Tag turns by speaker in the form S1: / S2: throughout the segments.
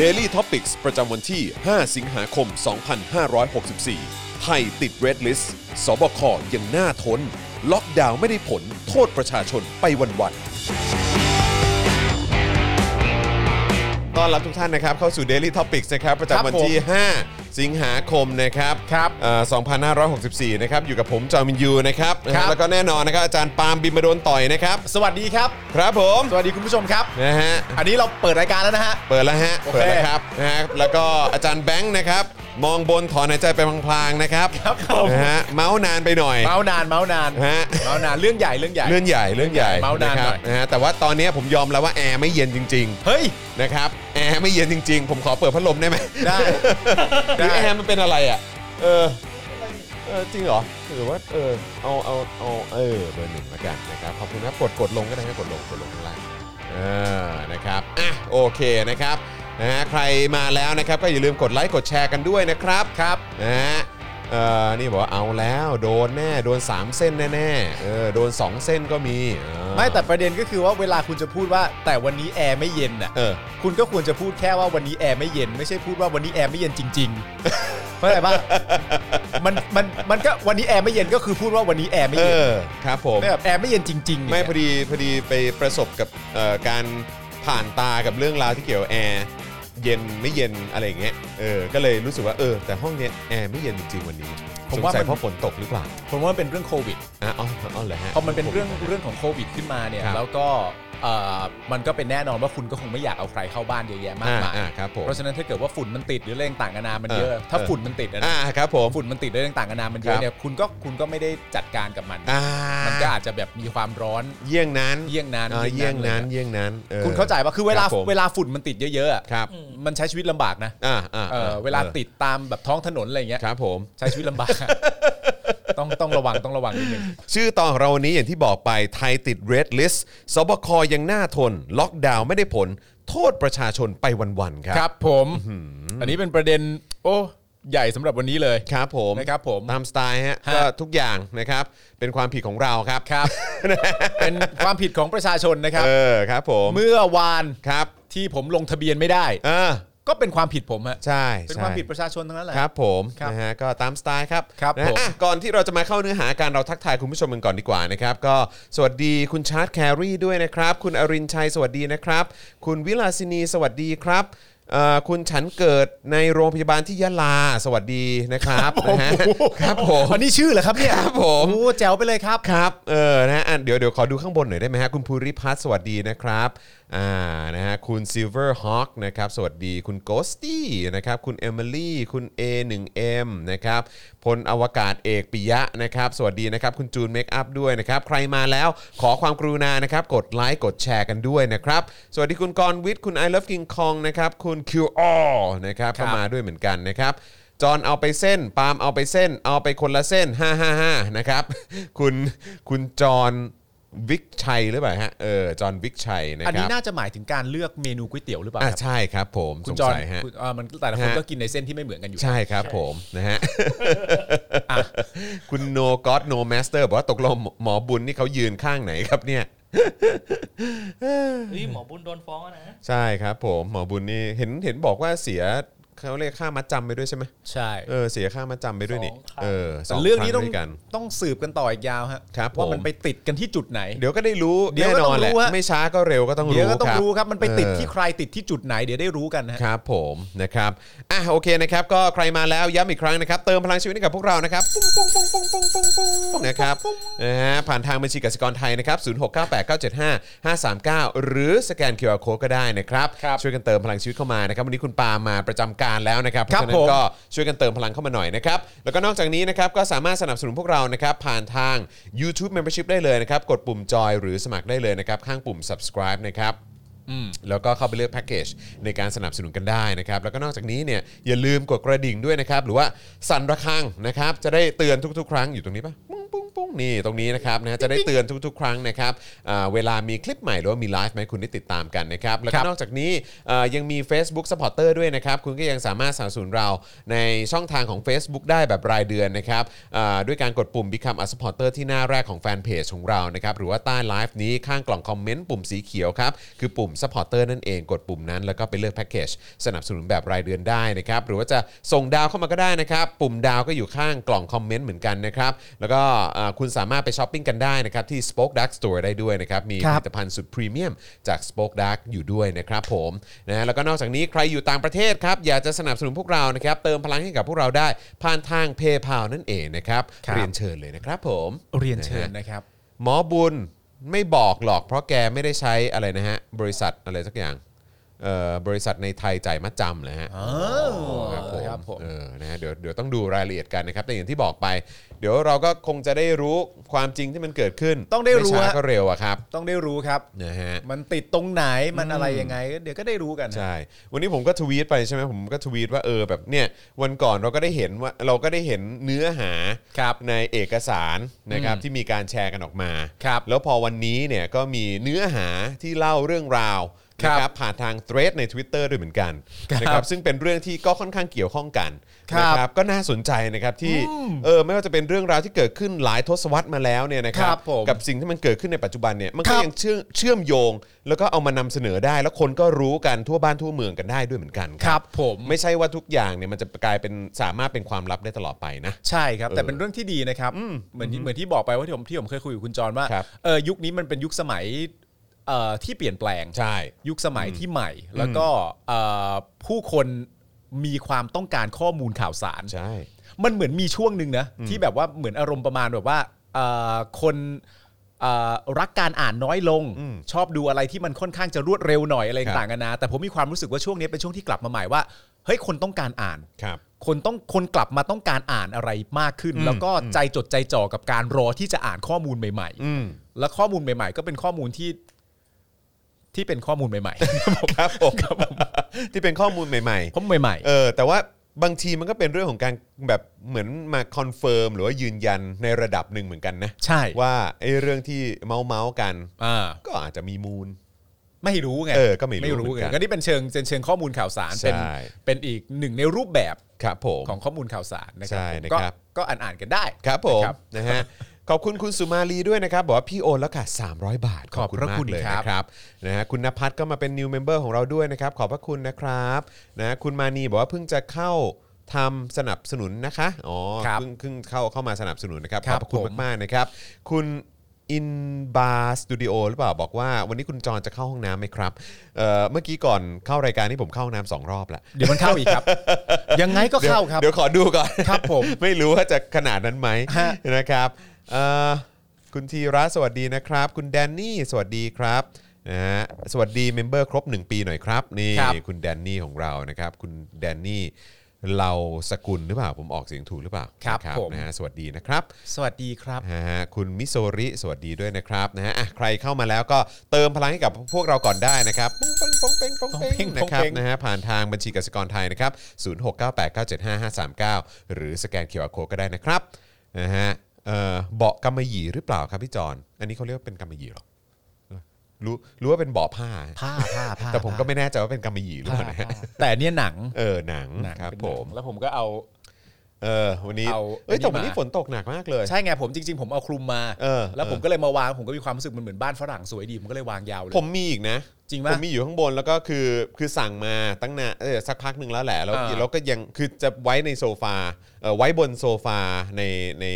S1: Daily Topics ประจำวันที่ 5 สิงหาคม 2564 ไทยติด Red List สบคยังหน้าทน ล็อกดาวน์ไม่ได้ผล โทษประชาชนไปวันๆ ต้อนรับทุกท่านนะครับเข้าสู่ Daily Topics นะครับประจำวันที่ 5 สิงหาคมนะครับครับ2564 นะครับ อยู่กับผมจอมินยูนะครับนะฮะ
S2: ครับ
S1: แล้วก็แน่นอนนะครับอาจารย์ปาล์มบิมมาโดนต่อยนะครับ
S2: สวัสดีครับ
S1: ครับผม
S2: สวัสดีคุณผู้ชมครับ
S1: นะฮะ
S2: อันนี้เราเปิดรายการแล้วนะฮะ
S1: เปิดแล้วฮะ
S2: โอเค
S1: เปิดแล้วครับนะฮะแล้วก็อาจารย์แบงค์นะครับ มองบนถอนหายใจไปพลางๆนะครับ
S2: ครับผม
S1: นะฮะเมาส์นานไปหน่อย
S2: เมาส์นานเมาส์นาน
S1: ฮะ
S2: เมาส์นานเรื่องใหญ่เรื่องใหญ่
S1: เรื่องใหญ่เรื่องใหญ่
S2: เมาส์นาน
S1: ค
S2: หน่
S1: รั
S2: อย
S1: นะฮะแต่ว่าตอนนี้ผมยอมแล้วว่าแอร์ไม่เย็นจริง ๆ
S2: เฮ้ย
S1: นะครับแอร์ไม่เย็นจริง ๆ ผมขอเปิดพัดลมได้ไหม
S2: ได้
S1: หรือแอร์มันเป็นอะไรอ่ะเออเออจริงเหรอหรือว่าเออเอาเอาเอาเออเบอร์หนึ่งละกันนะครับขอบคุณครับกดกดลงก็ได้นะกดลงกดลงข้างล่างเออนะครับอ่ะโอเคนะครับนะฮะใครมาแล้วนะครับก็อย่าลืมกดไลค์กดแชร์กันด้วยนะครับครับนะฮะเออนี่บอกว่าเอาแล้วโดนแน่โดน 3 เส้นแน่ๆเออโดน 2 เส้นก็มีเออ
S2: ไม่แต่ประเด็นก็คือว่าเวลาคุณจะพูดว่าแต่วันนี้แอร์ไม่เย็น น่ะ
S1: เออ
S2: คุณก็ควรจะพูดแค่ว่าวันนี้แอร์ไม่เย็น ไม่ใช่พูดว่าวันนี้แอร์ไม่เย็นจริงๆเข้าใจ ปะมันมันมันก็วันนี้แอร์ไม่เย็นก็คือพูดว่าวันนี้แอร์ไม่
S1: เอ
S2: เย็น
S1: อครับผม
S2: ไม่แบบแอร์ไม่เย็นจริงๆ
S1: ไม่
S2: เนี่ย
S1: พอดีพอดีไปประสบกับเอ่อการผ่านตากับเรื่องราวที่เกี่ยวกับแอร์เย็นไม่เย็นอะไรอย่างเงี้ยเออก็เลยรู้สึกว่าเออแต่ห้องเนี้ยแอร์ไม่เย็นจริงๆวันนี้
S2: ผม
S1: สง
S2: ว่า
S1: สัย
S2: มัน
S1: เพราะฝนตกหรือเปล่า
S2: ผมว่ามันเป็นเรื่องโควิด
S1: อ่ะอ๋ออ๋อเหรอฮะ
S2: พอมันเป็นเรื่องเรื่องของโควิดขึ้นมาเนี่ย
S1: ครับ
S2: แล้วก็เอ่อมันก็เป็นแน่นอนว่าคุณก็คงไม่อยากเอาใครเข้าบ้านเยอะแยะมา
S1: อ่าม
S2: กาย
S1: อ่าครับผม
S2: เพราะฉะนั้นถ้าเกิดว่าฝุ่นมันติดหรืออะไรต่างกันานามัน
S1: เออ
S2: เยอะถ้า
S1: เออ
S2: ฝุ่นมันติดอะนะ
S1: อ่าครับผม
S2: ฝุ่นมันติดหรืออะไรต่างกันานามันเยอะเนี่ยคุณก็คุณก็ไม่ได้จัดการกับมัน
S1: อ่า
S2: มันก็อาจจะแบบมีความร้อน
S1: เยี่ยงนั้น
S2: เยี่ยงนั้น
S1: อ่าเยี่ยงนั้นเยี่ยงนั้นออ
S2: คุณเข้าใจปะคือเว
S1: ค
S2: ลา
S1: รับผม
S2: เวลาฝุ่นมันติดเยอะๆอะ
S1: ครับ
S2: มันใช้ชีวิตลำบากนะ
S1: อ่าอ่า
S2: เออเวลาติดตามแบบท้องถนนอะไรอย่างเงี้ย
S1: ครับผม
S2: ใช้ชีวิตลำบากอะต้องต้องระวังต้องระวังนิดนึง
S1: ชื่อตอนของเราวันนี้อย่างที่บอกไปไทยติด Red List สบคยังหน้าทน ล็อกดาวน์ไม่ได้ผล โทษประชาชนไปวันๆครับ
S2: ครับผมอันนี้เป็นประเด็น โอ้ใหญ่สำหรับวันนี้เลย
S1: ครับผม
S2: นะครับผม
S1: ตามสไตล์ฮะ
S2: ฮะ
S1: ก็ทุกอย่างนะครับเป็นความผิดของเราครับ
S2: ครับ เป็นความผิดของประชาชนนะครับ
S1: เออครับผม
S2: เมื่อวาน
S1: ครับ
S2: ที่ผมลงทะเบียนไม่ได้
S1: เออ
S2: ก็เป็นความผิดผมฮะ
S1: ใช่
S2: เป็น
S1: ใช่
S2: ความผิดประชาชนทั้งนั้นแหละ
S1: ครับผม
S2: ครับ
S1: นะฮะก็ตามสไตล์ครับ
S2: ครับ
S1: นะฮะ
S2: ผม
S1: อ่ะก่อนที่เราจะมาเข้าเนื้อหาการเราทักทายคุณผู้ชมกันก่อนดีกว่านะครับ ก็สวัสดีคุณชาร์ตแครีด้วยนะครับ คุณอรินชัยสวัสดีนะครับ คุณวิลาสินีสวัสดีครับเอ่อคุณฉันเกิดในโรงพยาบาลที่ยะลาสวัสดีนะครับ
S2: ครับผม
S1: นะฮะครับผม
S2: อันนี้ชื่อเหรอครับเนี่ย
S1: ครับผม
S2: โอ้แจ๋วไปเลยครับ
S1: ครับเออนะฮะอ่ะเดี๋ยวเดี๋ยวขอดูข้างบนหน่อยได้ไหมฮะคุณภูริพัฒน์สวัสดีนะครับอ่านะฮะคุณ Silver Hawk นะครับสวัสดีคุณ Ghosty นะครับคุณ Emily คุณ A1M นะครับพลอวกาศเอกปิยะนะครับสวัสดีนะครับคุณจูนเมคอัพด้วยนะครับใครมาแล้วขอความกรุณานะครับกดไลค์กดแชร์กันด้วยนะครับสวัสดีคุณกรณ์วิทย์คุณ I love King Kong นะครับคุณ QR นะครับ
S2: ครั
S1: เข้า
S2: บ
S1: มา ด้วยเหมือนกันนะครับ จอนเอาไปเส้น ปาล์มเอาไปเส้น เอาไปคนละเส้น 555 นะครับ คุณคุณจอนวิกชัยหรือเปล่าฮะ เออ จอนวิกชัยนะ
S2: อัน
S1: ค
S2: นี้
S1: รับ
S2: น่าจะหมายถึงการเลือกเมนูก๋วยเตี๋ยวหรือเปล่า
S1: อ่ะ
S2: ครับ
S1: ใช่ครับผม
S2: คุ
S1: ส
S2: ณ
S1: ง
S2: จอน
S1: สัยฮะ
S2: คุณเอ่อมันแต่ละคน
S1: ฮะ
S2: ก็กินในเส้นที่ไม่เหมือนกันอยู่
S1: ใช่ครับผมนะฮะ คุณ no god no master บอกว่าตกลงหมอบุญนี่เขายืนข้างไหนครับเนี่ย
S3: เฮ้ยหมอบุญโดนฟ้องแล้วนะ
S1: ใช่ครับผมหมอบุญนี่เห็นเห็นบอกว่าเสียเขาเรียกค่ามัดจำไปด้วยใช่ไหม
S2: ใช่
S1: เออเสียค่ามัดจำไปด้วยนี่เออส
S2: แต่
S1: ค
S2: เรื่องนี้
S1: ค
S2: ต้อง
S1: ด้วยกัน
S2: ต้องสืบกันต่ออีกยาวฮะ
S1: ครับผม
S2: ว่ามันไปติดกันที่จุดไหน
S1: เดี๋ยวก็ได้รู้
S2: เดี๋ย
S1: แน่
S2: วก็
S1: น
S2: ต้
S1: อ
S2: อง
S1: นแหละ
S2: รู้ฮะ
S1: ไม่ช้าก็เร็วก็ต้องรู้
S2: เดี๋ยวก็ต้องรู้ครับ มันไปติด
S1: เออ
S2: ที่ใครติดที่จุดไหนเดี๋ยวได้รู้กันนะฮะ
S1: ครับผมนะครับอ่ะโอเคนะครับ ก็ใครมาแล้วย้ำอีกครั้งนะครับ เติมพลังชีวิตให้กับพวกเรานะครับปุ้งปุ้งปุ้งปุ้งปุ้งปุ้งปุ้งนะครับนะฮะผ่านทางบัญชีกสิกรไทยนะครับ0698975539 หรือสแกน QR Code ก็ได้นะครับ
S2: ครับ
S1: ช่วยกันเติมพลังชีวิตเข้ามานะครับวันนี้คุณปาล์มมาประจำการแล้วนะครับเพ
S2: ครั
S1: ราะ
S2: บ
S1: ฉะนั้น
S2: ผม
S1: ก็ ก็ช่วยกันเติมพลังเข้ามาหน่อยนะครับ แล้วก็นอกจากนี้นะครับก็สามารถสนับสนุนพวกเรานะครับผ่านทาง YouTube Membership ได้เลยนะครับ กดปุ่มจอยหรือสมัครได้เลยนะครับ ข้างปุ่ม subscribe นะครับแล้วก็เข้าไปเลือกแพ็กเกจในการสนับสนุนกันได้นะครับ แล้วก็นอกจากนี้เนี่ยอย่าลืมกดกระดิ่งด้วยนะครับ หรือว่าสั่นระฆังนะครับ จะได้เตือนทุก ๆ ครั้งอยู่ตรงนี้ปะปุ้ง ปุ้งปุ้งนี่ตรงนี้นะครับนะฮะจะได้เตือนทุกๆ ครั้งนะครับอ่าเวลามีคลิปใหม่หรือว่ามีไลฟ์ไหมคุณได้ติดตามกันนะครับ แล้ว
S2: ค
S1: ก็
S2: รับ
S1: นอกจากนี้เอ่อยังมี Facebook Supporter ด้วยนะครับ คุณก็ยังสามารถสนับสนุนเราในช่องทางของ Facebook ได้แบบรายเดือนนะครับอ่าด้วยการกดปุ่ม Become a supporter ที่หน้าแรกของแฟนเพจของเรานะครับ หรือว่าใต้ไลฟ์นี้ข้างกล่องคอมเมนต์ปุ่มสีเขียวครับ คือปุ่ม supporter นั่นเองกดปุ่มนั้น แล้วก็ไปเลือกแพ็กเกจสนับสนุนแบบรายเดือนได้นะครับ หรือว่าจะส่งดาวเข้ามาก็ได้นะครับ ปุ่มดาวก็อยู่ข้างกล่องคอมเมนต์เหมือนกันนะครับ แล้วก็อ่าคุณสามารถไปช้อปปิ้งกันได้นะครับที่ Spoke Dark Store ได้ด้วยนะครับมี
S2: ครับ
S1: ผลิตภัณฑ์สุดพรีเมียมจาก Spoke Dark อยู่ด้วยนะครับผมนะฮะแล้วก็นอกจากนี้ใครอยู่ต่างประเทศครับ อยากจะสนับสนุนพวกเรานะครับ เติมพลังให้กับพวกเราได้ ผ่านทางเพย์พานั่นเองนะครับ
S2: ครับ
S1: เรียนเชิญเลยนะครับผม
S2: เรียนเชิ
S1: นะ
S2: ญ
S1: ฮะ
S2: นะครับ
S1: หมอบุญไม่บอกหรอกเพราะแกไม่ได้ใช้อะไรนะฮะ บริษัทอะไรสักอย่างเอ่อบริษัทในไทยจ่ายมัดจำเลยฮะ ครับผม
S2: ครับผม
S1: เออนะฮะเดี๋ยวเดี๋ยวต้องดูรายละเอียดกันนะครับ แต่อย่างที่บอกไป เดี๋ยวเราก็คงจะได้รู้ความจริงที่มันเกิดขึ้น
S2: ต้องได้รู้
S1: ม่ช้า
S2: ฮะ
S1: ก็เร็วอะครับ
S2: ต้องได้รู้ครับ
S1: นะฮะ
S2: มันติดตรงไหนมันอะไรยังไง เดี๋ยวก็ได้รู้กันนะ
S1: ใช่ วันนี้ผมก็ทวีตไปใช่ไหมผมก็ทวีตว่าเออแบบเนี่ยวันก่อนเราก็ได้เห็นว่าเราก็ได้เห็นเนื้อหาในเอกสารนะครับที่มีการแชร์กันออกมา
S2: ครับ
S1: แล้วพอวันนี้เนี่ยก็มีเนื้อหาที่เล่าเรื่องราว
S2: ครับ
S1: นะครับผ่านทางเทรดใน Twitter ด้วยเหมือนกัน
S2: ครับ
S1: นะครับซึ่งเป็นเรื่องที่ก็ค่อนข้างเกี่ยวข้องกัน
S2: ครับ
S1: นะก็น่าสนใจนะครับที่เออไม่ว่าจะเป็นเรื่องราวที่เกิดขึ้นหลายทศวรรษมาแล้วเนี่ยนะครั
S2: ครับผม
S1: กับสิ่งที่มันเกิดขึ้นในปัจจุบันเนี่ยมัน
S2: ค
S1: ก็
S2: รับ
S1: ยัง เชื่อเชื่อมโยงแล้วก็เอามานำเสนอได้ แล้วคนก็รู้กันทั่วบ้านทั่วเมืองกันได้ด้วยเหมือนกัน
S2: ค
S1: ค
S2: รั
S1: รั
S2: บบ ผม
S1: ไม่ใช่ว่าทุกอย่างเนี่ยมันจะกลายเป็นสามารถเป็นความลับได้ตลอดไปนะ
S2: ใช่ครับ แต่
S1: เออ
S2: เป็นเรื่องที่ดีนะครับเหมือนที่เหมือนที่บอกไปว่าที่ผมที่ผมเคยคุยกับคุณจรว่า
S1: ครับ
S2: เออยุคนี้มันเป็นยุคสมัยเอ่อที่เปลี่ยนแปลง
S1: ใช่
S2: ยุคสมัยที่ใหม่ แล้วก็เอ่อผู้คนมีความต้องการข้อมูลข่าวสาร
S1: ใช่
S2: มันเหมือนมีช่วงหนึ่งนะที่แบบว่าเหมือนอารมณ์ประมาณแบบว่าเอ่อคนเอ่อรักการอ่านน้อยลง
S1: อืม
S2: ชอบดูอะไรที่มันค่อนข้างจะรวดเร็วหน่อยอะไร
S1: ครับ
S2: ต่างกันานะแต่ผมมีความรู้สึกว่าช่วงนี้เป็นช่วงที่กลับมาใหม่ว่าเฮ้ยคนต้องการอ่าน
S1: ครับ
S2: คนต้องคนกลับมาต้องการอ่านอะไรมากขึ้น
S1: อืม
S2: แล้วก็ใจจดใจจ่อกับการรอที่จะอ่านข้อมูลใหม่
S1: อืม
S2: ๆ และข้อมูลใหม่ ๆ ก็เป็นข้อมูลที่ที่เป็นข้อมูลใหม่
S1: ครับผมที่เป็นข้อมูลใหม่
S2: ๆ ผมใหม่
S1: ๆ เออ แต่ว่าบางทีมันก็เป็นเรื่องของการแบบเหมือนมาคอนเฟิร์มหรือว่ายืนยันในระดับหนึ่งเหมือนกันนะ
S2: ๆ ใช่
S1: ว่าไอ้เรื่องที่เมาส์เมาส์ๆกัน
S2: อ่า
S1: ก็อาจจะมีมูล
S2: ไม่รู้ไง
S1: เออก็ไม่รู้
S2: ไม่รู้
S1: เหมือ
S2: ไง
S1: นกัน
S2: ก็นี่เป็นเชิงเป็นเชิงข้อมูลข่าวสารเป็น
S1: ใช่
S2: เป็นอีกหนึ่งในรูปแบบ
S1: ครับผม
S2: ของข้อมูลข่าวสารนะครั
S1: ใช่
S2: ผม
S1: นะ
S2: ก็
S1: ครับ
S2: ก็อ่านอ่านๆกันได้
S1: ครับผม
S2: นะค
S1: นะ
S2: รับ
S1: ฮะขอบคุณคุณสุมาลีด้วยนะครับ บอกว่าพี่โอนแล้วค่ะ 300 บาท
S2: ขอบพระ
S1: มาก
S2: คุณ
S1: เลย
S2: ครับ
S1: นะครับนะฮะคุณนภัทรก็มาเป็น new member ของเราด้วยนะครับ ขอบพระคุณนะครับนะฮะคุณมานีบอกว่าเพิ่งจะเข้าทำสนับสนุนนะคะอ๋อ
S2: ครับ
S1: เพิ่งเพิ่งเข้าเข้ามาสนับสนุนนะครับ
S2: ค
S1: ข
S2: รั
S1: อ
S2: บบ
S1: พระคุณ
S2: ผม
S1: มากๆนะครับ คุณอินบาสตูดิโอหรือเปล่าบอกว่าวันนี้คุณจรจะเข้าห้องน้ำไหมครับเอ่อเมื่อกี้ก่อนเข้ารายการนี่ผมเข้าห้องน้ำสองรอบละ
S2: เดี๋ยวมันเข้าอีก ครับ ยังไงก็เข้าครับ
S1: เดี๋ยวขอดูก่อน
S2: ครับผม
S1: ไม่รู้ว่าจะขนาดนั้นไหม
S2: ฮะ
S1: นะครับเอ่อคุณธีระสวัสดีนะครับ คุณแดนนี่สวัสดีครับนะฮะสวัสดีเมมเบอร์ครบ 1 ปีหน่อยครับ นี่
S2: ครับ
S1: คุณแดนนี่ของเรานะครับ คุณแดนนี่เหล่าสกุลหรือเปล่าผมออกเสียงถูกหรือเปล่านะนะฮะสวัสดีนะครับ
S2: สวัสดีครับ
S1: นะฮะคุณมิโซริสวัสดีด้วยนะครับนะฮะอ่ะใครเข้ามาแล้วก็เติมพลังให้กับพวกเราก่อนได้นะครับปุ้งเป้งปุ้งเป้งปุ้ง
S2: ปุ้งเป้
S1: เป้
S2: ง
S1: งนะครับ
S2: ปุ้งเป้ง
S1: นะฮะผ่านทางบัญชีกสิกรไทยนะครับ0698975539 หรือสแกนเคอร์โคก็ได้นะครับนะฮะเอ่อเบาะกำมะหยี่หรือเปล่าครับพี่จอนอันนี้เขาเรียกว่าเป็นกำมะหยี่เหรอรู้รู้ว่าเป็นเบาะผ้า
S2: ผ้าผ้าผ้า
S1: แต่ผมก็ไม่แน่ใจว่าเป็นกำมะหยี่หรือเปล่านะฮะ
S2: แต่เนี่ยหนัง
S1: เออหนัง
S2: หนัง
S1: ครับ
S2: เป็น
S1: ผ
S2: หนัง
S1: ม
S2: แล้วผมก็เอา
S1: เออวันนี้
S2: เอา
S1: เอ้ยแต่วัน
S2: อันนี้
S1: นี้
S2: มา
S1: ฝนตกหนักมากเลย
S2: ใช่ไงผมจริงๆ ผมเอาคลุมมา
S1: เออ
S2: แล้วผม
S1: เออ
S2: ก็เลยมาวางผมก็มีความรู้สึกมันเหมือนบ้านฝรั่งสวยดีผมก็เลยวางยาวเลย
S1: ผมมีอีกนะ
S2: จริง
S1: ผ
S2: ปะ
S1: มมีอยู่ข้างบนแล้วก็คือคือสั่งมาตั้งนานเออสักพักหนึ่งแล้วแหละแล้ว
S2: อ่า
S1: แล้วก็ยังคือจะไว้ในโซฟาเออไว้บนโซฟาในใน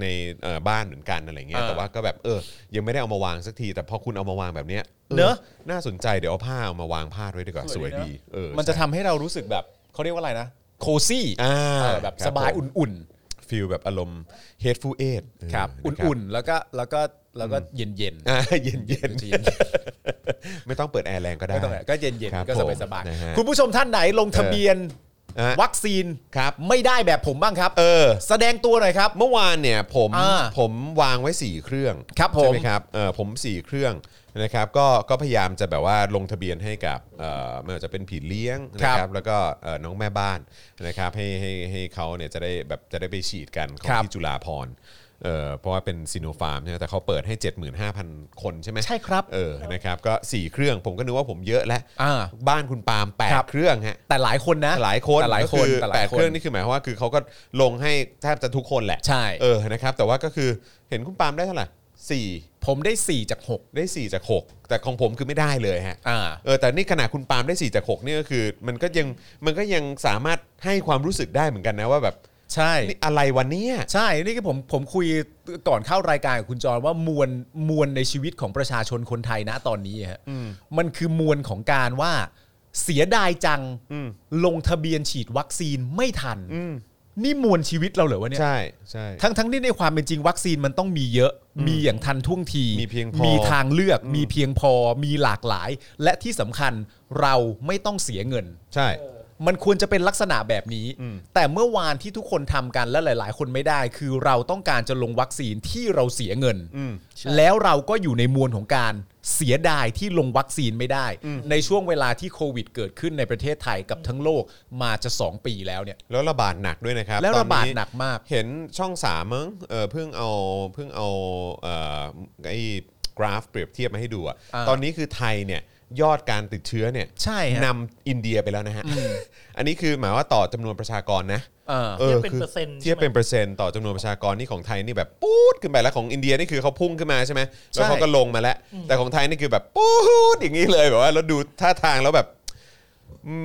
S1: ในเอ่อบ้านเหมือนกันอะไรเงี้ย
S2: อ่า
S1: แต่ว่าก็แบบเออยังไม่ได้เอามาวางสักที แต่พอคุณเอามาวางแบบเนี้ย
S2: เนอะ
S1: น่าสนใจเดี๋ยวเอาผ้าเอามาวางพาดไว้ดีกว่าสวยดีเออ
S2: มันจะทำให้เรารู้สึกแบบเขาเรียกว่าอะไรนะโคซี่
S1: อ่า
S2: แบบสบาย
S1: ครั
S2: อุ่น
S1: ผมฟีลแบบอารมณ์ hateful eight เออ
S2: ๆ ครับ
S1: ะ
S2: อุ่นๆ แล้วก็แล้วก็แล้วก็เย็นๆ
S1: อ่า เย็นเย็น
S2: จะเย็น
S1: ๆไม่ต้องเปิดแอร์แรงก็ได้
S2: ไม่ต้องอะไรก็เย็น
S1: ครับ
S2: ๆก็
S1: ผม
S2: สบาย
S1: นะฮะ
S2: ๆคุณผู้ชมท่านไหนลงทะเบียน
S1: เออ
S2: วัคซีน
S1: ครับ
S2: ไม่ได้แบบผมบ้างครับ
S1: เออ
S2: แสดงตัวหน่อยครับ
S1: เมื่อวานเนี่ยผม
S2: อ่า
S1: ผมวางไว้ 4 เครื่อง
S2: ครับผม
S1: ใช่ไหมครับเออผม 4 เครื่องนะครับก็ก็พยายามจะแบบว่าลงทะเบียนให้กับเอ่อไม่ว่าจะเป็นผีเลี้ยงนะค
S2: ครั
S1: รับบแล้วก็เอ่อน้องแม่บ้านนะครับให้ให้ให้เขาเนี่ยจะได้แบบจะได้ไปฉีดกันของ
S2: ครับ
S1: ที่จุฬาพรณ์ เออเพราะว่าเป็นซีโนฟาร์มใช่ไหมแต่เขาเปิดให้ 75,000 คนใช่ไหม
S2: ใช่ครับ
S1: เออนะครับก็ 4 เครื่องผมก็นึกว่าผมเยอะแล้ว
S2: อ่า
S1: บ้านคุณปาล์มแปด
S2: ครับ
S1: เครื่องฮะ
S2: แต่หลายคนนะ
S1: หลายคน
S2: แต่หลายคน
S1: ก็อ
S2: แต่หลา
S1: แป
S2: ย
S1: ด
S2: ค
S1: เคน รื่องนี่คือหมายความว่าคือเขาก็ลงให้แทบจะทุกคนแหละ
S2: ใช่
S1: เออนะครับแต่ว่าก็คือเห็นคุณปาล์มได้เท่าไหร่สี่
S2: ผมได้ 4 จาก 6
S1: ได้สี่จากหกแต่ของผมคือไม่ได้เลยฮะ
S2: อ่า
S1: เออแต่นี่ขนาดคุณปาล์มได้สี่จากหกนี่ก็คือ มันก็ยังมันก็ยังสามารถให้ความรู้สึกได้เหมือนกันนะว่าแบบ
S2: ใช่
S1: นี่อะไรวันนี้
S2: ใช่ นี่ก็ผมผมคุยก่อนเข้ารายการกับคุณจรว่ามวลมวลในชีวิตของประชาชนคนไทยนะตอนนี้ฮะมันคือมวลของการว่า เสียดายจังลงทะเบียนฉีดวัคซีนไม่ทัน นี่มวลชีวิตเราเหรอวะเนี่ย
S1: ใช่ใช่
S2: ทั้งทั้งที่ในความเป็นจริงวัคซีนมันต้องมีเยอะ มีอย่างทันท่วงที
S1: มีเพียงพอ
S2: มีทางเลือก มีเพียงพอ มีหลากหลาย และที่สำคัญเราไม่ต้องเสียเงิน
S1: ใช่
S2: มันควรจะเป็นลักษณะแบบนี้ แต่เมื่อวานที่ทุกคนทำกันและหลาย ๆ คนไม่ได้ คือเราต้องการจะลงวัคซีนที่เราเสียเงิน แล้วเราก็อยู่ในมวลของการเสียดายที่ลงวัคซีนไม่ได้ ในช่วงเวลาที่โควิดเกิดขึ้นในประเทศไทยกับทั้งโลกมาจะ 2 ปีแล้วเนี่ย
S1: แล้วระบาดหนักด้วยนะครับ
S2: แล้ว
S1: ตอน
S2: ระ
S1: นี้
S2: บาดหนักมาก
S1: เห็นช่องสามมั้งเออเพิ่งเอาเพิ่งเอาเอ่อไอ้กราฟเปรียบเทียบมาให้ดูอะ
S2: อ่า
S1: ตอนนี้คือไทยเนี่ยยอดการติดเชื้อเนี่ย
S2: ใช่ฮะ
S1: นำอินเดียไปแล้วนะฮะ อันนี้คือหมายว่าต่อจำนวนประชากรนะ
S2: เออ
S1: อ
S3: เทียบเป็น
S1: คือ
S3: เปอร์เซ็นต์
S1: เทียบเป็นเปอร์เซ็นต์ต่อจำนวนประชากรนี่ของไทยนี่แบบปู๊ดขึ้นไปแล้วของอินเดียนี่คือเขาพุ่งขึ้นมาใช่ไหมแล้วเขาก็ลงมาแล้ว แต่ของไทยนี่คือแบบปู๊ดอย่างนี้เลยแบบว่าแล้วดูท่าทางแล้วแบบ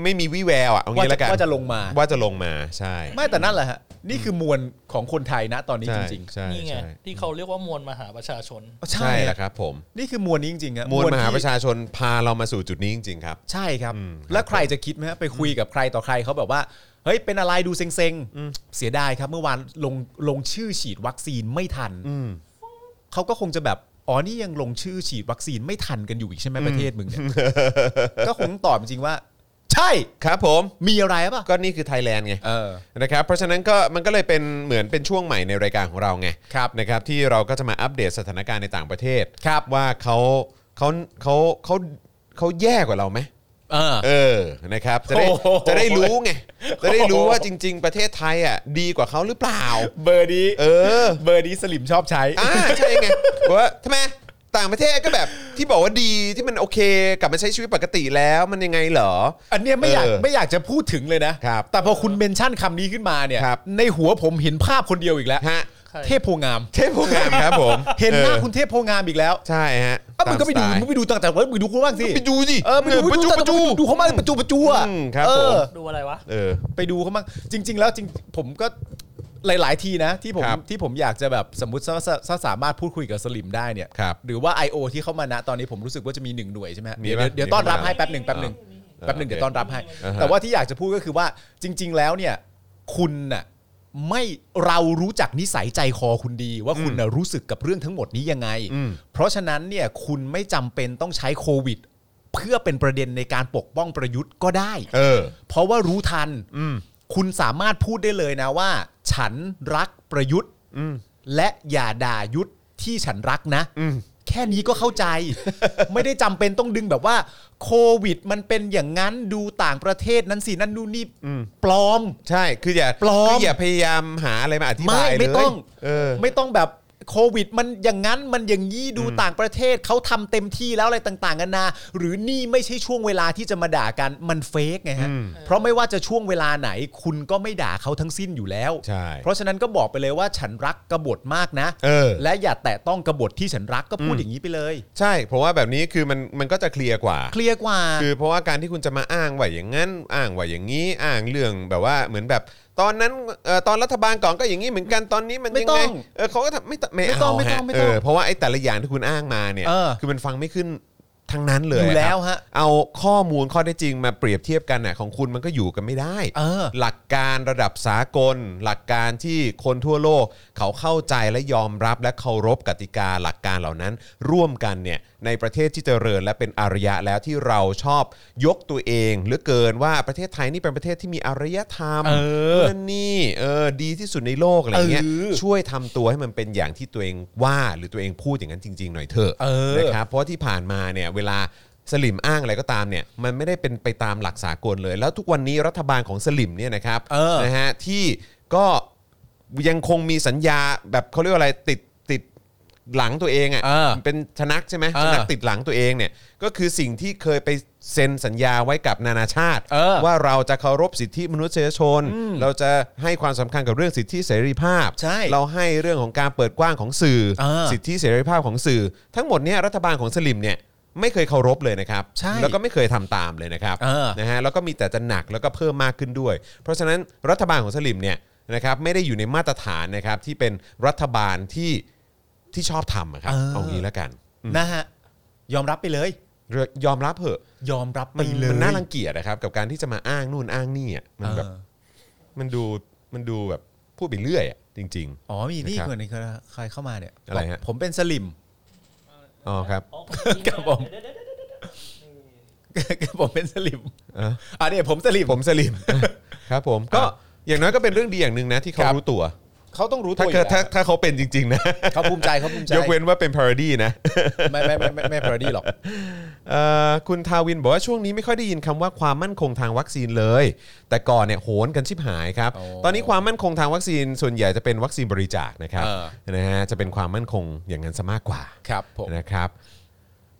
S1: ไม่มีวี่แววอะเอา
S2: ว่า
S1: งี้
S2: จะ
S1: ละกัน
S2: ว่าจะลงมา
S1: ว่าจะลงมาใช่
S2: ไม่แต่นั่นแหละฮะนี่คือมวลของคนไทยนะตอนนี้จ
S1: ใช่
S2: ริงๆ
S1: ใช่
S3: นี่ไง
S1: ใช่
S3: ที่เขาเรียกว่ามวลมหาประชาชน
S1: ใช่แล้วครับผม
S2: นี่คือมวลนี้จริงๆฮะ
S1: มวลมหา
S2: ที่
S1: ประชาชนพาเรามาสู่จุดนี้จริง ๆ ครับ
S2: ใช่ครับ
S1: อืมครับ
S2: แล้วใครจะคิดไหมฮะไปคุยกับใครต่อใครเขาแบบว่า เฮ้ย เป็นอะไรดูเซ็งๆ เสียดายครับ เมื่อวานลงลงชื่อฉีดวัคซีนไม่ทัน เขาก็คงจะแบบ อ๋อ นี่ยังลงชื่อฉีดวัคซีนไม่ทันกันอยู่อีกใช่ไหมประเทศมึงเนี่ย ก็คงตอบจริงๆว่า ใช่
S1: ครับผม
S2: มีอะไรหรือเปล่ะ
S1: ก็นี่คือไทยแลนด์ไง
S2: เออ
S1: นะครับเพราะฉะนั้นก็มันก็เลยเป็นเหมือนเป็นช่วงใหม่ในรายการของเราไง
S2: ครับ
S1: นะครับที่เราก็จะมาอัปเดตสถานการณ์ในต่างประเทศ
S2: ครับ
S1: ว่าเขาเขาเขาเขาเขาแย่กว่าเราไหม
S2: เออ
S1: เออนะครับจะได้
S2: โอ้โห
S1: จะได้รู้ไงจะได้รู้ว่าจริง ๆ ประเทศไทยอ่ะดีกว่าเขาหรือเปล่า
S2: เบอร์นี้
S1: เออ
S2: เบอร์นี้สลิมชอบใช้
S1: อ่าใช่ไงบอกว่าทำไมต่างประเทศก็แบบที่บอกว่าดีที่มันโอเค กลับมาใช้ชีวิตปกติแล้วมันยังไงเหรอ
S2: อันเนี้ยไม่อยาก
S1: เออ
S2: ไม่อยากจะพูดถึงเลยนะ
S1: ครับ
S2: แต่พอคุณเมนชั่นคำนี้ขึ้นมาเนี่ย
S1: ครับ
S2: ในหัวผมเห็นภาพคนเดียวอีกแล้ว
S1: ฮะ
S3: ใคร
S2: เทพโพงาม
S1: เทพโพงามครับผม
S2: เห็นหน้า
S1: ออ
S2: คุณเทพโพงามอีกแล้ว
S1: ใช่ฮะ
S2: เอ้ามึงก็ไปดู
S1: ตาสต
S2: มึ
S1: ล์
S2: งไปดูตั้งแต่ว่ามึงดูกูบ้างสิ
S1: ไปดูสิ
S2: เออไปดู
S1: ประจุป
S2: ตั้งแต่
S1: ระจุ
S2: ดูเขาบ้างประจูประจูอ่ะ
S1: อืมครับ
S2: เอ
S1: ผ
S2: อ
S1: ม
S3: ดูอะไรวะ
S1: เออ
S2: ไปดูเขาบ้างจริง ๆ แล้วจริงผมก็หลาย ๆ ทีนะ ที่ผม
S1: ครับ
S2: ที่ผมอยากจะแบบสมมติถ้าถ้าสามารถพูดคุยกับสลิมได้เนี่ย
S1: ครับ
S2: หรือว่า IO ที่เข้ามานะตอนนี้ผมรู้สึกว่าจะมีหนึ่งหน่วยใช่ไหมฮะ
S1: มี
S2: เดี๋ยว
S1: ปะ
S2: เดี๋ยวเดี๋ยวต้อนรับให้
S1: มีปะ
S2: แป๊บหนึ่งแป๊บหนึ่งแป๊บหนึ่ง
S1: โอเค
S2: เดี๋ยวต้อนรับให้
S1: อ่าฮะ
S2: แต่ว่าที่อยากจะพูดก็คือว่าจริง ๆ แล้วเนี่ยคุณน่ะไม่เรารู้จักนิสัยใจคอคุณดี ว่าคุณน่ะรู้สึกกับเรื่องทั้งหมดนี้ยังไง เพราะฉะนั้นเนี่ยคุณไม่จำเป็นต้องใช้โควิด เพื่อเป็นประเด็นในการปกป้องประยุทธ์ก็ได้
S1: เออ
S2: เพราะว่ารู้ทัน คุณสามารถพูดได้เลยนะว่า ฉันรักประยุทธ์และอย่าด่ายุทธที่ฉันรักนะ แค่นี้ก็เข้าใจ ไม่ได้จำเป็นต้องดึงแบบว่า โควิด มันเป็นอย่างนั้นดูต่างประเทศนั้นสินั่นนู่นนี่ปลอม
S1: ใช่คืออย่า
S2: ปลอม
S1: คือย่าพยายามหาอะไรมาอธิ
S2: ไม่
S1: บายเลย
S2: ไม่ต้อง
S1: เออ
S2: ไม่ต้องแบบโควิด มันอย่างนั้นมันอย่างนี้ดูต่างประเทศเขาทำเต็มที่แล้วอะไรต่างๆกันานาหรือนี่ไม่ใช่ช่วงเวลาที่จะมาด่ากันมันเฟกไงฮะเพราะไม่ว่าจะช่วงเวลาไหน คุณก็ไม่ด่าเขาทั้งสิ้นอยู่แล้ว
S1: ใช่
S2: เพราะฉะนั้นก็บอกไปเลยว่าฉันรักกบฏมากนะ
S1: เออ
S2: และอย่าแตะต้องกบฏที่ฉันรักก็พูดอย่างนี้ไปเลย
S1: ใช่ เพราะว่าแบบนี้คือมันมันก็จะเคลียร์กว่า
S2: เคลียร์กว่า
S1: คือเพราะว่าการที่คุณจะมาอ้างว่าอย่างนั้น อ้างว่าอย่างนี้อ้างเรื่องแบบว่าเหมือนแบบ ตอนนั้นเอ่อตอนรัฐบาลก่อนก็อย่างนี้เหมือนกันตอนนี้มัน
S2: ไม่
S1: ยัง
S2: ต้
S1: ไง
S2: อง
S1: เออเขาก็ทำไม่ตไม่
S2: ไม่ต้อ
S1: เอา
S2: งไม่ต้
S1: ฮะ
S2: องไม่
S1: เอ
S2: ต้อง
S1: อเพราะว่าไอ้แต่ละอย่างที่คุณอ้างมาเนี่ย
S2: เออ
S1: คือมันฟังไม่ขึ้นทั้งนั้นเลย
S2: อยู่แล้ว
S1: ครับ
S2: ฮะ
S1: เอาข้อมูลข้อเท็จจริงมาเปรียบเทียบกันน่ะของคุณมันก็อยู่กันไม่ได้
S2: เออ
S1: หลักการระดับสากล หลักการที่คนทั่วโลก เขาเข้าใจและยอมรับและเคารพกติกาหลักการเหล่านั้น ร่วมกันเนี่ยในประเทศที่เจริญและเป็นอารยะแล้วที่เราชอบยกตัวเองเหลือเกินว่าประเทศไทยนี่เป็นประเทศที่มีอารยธรรม
S2: เออ
S1: นั่นนี่เออดีที่สุดในโลกอะไรเงี้ย
S2: เออ
S1: ช่วยทำตัวให้มันเป็นอย่างที่ตัวเองว่าหรือตัวเองพูดอย่างนั้นจริง ๆ หน่อยเถอะ
S2: เออ
S1: นะครับเพราะที่ผ่านมาเนี่ยเวลาสลิมอ้างอะไรก็ตามเนี่ยมันไม่ได้เป็นไปตามหลักสากลเลย แล้วทุกวันนี้รัฐบาลของสลิมเนี่ยนะครับ
S2: เออ
S1: นะฮะที่ก็ ยังคงมีสัญญาแบบเขาเรียกว่าอะไรติดติดหลังตัวเอง
S2: เออ
S1: อะ่ะเป็นชนักใช่ไหม
S2: เออ
S1: ชนักติดหลังตัวเองเนี่ยก็คือสิ่งที่เคยไปเซ็นสัญญาไว้กับนานาชาติ
S2: เออ
S1: ว่าเราจะเคารพสิทธิมนุษยชน เราจะให้ความสำคัญกับเรื่องสิทธิเสรีภาพ
S2: ใช่
S1: เราให้เรื่องของการเปิดกว้างของสื่อ
S2: เออ
S1: สิทธิเสรีภาพของสื่อ ทั้งหมดเนี่ยรัฐบาลของสลิมเนี่ยไม่เคยเคารพเลยนะครับ
S2: ใช่
S1: แล้วก็ไม่เคยทำตามเลยนะครับ
S2: เออ
S1: นะฮะแล้วก็มีแต่จะหนักแล้วก็เพิ่มมากขึ้นด้วย เพราะฉะนั้นรัฐบาลของสลิมเนี่ยนะครับไม่ได้อยู่ในมาตรฐานนะครับที่เป็นรัฐบาลที่ที่ชอบทำอะครับ
S2: เออ
S1: เอางี้แล้วกัน
S2: นะฮะยอมรับไปเลย
S1: เรือยอมรับเถอะ
S2: ยอมรับไป
S1: มัน
S2: เลย
S1: มันน่ารังเกียจนะครับกับการที่จะมาอ้างนู่นอ้างนี่อะมันแบบ
S2: เออ
S1: มันดูมันดูแบบพูดไปเรื่อยอะจริง
S2: อ๋อมีนี่
S1: นะครับ
S2: เหมือนในใครเข้ามาเนี่ย
S1: อะไรฮะ
S2: ผมเป็นสลิม
S1: ๆอ๋อครับ
S3: อ๋อ
S2: ครับผม ผมเป็นสลิม
S1: เอ้า
S2: อ่ะเนี่ยผมสลิม
S1: ผมสลิม ครับผมก็อย่างน้อยก็เป็นเรื่องดีอย่างหนึ่งนะที่เขา
S2: ครับ
S1: รู้ตัว
S2: เขาต้องรู้ตั
S1: ถ้าว
S2: อยู่
S1: เกิดถ้า
S2: แล้ว
S1: ถ้าเขาเป็นจริง ๆ นะ
S2: เขาภูมิใจเขาภูมิใจ
S1: ยกเว้นว่าเป็นพาราดีนะ
S2: ไม่ไม่ไม่ไม่ไม่พาราดีหรอก
S1: เอ่อคุณทาวินบอกว่าช่วงนี้ไม่ค่อยได้ยินคำว่าความมั่นคงทางวัคซีนเลย แต่ก่อนเนี่ยโหนกันชิบหายครับ
S2: โอ้
S1: ตอนนี้ความมั่นคงทางวัคซีนส่วนใหญ่จะเป็นวัคซีนบริจาคนะครับ
S2: เออ
S1: นะฮะจะเป็นความมั่นคงอย่างนั้นซะมากกว่า
S2: ครับผม
S1: นะครับ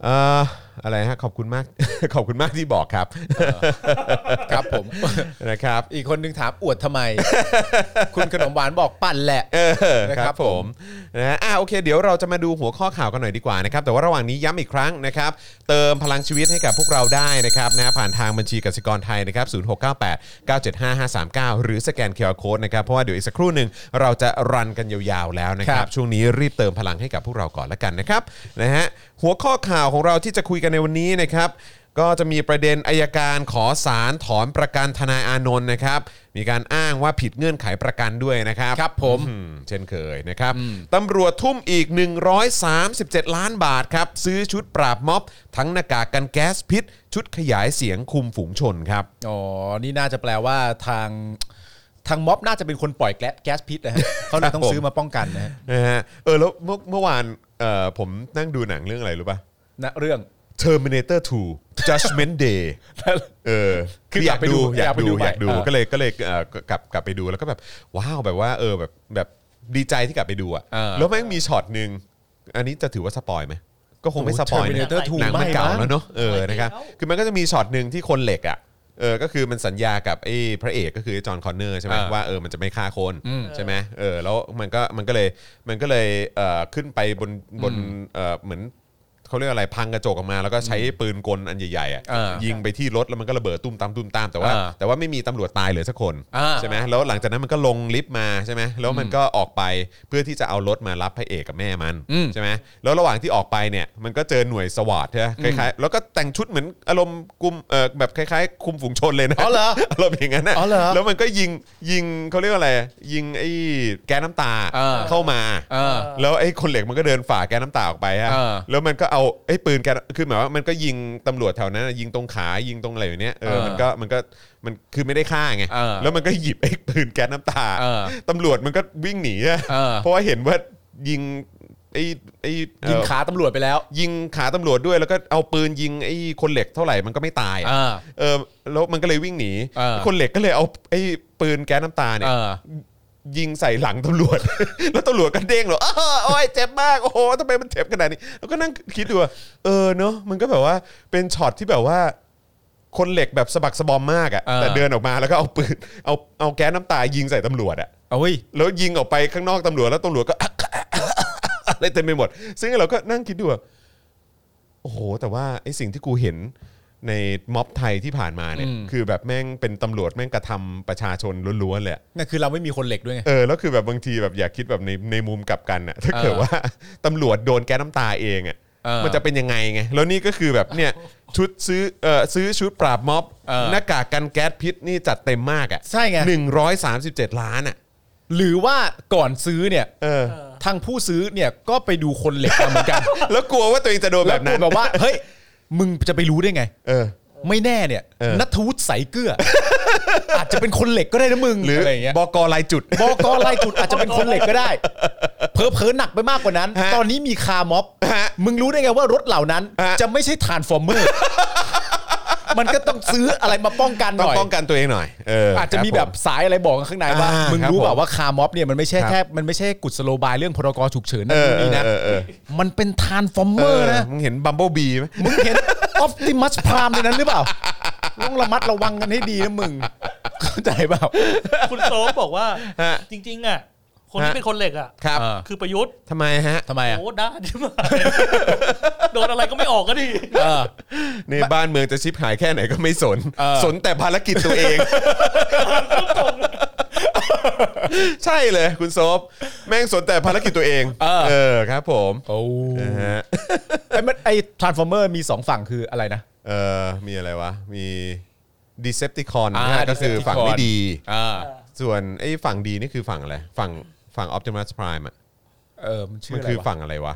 S1: เอ่ออะไรฮะขอบคุณมาก ขอบคุณมากที่บอกครับ
S2: ครับ ผม
S1: นะครับ
S2: อีกคนนึงถามอวดทำไม คุณขนมหวานบอกปั่นแหละ
S1: เออ
S2: นะ
S1: ค
S2: ครั
S1: รับบ ผ
S2: ผม ม
S1: นะฮะอ่ะโอเคเดี๋ยวเราจะมาดูหัวข้อข่าวกันหน่อยดีกว่านะครับแต่ว่าระหว่างนี้ย้ำอีกครั้งนะครับ เติมพลังชีวิตให้กับพวกเราได้นะครับนะผ่านทางบัญชีกสิกรไทยนะครับ0698 975 539 หรือสแกนเคอร์โคดนะครับ เพราะว่าเดี๋ยวอีกสักครู่หนึ่งเราจะรันกันยาวๆแล้วนะค
S2: ค
S1: รั
S2: รับ บ
S1: ช่วงนี้รีบเติมพลังให้กับพวกเราก่อนละกันนะครับนะฮะหัวข้อข่าวของเราที่จะคุยกันในวันนี้นะครับ ก็จะมีประเด็นอายการขอสารถอนประกันทนายอานนท์นะครับ มีการอ้างว่าผิดเงื่อนไขประกันด้วยนะครับ
S2: ครับผม
S1: อืเช่นเคยนะครับตำรวจทุ่มอีก 137 ล้านบาทครับ ซื้อชุดปราบม็อบ ทั้งหน้ากากกันแก๊สพิษ ชุดขยายเสียงคุมฝูงชนครับ
S2: อ๋อ นี่น่าจะแปลว่าทางทางม็อบน่าจะเป็นคนปล่อยแก๊สแก๊สพิษนะฮะเขาเลยต้อ
S1: ผ
S2: ง
S1: ม
S2: ซื้อมาป้องกันนะฮะ
S1: นะฮะเออแล้วเมื่อเมื่อวานเอ่อผมนั่งดูหนังเรื่องอะไรรู้ป่ะ
S2: นะเรื่อง
S1: Terminator 2 Judgment Day เออ
S2: คือ
S1: อยากดูอ
S2: อ
S1: าย
S2: ยาก กไปดู
S1: ดู
S2: อ
S1: อาย
S2: ยาก กดู
S1: ดู
S2: ใหม่อ่า
S1: ก็เลยก็เลยเอ่อกลับกลับไปดูแล้วก็แบบว้าวแบบว่าเออแบบแบบดีใจที่กลับไปดูอ่ะ
S2: เออ
S1: แล้วแม่งมีช็อตหนึ่งอันนี้จะถือว่าสปอยไหมก็คงไม่สปอยนะ
S2: Terminator 2
S1: หนังมัน
S2: ไม่
S1: เก่า
S2: มั้ง
S1: แล้วเนอะเออนะครับคือมันก็จะมีช็อตหนึ่งที่คนเหล็กอ่ะเออก็คือมันสัญญากับไอ้พระเอกก็คือจอห์นคอนเนอร์ใช่ไหม
S2: อ่า
S1: ว่าเออมันจะไม่ฆ่าคนใช่ไหมเออแล้วมันก็มันก็เลยมันก็เลยเอ่อขึ้นไปบนบนเอ่อเหมือนเขาเรียกอะไรพังกระจกออกมา แล้วก็ใช้ปืนกลอันใหญ่ๆอ่ะ
S2: อ่า
S1: ยิงไปที่รถแล้วมันก็ระเบิดตุ้มตามตุ้มตามแต่ว่า
S2: อ่า
S1: แต่ว่าไม่มีตำรวจตายเหลือสักคน
S2: อ่า
S1: ใช่ไหมแล้วหลังจากนั้นมันก็ลงลิฟต์มาใช่ไหมแล้วมันก็ออกไปเพื่อที่จะเอารถมารับพระเอกกับแม่มัน
S2: อืม
S1: ใช่ไหมแล้วระหว่างที่ออกไปเนี่ยมันก็เจอหน่วยสวาทใช่ไหมคล้ายๆแล้วก็แต่งชุดเหมือนอารมณ์กลุ่มเออแบบคล้ายๆ คุมฝูงชนเลยนะ
S2: อ๋อเหรอ
S1: อารมณ์อย่างนั้นนะ
S2: อ๋อเหรอ
S1: แล้วมันก็ยิงยิงเขาเรียกว่าอะไรยิงไอ้แก๊สน้ำตา
S2: อ่า
S1: เข้ามา
S2: เออ
S1: แล้วไอ้คนเหล็กมันก็เดินฝ่าแก๊สน้ำตาออกไปฮะ
S2: เออ
S1: แล้วมันก็เอาไอ้ปืนแก๊สคือหมายว่ามันก็ยิงตำรวจแถวนั้นอะยิงตรงขายิงตรงอะไรอย่างเนี้ยเออ
S2: เออ
S1: มันก็มันก็มันคือไม่ได้ฆ่าไง
S2: เออ
S1: แล้วมันก็หยิบไอ้ปืนแก๊สน้ำตา
S2: เออ
S1: ตำรวจมันก็วิ่งหนีอะ
S2: เออ
S1: เพราะว่าเห็นว่ายิงไอ้ไอ้เอ่อ
S2: ยิงขาตำรวจไปแล้ว
S1: ยิงขาตำรวจด้วยแล้วก็เอาปืนยิงไอ้คนเหล็กเท่าไหร่มันก็ไม่ตายอะ
S2: อ่า
S1: เออแล้วมันก็เลยวิ่งหนี
S2: เออ
S1: คนเหล็กก็เลยเอาไอ้ปืนแก๊สน้ำตาเนี่ย
S2: เออ
S1: ยิงใส่หลังตำรวจ แล้วตำรวจก็เด้งเหรอาวโอ้ยเจ็บมากโอ้โหทำไมมันเจ็บขนาดนี้ แล้วก็นั่งคิดดูว่าเออเนอะมันก็แบบว่าเป็นช็อตที่แบบว่า คนเหล็กแบบสะบักสะบอมมากอะ
S2: เออ
S1: แต่เดินออกมาแล้วก็เอาปืนเอาเอาแก๊สน้ำตายิงใส่ตำรวจอะ
S2: เอาเว้ย
S1: แล้วยิงออกไปข้างนอกตำรวจแล้วตำรวจก็ อะไรเต็มไปหมด ซึ่งเราก็นั่งคิดดูว่าโอ้โห แต่ว่าไอ้สิ่งที่กูเห็นในม็อบไทยที่ผ่านมาเนี่ย
S2: อืม
S1: คือแบบแม่งเป็นตำรวจแม่งกระทำประชาชนล้วนๆเลยอะ
S2: นั่นคือเราไม่มีคนเหล็กด้วยไง
S1: เออแล้วคือแบบบางทีแบบอยากคิดแบบในในมุมกลับกันอะ ถ้า
S2: เออ
S1: เกิด ว่า ตำรวจโดนแก๊สน้ำตาเองอะ
S2: เออ
S1: มันจะเป็นยังไงไงแล้วนี่ก็คือแบบเนี่ย ชุดซื้อเออซื้อชุดปราบม็อบ
S2: เออ
S1: หน้ากากกันแก๊สพิษนี่จัดเต็มมากอะ
S2: ใช่ไง
S1: หนึ่งร้อยสามสิบเจ็ดล้านอะ
S2: หรือว่าก่อนซื้อเนี่ย
S1: เออ
S2: ทางผู้ซื้อเนี่ยก็ไปดูคนเหล็กมาเหมือนกัน
S1: แล้วกลัวว่าตัวเองจะโดนแบบนั้น
S2: ล้วกลัวแบบว่าเฮ้ยมึงจะไปรู้ได้ไง
S1: เออ
S2: ไม่แน่เนี่ย
S1: เออ
S2: นัทวุฒิใสเกลือ อาจจะเป็นคนเหล็กก็ได้นะมึง
S1: หรือ
S2: อะไรย่างเงี้ย
S1: บกลายจุด
S2: บอกกไล่จุดอาจจะเป็นคนเหล็กก็ ได้ เพอเพอๆหนักไปมากกว่านั้น
S1: ฮะ
S2: ตอนนี้มีคาร์ม็อบ
S1: ฮะ
S2: มึงรู้ได้ไงว่ารถเหล่านั้น
S1: ฮะ
S2: จะไม่ใช่ทานฟอร์เมอร์ มันก็ต้องซื้ออะไรมาป้องกัน
S1: ต้
S2: ห
S1: อง
S2: น่อย
S1: ป้องกันตัวเองหน่อยเอออา
S2: อาจจะมีแบบสายอะไรบอกข้างในว่า
S1: อ่ามึ
S2: มึงรู้
S1: ครับ
S2: เปล่า
S1: ผม
S2: ว่าคาร์ม็อบเนี่ยมันไม่ใช่
S1: ครับ
S2: แค่ มันไม่ใช่กุศโลบายเรื่องพรกฉุกเฉิน
S1: เอ
S2: นะ
S1: อ
S2: นี่นะ
S1: เออเออ
S2: มันเป็นทานฟอร์เมอร์นะ
S1: มึงเห็นบัมเบิลบีไหม
S2: มึงเห็นออฟติมัสพรามในนั้นหรือเปล่า ต้องระมัดระวังกันให้ดีนะมึง เข้าใจเปล่า
S3: คุณโต๊ะบอกว่า
S1: ฮะ
S3: จริง ๆ อ่ะ คนที่
S1: ฮะ
S3: เป็นคนเหล็กอ่ะ
S1: ครับ
S2: เออ
S3: คือประยุทธ์
S1: ทำไมฮะ
S2: ทำไมอ่ะ
S3: โอ้ด้านใช่ไหมโดนอะไรก็ไม่ออกก็ดี
S2: เออ
S1: ในบ้านเมืองจะชิบหายแค่ไหนก็ไม่สน
S2: เออ
S1: สนแต่ภารกิจตัวเอง ใช่เลยคุณโซฟแม่งสนแต่ภารกิจตัวเอง
S2: เออ
S1: เออครับผม
S2: โอ้
S1: นะฮะ
S2: ไอ้มันไอ้ทรานส์ฟอร์เมอร์มีสองฝั่งคืออะไรนะ
S1: เออมีอะไรวะ มีดีเซปติคอน
S2: อ่า
S1: ก็คือ
S2: Decepticon
S1: ฝั่งไม่ดี
S2: อ่า
S1: ส่วนไอ้ฝั่งดีนี่คือฝั่งอะไร ฝั่งฝั่งออ t ติมัสไพร์มอ่ะ
S2: เออมันชื่
S1: มั
S2: อน อะไร
S1: คือ
S2: วะ
S1: ฝั่งอะไรวะ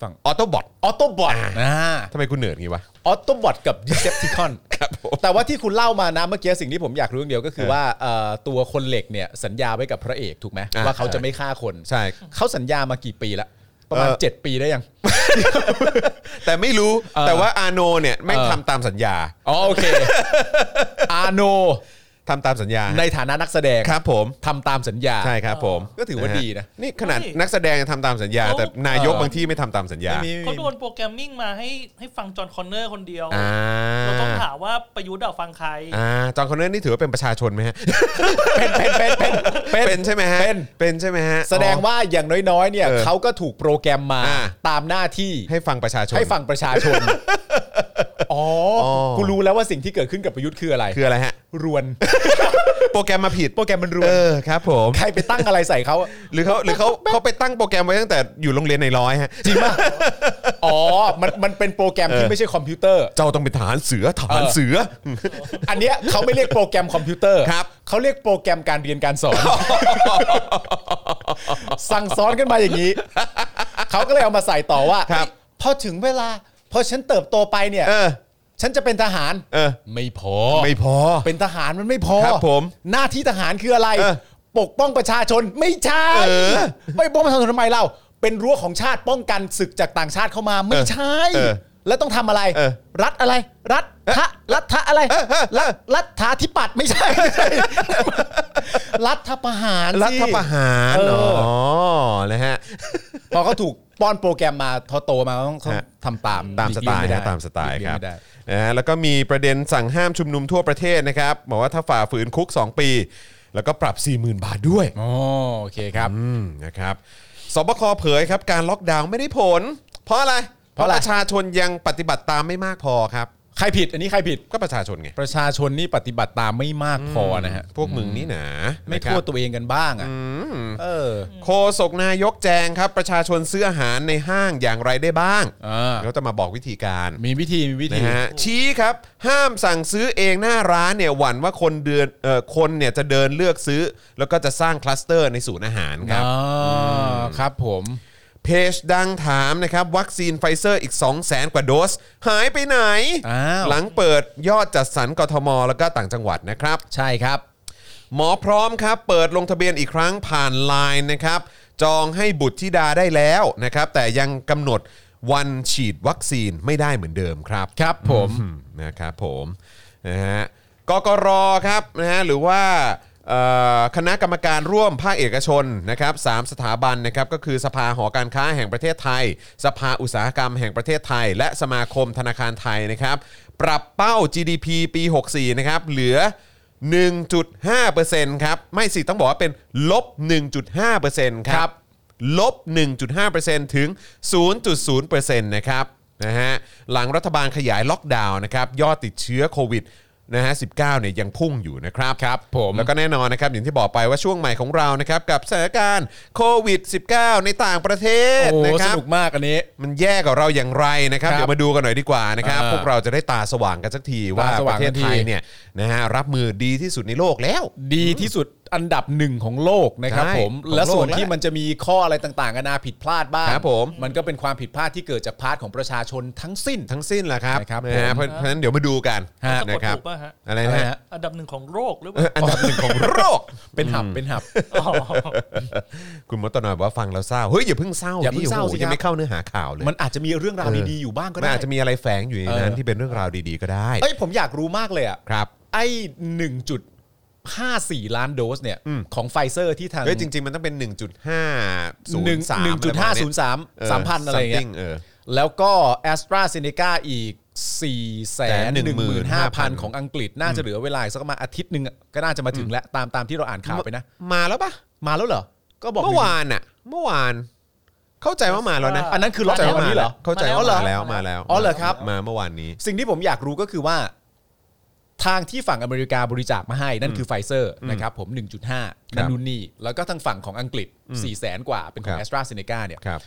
S2: ฝั่ง
S1: ออโตบอท
S2: ออโตบอทนะ
S1: ทำไมคุณเหนื่อยงี้วะ
S2: ออโตบอทกับดิเซปติค อน
S1: ครับผม
S2: แต่ว่าที่คุณเล่ามานะเมื่อกี้สิ่งที่ผมอยากรู้อย่างเดียวก็คือ
S1: เออ
S2: ว่าเอ่อตัวคนเหล็กเนี่ยสัญญาไว้กับพระเอกถูกไหม
S1: อ่ะ
S2: ว่าเขาจะ
S1: ใช่
S2: ไม่ฆ่าคน
S1: ใช่
S2: เขาสัญญามากี่ปีละประมาณ
S1: เออ
S2: เจ็ดปีได้ยัง
S1: แต่ไม่รู้
S2: เออ
S1: แต่ว่าอาโนเนี่ยแม่ง
S2: เออ
S1: ทำตามสัญญา
S2: อ๋อโอเค อาโน
S1: ทำตามสัญญา
S2: ในฐานะนักแสดง
S1: ครับผม
S2: ทำตามสัญญา
S1: ใช่ครับผม
S2: ก็ถือว่า
S1: นะฮะ
S2: ดีนะ
S1: นี่ขนาด
S3: เฮ้ย
S1: นักแสดงยังทำตามสัญญา
S3: เขา
S1: แต่นายก
S2: เออ
S1: บางที่ไม่ทำตามสัญญา
S2: ไม่มีไม่
S3: เขา
S2: มี
S3: โดนโปรแกรมมิ่งมาให้ให้ฟังจอห์นคอนเนอร์คนเดียว
S1: อ่า
S3: เราต้องถามว่าประยุทธ์อะฟังใคร
S1: อ่าจอห์นคอนเนอร์นี่ถือว่าเป็นประชาชนไหมฮะ
S2: เป็นเป็นเป็นเป็น
S1: เป็นใช่ไหมฮะ
S2: เป็น
S1: เป็นใช่ไหมฮะ
S2: แสดงว่าอย่างน้อยๆเนี่ย
S1: เออ
S2: เขาก็ถูกโปรแกรมมา
S1: อ่ะ
S2: ตามหน้าที่
S1: ให้ฟังประชาชน
S2: ให้ฝั่งประชาชนอ๋ออ
S1: อ
S2: กูรู้แล้วว่าสิ่งที่เกิดขึ้นกับประยุทธ์คืออะไร
S1: คืออะไรฮะ
S2: รวน
S1: โปรแกรมมาผิด
S2: โปรแกรมมันรว
S1: เอน อครับผม
S2: ใครไปตั้งอะไรใส่เขา
S1: หรือเขาหรือเขาเขาไปตั้งโปรแกรมไว้ตั้งแต่อยู่โรงเรียนในร้อยฮะ
S2: จริงป่ะ อ๋อ มัน มันเป็นโปรแกรมที่
S1: เออ
S2: ไม่ใช่คอมพิวเตอร์
S1: เจ้าต้องเป็นทหารเสือทหารเสือ
S2: อันเนี้ยเขาไม่เรียกโปรแกรมคอมพิวเตอร์
S1: ครับ
S2: เขาเรียกโปรแกรมการเรียนการสอน สั่งสอนกันมาอย่างนี้ เขาก็เลยเอามาใส่ต่อว่า
S1: ครับ
S2: พอถึงเวลา พอฉันเติบโตไปเนี่ย
S1: เออ
S2: ฉันจะเป็นทหาร
S1: เออ
S2: ไม่พอ
S1: ไม่พอ
S2: เป็นทหารมันไม่พอ
S1: ครับผม
S2: หน้าที่ทหารคืออะไร
S1: เออ
S2: ปกป้องประชาชนไม่ใช่
S1: เออ
S2: ไม่ป้องประชาชนทำไมเราเป็นรั้วของชาติป้องกันศึกจากต่างชาติเข้ามาไม่ใช่
S1: เออ
S2: แล้วต้องทำอะไร
S1: เออ
S2: รัฐอะไร รัฐทะรัฐทะอะไร
S1: เออเออเออ
S2: รัฐฐาธิปัตย์ไม่ใช่ รัฐประหารสิ
S1: รัฐประหาร
S2: เออ
S1: อ๋อนะฮะ
S2: พอเขาถูกป้อนโปรแกรมมาพอโตมาเขาต้องเขา
S1: ฮะ
S2: ทำตาม
S1: ตามสไตล์
S2: หลีกเลี่ยง
S1: นะ
S2: ด้
S1: ตามสไตล์
S2: ห
S1: ค
S2: เลี่ย
S1: รั
S2: ง
S1: บ
S2: ม่ด้
S1: นะฮะแล้วก็มีประเด็นสั่งห้ามชุมนุมทั่วประเทศนะครับบอกว่าถ้าฝ่าฝืนคุก 2 ปี แล้วก็ปรับ 40,000 บาทด้วย
S2: อ๋อโอเคครับ
S1: อืมนะครับสบคเผยครับ การล็อกดาวน์ไม่ได้ผล เพราะอะไร
S2: เพราะอะไร
S1: ประชาชนยังปฏิบัติตามไม่มากพอครับ
S2: ใครผิดอันนี้ใครผิด
S1: ก็ประชาชนไง
S2: ประชาชนนี่ปฏิบัติตามไม่มากพอนะฮะ
S1: พวกมึงนี่หนา
S2: ไม่
S1: นะค
S2: โท
S1: รับ
S2: ษตัวเองกันบ้างอ่ะเออ
S1: โคศกนายกแจงครับ ประชาชนซื้ออาหารในห้างอย่างไรได้บ้าง
S2: อ่า
S1: เขาจะมาบอกวิธีการ
S2: มีวิธีมีวิธี
S1: นะฮะชี้ครับห้ามสั่งซื้อเองหน้าร้านเนี่ยหวั่นว่าคนเดือนเอ่อคนเนี่ยจะเดินเลือกซื้อ แล้วก็จะสร้างคลัสเตอร์ในศูนย์อาหารครับ
S2: อ๋ออครับผม
S1: เพจดังถามนะครับ วัคซีนไฟเซอร์อีก 2 0 0แสนกว่าโดส หายไปไหน
S2: อ้าว
S1: หลังเปิดยอดจัดสรรกทม แล้วก็ต่างจังหวัดนะครับ
S2: ใช่ครับ
S1: หมอพร้อมครับ เปิดลงทะเบียนอีกครั้งผ่านไลน์นะครับ จองให้บุตรธิดาได้แล้วนะครับ แต่ยังกำหนดวันฉีดวัคซีนไม่ได้เหมือนเดิมครับ
S2: ครับผม
S1: อืมนะครับผมนะฮะกกรครับนะฮะหรือว่าเอ่อคณะกรรมการร่วมภาคเอกชนนะครับสามสถาบันนะครับก็คือสภาหอการค้าแห่งประเทศไทย สภาอุตสาหกรรมแห่งประเทศไทย และสมาคมธนาคารไทยนะครับ ปรับเป้า GDP ปี 64 นะครับ เหลือ 1.5%ครับ ไม่สิต้องบอกว่าเป็นลบ 1.5%ครับ ลบ 1.5%ถึง 0.0%นะครับนะฮะหลังรัฐบาลขยายล็อกดาวน์นะครับยอดติดเชื้อโควิดนะฮะ19เนี่ยยังพุ่งอยู่นะครับครับผมแล้วก็แน่นอนนะครับอย่างที่บอกไปว่าช่วงใหม่ของเรานะครับกับสถานการณ์โควิด 19 ในต่างประเทศ
S2: โอ้
S1: นะค
S2: ส
S1: รับ
S2: นุกมากอันนี้
S1: มันแย่กับเราอย่างไรนะครับ
S2: ครับ
S1: เดี๋ยวมาดูกันหน่อยดีกว่านะครับ
S2: อ่า
S1: พวกเราจะได้ตาสว่างกันสักทีว่า
S2: ตาส
S1: ป
S2: ว่าง
S1: ระเทศไทย
S2: กันที
S1: เนี่ยนะฮะรับมือดีที่สุดในโลกแล้ว
S2: ดีที่สุด อันดับหนึ่งของโลกนะครับ
S1: ใช่
S2: ผม
S1: ของ
S2: และส่วน
S1: โลกแล้ว
S2: ที่มันจะมีข้ออะไรต่างๆนานาผิดพลาดบ้าง
S1: ครับผม
S2: มันก็เป็นความผิดพลาดที่เกิดจากพาร์ทของประชาชนทั้งสิ้น
S1: ทั้งสิ้นแหละครับ
S2: ใช่ครับ
S1: นะฮะเพราะ
S3: ผม
S1: เพราะฉะนั้นเดี๋ยวมาดูกัน
S2: ฮะ
S3: สะก
S1: นะ
S3: ด
S1: ครับ
S3: ถูกป่ะฮะ
S1: อะไร
S2: อะไร
S1: นะฮะ
S2: ฮะ
S3: อันดับหนึ่งของโรคหรือเป
S1: เอ
S3: ล่า
S1: ออันดับหนึ่งของโรค
S2: เป็นหับเป็นหับ
S3: อ๋อ
S1: คุณมดตนอยบอกว่าฟังแล้วเศร้าเฮ้ยอย่าเพิ่งเศร้า
S2: อย่าเพิ่ง
S1: ดิ
S2: เศร้า
S1: โโห
S2: สิ
S1: ยัง
S2: ครับ
S1: ไม่เข้าเนื้อหาข่าวเลย
S2: มันอาจจะมีเรื่องราวดีๆอยู่บ้างก็
S1: มัน
S2: ได้
S1: อาจจะมีอะไรแฝงอยู่ในนั้น
S2: เออ
S1: ที่เป็นเรื่องราวดีๆก็ได้
S2: เอ้ยผมอยากรู้มากเลยอ่ะ
S1: ครับ
S2: ไอ้หนึ่งจุดห้าสี่ล้านโดสเนี่ย
S1: อืม
S2: ของไฟเซอร์ที่ทาง
S1: เฮ้ยจริง ๆ มันต้องเป็น 1.503
S2: หนึ่งหนึ่งจุดห้าศูนย์สามสามพันอะไรเงี้ย
S1: ยเออ
S2: แล้วก็แอสตราเซเนกาอีก 4 1 5 0 0 0
S1: 115,000
S2: ของอังกฤษน่าจะเหลือเวลาอีกสักประมาณอาทิตย์หนึ่งอะก็น่าจะมาถึงแล้ว ตามตามที่เราอ่านข่าวไปนะ
S1: มาแล้วปะ
S2: มาแล้วเหรอ ก็บอก
S1: เมื่อวานอ่ะ เมื่อวาน เข้าใจว่ามาแล้วนะ
S2: อันนั้นคือล็อต
S1: เข้าใจว่า
S2: แรกวันนี้
S1: มาแล้ว
S2: เหรอ
S1: เข้าใจว่า
S2: มาแล้ว
S1: มาแล้วมาแล้ว
S2: อ๋อเหรอครับ
S1: มาเมื่อวานนี้
S2: สิ่งที่ผมอยากรู้ก็คือว่า ทางที่ฝั่งอเมริกาบริจาคมาให้นั่นคือไฟเซอร์นะครับผม 1.5 นันนูนนี่แล้วก็ทางฝั่งของอังกฤษ 4 0 0แสนกว่าเป็นขอ
S1: ครั
S2: ง
S1: บ
S2: แอสตราเซเนกาเนี่ย
S1: ครับ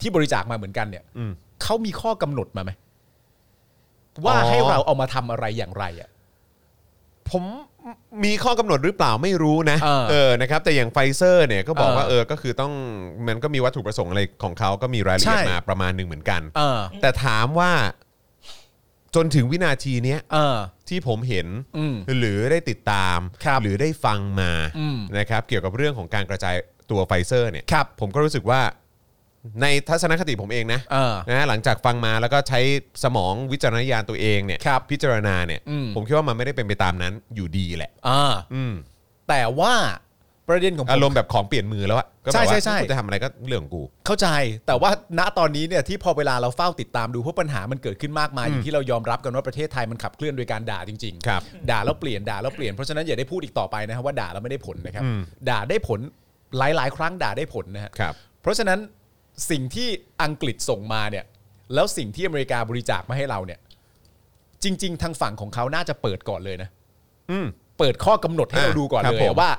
S2: ที่บริจาคมาเหมือนกันเนี่ย
S1: อืม
S2: เขามีข้อกำหนดมาไหมว่าให้
S1: อ๋อ
S2: เราเอามาทำอะไรอย่างไรอ่ะ
S1: ผมมีข้อกำหนดหรือเปล่าไม่รู้นะ
S2: เออ
S1: นะครับแต่อย่างไฟเซอร์เนี่ยก็บอกว่าเอ
S2: เอ
S1: อ
S2: อ
S1: ก็คือต้องมันก็มีวัตถุประสงค์อะไรของเขาก็มีรายละเอียด
S2: ใช่
S1: มาประมาณหนึ่งเหมือนกัน
S2: เออ
S1: แต่ถามว่าจนถึงวินาทีเนี้ย
S2: เออ
S1: ที่ผมเห็น
S2: อืม
S1: หรือได้ติดตาม
S2: ครับ
S1: หรือได้ฟังมา
S2: อืม
S1: นะครับเกี่ยวกับเรื่องของการกระจายตัวไฟเซอร์เนี่ย
S2: ครับ
S1: ผมก็รู้สึกว่าในทัศนคติผมเองนะ
S2: เออ
S1: นะหลังจากฟังมาแล้วก็ใช้สมองวิจารณญาณตัวเองเนี่ย
S2: ครับ
S1: พิจารณาเนี่ย
S2: อืม
S1: ผมคิดว่ามันไม่ได้เป็นไปตามนั้นอยู่ดีแหละ
S2: อ่า
S1: อืม
S2: แต่ว่าประเด็นของผ
S1: อารม
S2: ม
S1: ณ์แบบของเปลี่ยนมือแล้วอะก็แบบ
S2: ใช่ใช่
S1: ว่า
S2: ใช่
S1: กูจะทำอะไรก็เรื่องของกู
S2: เข้าใจ แต่ว่าณตอนนี้เนี่ยที่พอเวลาเราเฝ้าติดตามดูเพราะปัญหามันเกิดขึ้นมากมายอย่างที่เรายอมรับกันว่าประเทศไทยมันขับเคลื่อนโดยการด่าจริง
S1: ครับ
S2: ด่าแล้วเปลี่ยนด่าแล้วเปลี่ยนเพราะฉะนั้นอย่าได้พูดอีกต่อไปนะครับว่าด่าแล้วไม่ได้ผลนะครับ
S1: อืม
S2: ด่าได้ผลหลาย ๆ ครั้งด่าได้ผลนะฮะ
S1: ครับ
S2: เพราะฉะนั้นสิ่งที่อังกฤษส่งมาเนี่ย แล้วสิ่งที่อเมริกาบริจาคมาให้เราเนี่ย จริง ๆ ทางฝั่งของเขาน่าจะเปิดก่อนเลยนะ
S1: อืม
S2: เปิดข้อกำหนดให้เรา
S1: อ่ะ
S2: ดูก่อน
S1: ครับ
S2: เลย
S1: ผม
S2: ว่า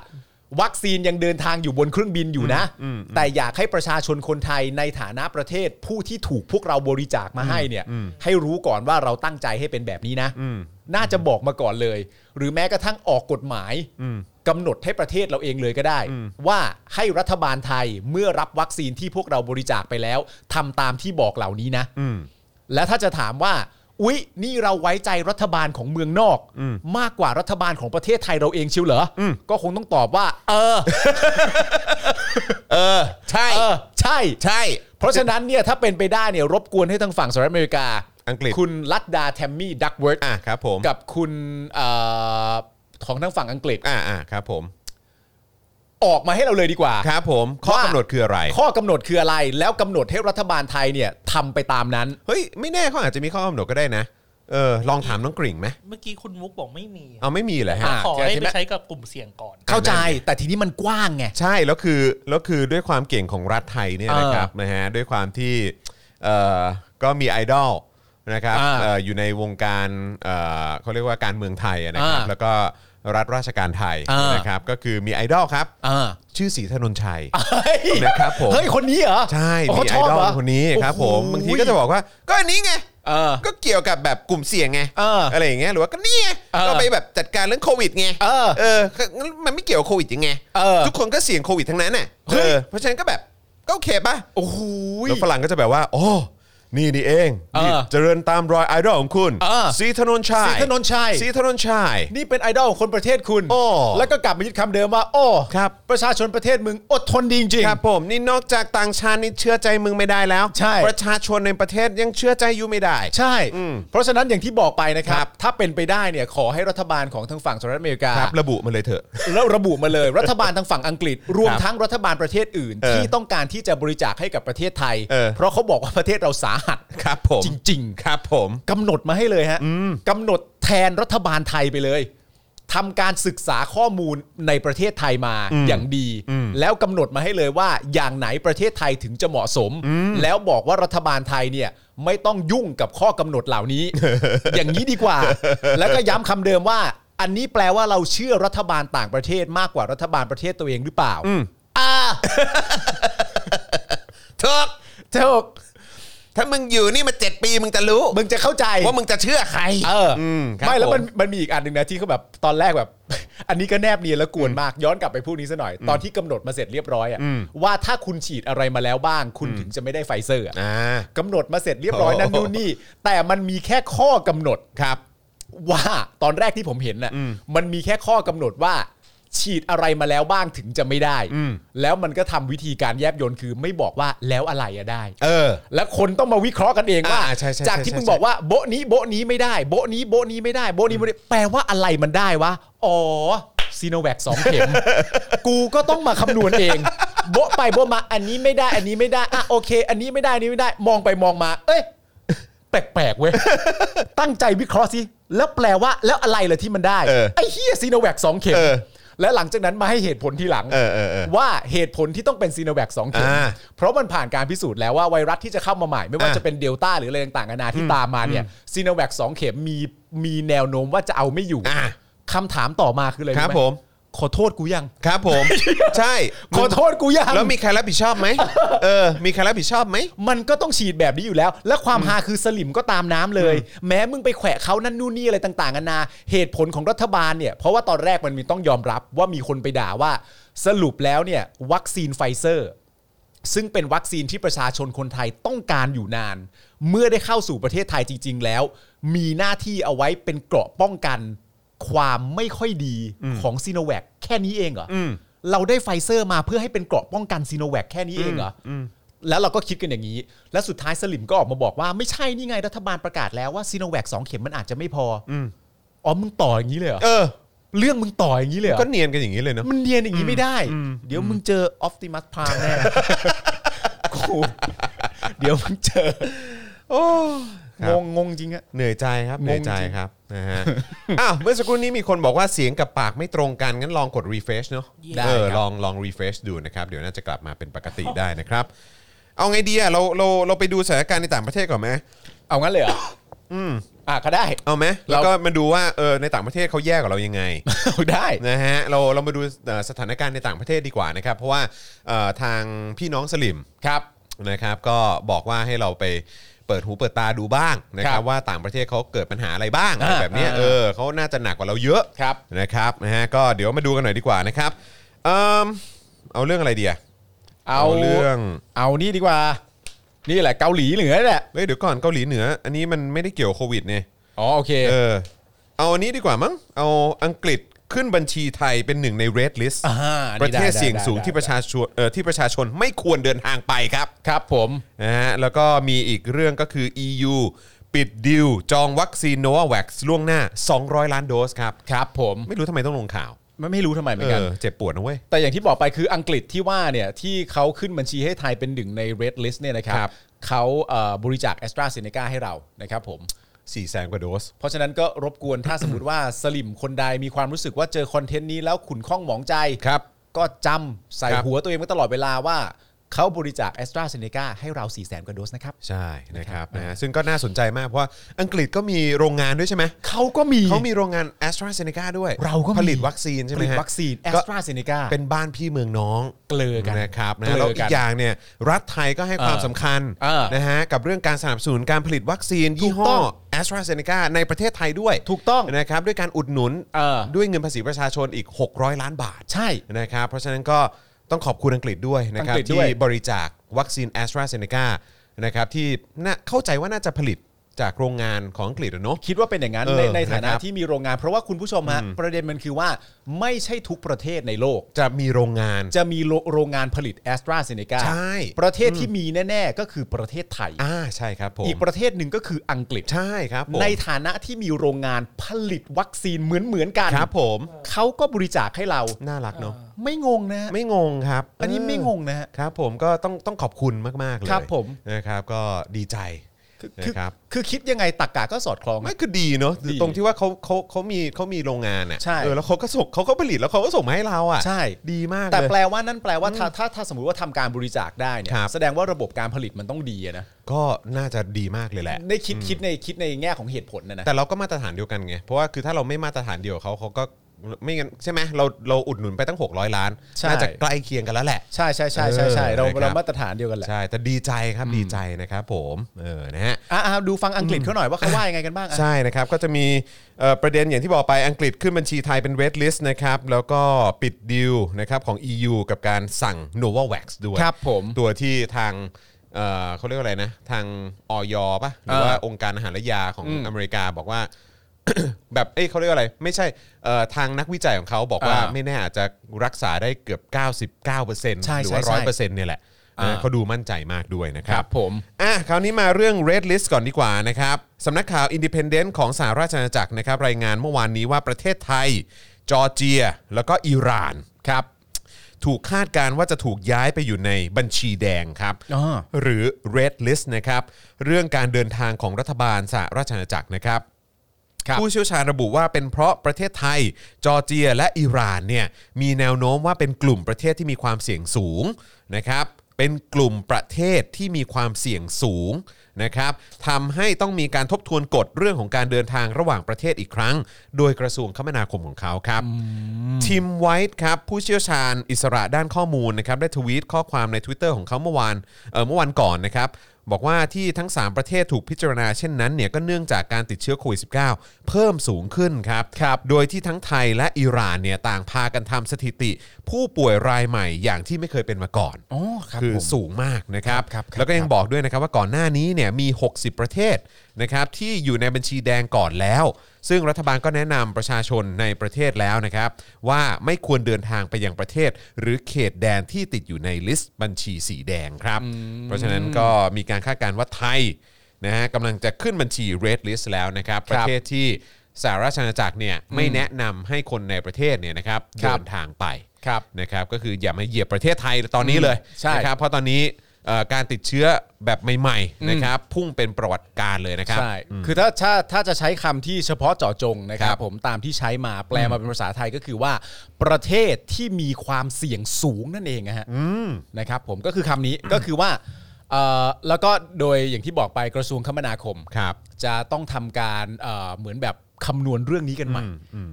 S2: วัคซีนยังเดินทางอยู่บนเครื่องบินอยู่นะ
S1: อืมอืม
S2: แต่อยากให้ประชาชนคนไทยในฐานะประเทศผู้ที่ถูกพวกเราบริจาคมาให้เนี่ย
S1: อืม
S2: ให้รู้ก่อนว่าเราตั้งใจให้เป็นแบบนี้นะ
S1: อืม
S2: น่าจะบอกมาก่อนเลย หรือแม้กระทั่งออกกฎหมาย
S1: อืม
S2: กำหนดให้ประเทศเราเองเลยก็ได้
S1: อืม
S2: ว่าให้รัฐบาลไทยเมื่อรับวัคซีนที่พวกเราบริจาคไปแล้วทำตามที่บอกเหล่านี้นะ
S1: อืม
S2: และถ้าจะถามว่า อุ๊ย นี่เราไว้ใจรัฐบาลของเมืองนอก
S1: อืม
S2: มากกว่ารัฐบาลของประเทศไทยเราเองเชียวเหรออ
S1: ม
S2: ก็คงต้องตอบว่า เออ
S1: เออ ใช่
S2: เออ ใช่
S1: ใช่
S2: เพราะฉะนั้นเนี่ยถ้าเป็นไปได้เนี่ยรบกวนให้ทางฝั่งสหรัฐอเมริกา
S1: อังกฤษ
S2: คุณลัดดาแทมมี่ดักเวิร์ด
S1: อ่ะครับผม
S2: กับคุณเอ่อของทางฝั่งอังกฤษ
S1: อ่าอ่าครับผม
S2: ออกมาให้เราเลยดีกว่า
S1: ครับผมข้อ
S2: ว่า
S1: กำหนดคืออะไร
S2: ข้อกำหนดคืออะไรแล้วกำหนดให้รัฐบาลไทยเนี่ยทำไปตามนั้น
S1: เฮ้ย ไม่แน่เขาอาจจะมีข้อกำหนดก็ได้นะ เออ ลองถามน้องกริ่งไหม
S3: เมื่อกี้คุณมุกบอกไม่มี
S1: เอาไม่มีเหรอฮะ
S2: อ่ะ
S3: ขอ
S2: เจอ
S3: ให้
S2: ที่
S3: ไป
S2: แม่
S3: ใช้กับกลุ่มเสี่ยงก่อน
S2: เข้าใจแต่ทีนี้มันกว้างไง
S1: ใช่ แล้วคือแล้วคือด้วยความเก่งของรัฐไทยเนี่ย
S2: เออ
S1: นะครับนะฮะด้วยความที่เอ่อก็มีไอดอลนะครับ
S2: อ่า
S1: เอ่ออยู่ในวงการเอ่อเขาเรียกว่าการเมืองไทยอะนะครับ
S2: อ่า
S1: แล้วก็รัฐราชการไทย
S2: อ่าน
S1: นะครับก็คือมีไอดอลครับ
S2: อ่า
S1: ชื่อศรีธนนชัย
S2: เฮ้ย
S1: นะครับผม
S2: เฮ้ยคนนี้เหรอ
S1: ใช่
S2: อ๋
S1: มี
S2: อเขาช
S1: ไอ
S2: อบ
S1: ดอ
S2: เหร
S1: ล
S2: อ
S1: คนนี้ครับผม
S2: โอ้โห
S1: บางทีก็จะบอกว่าก็อันนี้ไง
S2: เออ
S1: ก็เกี่ยวกับแบบกลุ่มเสี่ยงไง
S2: เอออ
S1: ไรอย่างเงี้ยหรือว่าก็เนี่ย
S2: เออ
S1: ก็ไปแบบจัดการเรื่องโควิดไง
S2: เออ
S1: เอองั้นมันไม่เกี่ยวกับโควิดยังไง
S2: เออ
S1: ทุกคนก็เสี่ยงโควิดทั้งนั้นน่ะ
S2: เฮ้ย
S1: ออเพราะฉะนั้นก็แบบก็โอเคป่ะ
S2: โอ้โห
S1: แล้วฝรั่งก็จะแบบว่าโอ้นี่นี่เอง
S2: เออ
S1: นี่เจริญตามรอยไอดอลของคุณ
S2: เออ
S1: ศรีธนนชัย
S2: ศรีถนนชัย
S1: ศรีธนนชัย
S2: นี่เป็นไอดอลของคนประเทศคุณ
S1: โอ้
S2: แล้วก็กลับมายึดคำเดิมว่าโอ้
S1: ครับ
S2: ประชาชนประเทศมึงอดทนดีจริง
S1: ครับผมนี่นอกจากต่างชาตินี่เชื่อใจมึงไม่ได้แล้ว
S2: ใช่
S1: ประชาชนในประเทศยังเชื่อใจยูไม่ได้
S2: ใช่
S1: อืม
S2: เพราะฉะนั้นอย่างที่บอกไปนะครับ ถ้าเป็นไปได้เนี่ยขอให้รัฐบาลของทางฝั่งสหรัฐอเมริกา
S1: ครับระบุมาเลยเถอะ
S2: แล้วระบุมาเลย รัฐบาลทางฝั่งอังกฤษ รวม
S1: ครับ
S2: ทั้งรัฐบาลประเทศอื่น
S1: เออ
S2: ที่ต้องการที่จะบริจาคให้กับประเทศไทย
S1: เออ
S2: เพราะเขาบอกว่าประเทศเราสาหัส
S1: ครับผม
S2: จริง
S1: ครับผม
S2: ๆกำหนดมาให้เลยฮะกำหนดแทนรัฐบาลไทยไปเลยทำการศึกษาข้อมูลในประเทศไทยมาอย่างดี แล้วกำหนดมาให้เลยว่าอย่างไหนประเทศไทยถึงจะเหมาะสม แล้วบอกว่ารัฐบาลไทยเนี่ยไม่ต้องยุ่งกับข้อกำหนดเหล่า นี้ อย่างนี้ดีกว่า แล้วก็ย้ำคำเดิมว่า อันนี้แปลว่าเราเชื่อรัฐบาลต่างประเทศมากกว่ารัฐบาลประเทศตัวเองหรือเปล่า
S1: อืม
S2: อ่า
S1: ถูก
S2: ถูก
S1: ถ้ามึงอยู่นี่มาเจ็ดปีมึงจะรู้
S2: มึงจะเข้าใจ
S1: ว่ามึงจะเชื่อใคร
S2: เอออ
S1: มครับ
S2: ไม่แล้วมัน
S1: ผม
S2: มันมีอีกอันหนึ่งนะที่เขาแบบ ตอนแรกแบบ อันนี้ก็แนบเนียนและกวนมากย้อนกลับไปพูดนี้ซะหน่อย ตอนที่กำหนดมาเสร็จเรียบร้อยอะ
S1: อืม
S2: ว่าถ้าคุณฉีดอะไรมาแล้วบ้าง คุณถึงจะไม่ได้ไฟเซอร์อะ
S1: อ่า
S2: กำหนดมาเสร็จเรียบ ร้อยนั่น
S1: โอ้
S2: นู่นนี่ แต่มันมีแค่ข้อกำหนด
S1: ครับ
S2: ว่าตอนแรกที่ผมเห็นน่ะ
S1: อืม
S2: มันมีแค่ข้อกำหนดว่า ฉีดอะไรมาแล้วบ้างถึงจะไม่ได้
S1: อืม
S2: แล้วมันก็ทำวิธีการแยบยนต์คือไม่บอกว่าแล้วอะไรอะได้
S1: เออ
S2: แล้วคนต้องมาวิเคราะห์กันเองว่า
S1: อ่าใช่ใช่
S2: จากที่
S1: ใช่
S2: มึง
S1: ใช่
S2: บอกว่าโบะนี้โบะนี้ไม่ได้โบะนี้โบะนี้ไม่ได้โบะนี้โบะนี้แปลว่าอะไรมันได้วะอ๋อซีโนแวคสองเข็ม กูก็ต้องมาคำนวณเอง โบะไปโบะมาอันนี้ไม่ได้อันนี้ไม่ได้อ่ะโอเค อันนี้ไม่ได้อันนี้ไม่ได้ มองไปมองมา เอ้ยแปลกๆ เว้ย ตั้งใจวิเคราะห์สิแล้วแปลว่าแล้วอะไรเลยที่มันได้
S1: เออ
S2: ไอ้เฮียซีโนแวคสองเข็ม
S1: เออ
S2: และหลังจากนั้นมาให้เหตุผลทีหลัง
S1: เออเออเออ
S2: ว่าเหตุผลที่ต้องเป็นซีโนแวคสองเข็ม
S1: อ่า
S2: เพราะมันผ่านการพิสูจน์แล้วว่าไวรัสที่จะเข้ามาใหม่ ไม่ว่า
S1: อ่า
S2: จะเป็นเดลต้าหรืออะไรต่างๆนานาที่ตามมาเนี่ยซีโนแวคสองเข็มมีมีแนวโน้มว่าจะเอาไม่อยู่
S1: อ่ะ
S2: คำถามต่อมาคืออะไร
S1: ครับ
S2: รู้ไห
S1: ผม
S2: ขอโทษกูยัง
S1: ครับผม ใช่
S2: ขอโทษกูยัง
S1: แล้วมีใครรับผิดชอบไหมเออ มีใครรับผิดชอบไหม
S2: มันก็ต้องฉีดแบบนี้อยู่แล้ว และความฮาคือสลิมก็ตามน้ำเลย แม้มึงไปแขวะเขานั่นนู่นนี่อะไรต่างๆนานาเหตุผลของรัฐบาลเนี่ยเพราะว่าตอนแรกมันมีต้องยอมรับว่ามีคนไปด่าว่า สรุปแล้วเนี่ยวัคซีนไฟเซอร์ ซึ่งเป็นวัคซีนที่ประชาชนคนไทยต้องการอยู่นาน เมื่อได้เข้าสู่ประเทศไทยจริง ๆ แล้ว มีหน้าที่เอาไว้เป็นเกราะป้องกัน ความไม่ค่อยดีของซีโนแวคแค่นี้เองเหรออ
S1: ม
S2: เราได้ไฟเซอร์มาเพื่อให้เป็นเกราะป้องกันซีโนแวคแค่นี้เองเหรออแล้วเราก็คิดกันอย่างนี้ และสุดท้ายสลิมก็ออกมาบอกว่าไม่ใช่นี่ไงรัฐบาลประกาศแล้วว่าซีโนแวคสองเข็มมันอาจจะไม่พอออ๋อมึงต่ออย่างนี้เลยเหรอ
S1: เออ
S2: เรื่องมึงต่ออย่างนี้เลยเหรอ
S1: ก็เนียนกันอย่างนี้เลยเนาะ
S2: มันเนียนอย่างนี้ไม่ได้ เดี๋ยวมึงเจอออฟติมัสพามแน่ กูเดี๋ยวมึงเจอ
S1: โอ้ค
S2: ง
S1: รับ
S2: งงงจริงอะ
S1: เหนื่อยใจครับ เหนื่อยใจ
S2: งงจริง
S1: ครับ นะฮะ อ้าว เมื่อสักครู่นี้มีคนบอกว่าเสียงกับปากไม่ตรงกัน งั้นลองกด refresh เนาะ
S3: ได้
S1: เออ ลอง ลอง refresh ดูนะครับ เดี๋ยวน่าจะกลับมาเป็นปกติได้นะครับ เอาไงดีอะเรา เรา เราไปดูสถานการณ์ในต่างประเทศก่อนไหม
S2: เอางั้นเลยเหรอ อืมอ่ะก็ได้
S1: เอาไหมแล้วก็มาดูว่า เออ ในต่างประเทศเขาแย่กว่าเรายังไง
S2: ได้
S1: นะฮะเราเรามาดูเอ่อสถานการณ์ในต่างประเทศดีกว่านะครับ เพราะว่าเอ่อทางพี่น้องสลิมครับนะครับ ก็บอกว่าให้เราไปเปิดหูเปิดตาดูบ้างนะค
S2: ค
S1: รั
S2: รั
S1: บบ ว่าต่างประเทศเขาเกิดปัญหาอะไรบ้างอะไร
S2: อ่า
S1: แบบเนี้ย
S2: อ่า
S1: เออเขาน่าจะหนักกว่าเราเยอะ
S2: ครับ
S1: นะครับนะฮะก็เดี๋ยวมาดูกันหน่อยดีกว่านะครับเอมเอาเรื่องอะไรดีอะ
S2: เอา
S1: เรื่อง
S2: เอานี่ดีกว่า นี่แหละเกาหลีเหนือนี่แหละ
S1: เฮ้ยเดี๋ยวก่อนเกาหลีเหนือ อันนี้มันไม่ได้เกี่ยวโควิดเนี่ย
S2: อ๋อโอเค
S1: เออเอาอันนี้ดีกว่ามั้งเอาอังกฤษขึ้นบัญชีไทยเป็นหนึ่งใน red list
S2: อ่าอัน
S1: ป
S2: นี้
S1: ระเทศ
S2: ได้
S1: เสี่ยง
S2: ได้
S1: สูง
S2: ได้
S1: ที่
S2: ได้
S1: ประชาชนเอ่อที่ประชาชนไม่ควรเดินทางไปครับ
S2: ครับผม
S1: นะฮะแล้วก็มีอีกเรื่องก็คือ EU ปิดดิวจองวัคซีนโนวาแว็กซ์ล่วงหน้า 200 ล้านโดสครับ
S2: ครับผม
S1: ไม่รู้ทำไมต้องลงข่าว
S2: ไม่ไม่รู้ทำไมเหมื
S1: เอ
S2: อนกัน
S1: อเจ็บปวดนะเว้ย
S2: แต่อย่างที่บอกไปคืออังกฤษที่ว่าเนี่ยที่เขาขึ้นบัญชีให้ไทยเป็นหนึ่งใน red list เนี่ยนะครับ
S1: ครับ
S2: เขาเอ่อบริจาคแอสตราเซเนกาให้เรานะครับผม
S1: 4แสนกว่าโดส
S2: เพราะฉะนั้นก็รบกวนถ้ าสมมติว่า สลิมคนใดมีความรู้สึกว่าเจอคอนเทนต์นี้แล้วขุนข้องหมองใจ
S1: ครับ
S2: ก็จำใส่
S1: ครับ
S2: หัวตัวเองไว้ตลอดเวลาว่า เขาบริจาคแอสตราเซเนกาให้เรา4ี่แสนกว่าโดสนะครับ
S1: ใช่นะครับนะฮะซึ่งก็น่าสนใจมาก เพราะว่าอังกฤษก็มีโรงงานด้วยใช่ไหม
S2: เขาก็มี
S1: เขามีโรงงาน a s t r a z e ซ e c a ด้วย
S2: เราก็มี
S1: ผลิตวัคซีนใช่
S2: ผ
S1: ไหม
S2: ลิต
S1: ฮะ
S2: วัคซีนแอ
S1: ก็
S2: สตราเซเนกา
S1: เป็นบ้านพี่เมืองน้อง
S2: เกลือกัน
S1: นะครับ
S2: เก
S1: นะ
S2: ลือกัน
S1: แล้วอีกอย่างเนี่ยรัฐไทยก็ให้ความ
S2: เออ
S1: สำคัญ
S2: เออ
S1: นะฮะกับเรื่องการสนับสนุนการผลิตวัคซีน
S2: ถู
S1: ยี่
S2: ก
S1: ห้
S2: ต้
S1: อ
S2: อง
S1: a s t r a z e ซ e c a ในประเทศไทยด้วย
S2: ถูกต้อง
S1: นะครับด้วยการอุดหนุน
S2: เออ
S1: ด้วยเงินภาษีประชาชนอีก 600 ล้านบาท
S2: ใช่
S1: นะครับเพราะฉะนั้นก็ต้องขอบคุณอังกฤษด้วยนะครับ
S2: อังกฤษด้
S1: ที่
S2: วย
S1: บริจาควัคซีน a s t r a z e ซ e c a นะครับที่น่าเข้าใจว่าน่าจะผลิตจากโรงงานของอังกฤษอะเนาะ
S2: คิดว่าเป็นอย่างนั้น
S1: เออ
S2: ในในฐา
S1: นะ
S2: นะครับ ที่มีโรงงาน เพราะว่าคุณผู้ชมฮะประเด็นมันคือว่าไม่ใช่ทุกประเทศในโลก
S1: จะมีโรงงาน
S2: จะมีโรโรงงานผลิตแอสตราเซเนกา
S1: ใช่
S2: ประเทศที่มีแน่ๆ ก็คือประเทศไทย
S1: อ่าใช่ครับผม
S2: อีกประเทศหนึ่งก็คืออังกฤษ
S1: ใช่ครับผม
S2: ในฐานะที่มีโรงงานผลิตวัคซีนเหมือนๆกัน
S1: ครับผม
S2: เขาก็บริจาคให้เรา
S1: น่ารักเนาะ
S2: ไม่งงนะฮะ
S1: ไม่งงครับ
S2: อันนี้ไม่งงนะฮะ
S1: ครับผมก็ต้องต้องขอบคุณมาก ๆ เลย
S2: ครับผม
S1: นะครับก็ดีใจ
S2: คือคือ
S1: นะครับ
S2: คือคิดยังไงตักกะก็สอดคล้อง
S1: ไม่คือดีเนาะ
S2: ดี
S1: ตรงที่ว่าเขาเขาเขามีเขามีโรงงานอ่ะ
S2: ใช่
S1: เออแล้วเขาก็ส่งเขาก็ผลิตแล้วเขาก็ส่งมาให้เราอ่ะ
S2: ใช่
S1: ดีมาก
S2: แต่
S1: เล
S2: แปล
S1: ย
S2: ว่านั่นแปลว่าถ้าถ้าถ้าสมมติว่าทำการบริจาคได้เนี่ย
S1: ครับ
S2: แสดงว่าระบบการผลิตมันต้องดีอะนะ
S1: ก็น่าจะดีมากเลยแหละ
S2: ได้คิดคิดในคิดในแง่ของเหตุผลนะนะ
S1: แต่เราก็มาตรฐานเดียวกันไง เพราะว่าคือถ้าเราไม่มาตรฐานเดียวกับเขาเขาก็ ไม่งั้นใช่ไหมเราเราอุดหนุนไปตั้ง 600 ล้าน
S2: ใช่
S1: น่าจะใกล้เคียงกันแล้วแหละ
S2: ใช่ใช่ใช่ใช่ใช่เรา
S1: เออนะครับ
S2: เรามาตรฐานเดียวกันแหละ
S1: ใช่ แต่ดีใจครับดีใจนะครับผมเออนะฮะ
S2: อ่ะอ่ะดูฟังอังกฤษเขาหน่อยว่าเขาว่ายังไงกันบ้างอ่ะ
S1: ใช่นะครับ ก็จะมีเอ่อประเด็นอย่างที่บอกไปอังกฤษขึ้นบัญชีไทยเป็นเวทลิสต์นะครับ แล้วก็ปิดดีลนะครับของ EU กับการสั่ง Novavax ด้วย
S2: ครับผม
S1: ตัวที่ทางเอ่อเขาเรียกว่าอะไรนะ ทางออยปะหรือว่า
S2: เออ
S1: องค์การอาหารและยาของ
S2: อืม
S1: อเมริกาบอกว่า แบบเอ้ยเขาเรียกว่าอะไร ไม่ใช่เอ่อทางนักวิจัยของเขาบอกว่า
S2: อ่า
S1: ไม่แน่อาจจะรักษาได้เกือบ 99%
S2: ใช่
S1: หรื
S2: ใช่
S1: ว่า
S2: ใช่
S1: ร้อยเปอร์เซ็นต์เนี่ยแหละ
S2: อ่า
S1: นะเขาดูมั่นใจมากด้วยนะค
S2: ค
S1: รั
S2: รับ บผม
S1: อ่ะคราวนี้มาเรื่อง Red List ก่อนดีกว่านะครับสำนักข่าว Independent ของสหราชอาณาจักรนะครับรายงานเมื่อวานนี้ว่าประเทศไทย จอร์เจีย แล้วก็อิหร่านครับถูกคาดการณ์ว่าจะถูกย้ายไปอยู่ในบัญชีแดงครับ
S2: อ๋อ
S1: หรือ Red List นะครับ เรื่องการเดินทางของรัฐบาลสหราชอาณาจักรนะครับ
S2: ครับ
S1: ผู้เชี่ยวชาญระบุว่าเป็นเพราะประเทศไทย จอร์เจียและอิหร่านเนี่ยมีแนวโน้มว่าเป็นกลุ่มประเทศที่มีความเสี่ยงสูงนะครับ เป็นกลุ่มประเทศที่มีความเสี่ยงสูงนะครับทำให้ต้องมีการทบทวนกฎเรื่องของการเดินทางระหว่างประเทศอีกครั้ง โดยกระทรวงคมนาคมของเขาครับ ทิมไวท์ครับผู้เชี่ยวชาญอิสระด้านข้อมูลนะครับได้ทวีตข้อความใน Twitter ของเขาเมื่อวานเอ่อเมื่อวันก่อนนะครับ บอกว่าที่ทั้ง 3 ประเทศถูกพิจารณาเช่นนั้นเนี่ยก็เนื่องจากการติดเชื้อโควิด -19 เพิ่มสูงขึ้นครับ โดยที่ทั้งไทยและอิหร่านเนี่ยต่างพากันทำสถิติ ผู้ป่วยรายใหม่อย่างที่ไม่เคยเป็นมาก่อน
S2: อ๋อครับ
S1: คือ
S2: ผม
S1: สูงมากนะครับ
S2: ครับครับ
S1: แล้วก็ยัง
S2: ครับ
S1: บอกด้วยนะครับว่าก่อนหน้านี้เนี่ยมี 60 ประเทศนะครับที่อยู่ในบัญชีแดงก่อนแล้ว ซึ่งรัฐบาลก็แนะนำประชาชนในประเทศแล้วนะครับ ว่าไม่ควรเดินทางไปยังประเทศ หรือเขตแดนที่ติดอยู่ในลิสต์บัญชีสีแดงครับ เพราะฉะนั้นก็มีการคาดการณ์ว่าไทยนะฮะกำลังจะขึ้นบัญชี Red List แล้วนะครับ
S2: ค
S1: ป
S2: รับ
S1: ระเทศที่สหราชอาณาจักรเนี่ยไม่แนะนำให้คนในประเทศเนี่ยนะครับเดินทางไป
S2: ครับ
S1: นะครับก็คืออย่ามาเหยียบประเทศไทยตอนนี้เลย
S2: อืมใช่
S1: นะครับเพราะตอนนี้เอ่อการติดเชื้อแบบใหม่
S2: อื
S1: ๆ
S2: ม
S1: นะครับพุ่งเป็นประวัติการณ์เลยนะครับ
S2: ใช่ คือถ้าถ้าถ้าจะใช้คำที่เฉพาะเจาะจงนะครับผมตามที่ใช้มาแปลมาเป็นภาษาไทยก็คือว่า ประเทศที่มีความเสี่ยงสูงนั่นเองนะฮะนะครับผมก็คือคำนี้ ก็คือว่าเอ่อแล้วก็โดยอย่างที่บอกไปกระทรวงคมนาคม
S1: ครับ
S2: จะต้องทำการเอ่อเหมือนแบบคำนวณเรื่องนี้กันใหม่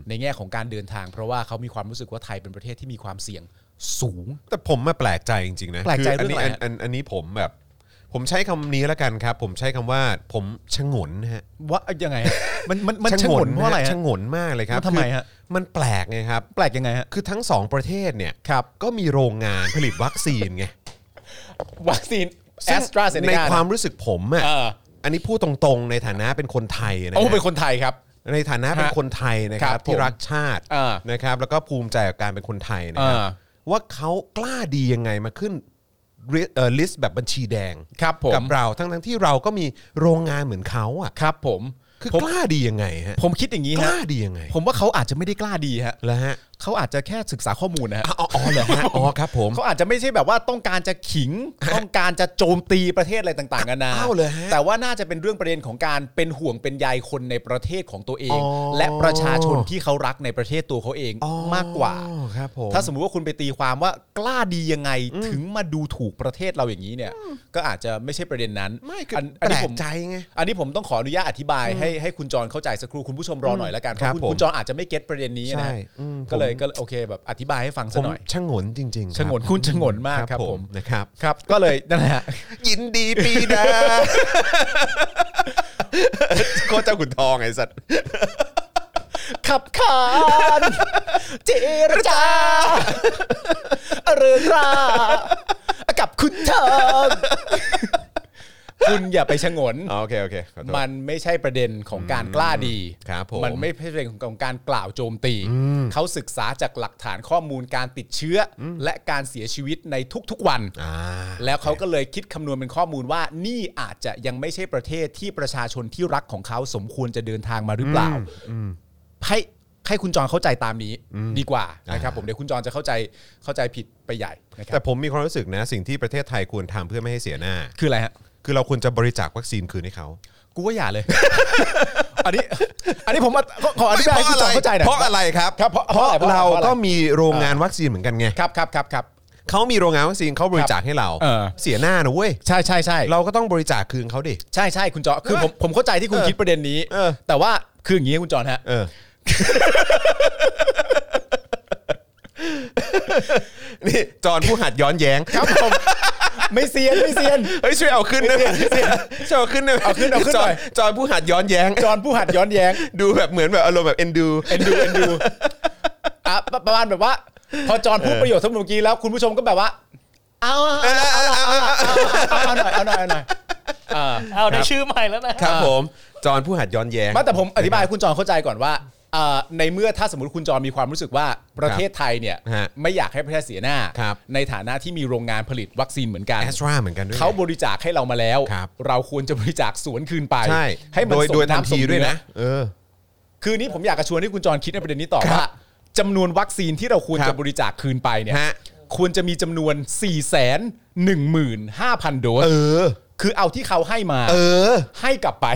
S2: ในแง่ของการเดินทาง เพราะว่าเขามีความรู้สึกว่าไทยเป็นประเทศที่มีความเสี่ยงสูง
S1: แต่ผมมาแปลกใจจริงๆนะ
S2: แปลกใจ
S1: คืน
S2: เรื่อง
S1: นี้
S2: อะไร
S1: อันอันอันนี้ผมแบบ ผมใช้คำนี้แล้วกันครับ ผมใช้คำว่าผมชงนนะฮะ
S2: ว่ายังไงฮะมันมันมัน ชะงนเพราะอะไร
S1: ฮ
S2: ฮะ
S1: ชงนมากเลยครับ
S2: มันทำไมฮะ
S1: คือมันแปลกไงครับ
S2: แปลกยังไงฮะ
S1: คือทั้งสองประเทศเนี่ย
S2: ครับ
S1: ก็มีโรงงานผลิตวัคซีนไง
S2: วัคซีนแอ
S1: ซึ่ง
S2: สตราเซเน
S1: ใน
S2: กา
S1: ความรู้สึกผมอ่ะ
S2: เออ
S1: อันนี้พูดตรงๆในฐานะเป็นคนไทยนะฮะ
S2: โอ้เป็นคนไทยครับ
S1: ในฐานะเป็น
S2: ฮะ
S1: คนไทยนะครับ
S2: ครับผม
S1: ที่รักชาติ
S2: อ่า
S1: นะครับ แล้วก็ภูมิใจกับการเป็นคนไทยนะครับ
S2: อ่า
S1: ว่าเขากล้าดียังไงมาขึ้นลิสต์แบบบัญชีแดง
S2: ครับผ
S1: กั
S2: ม
S1: บเราทั้งทั้งๆที่เราก็มีโรงงานเหมือนเขาอ่ะ
S2: ครับผม
S1: คือ
S2: ผม
S1: กล้าดียังไงฮะ
S2: ผมคิดอย่างนี้
S1: ก
S2: ฮะ
S1: ล้าดียังไง
S2: ผมว่าเขาอาจจะไม่ได้กล้าดีฮะ
S1: แล้วฮะ
S2: เขาอาจจะแค่ศึกษาข้อมูลนะฮะ
S1: อ๋ออ๋อเหรอฮ ะอ๋อครับผม
S2: เขาอาจจะไม่ใช่แบบว่าต้องการจะขิ ง ต้องการจะโจมตีประเทศอะไรต่างๆนานา
S1: อ้าวเหรอฮะ
S2: แต่ว่าน่าจะเป็นเรื่องประเด็นของการเป็นห่วงเป็นใยคนในประเทศของตัวเอง
S1: อ๋อ
S2: และประชาชนที่เขารักในประเทศตัวเขาเอง
S1: อ๋อ
S2: มากกว่า
S1: ครับผม
S2: ถ้าสมมุติว่าคุณไปตีความว่ากล้าดียังไงถึงมาดูถูกประเทศเราอย่างนี้เนี่ย ก็อาจจะไม่ใช่ประเด็นนั้น
S1: ไม่คืออน แปล
S2: นี้ผ
S1: ก
S2: ม
S1: ใจไง
S2: อันนี้ผมต้องขออนุญาตอธิบายให้ให้คุณจรเข้าใจสักครู่คุณผู้ชมรอหน่อยละกันเพ
S1: ครับ
S2: ราะคุณ
S1: ผม
S2: คุณจรอาจจะไม่เก็ตประเด็นนี้
S1: ใช่
S2: นะ
S1: อืม
S2: ก็เลย
S1: ผม
S2: ก็เลยโอเคแบบอธิบายให้ฟัง
S1: ผ
S2: สัก
S1: ม
S2: หน่อย
S1: ชงนจริงๆ
S2: ชงนคุณชงนมากครับผม
S1: นะครับ
S2: ครับ ก็เลยนั่นแหละฮะ
S1: ยินดีปีดาโคตรเจ้าขุนทองไอ้สัตว์
S2: ขับข านเจรจาเริงรากับคุณเธอคุณอย่าไปชะงน
S1: อ๋อโอเค โอเคขอโทษ
S2: มันไม่ใช่ประเด็นของการกล้าดี
S1: ครับผม
S2: มันไม่ใช่ประเด็นของการกล่าวโจมตี เขาศึกษาจากหลักฐานข้อมูลการติดเชื้ออและการเสียชีวิตในทุกๆวัน
S1: อ่า
S2: แล้วเขาก็เลยคิดคำนวณเป็นข้อมูลว่านี่อาจจะยังไม่ใช่ประเทศที่ประชาชนที่รักของเขาสมควรจะเดินทางมาหรือเปล่า ให้ให้คุณจอนเข้าใจตามนี้ดีกว่านะครับ ผมเดี๋ยวคุณจอนจะเข้าใจเข้าใจผิดไปใหญ่นะครั
S1: แต่
S2: บ
S1: ผมมีความรู้สึกนะ สิ่งที่ประเทศไทยควรทำเพื่อไม่ให้เสียหน้า
S2: คืออะไรฮะ
S1: คือเราควรจะบริจาควัคซีนคืนให้เขา
S2: กูว่าอย่าเลย อันนี้ อันนี้ผมมาขอขออธิบายให้คุณจอนเข้าใจหน่อย
S1: เพราะอะไรครับ
S2: ครับเพราะ
S1: เพราะ
S2: อไ
S1: เราก็
S2: พะอะไร
S1: มีโรงงานวัคซีนเหมือนกันไง
S2: ครับครับครับครับ
S1: เขามีโรงงานวัคซีนเขาบริจาคให้เรา
S2: เออ
S1: เสียหน้านะเว้ย
S2: ใช่ใช่ใช่
S1: เราก็ต้องบริจาคคืนเขาดิ
S2: ใช่ใช่คุณจอนคือผมผมเข้าใจที่คุณ
S1: เออ
S2: คิดประเด็นนี้
S1: เออ
S2: แต่ว่าคืออย่างนี้คุณจอนฮะ
S1: เออ นี่จอนผู้หัดย้อนแย้ง
S2: ครับผม ไม่เซียนไม่เซียน
S1: เฮ้ยช่วยเอาขึ้นได้ไหมช่วยเอาขึ้นได้ไหม
S2: เอาขึ้นเอาขึ้น
S1: จอ
S2: ห
S1: น
S2: น่อย
S1: จอนผู้หัดย้อนแย้ง
S2: จอนผู้หัดย้อนแย้ง
S1: ดูแบบเหมือนแบบอารมณ์แบบเอ็นดู
S2: เอ็นดูเอ็นดูอ่ะปประมาณแบบว่า พอจอนพูดประโยชน์สำหรับเมื่อกี้แล้วคุณผู้ชมก็แบบว่า เอาเอาเอาเอาเอาเอาเอาหน่อยเอาหน่อยเอาหน่อยอ่า
S3: เอาได้ชื่อใหม่แล้วนะ
S1: ครับผมจอนผู้หัดย้อนแย้ง
S2: ไมาแต่ผมอธิบายให้คุณจอนเข้าใจก่อนว่าอ่าในเมื่อถ้าสมมติคุณจอนมีความรู้สึกว่าประเทศไทยเนี่ย
S1: ฮะ
S2: ไม่อยากให้ประเทศเสียหน้า
S1: ครับ
S2: ในฐานะที่มีโรงงานผลิตวัคซีนเหมือนกัน
S1: แอสตราเหมือนกันด้วย
S2: เขาบริจาคให้เรามาแล้ว
S1: ครับ
S2: เราควรจะบริจาคสวนคืนไป
S1: ใช่
S2: ให้มัน
S1: โดย
S2: สม
S1: โดยทัน
S2: ำสม
S1: ทีด้วย
S2: เอ
S1: นะ เออ
S2: คืนนี้ผมอยากจะชวนให้คุณจรคิดในประเด็นนี้ต่อ
S1: ครับ
S2: ว่าจำนวนวัคซีนที่เราควร
S1: ครั
S2: จะ
S1: บบ
S2: ริจาคคืนไปเนี่ย
S1: ฮะ
S2: ควรจะมีจำนวน 4 1 5 0 0 0 โดส
S1: เออ
S2: คือเอาที่เขาให้มา
S1: เออ
S2: ให้กลับไป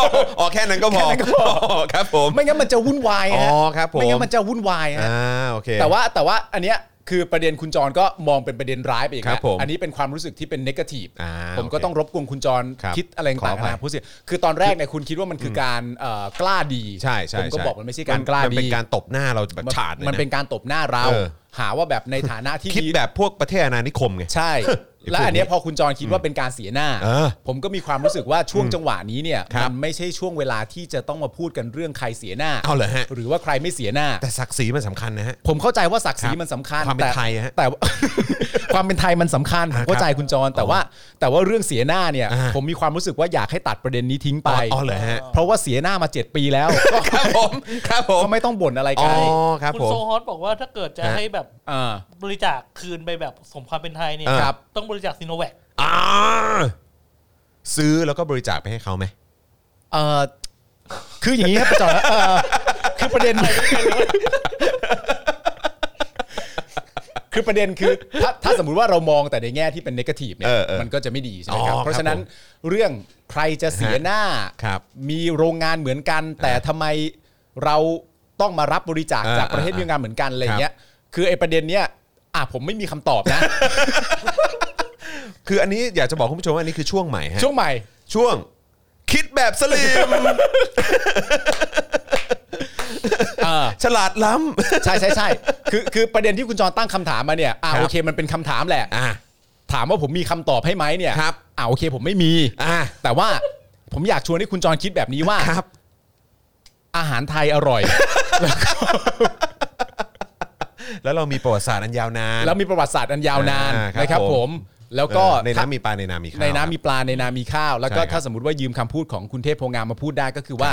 S1: อ๋อแค่นั้นก็พอ
S2: แค่นั้นก็พอ
S1: ครับผม
S2: ไม่งั้นมันจะวุ่นวาย
S1: อ๋
S2: ฮะ
S1: อครับผม
S2: ไม่งั้นมันจะวุ่นวายฮะ
S1: อ่าโอเค
S2: แต่ว่าแต่ว่าอันเนี้ยคือประเด็นคุณจรก็มองเป็นประเด็นร้ายไปอีก
S1: ครั
S2: แล้
S1: บผม
S2: อันนี้เป็นความรู้สึกที่เป็นเนกาทีฟ
S1: อ่า
S2: ผมก็
S1: โอเค
S2: ต้องรบกวนคุณจร
S1: ครับ
S2: คิดอะไร
S1: ขอ
S2: ต่าง
S1: อ
S2: ๆ
S1: ภัย
S2: นะผู้เสียคือตอนแรกเนี่ยคุณคิดว่ามันคือการเอ่อกล้าดี
S1: ใช่ใช่
S2: ผมก็
S1: ใช่
S2: บอกมันไม่ใช่การกล้าดี
S1: นเป็นการตบหน้าเราแบบฉาดลยะ
S2: มันเป็นการตบหน้าเรา
S1: เออ
S2: หาว่าแบบในฐานะที่
S1: คิดแบบพวกประเทศอาณานิคมไง
S2: ใช่
S1: ไอ้พวก
S2: และอันเนี้ยพอคุณจรคิดว่าเป็นการเสียหน้า
S1: เออ
S2: ผมก็มีความรู้สึกว่าช่วงจังหวะนี้เนี่ย
S1: ครับ
S2: มันไม่ใช่ช่วงเวลาที่จะต้องมาพูดกันเรื่องใครเสียหน้า
S1: เอาเหรอฮะ
S2: หรือว่าใครไม่เสียหน้า
S1: แต่ศักดิ์ศรีมันสำคัญนะฮะ
S2: ผมเข้าใจว่าศักดิ์ศรี
S1: ครับ
S2: มันสำคัญ
S1: ความเป็น
S2: แต่
S1: ไทยฮะ
S2: แต่ ว่า ความเป็นไทยมันสำคัญผมเข้าใจคุณจรแต่ว่า แต่ว่าเรื่องเสียหน้าเนี่ย
S1: อ่า
S2: ผมมีความรู้สึกว่าอยากให้ตัดประเด็นนี้ทิ้งไป
S1: อ๋ออ๋อเหรอฮะ
S2: เพราะว่าเสียหน้ามาเจ็ดปีแล้วก็
S1: ครับผมครับผม
S2: ก็ไม่ต้องบ่นอะไร
S1: อ๋
S2: กั
S1: อน ครับ
S3: คุณ
S1: ผม
S3: โซฮอตบอกว่าถ้าเกิดจะ
S1: ฮะ
S3: ให้แบบ
S2: อ่า
S3: บริจาคคืนไปแบบสมความเป็นไทยเนี่ย
S1: เออ
S2: ครับ
S3: ต้องบริจาคซีโนแวค
S1: อ่าซื้อแล้วก็บริจาคไปให้เขาไหม
S2: เออคืออย่างนี้ครับจอเออคือประเด็น คือประเด็นคือถ้าถ้าสมมุติว่าเรามองแต่ในแง่ที่เป็นนกาทีฟเนี่
S1: เอย อเออ
S2: มันก็จะไม่ดีใช่ไหมครับ
S1: อ๋อครับ
S2: เพราะฉะนั้นเรื่องใครจะเสียหน้า
S1: ครับ
S2: มีโรงงานเหมือนกัน แต่ทำไมเราต้องมารับบริจาค
S1: เออ
S2: จากประเทศ
S1: เออ
S2: เมียนมาเหมือนกันอะไร
S1: ครับ
S2: เงี้ยคือไอ้ประเด็นเนี้ยอ่ะผมไม่มีคำตอบนะ
S1: คืออันนี้อยากจะบอกคุณผู้ชมว่าอันนี้คือช่วงใหม่ฮะ
S2: ช่วงใหม่
S1: ช่วง คิดแบบสลิ ม
S2: เออ
S1: ฉลาดล้ำ
S2: ใช่ใช่ใช่คือคือประเด็นที่คุณจรตั้งคำถามมาเนี่ยอ่ะ
S1: ครับ
S2: โอเคมันเป็นคำถามแหละ
S1: อ่ะ
S2: ถามว่าผมมีคำตอบให้ไหมเนี่ย
S1: ครับ
S2: อ่าโอเคผมไม่มี
S1: อ่ะ
S2: แต่ว่าผมอยากชวนให้คุณจรคิดแบบนี้ว่า
S1: ครับ
S2: อาหารไทยอร่อย
S1: แล้วเรามีประวัติศาสตร์อันยาวนาน
S2: แล้วมีประวัติศาสตร์อันยาวนาน
S1: อ่าครับ
S2: นะครับ
S1: ผ
S2: ผม ม แล้วก็
S1: เออในน้ำมีปลาในน้ำมีข้าว
S2: ในน้ำมีปลาในนามีข้าว แล้วก็
S1: ใช่ครับ
S2: ถ้าสมมติว่ายืมคำพูดของคุณเทพโพงามมาพูดได้ก็คือว่า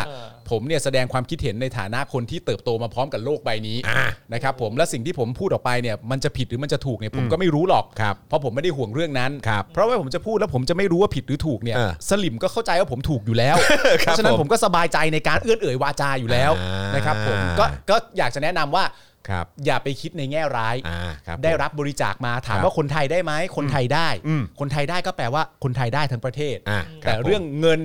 S2: ผมเนี่ยแสดงความคิดเห็นในฐานะคนที่เติบโตมาพร้อมกับโลกใบนี้
S1: อ่า
S2: นะครับผมและสิ่งที่ผมพูดออกไปเนี่ยมันจะผิดหรือมันจะถูกเนี่ยผมก็ไม่รู้หรอก
S1: ครับ
S2: เพราะผมไม่ได้ห่วงเรื่องนั้น
S1: ครับ
S2: เพราะว่าผมจะพูดแล้วผมจะไม่รู้ว่าผิดหรือถูกเนี่ย
S1: เออ
S2: สลิมก็เข้าใจว่าผมถูกอยู่แล้ว เพ
S1: ครับ
S2: ราะฉะนั้น
S1: ผม
S2: ผมก็สบายใจในการเอื้อนเอ่ยวาจาอยู่แล้ว
S1: อ่าน
S2: นะครับผมก็ก็อยากจะแนะนำว่า
S1: ครับ
S2: อย่าไปคิดในแง่ร้าย
S1: อ่าครับผม
S2: ได้รับบริจาคมาถาม
S1: ครับ
S2: ว่าคนไทยได้ไหมคนไทยได้
S1: อืม
S2: คนไทยได้ก็แปลว่าคนไทยได้ทั้งประเทศ
S1: อ่ะค
S2: แต่
S1: บผม
S2: เรื่องเงิน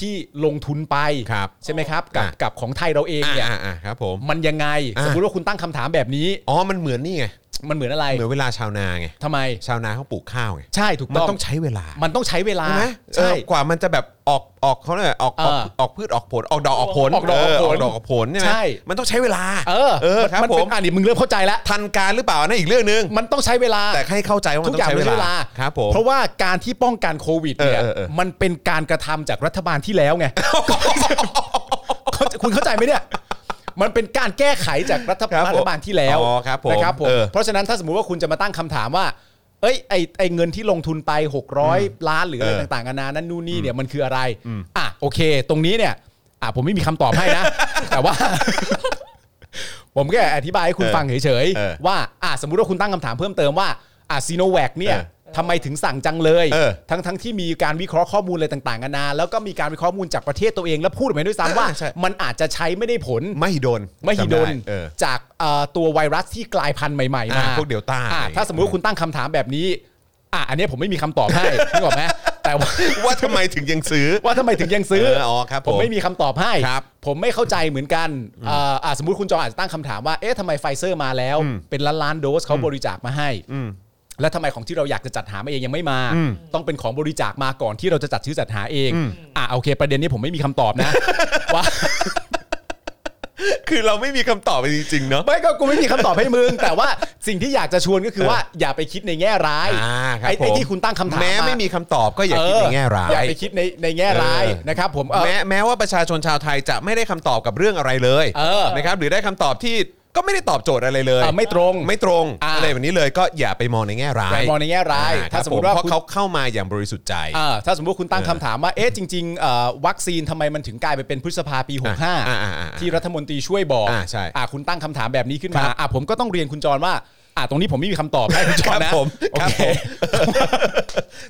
S2: ที่ลงทุนไป
S1: ครับ
S2: ใช่ไหมครับกับ
S1: อ่ะ
S2: กับของไทยเราเองเนี่ย
S1: อ่ะอ่ะอ่ะครับผม
S2: มันยังไง
S1: อ่ะ
S2: สมมติว่าคุณตั้งคำถามแบบนี้
S1: อ๋อ มันเหมือนนี่ไง
S2: มันเหมือนอะไร
S1: เหมือนเวลาชาวนาไง
S2: ทำไม
S1: ชาวนาเขาปลูกข้าวไง
S2: ใช่ถูก
S1: มัน
S2: ต้อง
S1: ต้องใช้เวลา
S2: มันต้องใช้เวลา
S1: ใช่ไหมเอ
S2: ใช่
S1: อกว่ามันจะแบบออกออกเขาเนี่ยกอะไรออกออก
S2: เออ
S1: ออกพืชออกผลออกดอกออกผล
S2: ออกดอกออกผล
S1: เดอกออกผลเนี่ยนะ
S2: ใช่
S1: มันต้องใช้เวลา
S2: เออ
S1: เออครับ
S2: มัน
S1: ผ
S2: เป็
S1: ม
S2: นอันนี้มึงเริ่มเข้าใจแล้ว
S1: ทันการหรือเปล่านั่นอีกเรื่องหนึง
S2: มันต้องใช้เวลา
S1: แต่ให้เข้าใจว่ามันต้อ
S2: ทุกอย่างง
S1: ใช้
S2: มัน
S1: เว
S2: ใช้เว
S1: ลา
S2: ลา
S1: ครับผม
S2: เพราะว่าการที่ป้องกันโควิดเนี่ย
S1: เออเออเออ
S2: มันเป็นการกระทำจากรัฐบาลที่แล้วไง เข้าใจคุณเข้าใจไหมเนี่ย มันเป็นการแก้ไขจากรัฐ
S1: ครับผม
S2: รัฐบาลที่แล้ว
S1: อ๋อครับผม
S2: นะครับผม
S1: เออ
S2: เพราะฉะนั้นถ้าสมมุติว่าคุณจะมาตั้งคำถามว่า เอ้ยไอไอเงินที่ลงทุนไป 600 ล้านหรืออะไร
S1: เออ
S2: ต่างๆนานานั่นนู่นนี่เนี่ยมันคืออะไรอ่ะโอเค ตรงนี้เนี่ย อ่ะผมไม่มีคำตอบให้นะ แต่ว่า ผมแค่อธิบายให้คุณ
S1: เออ
S2: ฟังเฉย
S1: เออ
S2: ๆว่าอ่ะสมมุติว่าคุณตั้งคำถามเพิ่มเติมว่าอ่ะซีโนแวคเนี่ย
S1: เออ
S2: ทำไมถึงสั่งจังเลย
S1: เออ
S2: ทั้งทั้งๆที่มีการวิเคราะห์ข้อมูลอะไรต่างๆนานาแล้วก็มีการวิเคราะห์ข้อมูลจากประเทศตัวเองแล้วพูดออกมาด้วยซ้ำว่า
S1: อ่าใช่
S2: มันอาจจะใช้ไม่ได้ผล
S1: ไม่โดน
S2: ไม่ฮิดน
S1: จำไเออ
S2: จากเอ่อตัวไวรัสที่กลายพันธุ์ใหม่ๆ
S1: อ่า
S2: มา
S1: พวกเดลต้า
S2: อ่
S1: อะไร
S2: ถ้าสมมติว่าคุณตั้งคำถามแบบนี้อ่ะอันเนี้ยผมไม่มีคำตอบ ให้ นึกออกไหมแต่ว่า
S1: ว่าทำไมถึงยังซื้อ
S2: ว่าทำไมถึงยังซื้อ
S1: เอออ๋อครับผม
S2: ผมไม่มีคำตอบให้
S1: ครับ
S2: ผมไม่เข้าใจเหมือนกันเอ่ออ่ะสมมติคุณจออาจจะตั้งคำถามว่าเอ๊ะทำไมไฟเซอร์มาแล้ว เป็นล้านล้านๆโดสเขาบริจาคมาให้แล้วทำไมของที่เราอยากจะจัดหามาเองยังไม่มา ต้องเป็นของบริจาคมาก่อนที่เราจะจัด ซื้อจัดหาเองอ่ะโอเค ประเด็นนี้ผมไม่มีคำตอบนะว่า
S1: คือเราไม่มีคำตอบจริงๆเนาะ
S2: ไม่ก็กูไม่มีคำตอบให้มึง แต่ว่าสิ่งที่อยากจะชวนก็คือว่าอย่าไปคิดในแง่ร้าย
S1: อ่าครับ
S2: ไอ้ไอ้
S1: ผม
S2: ที่คุณตั้งคำถาม
S1: แม้ไม่มีคำตอบก็อย่าคิดในแง่ร้า
S2: เอออย่าย ไปคิดในในแง่ร้าย
S1: เออ
S2: นะครับ ผมเออ
S1: แม้แม้ว่าประชาชนชาวไทยจะไม่ได้คำตอบกับเรื่องอะไรเลย
S2: เออ
S1: นะครับหรือได้คำตอบที่ก็ไม่ได้ตอบโจทย์อะไรเลย
S2: เออไม่ตรง
S1: ไม่ตรง
S2: อ่า
S1: อะไรแบบนี้เลยก็อย่าไปมองในแง่ร้าย
S2: อย่ามองในแง่ร้าย
S1: อ่ค
S2: ถ้า
S1: รับ
S2: สมมุติ
S1: ผ
S2: ว่า
S1: เพราะ
S2: คุณ
S1: เขาเข้ามาอย่างบริสุทธิ์ใจ
S2: อ่าถ้าสมมติว่าคุณตั้งคำถามว่าเอ๊ะจริงๆเอ่อวัคซีนทำไมมันถึงกลายไปเป็นพฤษภาปี
S1: อ่าอ่าอ่า
S2: 65 ที่รัฐมนตรีช่วยบอก
S1: อ่าใช่
S2: อ่าคุณตั้งคำถามแบบนี้ขึ้น
S1: ค
S2: มา
S1: รับ
S2: อ่าผมก็ต้องเรียนคุณจรว่าอ่าตรงนี้ผมไม่มีคำตอบ ให้คุณจร
S1: ครั
S2: นะ
S1: บผม
S2: โอ
S1: ครับ
S2: เค
S1: ผม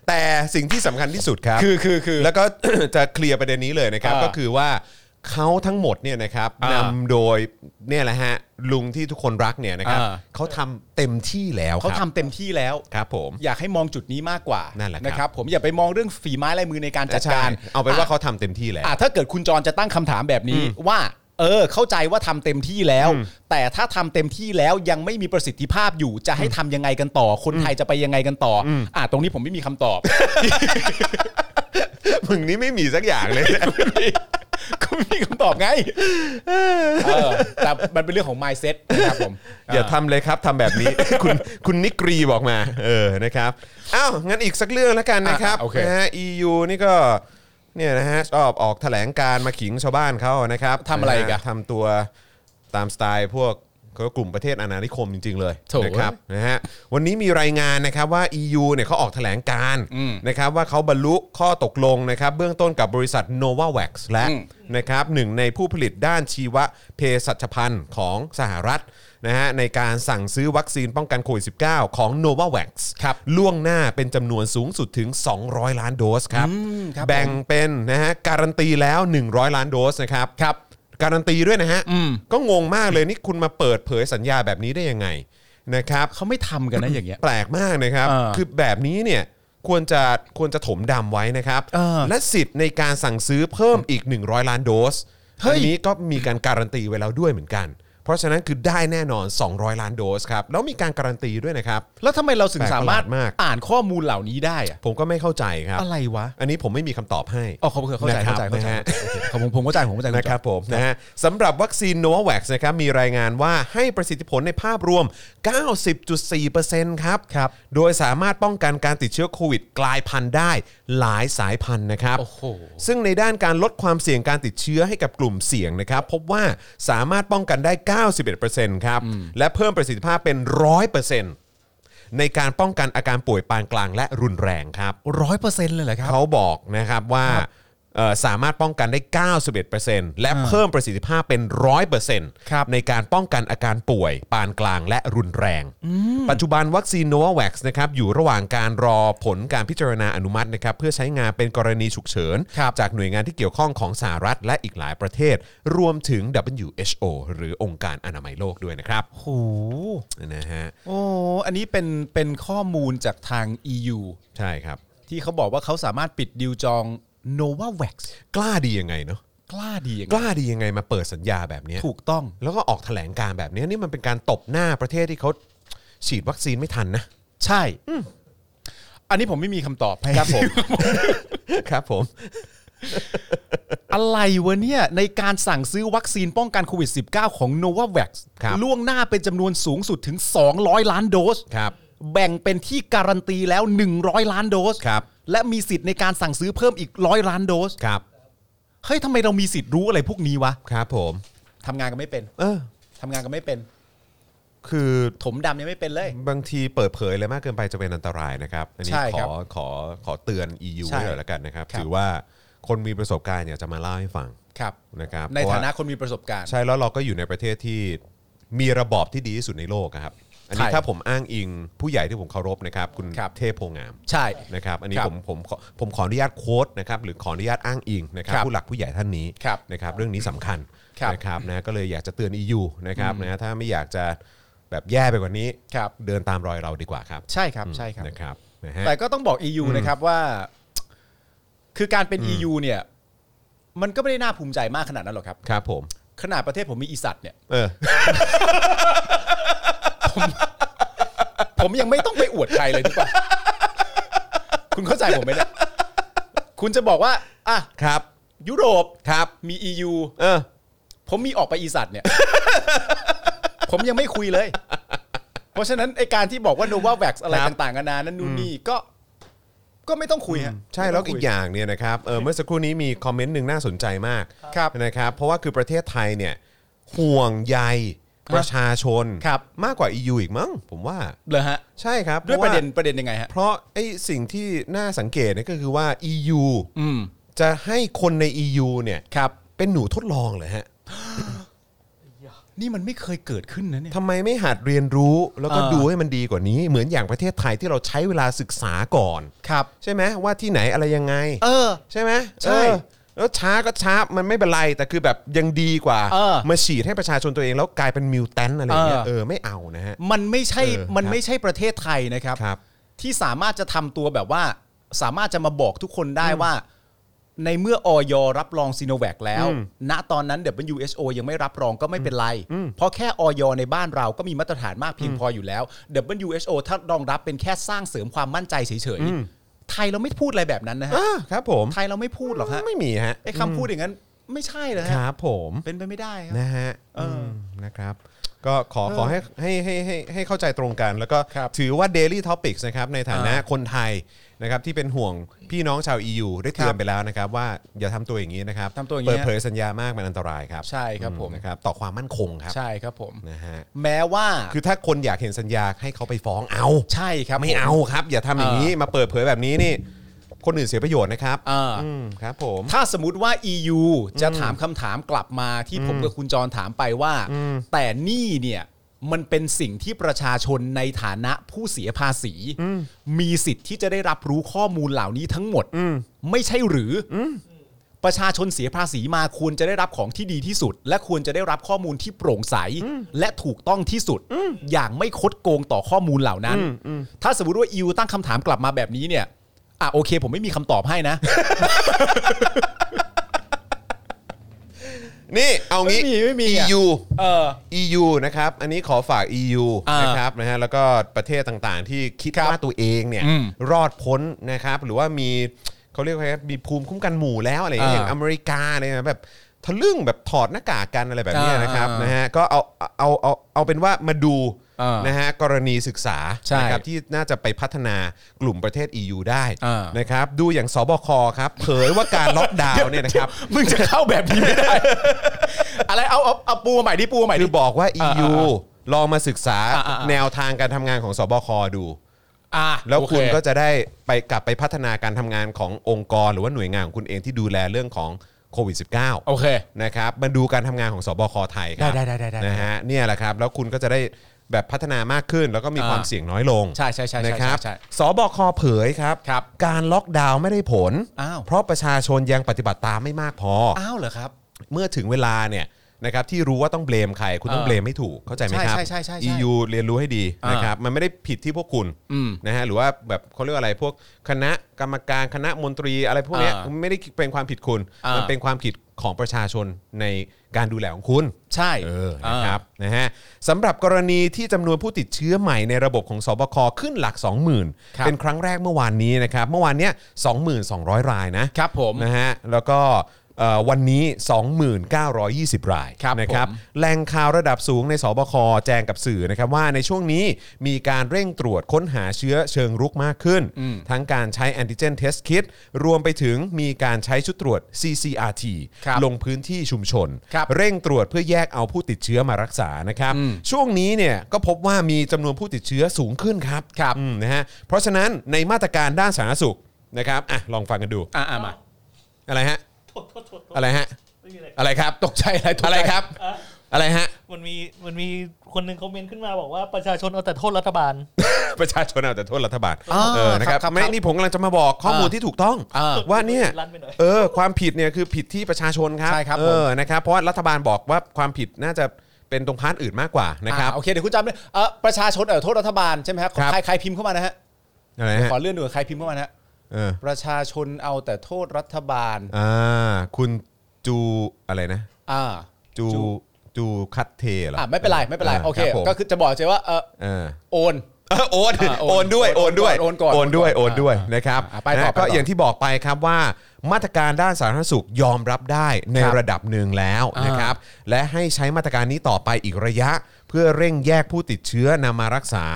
S1: แต่สิ่งที่สำคัญที่สุดครับ
S2: คือคือคือ
S1: แล้วก็ จะเคลียร์ประเด็นนี้เลยนะครับ
S2: อ่า
S1: ก็คือว่าเขาทั้งหมดเนี่ยนะครับ
S2: อ่าน
S1: นำโดยเนี่ยแหละฮะลุงที่ทุกคนรักเนี่ยนะครับ
S2: อ่า
S1: เขาทำเต็มที่แล้ว
S2: เขา
S1: ค
S2: ทำ
S1: รับ
S2: เต็มที่แล้ว
S1: ครับผม
S2: อยากให้มองจุดนี้มากกว่า
S1: นั่นแหละครับ
S2: นะครับ ผมอย่าไปมองเรื่องฝีไม้ลายมือในการจัด
S1: ใช่
S2: การ
S1: เอาเป็นว่า
S2: อ่ะ
S1: เขาทำเต็มที่แล้ว
S2: อ่ะถ้าเกิดคุณจรจะตั้งคำถามแบบนี้ว่า เออ เข้าใจว่าทำเต็มที่แล้ว แต่ถ้าทำเต็มที่แล้วยังไม่มีประสิทธิภาพอยู่จะให้ทำยังไงกันต่อ คนไทยจะไปยังไงกันต่อออ่ะตรงนี้ผมไม่มีคำต อบ
S1: มึงนี่ไม่มีสักอย่างเลย
S2: ก็ไม่มีคำตอบไงเออแต่มันเป็นเรื่องของ mindset นะครับผม
S1: อย่าทำเลยครับทำแบบนี้ คุณคุณนิกรีบอกมา เออนะครับอ้าวงั้นอีกสักเรื่องแล้วกันนะครับ
S2: อ่ะโอเค
S1: นะฮะ EU นี่ก็เนี่ยนะฮะชอบออกแถลงการณ์มาขิงชาวบ้านเขานะครับ
S2: ทำอะไรอีกอะ
S1: นฮทำตัวตามสไตล์พวกเขากลุ่มประเทศอาณานิคมจริง ๆ เลย
S2: โถ่
S1: นะครับนะฮะวันนี้มีรายงานนะครับว่า EU เนี่ยเขาออกแถลงการณ์นะครับว่าเขาบรรลุข้อตกลงนะครับเบื้องต้นกับบริษัท Novavax และนะครับหนึ่งในผู้ผลิตด้านชีวเภสัชภัณฑ์ของสหรัฐนะฮะในการสั่งซื้อวัคซีนป้องกันโควิด -19 ของ Novavax
S2: ครับ
S1: ล่วงหน้าเป็นจำนวนสูงสุดถึง 200 ล้านโดสครับ
S2: อืมครับ
S1: แบ่งเป็นนะฮะการันตีแล้ว 100 ล้านโดสนะครับครับ การันตีด้วยนะฮะก็งงมากเลยนี่คุณมาเปิดเผยสัญญาแบบนี้ได้ยังไงนะครับ
S2: เขาไม่ทำกันนะอย่างเงี้ย
S1: แปลกมากนะครับ
S2: เออ
S1: คือแบบนี้เนี่ยควรจะควรจะถมดำไว้นะครับ
S2: เออ
S1: และสิทธิ์ในการสั่งซื้อเพิ่มอีก 100 ล้านโดส
S2: เฮ้ย
S1: อันนี้ก็มีการการันตีไว้แล้วด้วยเหมือนกัน เพราะฉะนั้นคือได้แน่นอน 200 ล้านโดสครับ แล้วมีการการันตีด้วยนะครับ
S2: แล้วทำไมเราถึงสามารถ
S1: แปลกประหลาดมาก
S2: อ่านข้อมูลเหล่านี้ได้อะ
S1: ผมก็ไม่เข้าใจครับ
S2: อะไรวะ
S1: อันนี้ผมไม่มีคำตอบให้
S2: อ๋อเขาเข้าใจเข้าใจเข้า
S1: นะค
S2: ใจ
S1: รับ
S2: โอเคครับผมผมเข้าใจผมเข้าใจ
S1: นะครับผมนะฮะสำหรับวัคซีนโนวาแว็กซ์นะครับมีรายงานว่าให้ประสิทธิผลในภาพรวม 90.4%ครับ
S2: ครับ
S1: โดยสามารถป้องกันการติดเชื้อโควิดกลายพันธุ์ได้หลายสายพันธุ์นะครับ
S2: โอ้โห
S1: ซึ่งในด้านการลดความเสี่ยงการติดเชื้อให้กับกลุ่มเสี่ยงนะครับ พบว่าสามารถป้องกันได้ 91%ครับ และเพิ่มประสิทธิภาพเป็น 100%ในการป้องกันอาการป่วยปานกลางและรุนแรงครับ
S2: ร้อยเปอร์เซ็นต์เลยเหรอครับ
S1: เขาบอกนะครับว่าเอ่อสามารถป้องกันได้ 91%และเพิ่มประสิทธิภาพเป็น
S2: ครับ
S1: 100%ในการป้องกันอาการป่วย ปานกลางและรุนแรง ปัจจุบันวัคซีนโนวาแว็กซ์นะครับอยู่ระหว่างการรอผลการพิจารณาอนุมัตินะครับเพื่อใช้งานเป็นกรณีฉุกเฉิน จากหน่วยงานที่เกี่ยวข้องของสหรัฐและอีกหลายประเทศ รวมถึง WHO หรือองค์การอนามัยโลกด้วยนะครับ
S2: โอ้โห
S1: นะฮะ
S2: โอ้อันนี้เป็นเป็นข้อมูลจากทาง EU
S1: ใช่ครับ
S2: ที่เขาบอกว่าเขาสามารถปิดดิวจอง Novavax
S1: กล้าดียังไงเนาะ
S2: กล้าดีอย่าง
S1: ก
S2: นั้น
S1: ล้าดียังไงมาเปิดสัญญาแบบเนี้ย
S2: ถูกต้อง
S1: แล้วก็ออกแถลงการแบบนี้นี่มันเป็นการตบหน้าประเทศที่เขาฉีดวัคซีนไม่ทันนะ
S2: ใช่ อันนี้ผมไม่มีคำตอบให้
S1: ครับผม ครับผม
S2: อะไรวะเนี่ย ในการสั่งซื้อวัคซีนป้องกันโควิด -19 ของ Novavax
S1: ครับ
S2: ล่วงหน้าเป็นจำนวนสูงสุดถึง 200 ล้านโดส
S1: ครับ
S2: แบ่งเป็นที่การันตีแล้ว 100 ล้านโดส
S1: ครับ
S2: และมีสิทธิ์ในการสั่งซื้อเพิ่มอีกร้อยล้านโดส
S1: ครับ
S2: เฮ้ยทำไมเรามีสิทธิ์รู้อะไรพวกนี้วะ
S1: ครับผม
S2: ทำงานกันไม่เป็น
S1: เออ
S2: ทำงานกันไม่เป็น
S1: คือ
S2: ถมดำยังไม่เป็นเลย
S1: บางทีเปิดเผยอะไรมากเกินไปจะเป็นอันตรายนะครับ อันนี้
S2: ใช่
S1: ข
S2: ค
S1: อ
S2: รั
S1: บ ขอขอเตือน EU
S2: ใช่
S1: ไว้หน่อยละกันนะครับ
S2: ครับ
S1: ถือว่าคนมีประสบการณ์เนี่ยจะมาเล่าให้ฟัง
S2: ครับ
S1: นะครับ
S2: ใน
S1: เพร
S2: ฐานะ
S1: ว่
S2: คนมีประสบการณ์
S1: ใช่แล้วเราก็อยู่ในประเทศที่มีระบอบที่ดีที่สุดในโลกอะครับ อันนี้
S2: ใช่
S1: ถ้าผมอ้างอิงผู้ใหญ่ที่ผมเคารพนะครับ คุณ
S2: ครับ
S1: เทพโพงาม
S2: ใช่
S1: นะครับอันนี้
S2: ครับ
S1: ผมผมขอผมขออนุญาตโค้ดนะครับหรือขออนุญาตอ้างอิงนะครับ
S2: ครับ
S1: ผู้หลักผู้ใหญ่ท่านนี้
S2: ครับ
S1: นะครับเรื่องนี้สำคัญ
S2: ครับ
S1: นะครับนะก็เลยอยากจะเตือน EU นะครับนะถ้าไม่อยากจะแบบแย่ไปกว่านี้
S2: ครับ
S1: เดินตามรอยเราดีกว่าครับ
S2: ใช่ครับใช่ครับ
S1: นะครับนะฮะ
S2: แต่ก็ต้องบอก EU นะครับว่า คือการเป็น EU เนี่ย มันก็ไม่ได้น่าภูมิใจมากขนาดนั้นหรอกครับ
S1: ครับผม
S2: ขนาดประเทศผมมีอีสัตว์เนี่ย
S1: เออ
S2: ผมยังไม่ต้องไปอวดใครเลยทุกคนคุณเข้าใจผมไหมเนี่ยคุณจะบอกว่า อ่ะ
S1: ครับ
S2: ยุโรป
S1: ครับ
S2: มี EU
S1: เออ
S2: ผมมีออกไปอีสัตว์เนี่ย ผมยังไม่คุยเลย เพราะฉะนั้นไอการที่บอกว่าโนวาแว็กอะไร
S1: ครับ
S2: ต่างๆกันานานั่นนู่นนี่ก็ ก็ไม่ต้องคุยฮะ
S1: ใช่
S2: ไม่
S1: แล้
S2: ต้
S1: ว
S2: ง
S1: อี
S2: คุ
S1: กอย่างเนี่ยนะครับเออเมื่อสักครู่นี้มีคอมเมนต์หนึ่งน่าสนใจมาก
S2: ครับ
S1: นะครับเพราะว่าคือประเทศไทยเนี่ยห่วงใยประชาชน
S2: ครับ
S1: มากกว่า EU อีกมั้งผมว่า
S2: เลยฮะ
S1: ใช่ครับ
S2: ด้วย
S1: พา
S2: ป
S1: ว่า
S2: ระเด็นประเด็นยังไงฮะ
S1: เพราะไอ้สิ่งที่น่าสังเกตเนี่ยก็คือว่า EU
S2: อืม
S1: จะให้คนใน EU เนี่ย
S2: ครับ
S1: เป็นหนูทดลองเลยฮะ
S2: นี่มันไม่เคยเกิดขึ้นนะเนี่ย
S1: ทำไมไม่หัดเรียนรู้แล้วก็
S2: เออ
S1: ดูให้มันดีกว่านี้ เหมือนอย่างประเทศไทยที่เราใช้เวลาศึกษาก่อน
S2: ครับ
S1: ใช่ไหมว่าที่ไหนอะไรยังไง
S2: เออ
S1: ใช่ไหม
S2: ใช่
S1: เออแล้วช้าก็ช้ามันไม่เป็นไร แต่คือแบบยังดีกว่า
S2: เออ
S1: มาฉีดให้ประชาชนตัวเองแล้วกลายเป็นมิวแทนอะไรอย่างเงี้ย
S2: เออ
S1: เออไม่เอานะฮะ
S2: มันไม่ใช่
S1: เออ
S2: มัน
S1: ครับ
S2: ไม่ใช่ประเทศไทยนะครับ
S1: ครับ
S2: ที่สามารถจะทำตัวแบบว่า สามารถจะมาบอกทุกคนได้ว่า ในเมื่อออยรับรองซีโนแวคแล้ว
S1: อืม
S2: ณตอนนั้น WHO ยังไม่รับรองก็ไม่เป็นไร เพราะแค่ออยในบ้านเราก็มีมาตรฐานมากเพียงพออยู่แล้ว WHO ถ้ารองรับเป็นแค่สร้างเสริมความมั่นใจเฉย
S1: อืม
S2: ๆไทยเราไม่พูดอะไรแบบนั้นนะฮะ
S1: อ่าครับผม
S2: ไทยเราไม่พูดหรอกฮะ
S1: ไม่มีฮะ
S2: ไอ้คำพูดอย่างนั้น ไม่ใช่เลย
S1: ค
S2: ฮะ
S1: รับผม
S2: เป็นไปไม่ได้ครับ
S1: นะฮะ
S2: เออ
S1: ม
S2: อื
S1: นะครับ ก็ขอ
S2: เออ
S1: ขอให้ให้ให้ให้ให้เข้าใจตรงกันแล้วก็
S2: ครับ
S1: ถือว่า Daily Topics นะครับในฐานะ
S2: อ่า
S1: คนไทยนะครับที่เป็นห่วงพี่น้องชาว EU ได้เตือ
S2: ครั
S1: น
S2: บ
S1: ไปแล้วนะครับ ว่าอย่าทำตัวอย่างนี้นะครับ
S2: ทำตัวอย่างนี้
S1: เปิดเผยสัญญามากมันอันตรายครับ
S2: ใช่ครับผม
S1: นะครับต่อความมั่นคงครับ
S2: ใช่ครับผม
S1: นะฮะ
S2: แม้ว่า
S1: คือถ้าคนอยากเห็นสัญญาให้เขาไปฟ้องเอา
S2: ใช่ครับ
S1: ไม่เอาครับ อย่าทำอย่างนี้มาเปิดเผยแบบนี้นี่ คนอื่นเสียประโยชน์นะครับ
S2: อ่า
S1: อืมครับผม
S2: ถ้าสมมติว่า EU จะถามคำถามกลับมาที่ผมกับคุณจรถามไปว่า แต่นี่เนี่ยมันเป็นสิ่งที่ประชาชนในฐานะผู้เสียภาษี มีสิทธิ์ที่จะได้รับรู้ข้อมูลเหล่านี้ทั้งหมด ไม่ใช่หรืออประชาชนเสียภาษีมาควรจะได้รับของที่ดีที่สุด และควรจะได้รับข้อมูลที่โปร่งใส และถูกต้องที่สุด อย่างไม่คดโกงต่อข้อมูลเหล่านั้น ถ้าสมมติว่า EU ตั้งคำถามกลับมาแบบนี้เนี่ยอ่ะโอเค ผมไม่มีคำตอบให้นะ
S1: นี่เอางี้
S2: ไม่มีไม่มีอะ
S1: EU
S2: เออ
S1: EU นะครับ อันนี้ขอฝาก EU
S2: อ่าน
S1: นะครับนะฮะแล้วก็ประเทศต่างๆ ที่คิด
S2: ครับ
S1: ว่าตัวเองเนี่ย
S2: อืม
S1: รอดพ้นนะครับ หรือว่ามีเขาเรียกว่าไงมีภูมิคุ้มกันหมู่แล้วอะไรอย่างเงี้ยอ
S2: อ่า
S1: ย่างอเมริกาเนี่ยนะแบบทะลึ่งแบบถอดหน้ากากกันอะไรแบบเนี้ยนะครับ
S2: อ่าน
S1: นะฮะก็เอาเอาเอาเอาเป็นว่ามาดู
S2: อ่าน
S1: นะฮะกรณีศึกษา
S2: ใช่
S1: นะครัที่น่าจะไปพัฒนากลุ่มประเทศ EU ได้
S2: อ่าน
S1: นะครับดูอย่างสบคครับเผยว่าการล็อกดาวน์เนี่ยนะครับ
S2: มึงจะเข้าแบบนี้ไม่ ได้ อะไรเอาเอาเอาปูมาใหม่ดิปูมาใหม่
S1: คื
S2: ดิ
S1: อบอกว่า EU ลองมาศึกษา
S2: อ่าอ่าอ่า
S1: แนวทางการทำงานของสบคดู
S2: อ่า
S1: แล้วคุณ
S2: โอเ
S1: ก็จะได้ไปกลับไปพัฒนาการทำงานขององค์กร หรือว่าหน่วยงานของคุณเองที่ดูแลเรื่องของโควิด
S2: โอ
S1: -19
S2: เค
S1: นะครับมาดูการทำงานของสบคไทยครั
S2: ได้ได้ได้ได้
S1: นะฮะเนี่ยแหละครับ แล้วคุณก็จะได้แบบพัฒนามากขึ้น แล้วก็มี
S2: อ่า
S1: ความเสี่ยงน้อยลง
S2: ใช่ใช่ใช่ใช่
S1: นะครับ
S2: ใช่
S1: สบคเผยครับ
S2: ครับ
S1: การล็อกดาวน์ไม่ได้ผล
S2: อ้าว
S1: เพราะประชาชนยังปฏิบัติตามไม่มากพอ
S2: อ้าวเหรอครับ
S1: เมื่อถึงเวลาเนี่ยนะครับที่รู้ว่าต้องเบลมใคร คุณต้อง
S2: เออ
S1: เบลมไม่ถูกเข้าใจไหมครับ
S2: ใช่ใช่ใช่ใช่
S1: EU เรียนรู้ให้ดี
S2: อ่าน
S1: นะครับมันไม่ได้ผิดที่พวกคุณ
S2: อืม
S1: นะฮะหรือว่าแบบเขาเรียกว่าอะไรพวกคณะกรรมการคณะมนตรีอะไรพวกเนี้ย
S2: อ่า
S1: ไม่ได้เป็นความผิดคุณ
S2: อ่ามั
S1: มันเป็นความผิดของประชาชนในการดูแลของคุณ
S2: ใช่
S1: เออนะครับนะฮะสำหรับกรณีที่จำนวนผู้ติดเชื้อใหม่ในระบบของสบคขึ้นหลัก 20,000 เป็นครั้งแรกเมื่อวานนี้นะครับ เมื่อวานเนี้ย22,200 รายนะ
S2: ครับผม
S1: นะฮะแล้วก็เอ่อวันนี้ 2,920 ราย
S2: ครับ
S1: นะครับ
S2: ผม
S1: แหล่งข่าวระดับสูงในสบคแจ้งกับสื่อนะครับว่าในช่วงนี้มีการเร่งตรวจค้นหาเชื้อเชิงรุกมากขึ้น
S2: อืม
S1: ทั้งการใช้แอนติเจนเทสคิ t รวมไปถึงมีการใช้ชุดตรวจ CCRT
S2: ครับ
S1: ลงพื้นที่ชุมชน
S2: ครับ
S1: เร่งตรวจเพื่อแยกเอาผู้ติดเชื้อมารักษานะครับ
S2: อืม
S1: ช่วงนี้เนี่ยก็พบว่ามีจำนวนผู้ติดเชื้อสูงขึ้นครับครับนะฮะเพราะฉะนั้นในมาตรการด้านสาธารณสุขนะครับอ่ะลองฟังกันดู
S2: อ่าอ่ามา
S1: อะไรฮะ
S3: โทษโทษโทษโทษ
S1: อะไรฮะ
S3: ไม่มีอะไร
S1: อะไรครับ
S2: ตกใจอะไรตกใจ
S1: อะไรครับ
S3: อ่ะ
S1: อะไรฮะ
S3: มันมีมันมีคนหนึ่งคอมเมนต์ขึ้นมาบอกว่าประชาชนเอาแต่โทษรัฐบาล
S1: ประชาชนเอาแต่โทษรัฐบาล
S2: อ่า
S1: เออ นะครับ
S2: ครับ
S1: ไม่นี่ผมกำลังจะมาบอกข้อมูลที่ถูกต้อง
S2: อ่า
S1: ว่าเนี่ย
S3: ลั่นไปหน่อย
S1: เออ ความผิดเนี่ยคือผิดที่ประชาชนครับ
S2: ใช่ครับ
S1: เอ
S2: ผม
S1: อ นะครับ เพราะว่ารัฐบาลบอกว่าความผิดน่าจะเป็นตรงพาร์ทอื่นมากกว่านะครับ
S2: อ่าโอเคเดี๋ยวคุณจำเลยเออประชาชนเออโทษรัฐบาลใช่ไหมครับ
S1: ครับ
S2: ใครใครพิมพ์เข้ามานะฮะ
S1: อะไรฮะ
S2: ขอเลื่อนดูใครพิมพ์เข้ามานะฮะ
S1: เออ
S2: ประชาชนเอาแต่โทษรัฐบาล
S1: อ่า คุณจูอะไรนะ
S2: อ่า
S1: จู จูคัตเทเหรอ
S2: อ่า
S1: อ่า
S2: ไม่เป็นไรไม่เป็นไรโอเค
S1: รับผม
S2: ก็คือจะบอกเฉยว่าเออ
S1: เออ
S2: โอน
S1: เออโอน
S2: อ่ะโอน
S1: โอนด้วยโอนด้วย
S2: โอนก่อน
S1: โอนด้วย
S2: โอน
S1: โอ
S2: ก่อน
S1: นด้วย
S2: อ่ะ
S1: นะครับ
S2: อ่ะไปต่อ
S1: นะ
S2: ไปต่อ
S1: ก็อย่างที่บอกไปครับว่า มาตรการด้านสาธารณสุขยอมรับได้ใน
S2: ครับ
S1: ระดับหนึ่งแล้ว
S2: อ่าน
S1: นะครับ และให้ใช้มาตรการนี้ต่อไปอีกระยะ เพื่อเร่งแยกผู้ติดเชื้อนำมารักษา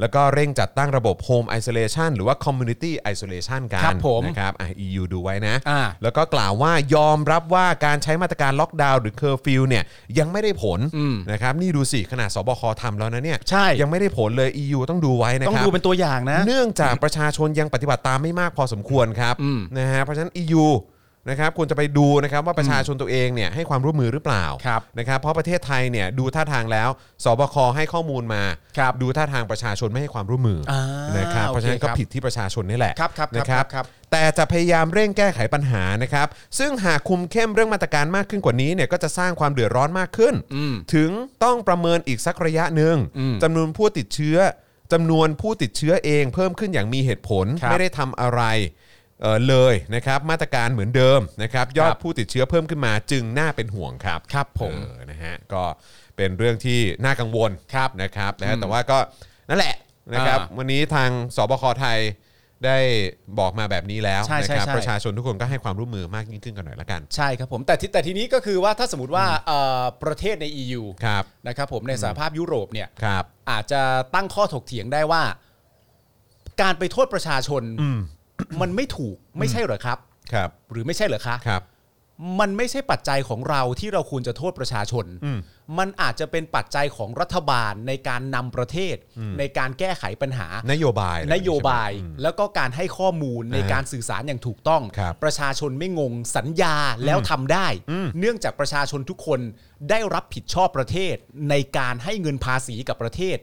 S1: แล้วก็เร่งจัดตั้งระบบ Home Isolation หรือว่า Community Isolation กัน
S2: ครับผม
S1: นะครับอ่ะ EU ดูไว้นะ
S2: อ่า
S1: แล้วก็กล่าวว่ายอมรับว่าการใช้มาตรการล็อกดาวน์หรือเคอร์ฟิวเนี่ยยังไม่ได้ผลนะครับนี่ดูสิขนาดสบคทำแล้วนะเนี่ย
S2: ใช่
S1: ยังไม่ได้ผลเลย EU ต้องดูไว้นะ
S2: ต้อง
S1: ครับ
S2: ดูเป็นตัวอย่างนะ
S1: เนื่องจากประชาชนยังปฏิบัติตามไม่มากพอสมควรครับนะฮะเพราะฉะนั้น EU นะครับควรจะไปดูนะครับว่าประชาชนตัวเองเนี่ยให้ความร่วมมือหรือเปล่า
S2: ครับ
S1: นะครับเพราะประเทศไทยเนี่ยดูท่าทางแล้วสบคให้ข้อมูลมา
S2: ครับ
S1: ดูท่าทางประชาชนไม่ให้ความร่วมมืออา นะครับ
S2: โอเค
S1: เพราะฉะนั้นก็
S2: ครับ
S1: ผิดที่ประชาชนนี่แหละ
S2: ครับครับครับ
S1: นะครับ
S2: ครับ
S1: แต่จะพยายามเร่งแก้ไขปัญหานะครับ ซึ่งหากคุมเข้มเรื่องมาตรการมากขึ้นกว่านี้เนี่ยก็จะสร้างความเดือดร้อนมากขึ้น ถึงต้องประเมินอีกสักระยะหนึ่งจำนวนผู้ติดเชื้อจำนวนผู้ติดเชื้อเองเพิ่มขึ้นอย่างมีเหตุผล
S2: ครับ
S1: ไม่ได้ทำอะไรเอ่อเลยนะครับ มาตรการเหมือนเดิมนะครับยอ
S2: ค
S1: ด
S2: รับ
S1: ผู้ติดเชื้อเพิ่มขึ้นมาจึงน่าเป็นห่วงครับ
S2: ครับผม
S1: เออนะฮะก็เป็นเรื่องที่น่ากังวล
S2: ครับ
S1: นะครับนะฮะแต่ว่าก็นั่นแหละนะครับ
S2: อ่า
S1: วันนี้ทางสบคไทยได้บอกมาแบบนี้แล้ว
S2: ใช่
S1: นะ
S2: ใช่
S1: ครับ
S2: ใช่
S1: ประชาชนทุกคนก็ให้ความร่วมมือมากยิ่งขึ้นกันหน่อยละกัน
S2: ใช่ครับผมแต่ที่แต่ทีนี้ก็คือว่าถ้าสมมติว่าเอ่อประเทศใน EU
S1: ครับ
S2: นะครับผมในสหภาพยุโรปเนี่ย
S1: ครับ
S2: อาจจะตั้งข้อถกเถียงได้ว่า การไปโทษประชาชนมันไม่ถูกไม่ใช่เหรอครับ
S1: ครับ
S2: หรือไม่ใช่เหรอคะ
S1: ครับ
S2: มันไม่ใช่ปัจจัยของเราที่เราควรจะโทษประชาชน มันอาจจะเป็นปัจจัยของรัฐบาลในการนำประเทศ ในการแก้ไขปัญหา
S1: นโยบายเล
S2: นโยบายแล้วก็การให้ข้อมูลในการสื่อสารอย่างถูกต้อง
S1: ครับ
S2: ประชาชนไม่งงสัญญาแล้วทำได้
S1: อืม
S2: เนื่องจากประชาชนทุกคนได้รับผิดชอบประเทศ ในการให้เงินภาษีกับประเทศ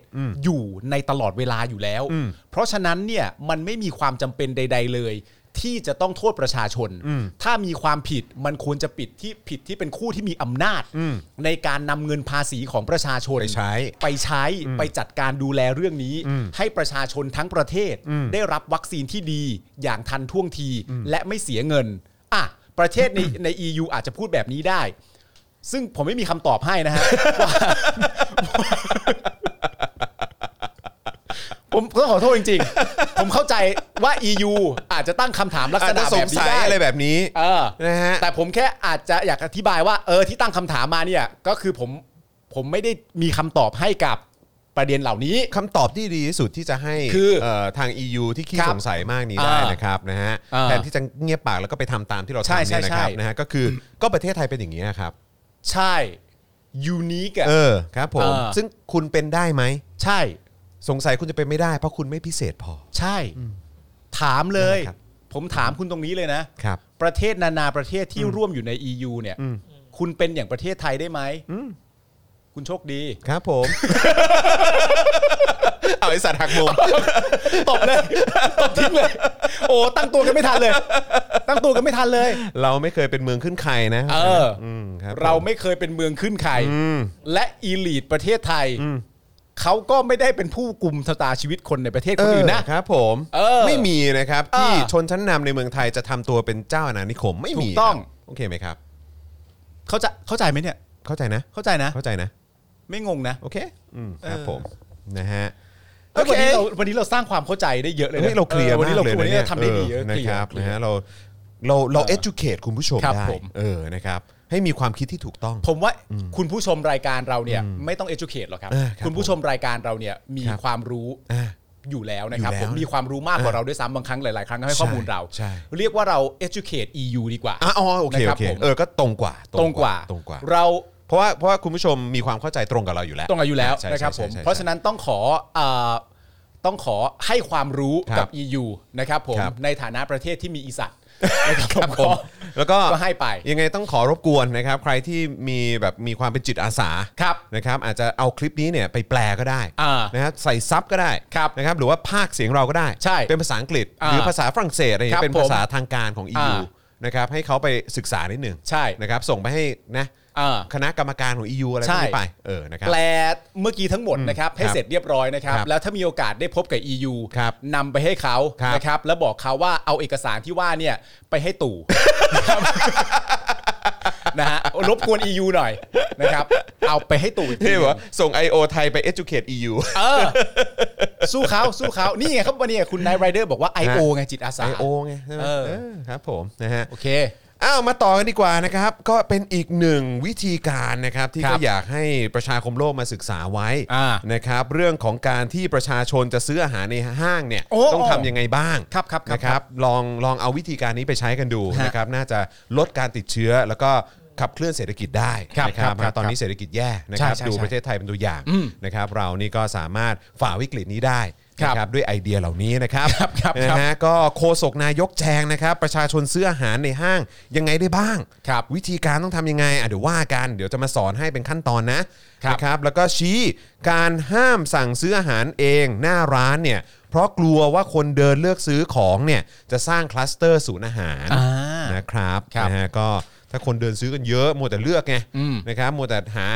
S2: อยู่ในตลอดเวลาอยู่แล้ว
S1: อืม
S2: เพราะฉะนั้นเนี่ยมันไม่มีความจำเป็นใด ๆ เลย ที่จะต้องโทษประชาชน
S1: อืม
S2: ถ้ามีความผิดมันควรจะปิดที่ผิดที่เป็นคู่ที่มีอำนาจ
S1: อืม
S2: ในการนำเงินภาษีของประชาชน
S1: ไปใช้
S2: ไปใช้ไปจัดการดูแลเรื่องนี้
S1: อืม
S2: ให้ประชาชนทั้งประเทศ
S1: อืม
S2: ได้รับวัคซีนที่ดี อย่างทันท่วงที และไม่เสียเงินอ่ะประเทศใน ใน EU อาจจะพูดแบบนี้ได้ ซึ่งผมไม่มีคำตอบให้นะฮะ ว่าผมต้องขอโทษจริงๆ ผมเข้าใจว่า EU อาจจะตั้งคำถามลักษ
S1: าจ
S2: ณะ
S1: จะส
S2: แบ
S1: ง
S2: บนี้
S1: สัย
S2: ได้
S1: อะไรแบบนี้
S2: เออ
S1: นะฮะ
S2: แต่ผมแค่อาจจะอยากอธิบายว่าเออที่ตั้งคำถามมาเนี่ยก็คือผมผมไม่ได้มีคำตอบให้กับประเด็นเหล่านี้
S1: คำตอบที่ดีที่สุดที่จะให้
S2: คือ
S1: เอ่อทาง EU ที่ขี้
S2: ครับ
S1: สงสัยมากนี้ได้
S2: อ่าน
S1: นะครับนะฮะ
S2: อ่า
S1: แทนที่จะเงียบปากแล้วก็ไปทำตามที่เรา
S2: ใช่
S1: ทำเนี่ยนะ
S2: ใช่
S1: ครับ
S2: ใช่
S1: นะฮะก็คือก็ประเทศไทยเป็นอย่างนี้ยครับ
S2: ใช่ยูนิคอะ
S1: เออครับผม
S2: อ่า
S1: ซึ่งคุณเป็นได้ไหม
S2: ใช่
S1: สงสัยคุณจะเป็นไม่ได้เพราะคุณไม่พิเศษพอ
S2: ใช่ ถามเลย
S1: นะครับ
S2: ผมถามคุณตรงนี้เลยนะ
S1: ครับ
S2: ประเทศนานาประเทศที่ร่วมอยู่ใน EU เนี่ย
S1: อืม
S2: คุณเป็นอย่างประเทศไทยได้ไหมคุณโชคดี
S1: ครับผม เอาไอสัตว์หักมุม
S2: ตบเลย ตบทิ้งเลย โอ้ตั้งตัวกันไม่ทันเลย ตั้งตัวกันไม่ทันเลย
S1: เราไม่เคยเป็นเมืองขึ้นใครนะ
S2: เออ
S1: มคบผม
S2: เราไม่เคยเป็นเมืองขึ้นใคร
S1: อืม
S2: และอีลีดประเทศไทย
S1: อืม
S2: เขาก็ไม่ได้เป็นผู้กลุ่มชะตาชีวิตคนในประเทศคนอื่นนะ
S1: เครับผม
S2: เออ
S1: ไม่มีนะครับ ที่
S2: เออ
S1: ชนชั้นนำในเมืองไทยจะทำตัวเป็นเจ้าอาณานิคมไม่มี
S2: ถูกต้อง
S1: ครับโอเคไหมครับ
S2: เขาจะเข้าใจไหมเนี่ย
S1: เข้าใจนะ
S2: เข้าใจนะ
S1: เข้าใจนะ
S2: ไม่งงนะ
S1: โอเคอืมครับผมนะฮะ
S2: เฮ้ยวันนี้เราวันนี้เราสร้างความเข้าใจได้เยอะเลยนะ
S1: เฮ้ยเราเคลียร์
S2: ออวัน
S1: มาก
S2: นี้เรา
S1: เลย
S2: วัน
S1: นะ
S2: นี้
S1: เนี่ย
S2: เราทำได้ดี
S1: เอ
S2: เย
S1: อ
S2: อะ
S1: นะ
S2: เคลี
S1: ค
S2: ย
S1: รับ
S2: ร์
S1: นะฮะเราเราเรา
S2: เออ
S1: educate คุณผู้ชม
S2: ครับ
S1: ได้
S2: ผม
S1: เออนะครับ ให้มีความคิดที่ถูกต้อง
S2: ผมว่าคุณผู้ชมรายการเราเนี่ยไม่ต้อง educate หรอกครับ
S1: เออครับ
S2: คุณผู้ชมรายการเราเนี่ยมี
S1: ครับ
S2: ความรู้
S1: อ่ะ
S2: อยู่แล้วนะครับ
S1: อยู่แล้ว
S2: ผมมีความรู้มากกว่าเราด้วยซ้ำบางครั้งหลาย ๆ ครั้งก็ให้ข้อมูลเรา
S1: ใช่
S2: เรียกว่าเรา educate EU ดีกว่า
S1: อ่ะอ๋อโอเค
S2: นะครั
S1: โอบ เค
S2: ผม
S1: เออก็ตรงกว่า
S2: ตรงกว่า
S1: ตรงกว่า
S2: เรา
S1: เพราะว่าเพราะว่าคุณผู้ชมมีความเข้าใจตรงกับเราอยู่แล้ว
S2: ต้องอายุแล้ว
S1: ใช่
S2: นะครับผ
S1: ใช่
S2: ม
S1: ใช่ใช่
S2: เพราะฉะนั้นต้องขอเอ่อต้องขอให้ความรู้
S1: ครั
S2: กับ
S1: บ
S2: EU นะครับผม
S1: ครับ
S2: ในฐานะประเทศที่มีอี สัตว์นะครับ
S1: ผ
S2: ผม ม
S1: แล้วก็
S2: ก็ให้ไป
S1: ยังไงต้องขอรบกวนนะครับ ใครที่มีแบบมีความเป็นจิตอาสา
S2: ครับ
S1: นะครับ อาจจะเอาคลิปนี้เนี่ยไปแปลก็ได้
S2: อ่า
S1: นะครับใส่ซับก็ได้
S2: ครับ
S1: นะครับหรือว่าภาคเสียงเราก็ได้
S2: ใช่
S1: เป็นภาษาอังกฤษ
S2: อ่า
S1: หรือภาษาฝรั่งเศสอะไรอย่าง
S2: ครั
S1: เงี้ย
S2: บ
S1: เป็นภาษาทางการของ EU
S2: อ่า
S1: นะครับให้เขาไปศึกษานิดหนึ่ง
S2: ใช่
S1: นะครับส่งไปให้นะ
S2: อ่า
S1: คณะกรรมการของ EU อะไรพ
S2: ใช่
S1: วกนี้ไปเออนะครับ
S2: แปลเมื่อกี้ทั้งหมดนะครับให้
S1: ครับ
S2: เสร็จเรียบร้อยนะครับ
S1: ครับ
S2: แล้วถ้ามีโอกาสได้พบกับ EU
S1: ครับ
S2: นำไปให้เขา
S1: ครับ
S2: นะครับ แล้วบอกเขาว่าเอาเอกสารที่ว่าเนี่ยไปให้ตู่ นะฮะรบกวน EU หน่อยนะครับเอาไปให้ตู่อีกที
S1: ที่บอกว่าส่ง IO ไทยไป educate EU
S2: เออสู้เขาสู้เขานี่ไงครับวันนี้คุณนายไรเดอร์บอกว่า IO ไงจิตอาสา
S1: IO ไงใช่ไหม
S2: เออ
S1: เออครับผมนะฮะ
S2: โอเค
S1: อ้าวมาต่อกันดีกว่านะครับ ก็เป็นอีกหนึ่งวิธีการนะครับ ที่
S2: ครั
S1: ก็
S2: บ
S1: อยากให้ประชาคมโลกมาศึกษาไว้
S2: อ่า
S1: นะครับ เรื่องของการที่ประชาชนจะซื้ออาหารในห้างเนี่ย
S2: โอ้
S1: ต้องทำยังไงบ้าง
S2: ครับครับครับ
S1: นะค
S2: ครั
S1: รับบ ลองลองเอาวิธีการนี้ไปใช้กันดู
S2: ฮะ
S1: นะครับ น่าจะลดการติดเชื้อแล้วก็ขับเคลื่อนเศรษฐกิจได้
S2: ครับ
S1: นะครับ
S2: ครับ
S1: ตอนนี้เศรษฐกิจแย่นะครับ
S2: ใช่ใช่
S1: ดู
S2: ใช่
S1: ประเทศไทยเป็นตัวอย่าง
S2: อืม
S1: นะครับ เรานี่ก็สามารถฝ่าวิกฤตนี้ได้
S2: ครับ
S1: นะครับด้วยไอเดียเหล่านี้นะครับ
S2: ครับครับ
S1: นะครับ ฮะ นะก็โฆษกนายกแจงนะครับ ประชาชนซื้ออาหารในห้างยังไงได้บ้าง
S2: ครับ
S1: วิธีการต้องทำยังไงอ่ะเดี๋ยวว่ากัน เดี๋ยวจะมาสอนให้เป็นขั้นตอนนะครับ นะครับ แล้วก็ชี้การห้ามสั่งซื้ออาหารเองหน้าร้านเนี่ยเพราะกลัวว่าคนเดินเลือกซื้อของเนี่ยจะสร้างคลัสเตอร์ศูนย์อาหาร
S2: อ่า
S1: นะครับ
S2: ครับ
S1: นะฮะก็ถ้าคนเดินซื้อกันเยอะมัวแต่เลือกไง
S2: อืม
S1: นะครับมัวแต่หา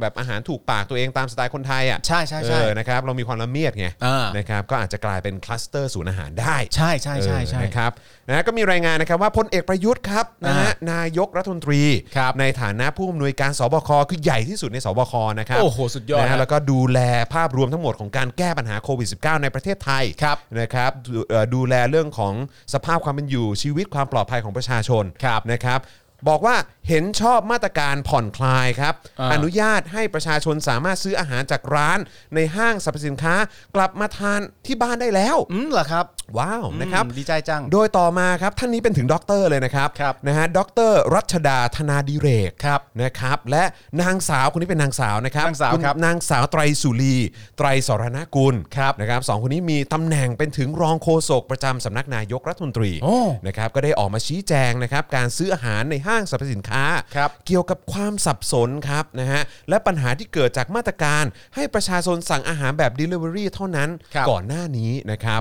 S1: แบบอาหารถูกปากตัวเองตามสไตล์คนไทยอ่ะ
S2: ใช่ใช่ใช่
S1: เออนะครับเรามีความละเมียดไง
S2: อ่าน
S1: นะครับก็อาจจะกลายเป็นคลัสเตอร์ศูนย์อาหารได้
S2: ใช่ใช่ใช่ใช่
S1: เออนะครับนะก็มีรายงานนะครับว่าพลเอกประยุทธ์ครับนะฮะนายกรัฐมนตรี
S2: ครับ
S1: ในฐานะผู้อำนวยการสบคคือใหญ่ที่สุดในสบคนะครับ
S2: โอ้โหสุดยอด
S1: นะ
S2: ครั
S1: ฮะ
S2: บ
S1: แล้วก็ดูแลภาพรวมทั้งหมดของการแก้ปัญหาโควิด -19 ในประเทศไทย
S2: ครับ
S1: นะครับดูเอ่อดูแลเรื่องของสภาพความเป็นอยู่ชีวิตความปลอดภัยของประชาชน
S2: ครับ
S1: นะครับบอกว่าเห็นชอบมาตรการผ่อนคลายครับ
S2: อ่า
S1: อนุญาตให้ประชาชนสามารถซื้ออาหารจากร้าน ในห้างสรรพสินค้า กลับมาทานที่บ้านได้แล้ว
S2: อืมเหรอครับ
S1: ว้าวนะครับ
S2: อืมดีใจจัง
S1: โดยต่อมาครับท่านนี้เป็นถึงด็อกเตอร์เลยนะครับ
S2: ครับ
S1: นะฮะด็อกเตอร์รัชดาธนาดิเรก
S2: ครับ
S1: นะครับ และนางสาวคนนี้เป็นนางสาวนะครับ
S2: นางสาว
S1: ณ
S2: ครับ
S1: นางสาวไตรสุรีไตรสรณกุล
S2: ครับ
S1: นะครับสองคนนี้มีตำแหน่งเป็นถึงรองโฆษกประจำสำนักนายกรัฐมนตรี
S2: โอ้
S1: นะครับก็ได้ออกมาชี้แจงนะครับการซื้ออาหารในห้างสรรพสินค้า
S2: ครับ
S1: เกี่ยวกับความสับสนครับนะฮะและปัญหาที่เกิดจากมาตรการให้ประชาชนสั่งอาหารแบบ Delivery เท่านั้น
S2: ครับ
S1: ก่อนหน้านี้นะครับ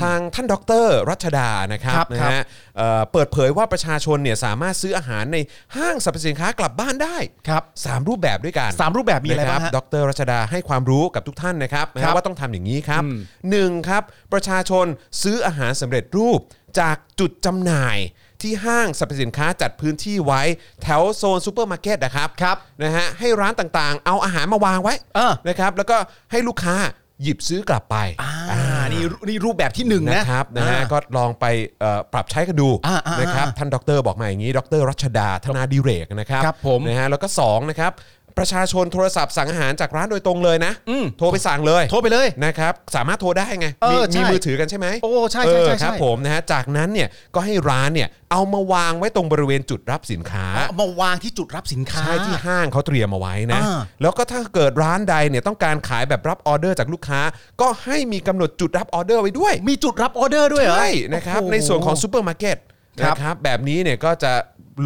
S1: ทางท่านดอกเตอรรัชดานะครับ
S2: ครับ
S1: นะ
S2: ครั
S1: ฮะ
S2: บ
S1: เอ่อเปิดเผยว่าประชาชนเนี่ยสามารถซื้ออาหารในห้างสรรพสินค้ากลับบ้านได้
S2: ครับ
S1: สามรูปแบบด้วยกัน
S2: สามรูปแบบมีอะไรบ้าง
S1: นค
S2: ฮะ
S1: ดรรัชดาให้ความรู้กับทุกท่านนะครับนะฮะ
S2: ครับ
S1: ว่าต้องทำอย่างนี้ครับ
S2: อืม
S1: หนึ่งครับประชาชนซื้ออาหารสำเร็จรูปจากจุดจำหน่ายที่ห้างสรรพสินค้าจัดพื้นที่ไว้แถวโซนซูเปอร์มาร์เก็ตนะครับ
S2: ครับ
S1: นะฮะให้ร้านต่างๆ เอาอาหารมาวางไว้
S2: เออ
S1: นะครับแล้วก็ให้ลูกค้าหยิบซื้อกลับไป
S2: อ่านี่นี่รูปแบบที่หนึ่งนะ
S1: นะครับนะฮะ
S2: อ่า
S1: ก็ลองไปเอ่อปรับใช้กันดู
S2: อ่าอ่า
S1: นะครับ
S2: อ่า
S1: ท่านดรบอกมาอย่างนี้ดรรัชดาธนาดิเรกนะครับ
S2: ครับผม
S1: นะฮะแล้วก็สองนะครับประชาชนโทรศัพท์สั่งอาหารจากร้านโดยตรงเลยนะ
S2: อืม
S1: โทรไปสั่งเลย
S2: โทรไปเลย
S1: นะครับสามารถโทรได้ไง
S2: เอ
S1: มี
S2: อใช่
S1: มีมือถือกันใช่ไหม
S2: โอ้ใช่ใช่ใช่
S1: เออครับ
S2: ใช่
S1: ผมนะฮะจากนั้นเนี่ยก็ให้ร้านเนี่ยเอามาวางไว้ตรงบริเวณจุดรับสินค้า
S2: เอามาวางที่จุดรับสินค้า
S1: ใช่ที่ห้างเขาเตรียมเอาไว้นะ
S2: อ่า
S1: แล้วก็ถ้าเกิดร้านใดเนี่ยต้องการขายแบบรับออเดอร์จากลูกค้า ก็ให้มีกำหนดจุดรับออเดอร์ไว้ด้วย
S2: มีจุดรับออเดอร์ด้วยเหรอ
S1: ใช่นะครับ
S2: โอ้โห
S1: ในส่วนของซูเปอร์มาร์เก็ต
S2: ครั
S1: นะ
S2: บ
S1: ครับแบบนี้เนี่ยก็จะ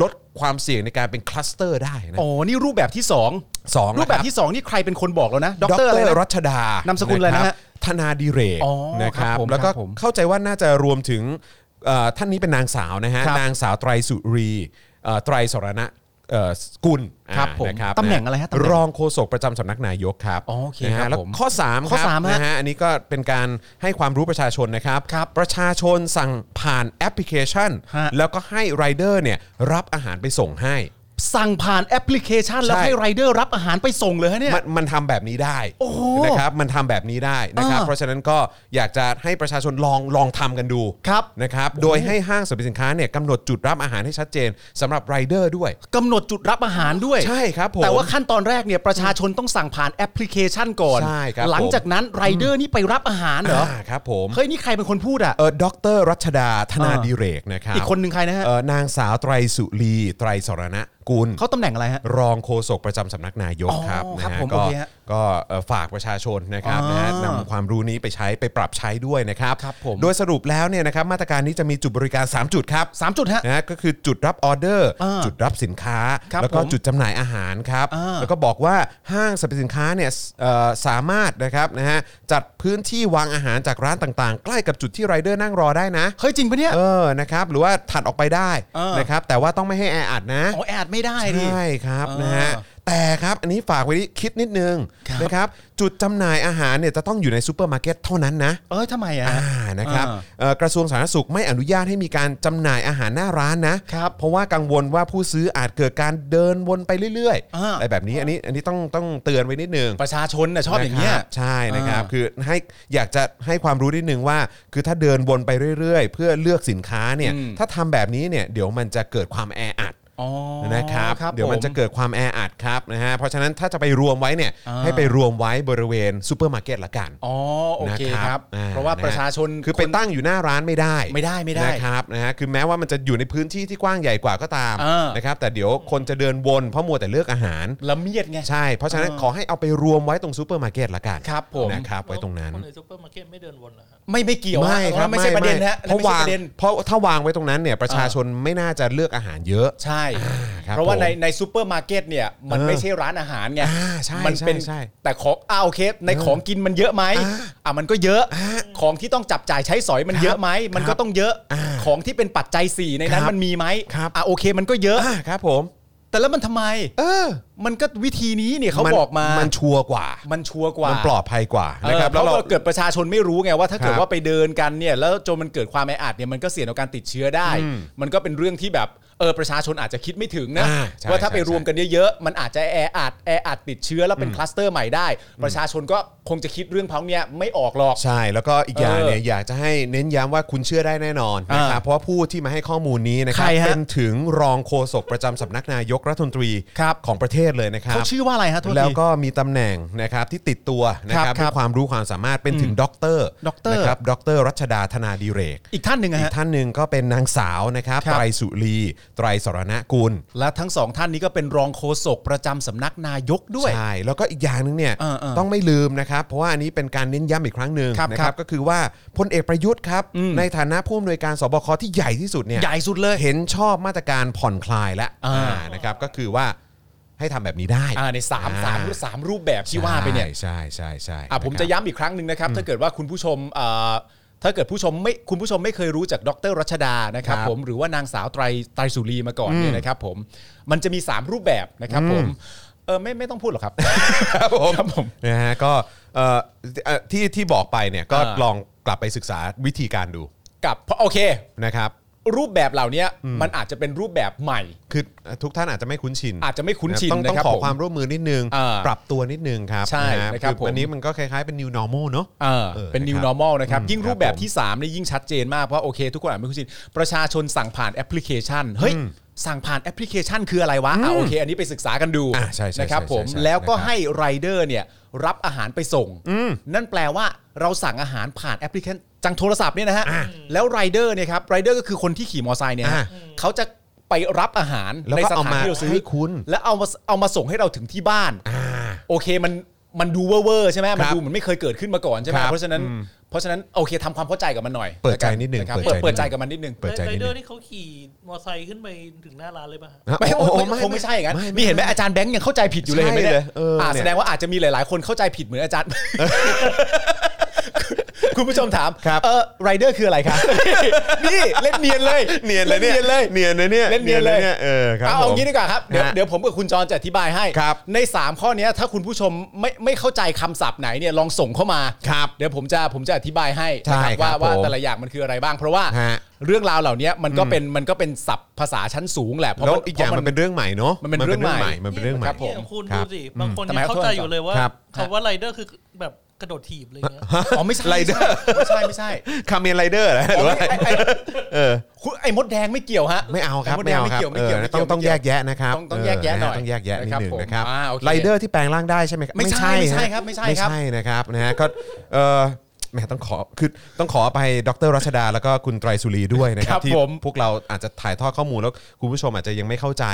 S1: ลดความเสี่ยงในการเป็นคลัสเตอร์ได้นะ
S2: โอ้นี่รูปแบบที่สอง
S1: สอง
S2: รูปแบบ
S1: นะค
S2: ที่สองนี่ใครเป็นคนบอกแล้วนะด
S1: ด
S2: รอะไร
S1: ร
S2: นะ
S1: รัชดา
S2: าน
S1: นาม
S2: สกุลอะไรนะฮะ
S1: ธนาดิเรก
S2: อ๋อ
S1: นะค
S2: ครั
S1: รับบ
S2: ผม
S1: แล้วก็
S2: ครับผม
S1: เข้าใจว่าน่าจะรวมถึงเอ่อท่านนี้เป็นนางสาวนะฮะ
S2: ครับ
S1: นางสาวไตรสุรีเอ่อไตรสรณะเอ่อสกุล
S2: ครับผม
S1: อ่านะครับ
S2: ตำแหน่งอะไรฮะตำแหน่ง
S1: รองโฆษกประจำสำนักนายกครับ
S2: อ๋อโอเค
S1: นะฮะ
S2: ครับ
S1: แล้ว
S2: ผม
S1: ข้อ3
S2: ข้อสามฮะ
S1: นะฮะอันนี้ก็เป็นการให้ความรู้ประชาชนนะครับ
S2: ครับ
S1: ประชาชนสั่งผ่านแอปพลิเคชัน
S2: ฮะ
S1: แล้วก็ให้ไรเดอร์เนี่ยรับอาหารไปส่งให้
S2: สั่งผ่านแอปพลิเคชัน แล้ว
S1: ใช่
S2: ให้ไรเดอร์รับอาหารไปส่งเลยฮะเนี่ย
S1: มันมันทำแบบนี้ได้
S2: โอ้โห
S1: นะครับมันทำแบบนี้ได้นะครับ
S2: อ่า
S1: เพราะฉะนั้นก็อยากจะให้ประชาชนลองลองทำกันดู
S2: ครับ
S1: นะครับ โดยให้ห้างสรรพสินค้าเนี่ยกำหนดจุดรับอาหารให้ชัดเจนสำหรับไรเดอร์ด้วย
S2: กำหนดจุดรับอาหารด้วย
S1: ใช่ครับผม
S2: แต่ว่าขั้นตอนแรกเนี่ยประชาชนต้องสั่งผ่านแอปพลิเคชันก่อน
S1: ใช่ครับ
S2: หลัง
S1: ผม
S2: จากนั้นไรเดอร์นี่ไปรับอาหารเหรอ
S1: าครับผม
S2: เฮ้ยนี่ใครเป็นคนพูดอ่ะ
S1: เออดอกเตอร์รัชดาธนา
S2: อ่า
S1: ดิเรกนะครับ
S2: อีกคนหนึ่งใครนะฮะ
S1: เออนางสาวไตรสุรีไตรสรณกุล
S2: เขาตำแหน่งอะไรฮะ
S1: รองโฆษกประจำสำนักนายก
S2: อ๋อ
S1: ครับ
S2: ครับ
S1: นะฮะ
S2: ผม
S1: ก็
S2: โอเคฮะ
S1: ก็เอ่อฝากประชาชนนะครับ
S2: อ่าน
S1: นะฮะนำความรู้นี้ไปใช้ไปปรับใช้ด้วยนะครับ
S2: ครับผม
S1: โดยสรุปแล้วเนี่ยนะครับมาตรการนี้จะมีจุดบริการ 3 จุดครับ
S2: สามจุดฮะ
S1: นะฮะก็คือจุดรับออเดอร์
S2: อ่า
S1: จุดรับสินค้า
S2: ครับ
S1: แล้วก็
S2: ผม
S1: จุดจำหน่ายอาหารครับ
S2: อ่า
S1: แล้วก็บอกว่าห้างสรรพสินค้าเนี่ยเอ่อสามารถนะครับนะฮะจัดพื้นที่วางอาหารจากร้านต่างๆ ใกล้กับจุดที่ไรเดอร์นั่งรอได้นะ
S2: เฮ้ยจริงปะเนี่ย
S1: เออนะครับหรือว่าถัดออกไปได้
S2: เออ
S1: นะครับแต่ว่าต้องไม่ให้แออัดนะ
S2: อ๋อแอดไม่ได้ดิ
S1: ใช่ครับ
S2: อ่าน
S1: นะฮะ แต่ครับอันนี้ฝากไว้คิดนิดนึง
S2: ครับ
S1: นะครับจุดจำหน่ายอาหารเนี่ยจะต้องอยู่ในซูเปอร์มาร์เก็ตเท่านั้นนะ
S2: เอ้ยทำไมอ่ะ
S1: อ่านะครับ
S2: อ่า
S1: เอ่อกระทรวงสาธารณสุขไม่อนุญาตให้มีการจำหน่ายอาหารหน้าร้านนะครับ เพราะว่ากังวลว่าผู้ซื้ออาจเกิดการเดินวนไปเรื่อย
S2: อ่า
S1: ไรแบบนี้อันนี้อันนี้ต้องต้องเตือนไว้นิดนึง
S2: ประชาชนน่ะชอบอย่างเงี้ย
S1: ะครับใช่นะครับ
S2: อ่า
S1: คือให้อยากจะให้ความรู้นิดนึงว่า คือถ้าเดินวนไปเรื่อย ๆ เพื่อเลือกสินค้าเนี่ย
S2: อืม
S1: ถ้าทำแบบนี้เนี่ยเดี๋ยวมันจะเกิดความแออัด
S2: อ๋อ
S1: นะครับเดี๋ยวมันจะ
S2: ผ
S1: เกิดความแออัดครับนะฮะเพราะฉะนั้นถ้าจะไปรวมไว้เนี่ย
S2: อ่า
S1: ให้ไปรวมไว้บริเวณซูเปอร์มาร์เก็ตละกัน
S2: อ๋อโอเค
S1: นะครับ
S2: ครับ
S1: อ่า
S2: เพราะว่า
S1: นะ
S2: ประชาชน
S1: คือไป
S2: น
S1: ตั้งอยู่หน้าร้านไม่ได้
S2: ไม่ได้ไม่ได้
S1: นะครับนะฮะคือแม้ว่ามันจะอยู่ในพื้นที่ที่กว้างใหญ่กว่าก็ตาม
S2: อ่าน
S1: นะครับแต่เดี๋ยวคนจะเดินวนเพราะมัวแต่เลือกอาหาร
S2: ละเมียดไง
S1: ใช่ เพราะฉะนั้น
S2: อ่า
S1: ขอให้เอาไปรวมไว้ตรงซูเปอร์มาร์เก็ตละกัน
S2: ครับผม
S1: นะครับไว้ตรงนั้น
S3: คนในซูเปอร์มาร์เก็ตไม่เดินวนเหรอฮะ
S2: ไม่ไม่เกี่ยว
S1: ไม่
S2: ฮะ
S1: ครับ
S2: ไม่ใช่ประเด็นฮะ
S1: เพราะ
S2: ไม่ใช่
S1: วาง
S2: ประเด็น
S1: เพราะถ้าวางไว้ตรงนั้นเนี่ยประชาชนไม่น่าจะเลือกอาหารเยอะ
S2: ใช่
S1: ครับ
S2: เพราะว่า
S1: ผม
S2: ในในซูเปอร์มาร์เก็ตเนี่ยมัน
S1: เออ
S2: ไม่ใช่ร้านอาหารไง
S1: อ่าใช่
S2: มัเป็น
S1: ใช่ใช่
S2: แต่ของอ่าโอเคในของกินมันเยอะไหม
S1: อ่า
S2: อ่ามันก็เยอะของที่ต้องจับจ่ายใช้สอยมันเยอะไหมมัน
S1: ค
S2: ก็
S1: รับ
S2: ต้องเยอะ
S1: อ่า
S2: ของที่เป็นปัจจัยสี่ในนั้น
S1: ครับ
S2: มันมีไหม
S1: ครับ
S2: อ่าโอเคมันก็เยอะ
S1: อ่าครับผม
S2: แต่แล้วมันทำไม
S1: เออ
S2: มันก็วิธีนี้เนี่ยเขาบอกมาม
S1: นชัวร์กว่า
S2: มันชัวร์กว่า
S1: มันปลอดภัยกว่า
S2: เออ
S1: นะครับ
S2: เพราะว่าเกิดประชาชนไม่รู้ไงว่าถ้าเกิ
S1: ค
S2: ด
S1: รับ
S2: ว่าไปเดินกันเนี่ยแล้วจนมันเกิดความแออัดเนี่ยมันก็เสี่ยงต่อการติดเชื้อได้
S1: อืม
S2: มันก็เป็นเรื่องที่แบบเออประชาชนอาจจะคิดไม่ถึงนะ
S1: อ่าใช่
S2: ว่าถ้า
S1: ใช่
S2: ไปรวมกันเยอะๆมันอาจจะแออัดแออัดติดเชื้อแล้วเป็นคลัสเตอร์ใหม่ได้ ประชาชนก็คงจะคิดเรื่องพังเนี่ยไม่ออกหรอก
S1: ใช่แล้วก็อีกอย่าง
S2: เออ
S1: เนี่ยอยากจะให้เน้นย้ำว่าคุณเชื่อได้แน่นอน
S2: อ่าน
S1: นะครับเพราะว่าผู้ที่มาให้ข้อมูลนี้นะครับ
S2: ใครฮะ
S1: เป็นถึงรองโฆษกประจำสำนักนายกรัฐมนตรี
S2: ครับ
S1: ของประเทศเลยนะครั
S2: เขา
S1: บ
S2: ชื่อว่าอะไรฮะโทุ
S1: แล้วก็มีตำแหน่งนะครับที่ติดตัวนะครับ
S2: ครับค
S1: เป็นค
S2: รับ
S1: วามรู้ความสามารถเป็นถึงด็อกเตอร์
S2: ด็อกเตอร์
S1: นะครับด็อกเตอร์รัชดาธนาดิเรก
S2: อีกท่านหนึ่งอะ
S1: อี
S2: ฮะ
S1: กท่านหนึ่งก็เป็นนางสาวนะครับ
S2: ครับ
S1: ไตรสุรีไตรสรณกุล
S2: และทั้งสองท่านนี้ก็เป็นรองโฆษกประจำสำนักนายกด้วย
S1: ใช่ แล้วก็อีกอย่างหนึงเนี่ย
S2: เออเออ
S1: ต้องไม่ลืมนะครับ เพราะว่าอันนี้เป็นการเน้นย้ำอีกครั้งหนึ่ง
S2: ครับ
S1: นะ
S2: ครับ
S1: ก็คือว่าพลเอกประยุทธ์ครับ ในฐานะผู้อำนวยการสบคที่ใหญ่ที่สุดเนี่ย
S2: ใหญ่สุดเลย
S1: เห็นชอบมาตรการผ่อนคลายแล้ว
S2: อ่า
S1: นะครับก็คือว่าให้ทำแบบนี้ได้
S2: อ่าในสามสาม
S1: อ่
S2: สามรูปแบบที่ว่าไปเนี่ย
S1: ใช่ใช่ใช่
S2: อ่ะผม
S1: นค
S2: จะ
S1: รับ
S2: ย้ำอีกครั้งหนึ่งนะครับ ถ้าเกิดว่าคุณผู้ชมเอ่อถ้าเกิดผู้ชมไม่คุณผู้ชมไม่เคยรู้จากดรรัชดานะครับ
S1: ครับ
S2: ผมหรือว่านางสาวไตรไตรสุรีมาก่อนเนี่ยนะครับผมมันจะมี 3 รูปแบบนะครับผมเออไม่ไม่ต้องพูดหรอกครับ
S1: ครับผม
S2: ครับผม
S1: นะฮะก็เอ่อเอ่อที่ที่บอกไปเนี่ยก็
S2: อ่า
S1: ลองกลับไปศึกษาวิธีการดู
S2: กับเพราะโอเค
S1: นะครับ
S2: รูปแบบเหล่านี้มันอาจจะเป็นรูปแบบใหม่
S1: คือทุกท่านอาจจะไม่คุ้นชิน
S2: อาจจะไม่คุ้นชิน
S1: ต้อง
S2: นะครั
S1: ต้อ
S2: บ
S1: งขอ
S2: ผม
S1: ความร่วมมือนิดนึง
S2: อ่า
S1: ปรับตัวนิดนึงครับ
S2: ใช่
S1: ฮ
S2: นะครับ
S1: อ
S2: ผม
S1: อันนี้มันก็คล้ายๆเป็น new normal เนอะ
S2: เออ
S1: เออ
S2: เป็น new
S1: นะครับ
S2: normal นะครับ
S1: อืม
S2: ยิ่งรูปแบบที่3นี่ยิ่งชัดเจนมาก เพราะโอเค ทุกคนอาจไม่คุ้นชินประชาชนสั่งผ่านแอปพลิเคชัน เฮ้ย สั่งผ่านแอปพลิเคชันคืออะไรวะอ่ะโอเค อันนี้ไปศึกษากันดู
S1: อ่ะใช่ใช่
S2: นะครับ
S1: ใช่ใช่
S2: ผม
S1: ใช่
S2: แล้วก็
S1: นะครับ
S2: ให้ไรายเดอร์เนี่ยรับอาหารไปส่ง นั่นแปลว่าเราสั่งอาหารผ่านแอปพลิเคชันจังโทรศัพท์เนี่ยนะฮะ แล้วไรายเดอร์เนี่ยครับไรายเดอร์ก็คือคนที่ขี่มอเตอร์ไซค์เนี่ยฮะ
S1: อ่ะ
S2: เขาจะไปรับอาหาร
S1: แล้ว
S2: ใน
S1: ก็
S2: ส
S1: เอา
S2: ถาน
S1: มา
S2: ที่เราซื้อ
S1: ให้คุณ
S2: แล้วเอามาเอามาส่งให้เราถึงที่บ้าน
S1: อ่า
S2: โอเคมันมันดูเวอร์ๆใช่ไหม
S1: ค
S2: มั
S1: รั
S2: น
S1: บ
S2: ดูเหมือนไม่เคยเกิดขึ้นมาก่อนใช่ไหม
S1: ครับ
S2: เพราะฉะนั้นเพราะฉะนั้นโอเคทำความเข้าใจกับมันหน่อย
S1: เปิดใจนิดนึง
S2: ะครับ
S1: เปิ
S2: เปิ
S1: ดใจ
S2: ด
S1: นิดนึง
S2: เปิดใจกับมันนิดนึง
S1: เปิดใจ
S3: ไร
S1: นิด
S3: เดอ
S1: นึ
S3: ร์
S1: ง
S3: ที่เขาขี่มอไซค์ขึ้นไปถึงหน้าร้านเลยป่ะฮะ
S1: นะ
S2: ไม่
S1: โอ้โอ้
S2: คงไม่ใช่อย่างนั้น
S1: ไ
S2: นี่เห็นไหมอาจารย์แบงค์ยังเข้าใจผิดอยู่เลย
S1: ใช่
S2: เห็นไหม
S1: เล
S2: เนี่ย ย
S1: เออ
S2: อ่า
S1: เนี่ย
S2: แสดงว่าอาจจะมีหลาย ๆ คนเข้าใจผิดเหมือนอาจารย์ คุณผู้ชมถาม
S1: ครับ
S2: เออไรเดอร์คืออะไรครับ นี่เล่นเนียนเลย
S1: เนียนเลยเนี่ย
S2: เนียนเลย
S1: เนียนเลยเนี่ย
S2: เล่นเนียนเลย
S1: เออครับ
S2: เอาเอา
S1: ผม
S2: งี้ดีกว่าครับ เดี๋ยว
S1: ฮะ
S2: เดี๋ยวผมกับคุณจรจะอธิบายให้
S1: ครับ
S2: ใน 3 ข้อเนี้ยถ้าคุณผู้ชมไม่ไม่เข้าใจคำศัพท์ไหนเนี่ยลองส่งเข้ามา
S1: ครับ
S2: เดี๋ยวผมจะผมจะอธิบายให้
S1: ใช่
S2: นะครับว่า
S1: ครับ
S2: ว่า
S1: ผม
S2: แต่ละอย่างมันคืออะไรบ้าง เพราะว่า
S1: ฮะ
S2: เรื่องราวเหล่าเนี้ยมันก็เป็นมันก็เป็นศัพท์ภาษาชั้นสูงแหละเพราะ
S1: แล้ว
S2: มัน
S1: อีกอย่าง
S2: พราะ
S1: มันเป็นเรื่องใหม่เนอะ
S2: มันเป็นเรื่องใหม่
S1: มันเป็นเรื่องใหม่
S2: ครับผม
S3: เนี่ยคุณ
S1: ครับ
S3: ดูสิบางคน
S2: ทำ
S3: ยั
S2: ไมค
S3: ง
S2: รับ
S3: เข้าใจอยู่เลยว่า
S1: ครับ
S3: คำว่าไรเดอร์คือแบบกระโดดถีบอะไรเงี้ย
S2: อ๋อไม่ใช่
S1: ไรเดอร์
S2: ไม่ใช่ไม่ใช่
S1: คาเมนไรเดอร์เหรอหรือว่า
S2: ไอ้ไอ้
S1: เออ
S2: คุณไอ้มดแดงไม่เกี่ยวฮะ
S1: ไม่เอาครับ
S2: มด
S1: ไม่
S2: แดง
S1: เอา
S2: ไม่
S1: ครับ
S2: เกี่ยว
S1: เอ
S2: ไม่เกี่ยว
S1: อ
S2: ไม่
S1: ต้อง
S2: เกี่ยว
S1: ต้องแยก
S2: ไม่เ
S1: แยะนะครับ
S2: ต้องต้องแยกแยะ
S1: เห
S2: น่อย
S1: ต้องแยกแยะนิดนึงนะค
S2: ครั
S1: รับบ
S2: ผมอ่าโอเค
S1: ไรเดอร์ที่แปลงร่างได้ใช่ไหม
S2: ไม่ใช่ไม่ใช่ครับไม่ใช่ครับ
S1: ไม่ใช่นะครับนะฮะก็เออแหมต้องขอคือต้องขอไปดรรัชดาแล้วก็คุณไตรสุรีด้วยนะค
S2: ค
S1: รั
S2: รั
S1: บบ ที่
S2: ผม
S1: พวกเราอาจจะถ่ายทอดข้อมูลแล้วคุณผู้ชมอาจจะยังไม่เข้าใจ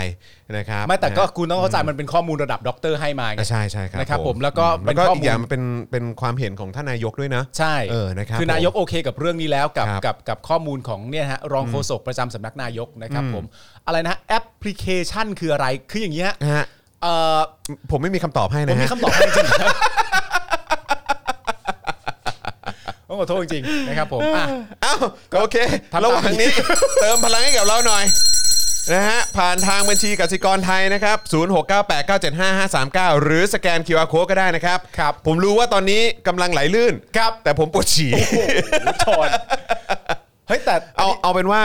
S1: นะครับ
S2: กี่ยวไม่แต่ก็
S1: นะฮะ
S2: คุณต้องเข้าใจมันเป็นข้อมูลระดับด็อกเตอร์ให้มาไง
S1: อ่ะใช่ใช่ครับ
S2: นะครับผมแล้วก็
S1: อืแล้ว
S2: เป็น
S1: ก็
S2: ข้อมูล
S1: อีกอย่างมันเป็นเป็นความเห็นของท่านนายกด้วยนะ
S2: ใช่
S1: เออนะครับ
S2: อนายกโอเคกับเรื่องนี้แล้วกับ
S1: ครับ
S2: กับกับข้อมูลของเนี่ยฮะรองโฆษกประจำสำนักนายกนะครับ
S1: อืม
S2: ผมอะไรนะฮะแอปพลิเคชันคืออะไรคืออย่างเงี้ย
S1: นะฮะ
S2: เอ่อ
S1: ผมไม่มีคำตอบให้
S2: ผม
S1: นะ
S2: มี
S1: ฮะ
S2: คำตอบให้จริงๆครับต้องขอโทษจริงๆนะครับผมอ่ะ
S1: อ้าวโอเค
S2: ทำตาม
S1: ระหว่างนี้ เติมพลังให้กับเราหน่อย นะฮะผ่านทางบัญชีกสิกรไทยนะครับ 0698975539 หรือสแกน QR Code ก็ได้นะครับ
S2: ครับ
S1: ผมรู้ว่าตอนนี้กำลังไหลลื่น
S2: ครับ
S1: แต่ผมปวดฉี่
S2: ชอนเฮ้ยแต่
S1: เอาเอาเป็นว่า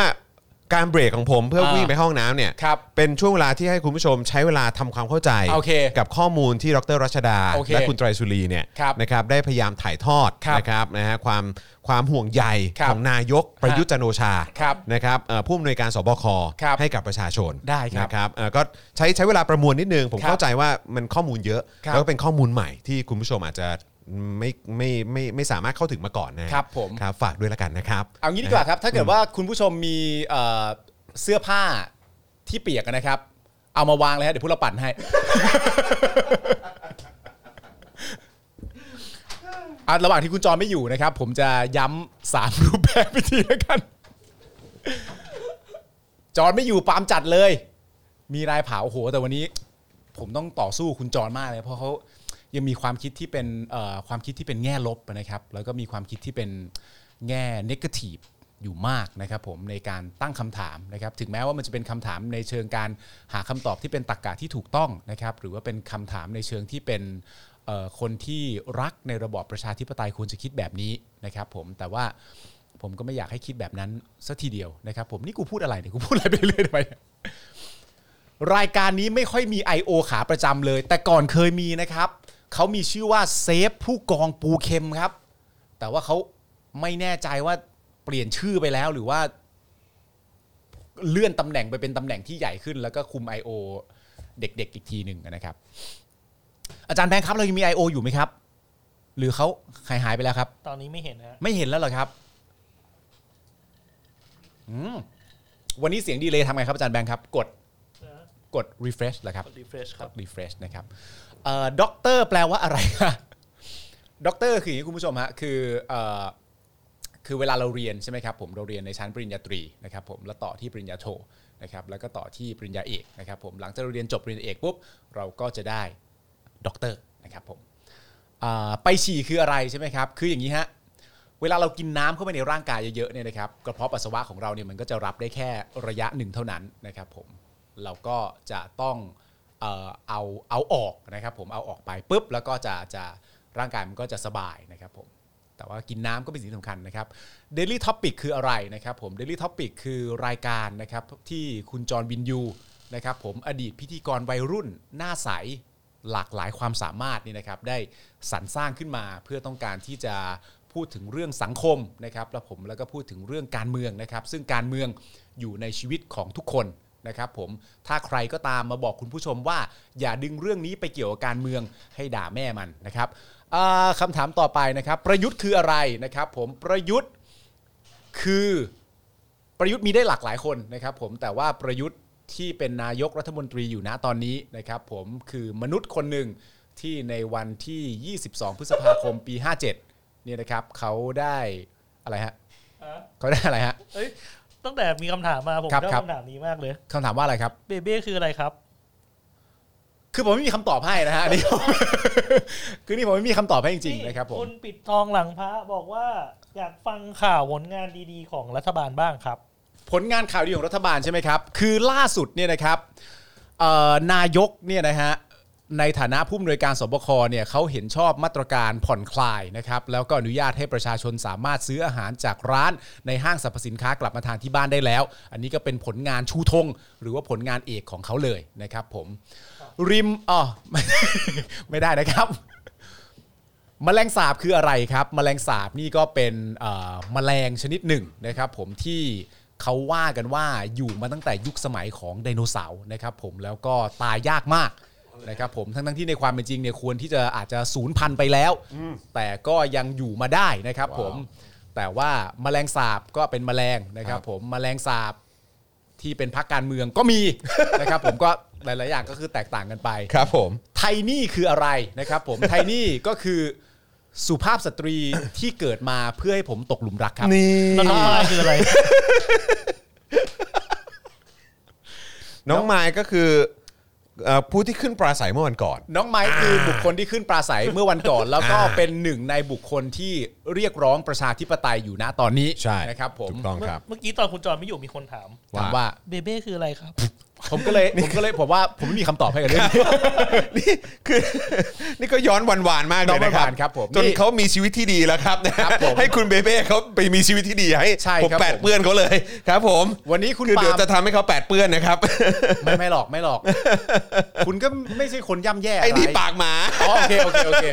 S1: การเบรกของผมเพื่อ
S2: อ่า
S1: วิ่งไปห้องน้ำเนี่ย
S2: ครับ
S1: เป็นช่วงเวลาที่ให้คุณผู้ชมใช้เวลาทำความเข้าใจ
S2: โอเค
S1: กับข้อมูลที่ดรรัชดา
S2: โอเค
S1: และคุณไตรสุรีเนี่ย
S2: ครับ
S1: นะครับได้พยายามถ่ายทอด
S2: ครับ
S1: นะครับนะฮะความความห่วงใย
S2: ครับ
S1: ของนายกประยุทธ์จันทร์โอชา
S2: ครับ
S1: นะครับเอ่อผู้อำนวยการสบค
S2: ครับ
S1: ให้กับประชาชน
S2: ได้ครับ
S1: นะครับเอ่อก็ใช้ใช้เวลาประมวลนิดนึง ผม
S2: ครับ
S1: เข้าใจว่ามันข้อมูลเยอะ
S2: ครับ
S1: แล้วก็เป็นข้อมูลใหม่ที่คุณผู้ชมอาจจะไม่ไม่ไม่ไม่สามารถเข้าถึงมาก่อนนะครับ
S2: ผม
S1: ครับฝากด้วยละกันนะครับ
S2: เอางี้ดีกว่าครับ ถ้าเกิดว่าคุณผู้ชมมีเอ่อเสื้อผ้าที่เปียกนะครับ เอามาวางเลยฮะเดี๋ยวพวกเราปั่นให้ อ่ะระหว่างที่คุณจอนไม่อยู่นะครับ ผมจะย้ำสามรูปแบบวิธีแล้วกัน จอนไม่อยู่ปาล์มจัดเลย มีรายเผาโอ้โหแต่วันนี้ ผมต้องต่อสู้คุณจอนมากเลย เพราะเขายังมีความคิดที่เป็นเอ่อความคิดที่เป็นแง่ลบนะครับ แล้วก็มีความคิดที่เป็นแง่เนกาทีฟอยู่มากนะครับ ผมในการตั้งคำถามนะครับ ถึงแม้ว่ามันจะเป็นคำถามในเชิงการหาคำตอบที่เป็นตรรกกะที่ถูกต้องนะครับ หรือว่าเป็นคำถามในเชิงที่เป็นเอ่อคนที่รักในระบอบประชาธิปไตยควรจะคิดแบบนี้นะครับ ผมแต่ว่าผมก็ไม่อยากให้คิดแบบนั้นสัทีเดียวนะครับ ผมนี่กูพูดอะไรเนี่ยกูพูดอะไรไปเรื่อยทำไมเนี่ย รายการนี้ไม่ค่อยมี I.O. ขาประจำเลย แต่ก่อนเคยมีนะครับ เขามีชื่อว่าเซฟผู้กองปูเข็มครับ แต่ว่าเขาไม่แน่ใจว่าเปลี่ยนชื่อไปแล้วหรือว่า เลื่อนตำแหน่งไปเป็นตำแหน่งที่ใหญ่ขึ้น แล้วก็คุม I.O. เด็กๆอีกทีหนึ่งนะครับ อาจารย์แบงค์ครับเรายังมี I.O. อยู่ไหมครับ หรือเขาหายหายไปแล้วครับ
S3: ตอนนี้ไม่เห็นนะฮะ
S2: ไม่เห็นแล้วเหรอครับอืมวันนี้เสียงดีเลยทำไงครับอาจารย์แบงค์ครับ กด กด refresh เหรอครับ
S3: รีเฟรชค
S2: ค
S3: รั
S2: รับ บ refresh นะครับเอ่อด็อกเตอร์แปลว่าอะไรคะ ด็อกเตอร์คืออย่างนี้คุณผู้ชมฮะ คือเอ่อคือเวลาเราเรียนใช่ไหมครับผมเราเรียนในชั้นปริญญาตรีนะครับผมแล้วต่อที่ปริญญาโทนะครับแล้วก็ต่อที่ปริญญาเอกนะครับผมหลังจากเราเรียนจบปริญญาเอกปุ๊บเราก็จะได้ด็อกเตอร์นะครับผมอ่าไปฉี่คืออะไรใช่ไหมครับคืออย่างนี้ฮะ เวลาเรากินน้ำเข้าไปในร่างกายเยอะๆเนี่ยนะครับกระเพาะปัสสาวะของเราเนี่ยมันก็จะรับได้แค่ระยะหนึ่งเท่านั้นนะครับผมเราก็จะต้องเอ่อเอาเอาออกนะครับผมเอาออกไปปุ๊บแล้วก็จะจะร่างกายมันก็จะสบายนะครับผมแต่ว่ากินน้ำก็เป็นสิ่งสำคัญนะครับ Daily Topic คืออะไรนะครับผม Daily Topic คือรายการนะครับที่คุณจอห์นวินยูนะครับผมอดีตพิธีกรวัยรุ่นหน้าใส หลากหลายความสามารถนี่นะครับได้สรรสร้างขึ้นมาเพื่อต้องการที่จะพูดถึงเรื่องสังคมนะครับแล้วผมแล้วก็พูดถึงเรื่องการเมืองนะครับ ซึ่งการเมืองอยู่ในชีวิตของทุกคนนะครับ ผมถ้าใครก็ตามมาบอกคุณผู้ชมว่า อย่าดึงเรื่องนี้ไปเกี่ยวกับการเมืองให้ด่าแม่มันนะครับอ่าคำถามต่อไปนะครับ ประยุทธ์คืออะไรนะครับ ผมประยุทธ์คือ ประยุทธ์มีได้หลากหลายคนนะครับผมแต่ว่าประยุทธ์ที่เป็นนายกรัฐมนตรีอยู่นะตอนนี้นะครับผมคือมนุษย์คนหนึ่งที่ในวันที่ 22 พฤษภาคมปี 57เนี่ยนะครับเขาได้อะไรฮะเขาได้อะไรฮะ
S3: เอ้ยตั้งแต่มีคำถามมาผม
S2: ครับ
S3: ได้
S2: ครับ
S3: คำถามนี้มากเลย
S2: คำถามว่าอะไรครับ
S3: เบเบ้คืออะไรครับ
S2: คือผมไม่มีคำ ตอบให้นะฮะอันนี่ คือนี่ผมไม่มีคำตอบให้จริงๆนะครับผม
S3: คุณปิดทองหลังพระบอกว่า อยากฟังข่าวผลงานดีๆ ของรัฐบาลบ้างครับ
S2: ผลงานข่าวดีของรัฐบาลใช่ไหมครับ คือล่าสุดเนี่ยนะครับเอ่อนายกเนี่ยนะฮะ ในฐานะผู้อำนวยการสบคเนี่ยเขาเห็นชอบมาตรการผ่อนคลายนะครับแล้วก็อนุญาตให้ประชาชนสามารถซื้ออาหารจากร้านในห้างสรรพสินค้ากลับมาทานที่บ้านได้แล้ว อันนี้ก็เป็นผลงานชูธงหรือว่าผลงานเอกของเขาเลยนะครับผมริมอ๋อ ไม่ได้นะครับมแมลงสาบคืออะไรครับมแมลงสาบนี่ก็เป็นเอ่อแมลงชนิดหนึ่งนะครับ ผมที่เขาว่ากันว่าอยู่มาตั้งแต่ยุคสมัยของไดโนเสาร์นะครับ ผมแล้วก็ตายยากมาก นะครับผมทั้งทั้งๆที่ในความเป็นจริงเนี่ยควรที่จะอาจจะศูนย์พันธุ์ไปแล้ว แต่ก็ยังอยู่มาได้นะครับผมแต่ว่าแมลงสาบก็เป็นแมลงนะครับ ผมแมลงสาบที่เป็นพักการเมืองก็มี นะครับผมก็หลายๆอย่างก็คือแตกต่างกันไป
S1: ครับผม
S2: ไทนี่คืออะไรนะครับผม ไทนี่ก็คือสุภาพสตรีที่เกิดมาเพื่อให้ผมตกหลุมรักครับ
S1: นี่
S3: รัฐบาลคืออะไร
S1: น้องไมค์ก็คือเอ่อผู้ที่ขึ้นปราศัยเมื่อวันก่อน
S2: น้องไม้คือบุคคลที่ขึ้นปราศัยเมื่อวันก่อน แล้วก็
S1: อ่า
S2: เป็นหนึ่งในบุคคลที่เรียกร้องประชาธิปไตยอยู่นะตอนนี้นะครับผม
S1: ถูกต้องครับ
S3: เมื่อกี้ตอนคุณจอนไม่อยู่มีคนถาม
S2: ถามว่า
S3: เบเบ้คืออะไรครับ
S2: ผมก็เลย ผมก็เลยผมว่าผมไม่มีคำตอบให้กับเรื่องนี้
S1: คือ นี่ก็ย้อนวันวานๆมากเลยนะค
S2: ย้อนวัน
S1: รับ
S2: วานครับผม
S1: จน
S2: นี่
S1: เขามีชีวิตที่ดีแล้วครับ
S2: ครับผม
S1: ให้คุณเบเบ้เขาไปมีชีวิตที่ดีให้
S2: ใช่
S1: ผม
S2: ครับ
S1: แปด
S2: ผม
S1: เปื้อนเขาเลยครับ ผม
S2: วันนี้คุณ
S1: คือ
S2: ปา
S1: เดี๋ยว
S2: ล์ม
S1: จะทำให้เขาแปดเปื้อนนะครับ
S2: ไม่ไม่หรอกไม่หร อก คุณก็ไม่ใช่คนย่ำแย่ะร
S1: ไอ้นี่ปากหมา
S2: อ๋อโอเคโอเคโอเค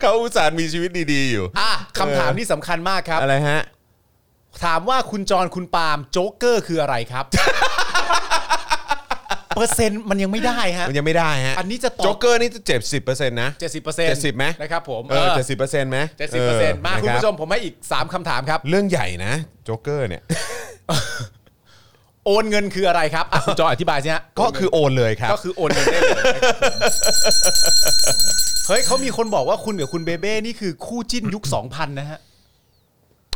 S1: เขาอุตส่าห์มีชีวิตดีๆอยู่
S2: อ่ะคำถามที่สำคัญมากครับ
S1: อะไรฮะ
S2: ถามว่าคุณจรคุณปาล์มโจ๊กเกอร์คืออะไรครับ เปอร์เซ็นต์มันยังไม่ได้ฮะ
S1: มันยังไม่ได้ฮะ
S2: อันนี้จะตอบ
S1: โจ๊กเกอร์นี่เจ็ดสิบเปอร์เซ็นต์นะ
S2: เจ็ดสิบเปอร์เซ็นต์
S1: 70ไหม
S2: นะครับผม
S1: เออเจ็ดสิบเปอร์เซ็นต์ไหม
S2: เจ็ดสิบเปอร์เซ็นต์มาคุณ
S1: นะรับ
S2: ผู้ชมผมให้อีกสามคำถามครับ
S1: เรื่องใหญ่นะโจ๊กเกอร์เนี่ย
S2: โอนเงินคืออะไรครับอ่ะคุณจออธิบายสิฮะ
S1: ก็คือโอนเลยครับ
S2: ก็คือโอนเงินได้เลยนะครับผมเฮ้ยเขามีคนบอกว่าคุณกับคุณเบเบ้นี่คือคู่จิ้นยุค 2000 นะฮะ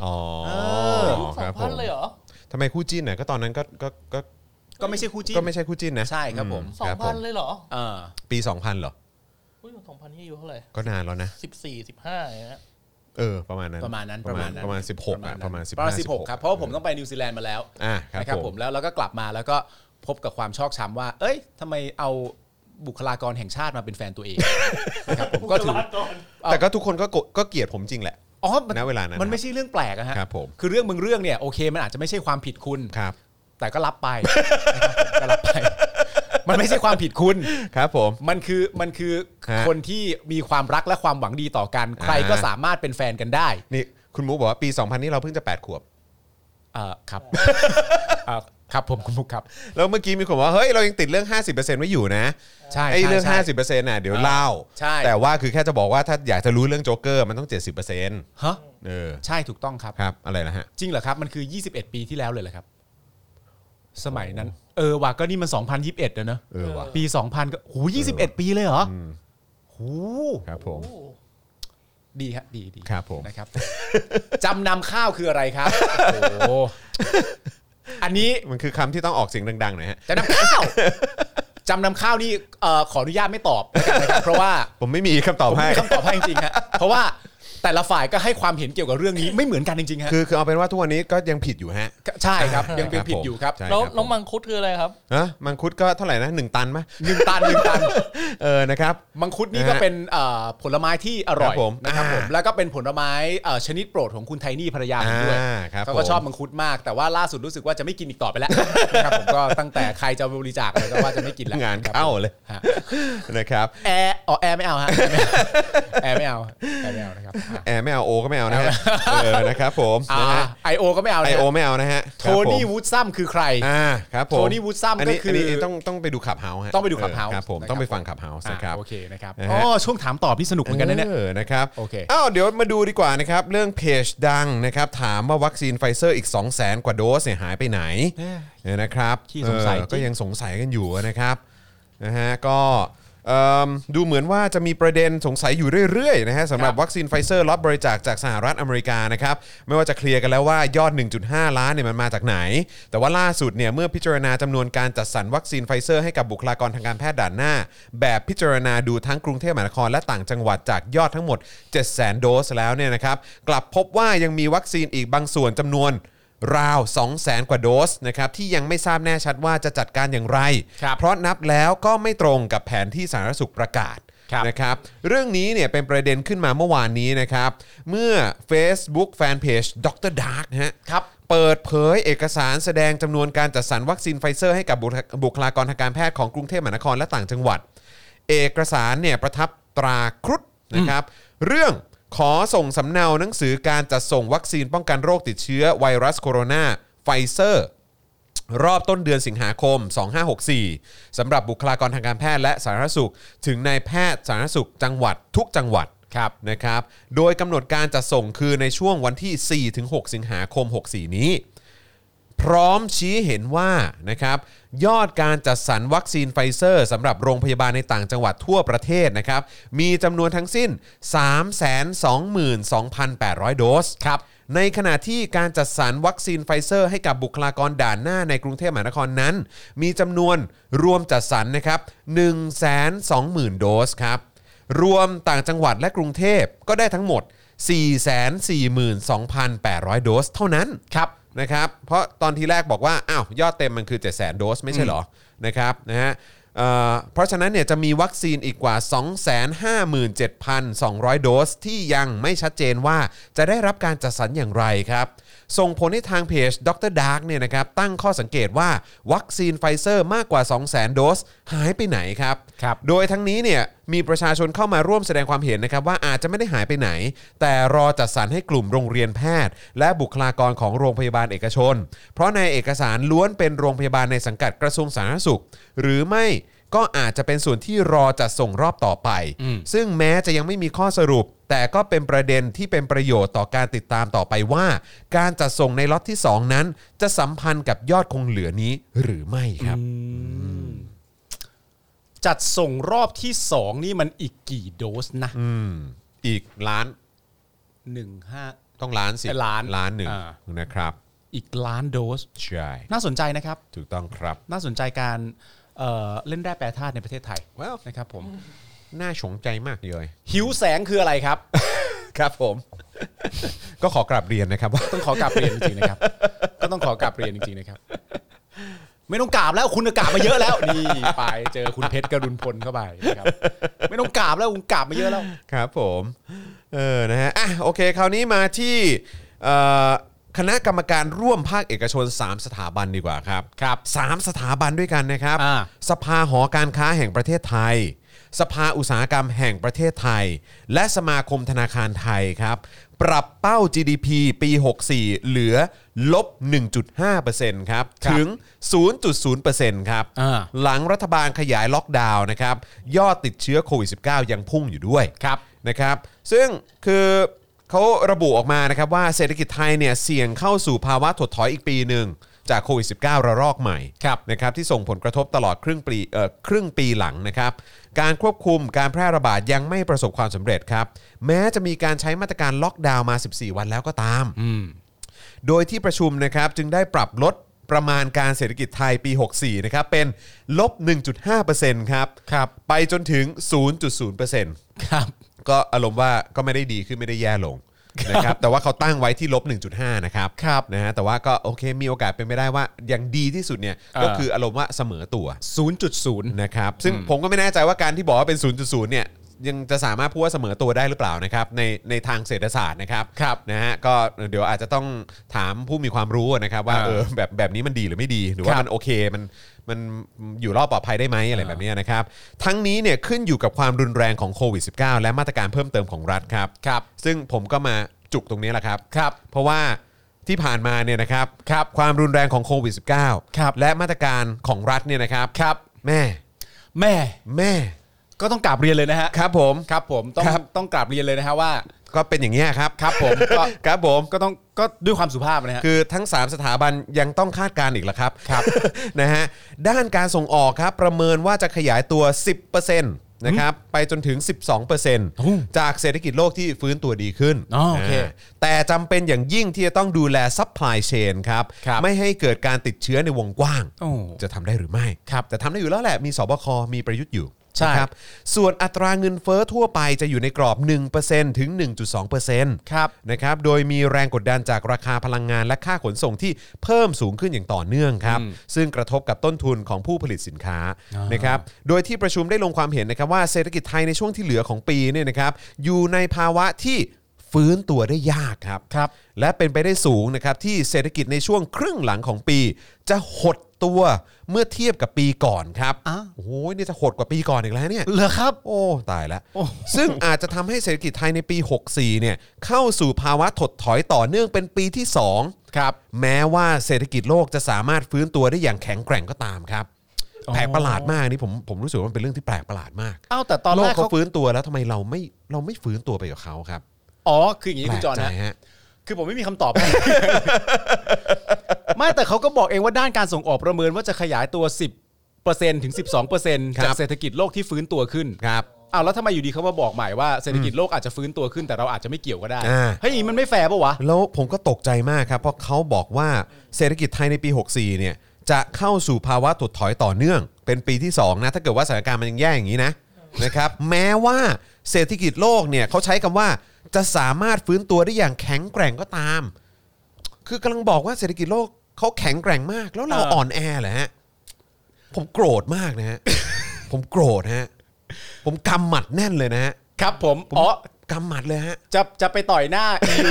S1: อ๋อ
S3: ยุคส
S1: ค
S3: อง
S1: รับผ
S3: พัน
S1: ม
S3: เลยเหรอ
S1: ทำไมคู่จิ้นน่ะก็ตอนนั้นก็ก็ก็
S2: ก็ไม่ใช่คู่จิ้น
S1: ก็ไม่ใช่คู่จิ้นนะ
S2: ใช่ครับผม
S1: อื
S3: สอง
S1: ครับ
S3: พันเลยเหรอ
S2: เออ
S1: ปี 2000เหรอ
S3: อุ้ยสองพันนี่อายุเท่าไหร่
S1: ก็นานแล้วนะ
S3: สิบสี่สิบห้าอย่างเงี้ย
S1: เออ ประมาณนั้น
S2: ประมาณนั้น
S1: ประมาณประมาณ 16อ่ะประมาณ
S2: นั้น
S1: 15
S2: ประมาณ16ครับเพราะว่าผมต้องไปนิวซีแลนด์มาแล้ว
S1: อ่ะครับ
S2: นะครับ
S1: ผม
S2: ผมแล้วเราก็กลับมาแล้วก็พบกับความชอกช้ำว่า เอ้ยทำไมเอาบุคลากรแห่งชาติมาเป็นแฟนตัวเอง นะครับ ผมก็ถือ
S3: ลาก่อน
S1: แต่ก็ทุกคนก็โกรธก็เกลียดผมจริงแหละ
S2: อ๋อมั
S1: ณเวลานั้น
S2: มันไม่ใช่เรื่องแปลกอะฮะ
S1: ครับผม
S2: คือเรื่องมึงเรื่องเนี่ยโอเคมันอาจจะไม่ใช่ความผิดคุณ
S1: ครับ
S2: แต่ก็รับไป นะครับผมก็รับไป มันไม่ใช่ความผิดคุณ
S1: ครับผม
S2: มันคือมันคือ
S1: ฮะ
S2: คนที่มีความรักและความหวังดีต่อกัน ใคร
S1: อ่า
S2: ก็สามารถเป็นแฟนกันได้
S1: นี่คุณมูบอกว่าปี 2000 นี่เราเพิ่งจะ 8 ขวบ
S2: เอ่อ ครับเอ่อครับผมคุณมุกครับ
S1: แล้วเมื่อกี้มีคนบอกว่า เฮ้ย เรายังติดเรื่อง 50%ไว้อยู่นะ
S2: ใช่
S1: ไอ้
S2: ใช่
S1: เรื่อง
S2: ใช่
S1: 50%น่ะเดี๋ยวเล่า
S2: ใช่
S1: แต่ว่าคือแค่จะบอกว่าถ้าอยากจะรู้เรื่องโจ๊กเกอร์มันต้อง 70%
S2: ฮะ
S1: เออ
S2: ใช่ถูกต้องครับ
S1: ครับอะไรนะฮะ
S2: จริงเหรอครับ มันคือ 21 ปีที่แล้วเลยเหรอครับ สมัยนั้น เออว่าก็นี่มัน 2021นะเนอะ
S1: เออว่ะ
S3: เออ
S2: ปี 2000 ก็หู21 ปีเลยเหรอหู
S1: ครับผม
S3: โอ้โห
S2: ดีฮะดีดี
S1: ครับผม
S2: นะครับ จำนำข้าวคืออะไรครับโอ้โหอันนี้
S1: มันคือคำที่ต้องออกเสียงดังๆหน่อยฮะ
S2: จำนำข้าว จำนำข้าวนี่เอ่อขออนุญาตไม่ตอบแล้วกันนะครับ เพราะว่า
S1: ผมไม่มีคำตอ
S2: ผ
S1: บ
S2: มไม่
S1: ให้
S2: มีคำตอบให้จริงๆฮะเพราะว่าแต่ละฝ่ายก็ให้ความเห็นเกี่ยวกับเรื่องนี้ไม่เหมือนกันจริงๆฮะ
S1: คือคือเอาเป็นว่าทุกวันนี้ก็ยังผิดอยู่ฮะ
S2: ใช่ครับ ยังเป็นผิดอยู่ครับ
S1: ใช่
S3: แล้ว
S1: ผม
S3: แล้วมังคุดคืออะไรครับ
S1: ฮะมังคุดก็เท่าไหร่นะหนึ่งตันไหม
S2: หนึ่งตันหนึ่งตัน
S1: เออนะครับ
S2: มังคุดนี่ก็เป็นเอ่อผลไม้ที่อร่อ
S1: ค
S2: ย
S1: รับผม
S2: นะครับผม
S1: อ่า
S2: แล้วก็เป็นผลไม้เอ่อชนิดโปรดของคุณไทนี่ภรรยาผมด้วย
S1: อ่าครับ
S2: เขาก็
S1: ผม
S2: ชอบมังคุดมาก แต่ว่าล่าสุดรู้สึกว่าจะไม่กินอีกต่อไปแล้ว นะครับผมก็ตั้งแต่ใครจะบริจาคเลยก็ว่าจะไม่กินแล้ว
S1: งาน
S2: ครับ
S1: เข้าเลย
S2: ฮะ
S1: นะครับ
S2: แอร์อ๋อแอร์ไม่เอาฮะ แอร์ไม่เอาแอร์ไม่เอาแอร์ไม่เอานะครับอ่ะ
S1: แอร์ไม่เอาโอก็ไม่เอานะฮะเออนะครับผม
S2: อ่า
S1: นะฮะ
S2: ไอโอก็ไม่เอา
S1: ไอ
S2: นะ
S1: โอไม่เอานะฮะ
S2: โท
S1: ครั
S2: นี่
S1: บผม
S2: วูดซัมคือใคร
S1: อ่าครับผม
S2: โทนี่วูดซัม
S1: อั
S2: ก็คืออั
S1: นนี้ต้องต้องไปดูขับเฮาส์ฮะ
S2: ต้องไปดู Clubhouse
S1: ครับผม
S2: นะครับ
S1: ต้องไปฟังขับเฮาส์
S2: อ่า
S1: นะครับ
S2: โอเคนะครับ
S1: นะฮะ
S2: อ๋อช่วงถามตอบที่สนุกเหมือนกันนะเนี่ย
S1: เออนะครับ
S2: โอเค
S1: อ้าวเดี๋ยวมาดูดีกว่านะครับ เรื่องเพจดังนะครับ ถามว่าวัคซีนไฟเซอร์อีก 2 0 0แสนกว่าโดสเนี่ยหายไปไหน
S2: เออ
S1: เนี่ยนะครับ
S2: ขี้สงสัย
S1: เออ
S2: จริง
S1: ก็ยังสงสัยกันอยู่นะครับนะฮะก็เอิ่มดูเหมือนว่าจะมีประเด็นสงสัยอยู่เรื่อยๆนะฮะสำหรับวัคซีนไฟเซอร์ล็อตบริจาคจากสหรัฐอเมริกานะครับไม่ว่าจะเคลียร์กันแล้วว่ายอด 1.5 ล้านเนี่ยมันมาจากไหน แต่ว่าล่าสุดเนี่ยเมื่อพิจารณาจำนวนการจัดสรรวัคซีนไฟเซอร์ให้กับบุคลากรทางการแพทย์ด่านหน้า แบบพิจารณาดูทั้งกรุงเทพมหานครและต่างจังหวัดจากยอดทั้งหมด 700,000 โดสแล้วเนี่ยนะครับกลับพบว่ายังมีวัคซีนอีกบางส่วนจำนวน ราว 2 0 0แสนกว่าโดสนะครับที่ยังไม่ทราบแน่ชัดว่าจะจัดการอย่างไร
S2: ครับ
S1: เพราะนับแล้วก็ไม่ตรงกับแผนที่สาธารณสุขประกาศ
S2: ครับ
S1: นะครับเรื่องนี้เนี่ยเป็นประเด็นขึ้นมาเมื่อวานนี้นะครับเมื่อ Facebook Fanpage ดร Dark นะฮะ
S2: ครับ
S1: เปิดเผยเอกสารแสดงจำนวนการจัดสรรวัคซีนไฟเซอร์ให้กับบุคลาบุคลากรทางการแพทย์ของกรุงเทพมหานครและต่างจังหวัด เอกสารเนี่ยประทับตราครุฑนะครับ เรื่องขอส่งสำเนาหนังสือการจัดส่งวัคซีนป้องกันโรคติดเชื้อไวรัสโคโรนาไฟเซอร์ รอบต้นเดือนสิงหาคม 2564 สำหรับบุคลากรทางการแพทย์และสาธารณสุข ถึงนายแพทย์สาธารณสุขจังหวัดทุกจังหวัด
S2: ครับ
S1: นะครับ โดยกำหนดการจัดส่งคือในช่วงวันที่ 4-6 สิงหาคม 64 นี้ พร้อมชี้เห็นว่านะครับยอดการจัดสรรวัคซีนไฟเซอร์สำหรับโรงพยาบาลในต่างจังหวัดทั่วประเทศนะครับมีจำนวนทั้งสิ้น 322,800 โดส
S2: ครับ
S1: ในขณะที่การจัดสรรวัคซีนไฟเซอร์ให้กับบุคลากรด่านหน้าในกรุงเทพมหานครนั้น มีจำนวนรวมจัดสรรนะครับ120,000 โดสครับรวมต่างจังหวัดและกรุงเทพก็ได้ทั้งหมด 442,800 โดสเท่านั้น
S2: ครับ
S1: นะครับเพราะตอนที่แรกบอกว่าอ้าวยอดเต็มมันคือ 7 0 0 0 0โดสไม่ใช่เหรอนะครับนะฮะเอ่อเพราะฉะนั้นเนี่ยจะมีวัคซีนอีกกว่า 257,200 โดส ที่ยังไม่ชัดเจนว่าจะได้รับการจัดสรรอย่างไรครับ ส่งผลให้ทางเพจดรดาร์กเนี่ยนะครับตั้งข้อสังเกตว่าวัคซีนไฟเซอร์มากกว่า 200,000 โดส หายไปไหนครับ
S2: ครับ
S1: โดยทั้งนี้เนี่ยมีประชาชนเข้ามาร่วมแสดงความเห็นนะครับว่าอาจจะไม่ได้หายไปไหน แต่รอจัดสรรให้กลุ่มโรงเรียนแพทย์ และบุคลากรของโรงพยาบาลเอกชน เพราะในเอกสารล้วนเป็นโรงพยาบาลในสังกัดกระทรวงสาธารณสุข หรือไม่ก็อาจจะเป็นส่วนที่รอจัดส่งรอบต่อไป ซึ่งแม้จะยังไม่มีข้อสรุป แต่ก็เป็นประเด็นที่เป็นประโยชน์ต่อการติดตามต่อไปว่า การจัดส่งในล็อตที่สองนั้น จะสัมพันธ์กับยอดคงเหลือนี้หรือไม่ครับ
S4: จัดส่งรอบที่สองนี่มันอีกกี่โดสนะ
S1: อืมอีกล้าน
S4: หนึ่งห้า
S1: ต้องล้านสิ
S4: ล้าน
S1: ล้านหนึ่ง
S4: อ่า
S1: นะครับ
S4: อีกล้านโดส
S1: ใช่
S4: น่าสนใจนะครับ
S1: ถูกต้องครับ
S4: น่าสนใจการเอ่อเล่นแร่แปรธาตุในประเทศไทย
S1: Well
S4: นะครับผม
S1: น่าชงใจมากเลย
S4: หิวแสงคืออะไรครับ
S1: ครับผม ก็ขอกราบเรียนนะครับว่า
S4: ต้องขอกราบเรียนจริงๆนะครับ ก็ต้องขอกราบเรียนจริงๆนะครับ ไม่ต้องกราบแล้วคุณกราบมาเยอะแล้ว นี่ไปเจอคุณเพชรกรุณพลเข้าไปนะครับ ไม่ต้องกราบแล้วคุณกราบมาเยอะแล้ว
S1: ครับผม เออ นะฮะ อ่ะ โอเค คราวนี้มาที่เอ่อคณะกรรมการร่วมภาคเอกชน 3 สถาบันดีกว่าครับ ครับ3สถาบันด้วยกันนะครับ
S4: อ่า
S1: สภาหอการค้าแห่งประเทศไทย สภาอุตสาหกรรมแห่งประเทศไทย และสมาคมธนาคารไทยครับ ปรับเป้า GDP ปี 64 เหลือลบ 1.5%ครับ
S4: ครับ
S1: ถึง 0.0%ครับ
S4: อ่า
S1: หลังรัฐบาลขยายล็อกดาวน์นะครับ ยอดติดเชื้อโควิด -19 ยังพุ่งอยู่ด้วย
S4: ครับ
S1: นะครับซึ่งคือเขาระบุออกมานะครับว่าเศรษฐกิจไทยเนี่ยเสี่ยงเข้าสู่ภาวะถดถอยอีกปีหนึ่งจากโควิด -19 ระลอกใหม่
S4: ครับ
S1: นะครับที่ส่งผลกระทบตลอดครึ่งปีเอ่อครึ่งปีหลังนะครับการควบคุมการแพร่ระบาดยังไม่ประสบความสำเร็จครับ แม้จะมีการใช้มาตรการล็อกดาวน์มา 14 วันแล้วก็ตาม โดยที่ประชุมนะครับจึงได้ปรับลดประมาณการเศรษฐกิจไทยปี 64 นะครับ เป็นลบ 1.5%ครับ
S4: ครับ
S1: ไปจนถึง 0.0%
S4: ครับ
S1: ก็อารมณ์ว่าก็ไม่ได้ดีขึ้นไม่ได้แย่ ลงนะครับแต่ว่าเขาตั้งไว้ที่ลบ 1.5 นะครับ
S4: ครับ
S1: นะฮะแต่ว่าก็โอเคมีโอกาสเป็นไปได้ว่าอย่างดีที่สุดเนี่ย
S4: เออ
S1: ก็คืออารมณ์ว่าเสมอตัว
S4: 0.0
S1: นะครับซึ่งผมก็ไม่แน่ใจว่าการที่บอกว่าเป็น 0.0 เนี่ยยังจะสามารถพูดว่าเสมอตัวได้หรือเปล่านะครับในในทางเศรษฐศาสตร์นะครับ
S4: ครับ
S1: นะฮะก็เดี๋ยวอาจจะต้องถามผู้มีความรู้นะครับว่า
S4: เออ
S1: เออแบบแบบนี้มันดีหรือไม่ดีหรือว่า
S4: ครับ
S1: มันโอเคมันมันอยู่รอดปลอดภัยได้ไหมอะไรแบบเนี้ยนะครับทั้งนี้เนี่ยขึ้นอยู่กับความรุนแรงของโควิด -19 และมาตรการเพิ่มเติมของรัฐครับ
S4: ครับ
S1: ซึ่งผมก็มาจุกตรงนี้แหละครับ
S4: ครับ
S1: เพราะว่าที่ผ่านมาเนี่ยนะครับครับความรุนแรงของโควิด -19
S4: ครับ
S1: และมาตรการของรัฐเนี่ยนะครับ
S4: ครับ
S1: แม่
S4: แม่
S1: แม่
S4: ก็ต้องกราบเรียนเลยนะฮะ
S1: ครับผม
S4: ครับผมต้อง
S1: ครับ
S4: ต้องกราบเรียนเลยนะฮะว่า
S1: ก็เป็นอย่างนี้ยครับ
S4: ครับผมก็
S1: ครับผม
S4: ก็ต้องก็ด้วยความสุภาพนะฮะ
S1: คือทั้ง 3 สถาบันยังต้องคาดการณ์อีกเหรอครับครับ นะฮะด้านการส่งออกครับประเมินว่าจะขยายตัว 10%นะครับไปจนถึง 12%จากเศรษฐกิจโลกที่ฟื้นตัวดีขึ้น
S4: อ๋อโอเค
S1: า แต่จำเป็นอย่างยิ่งที่จะต้องดูแลซัพพลายเชนครับ
S4: ครับ
S1: ไม่ให้เกิดการติดเชื้อในวงกว้าง
S4: โอ้
S1: จะทำได้หรือไม่
S4: ครับ
S1: แต่ทำได้อยู่แล้วแหละ มีสบค มีประยุทธ์อยู่
S4: ใช่
S1: นะครับ ส่วนอัตราเงินเฟ้อทั่วไปจะอยู่ในกรอบ 1%ถึง 1.2%
S4: ครับ
S1: นะครับ โดยมีแรงกดดันจากราคาพลังงานและค่าขนส่งที่เพิ่มสูงขึ้นอย่างต่อเนื่องครับ ซึ่งกระทบกับต้นทุนของผู้ผลิตสินค้า
S4: อ่าน
S1: นะครับ โดยที่ประชุมได้ลงความเห็นนะครับว่าเศรษฐกิจไทยในช่วงที่เหลือของปีเนี่ยนะครับ อยู่ในภาวะที่ฟื้นตัวได้ยากครับ
S4: ครับ
S1: และเป็นไปได้สูงนะครับที่เศรษฐกิจในช่วงครึ่งหลังของปี จะหดตัวเมื่อเทียบกับปีก่อนครับ
S4: อ้าว
S1: โอ้โหนี่จะหดกว่าปีก่อนอีกแล้วเนี่ย
S4: เหรอครับ
S1: โอ้ ตายแล้ว
S4: โอ้
S1: ซึ่งอาจจะทำให้เศรษฐกิจไทยในปี 64 เนี่ย เข้าสู่ภาวะถดถอยต่อเนื่องเป็นปีที่ 2
S4: ครับ
S1: แม้ว่าเศรษฐกิจโลกจะสามารถฟื้นตัวได้อย่างแข็งแกร่งก็ตามครับ
S4: อ๋อ
S1: แปลกประหลาดมากนี่ผมผมรู้สึกว่ามันเป็นเรื่องที่แปลกประหลาดมาก
S4: เอ้าแต่ตอน
S1: โล
S4: แร
S1: ก
S4: ก
S1: เขา
S4: เขา
S1: ฟื้นตัวแล้วทำไมเราไม่เราไม่ฟื้นตัวไปกับเขาครับ
S4: อ๋อคืออย่างนี้
S1: แปล
S4: คุ
S1: ก
S4: ณจอห์น
S1: ใจ
S4: นะ
S1: ฮะ
S4: คือผมไม่มีคำตอบให้ ไม่แต่เขาก็บอกเองว่าด้านการส่งออกประเมินว่าจะขยายตัว 10%ถึง 12%
S1: ครับ
S4: จากเศรษฐกิจโลกที่ฟื้นตัวขึ้น
S1: ครับ
S4: เอาวแล้วทำไมอยู่ดีเขามาบอกใหม่ว่าเศรษฐกิจโลกอาจจะฟื้นตัวขึ้นแต่เราอาจจะไม่เกี่ยวก็ได้
S1: อ่า
S4: เฮ้ยอย่างนี้มันไม่แฟร์ปะวะ
S1: แล้วผมก็ตกใจมากครับ เพราะเขาบอกว่าเศรษฐกิจไทยในปี 64 เนี่ย จะเข้าสู่ภาวะถดถอยต่อเนื่อง เป็นปีที่ 2 นะ ถ้าเกิดว่าสถานการณ์มันยังแย่อย่างนี้นะนะครับ แม้ว่าเศรษฐกิจโลกเนี่ยเขาใช้คำว่าจะสามารถฟื้นตัวได้อย่างแข็งแกร่งก็ตาม คือกำลังบอกว่าเศรษฐกิจโลกเขาแข็งแกร่งมาก แล้วเรา
S5: เอออ่
S1: อ่อนแอเหรอฮะ ผมโกรธมากนะฮะ ผมโกรธฮะ ผมกำหมัดแน่นเลยนะฮะ
S2: ครับผม
S1: ผม
S2: อ๋อก
S1: ำหมัดเลยฮะ
S2: จะจะไปต่อย หน้า EU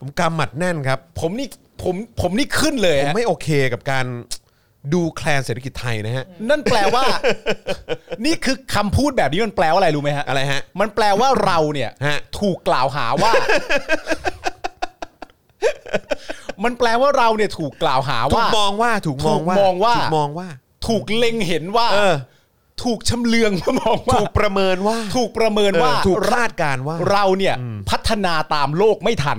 S1: ผมกำหมัดแน่นครับ
S2: ผมนี่ผมผมนี่ขึ้นเลย
S1: ผม
S2: ฮะ
S1: ไม่โอเคกับการดูแคลนเศรษฐกิจไทยนะฮะ
S2: นั่นแปลว่า นี่คือคำพูดแบบนี้มันแปลว่าอะไรรู้ไหมฮะ
S1: อะไรฮะ
S2: มันแปลว่าเราเนี่ย
S1: ฮะ
S2: ถูกกล่าวหาว่า มันแปลว่าเราเนี่ยถูกกล่าวหา
S1: ถู
S2: ว่า
S1: กมองว่าถูกมองว่า
S2: ถูกมองว่า
S1: ถูกมองว่า
S2: ถูกเล็งเห็นว่า
S1: เออ
S2: ถูกชำเลืองมามองว่า
S1: ถูกประเมินว่า
S2: ถูกประเมิน
S1: เออ
S2: ว่า
S1: ถูกคาดการณ์ว่า
S2: เราเนี่ยพัฒนาตามโลกไม่ทัน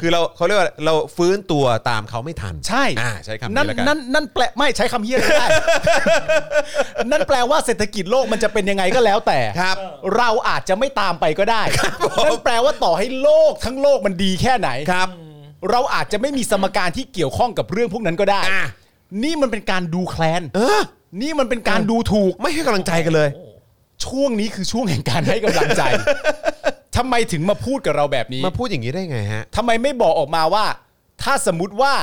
S1: คือเราเขาเรียกว่าเราฟื้นตัวตามเขาไม่ทัน
S2: ใช่
S1: อ่าใช้คำ
S2: นั่
S1: นี้
S2: น
S1: แล้วกัน
S2: นั่นนั่นแปลไม่ใช้คำเฮี้ยไม่ได้ นั่นแปลว่าเศรษฐกิจโลกมันจะเป็นยังไงก็แล้วแต่
S1: ครับ
S2: เราอาจจะไม่ตามไปก็ได้นั่นแปลว่าต่อให้โลกทั้งโลกมันดีแค่ไหน
S1: ครับ
S2: เราอาจจะไม่มีสมการที่เกี่ยวข้องกับเรื่องพวกนั้นก็ได้
S1: อ่ะ
S2: นี่มันเป็นการดูแคลน
S1: เออ
S2: นี่มันเป็นการดูถูก
S1: ไม่ให้กำลังใจกันเลย
S2: ช่วงนี้คือช่วงแห่งการให้กำลังใจ ทำไมถึงมาพูดกับเราแบบนี้
S1: มาพูดอย่างนี้ได้ไงฮะ
S2: ทำไมไม่บอกออกมาว่า ถ้าสมมติว่า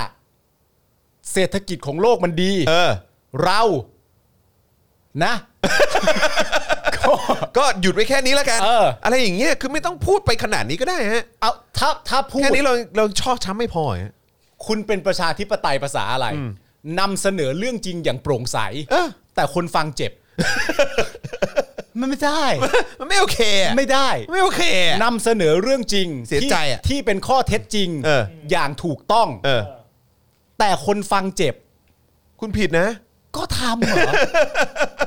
S2: เศรษฐกิจของโลกมันดี
S1: เออ
S2: เรา นะ ก็
S1: ก็หยุดไว้แค่นี้แล้วกัน
S2: เออ
S1: อะไรอย่างเงี้ยคือไม่ต้องพูดไปขนาดนี้ก็ได้ฮะ
S2: เอาถ้าถ้าพูด
S1: แค่นี้เราเราชอบช้ำไม่พอเหรอ
S2: คุณเป็นประชาธิปไตยภาษาอะไรนำเสนอเรื่องจริงอย่างโปร่งใส
S1: เออ
S2: แต่คนฟังเจ็บ มัน ไม่ได้
S1: มันไม่โอเคอะ
S2: ไม่ได้
S1: ไม่โอเคอะ
S2: นำเสนอเรื่องจริง
S1: เสียใจ
S2: ที่
S1: อะ
S2: ที่เป็นข้อเท็จจริง
S1: เออ
S2: อย่างถูกต้อง
S1: เออ
S2: แต่คนฟังเจ็บ
S1: คุณผิดนะ
S2: ก็ทำเหร อ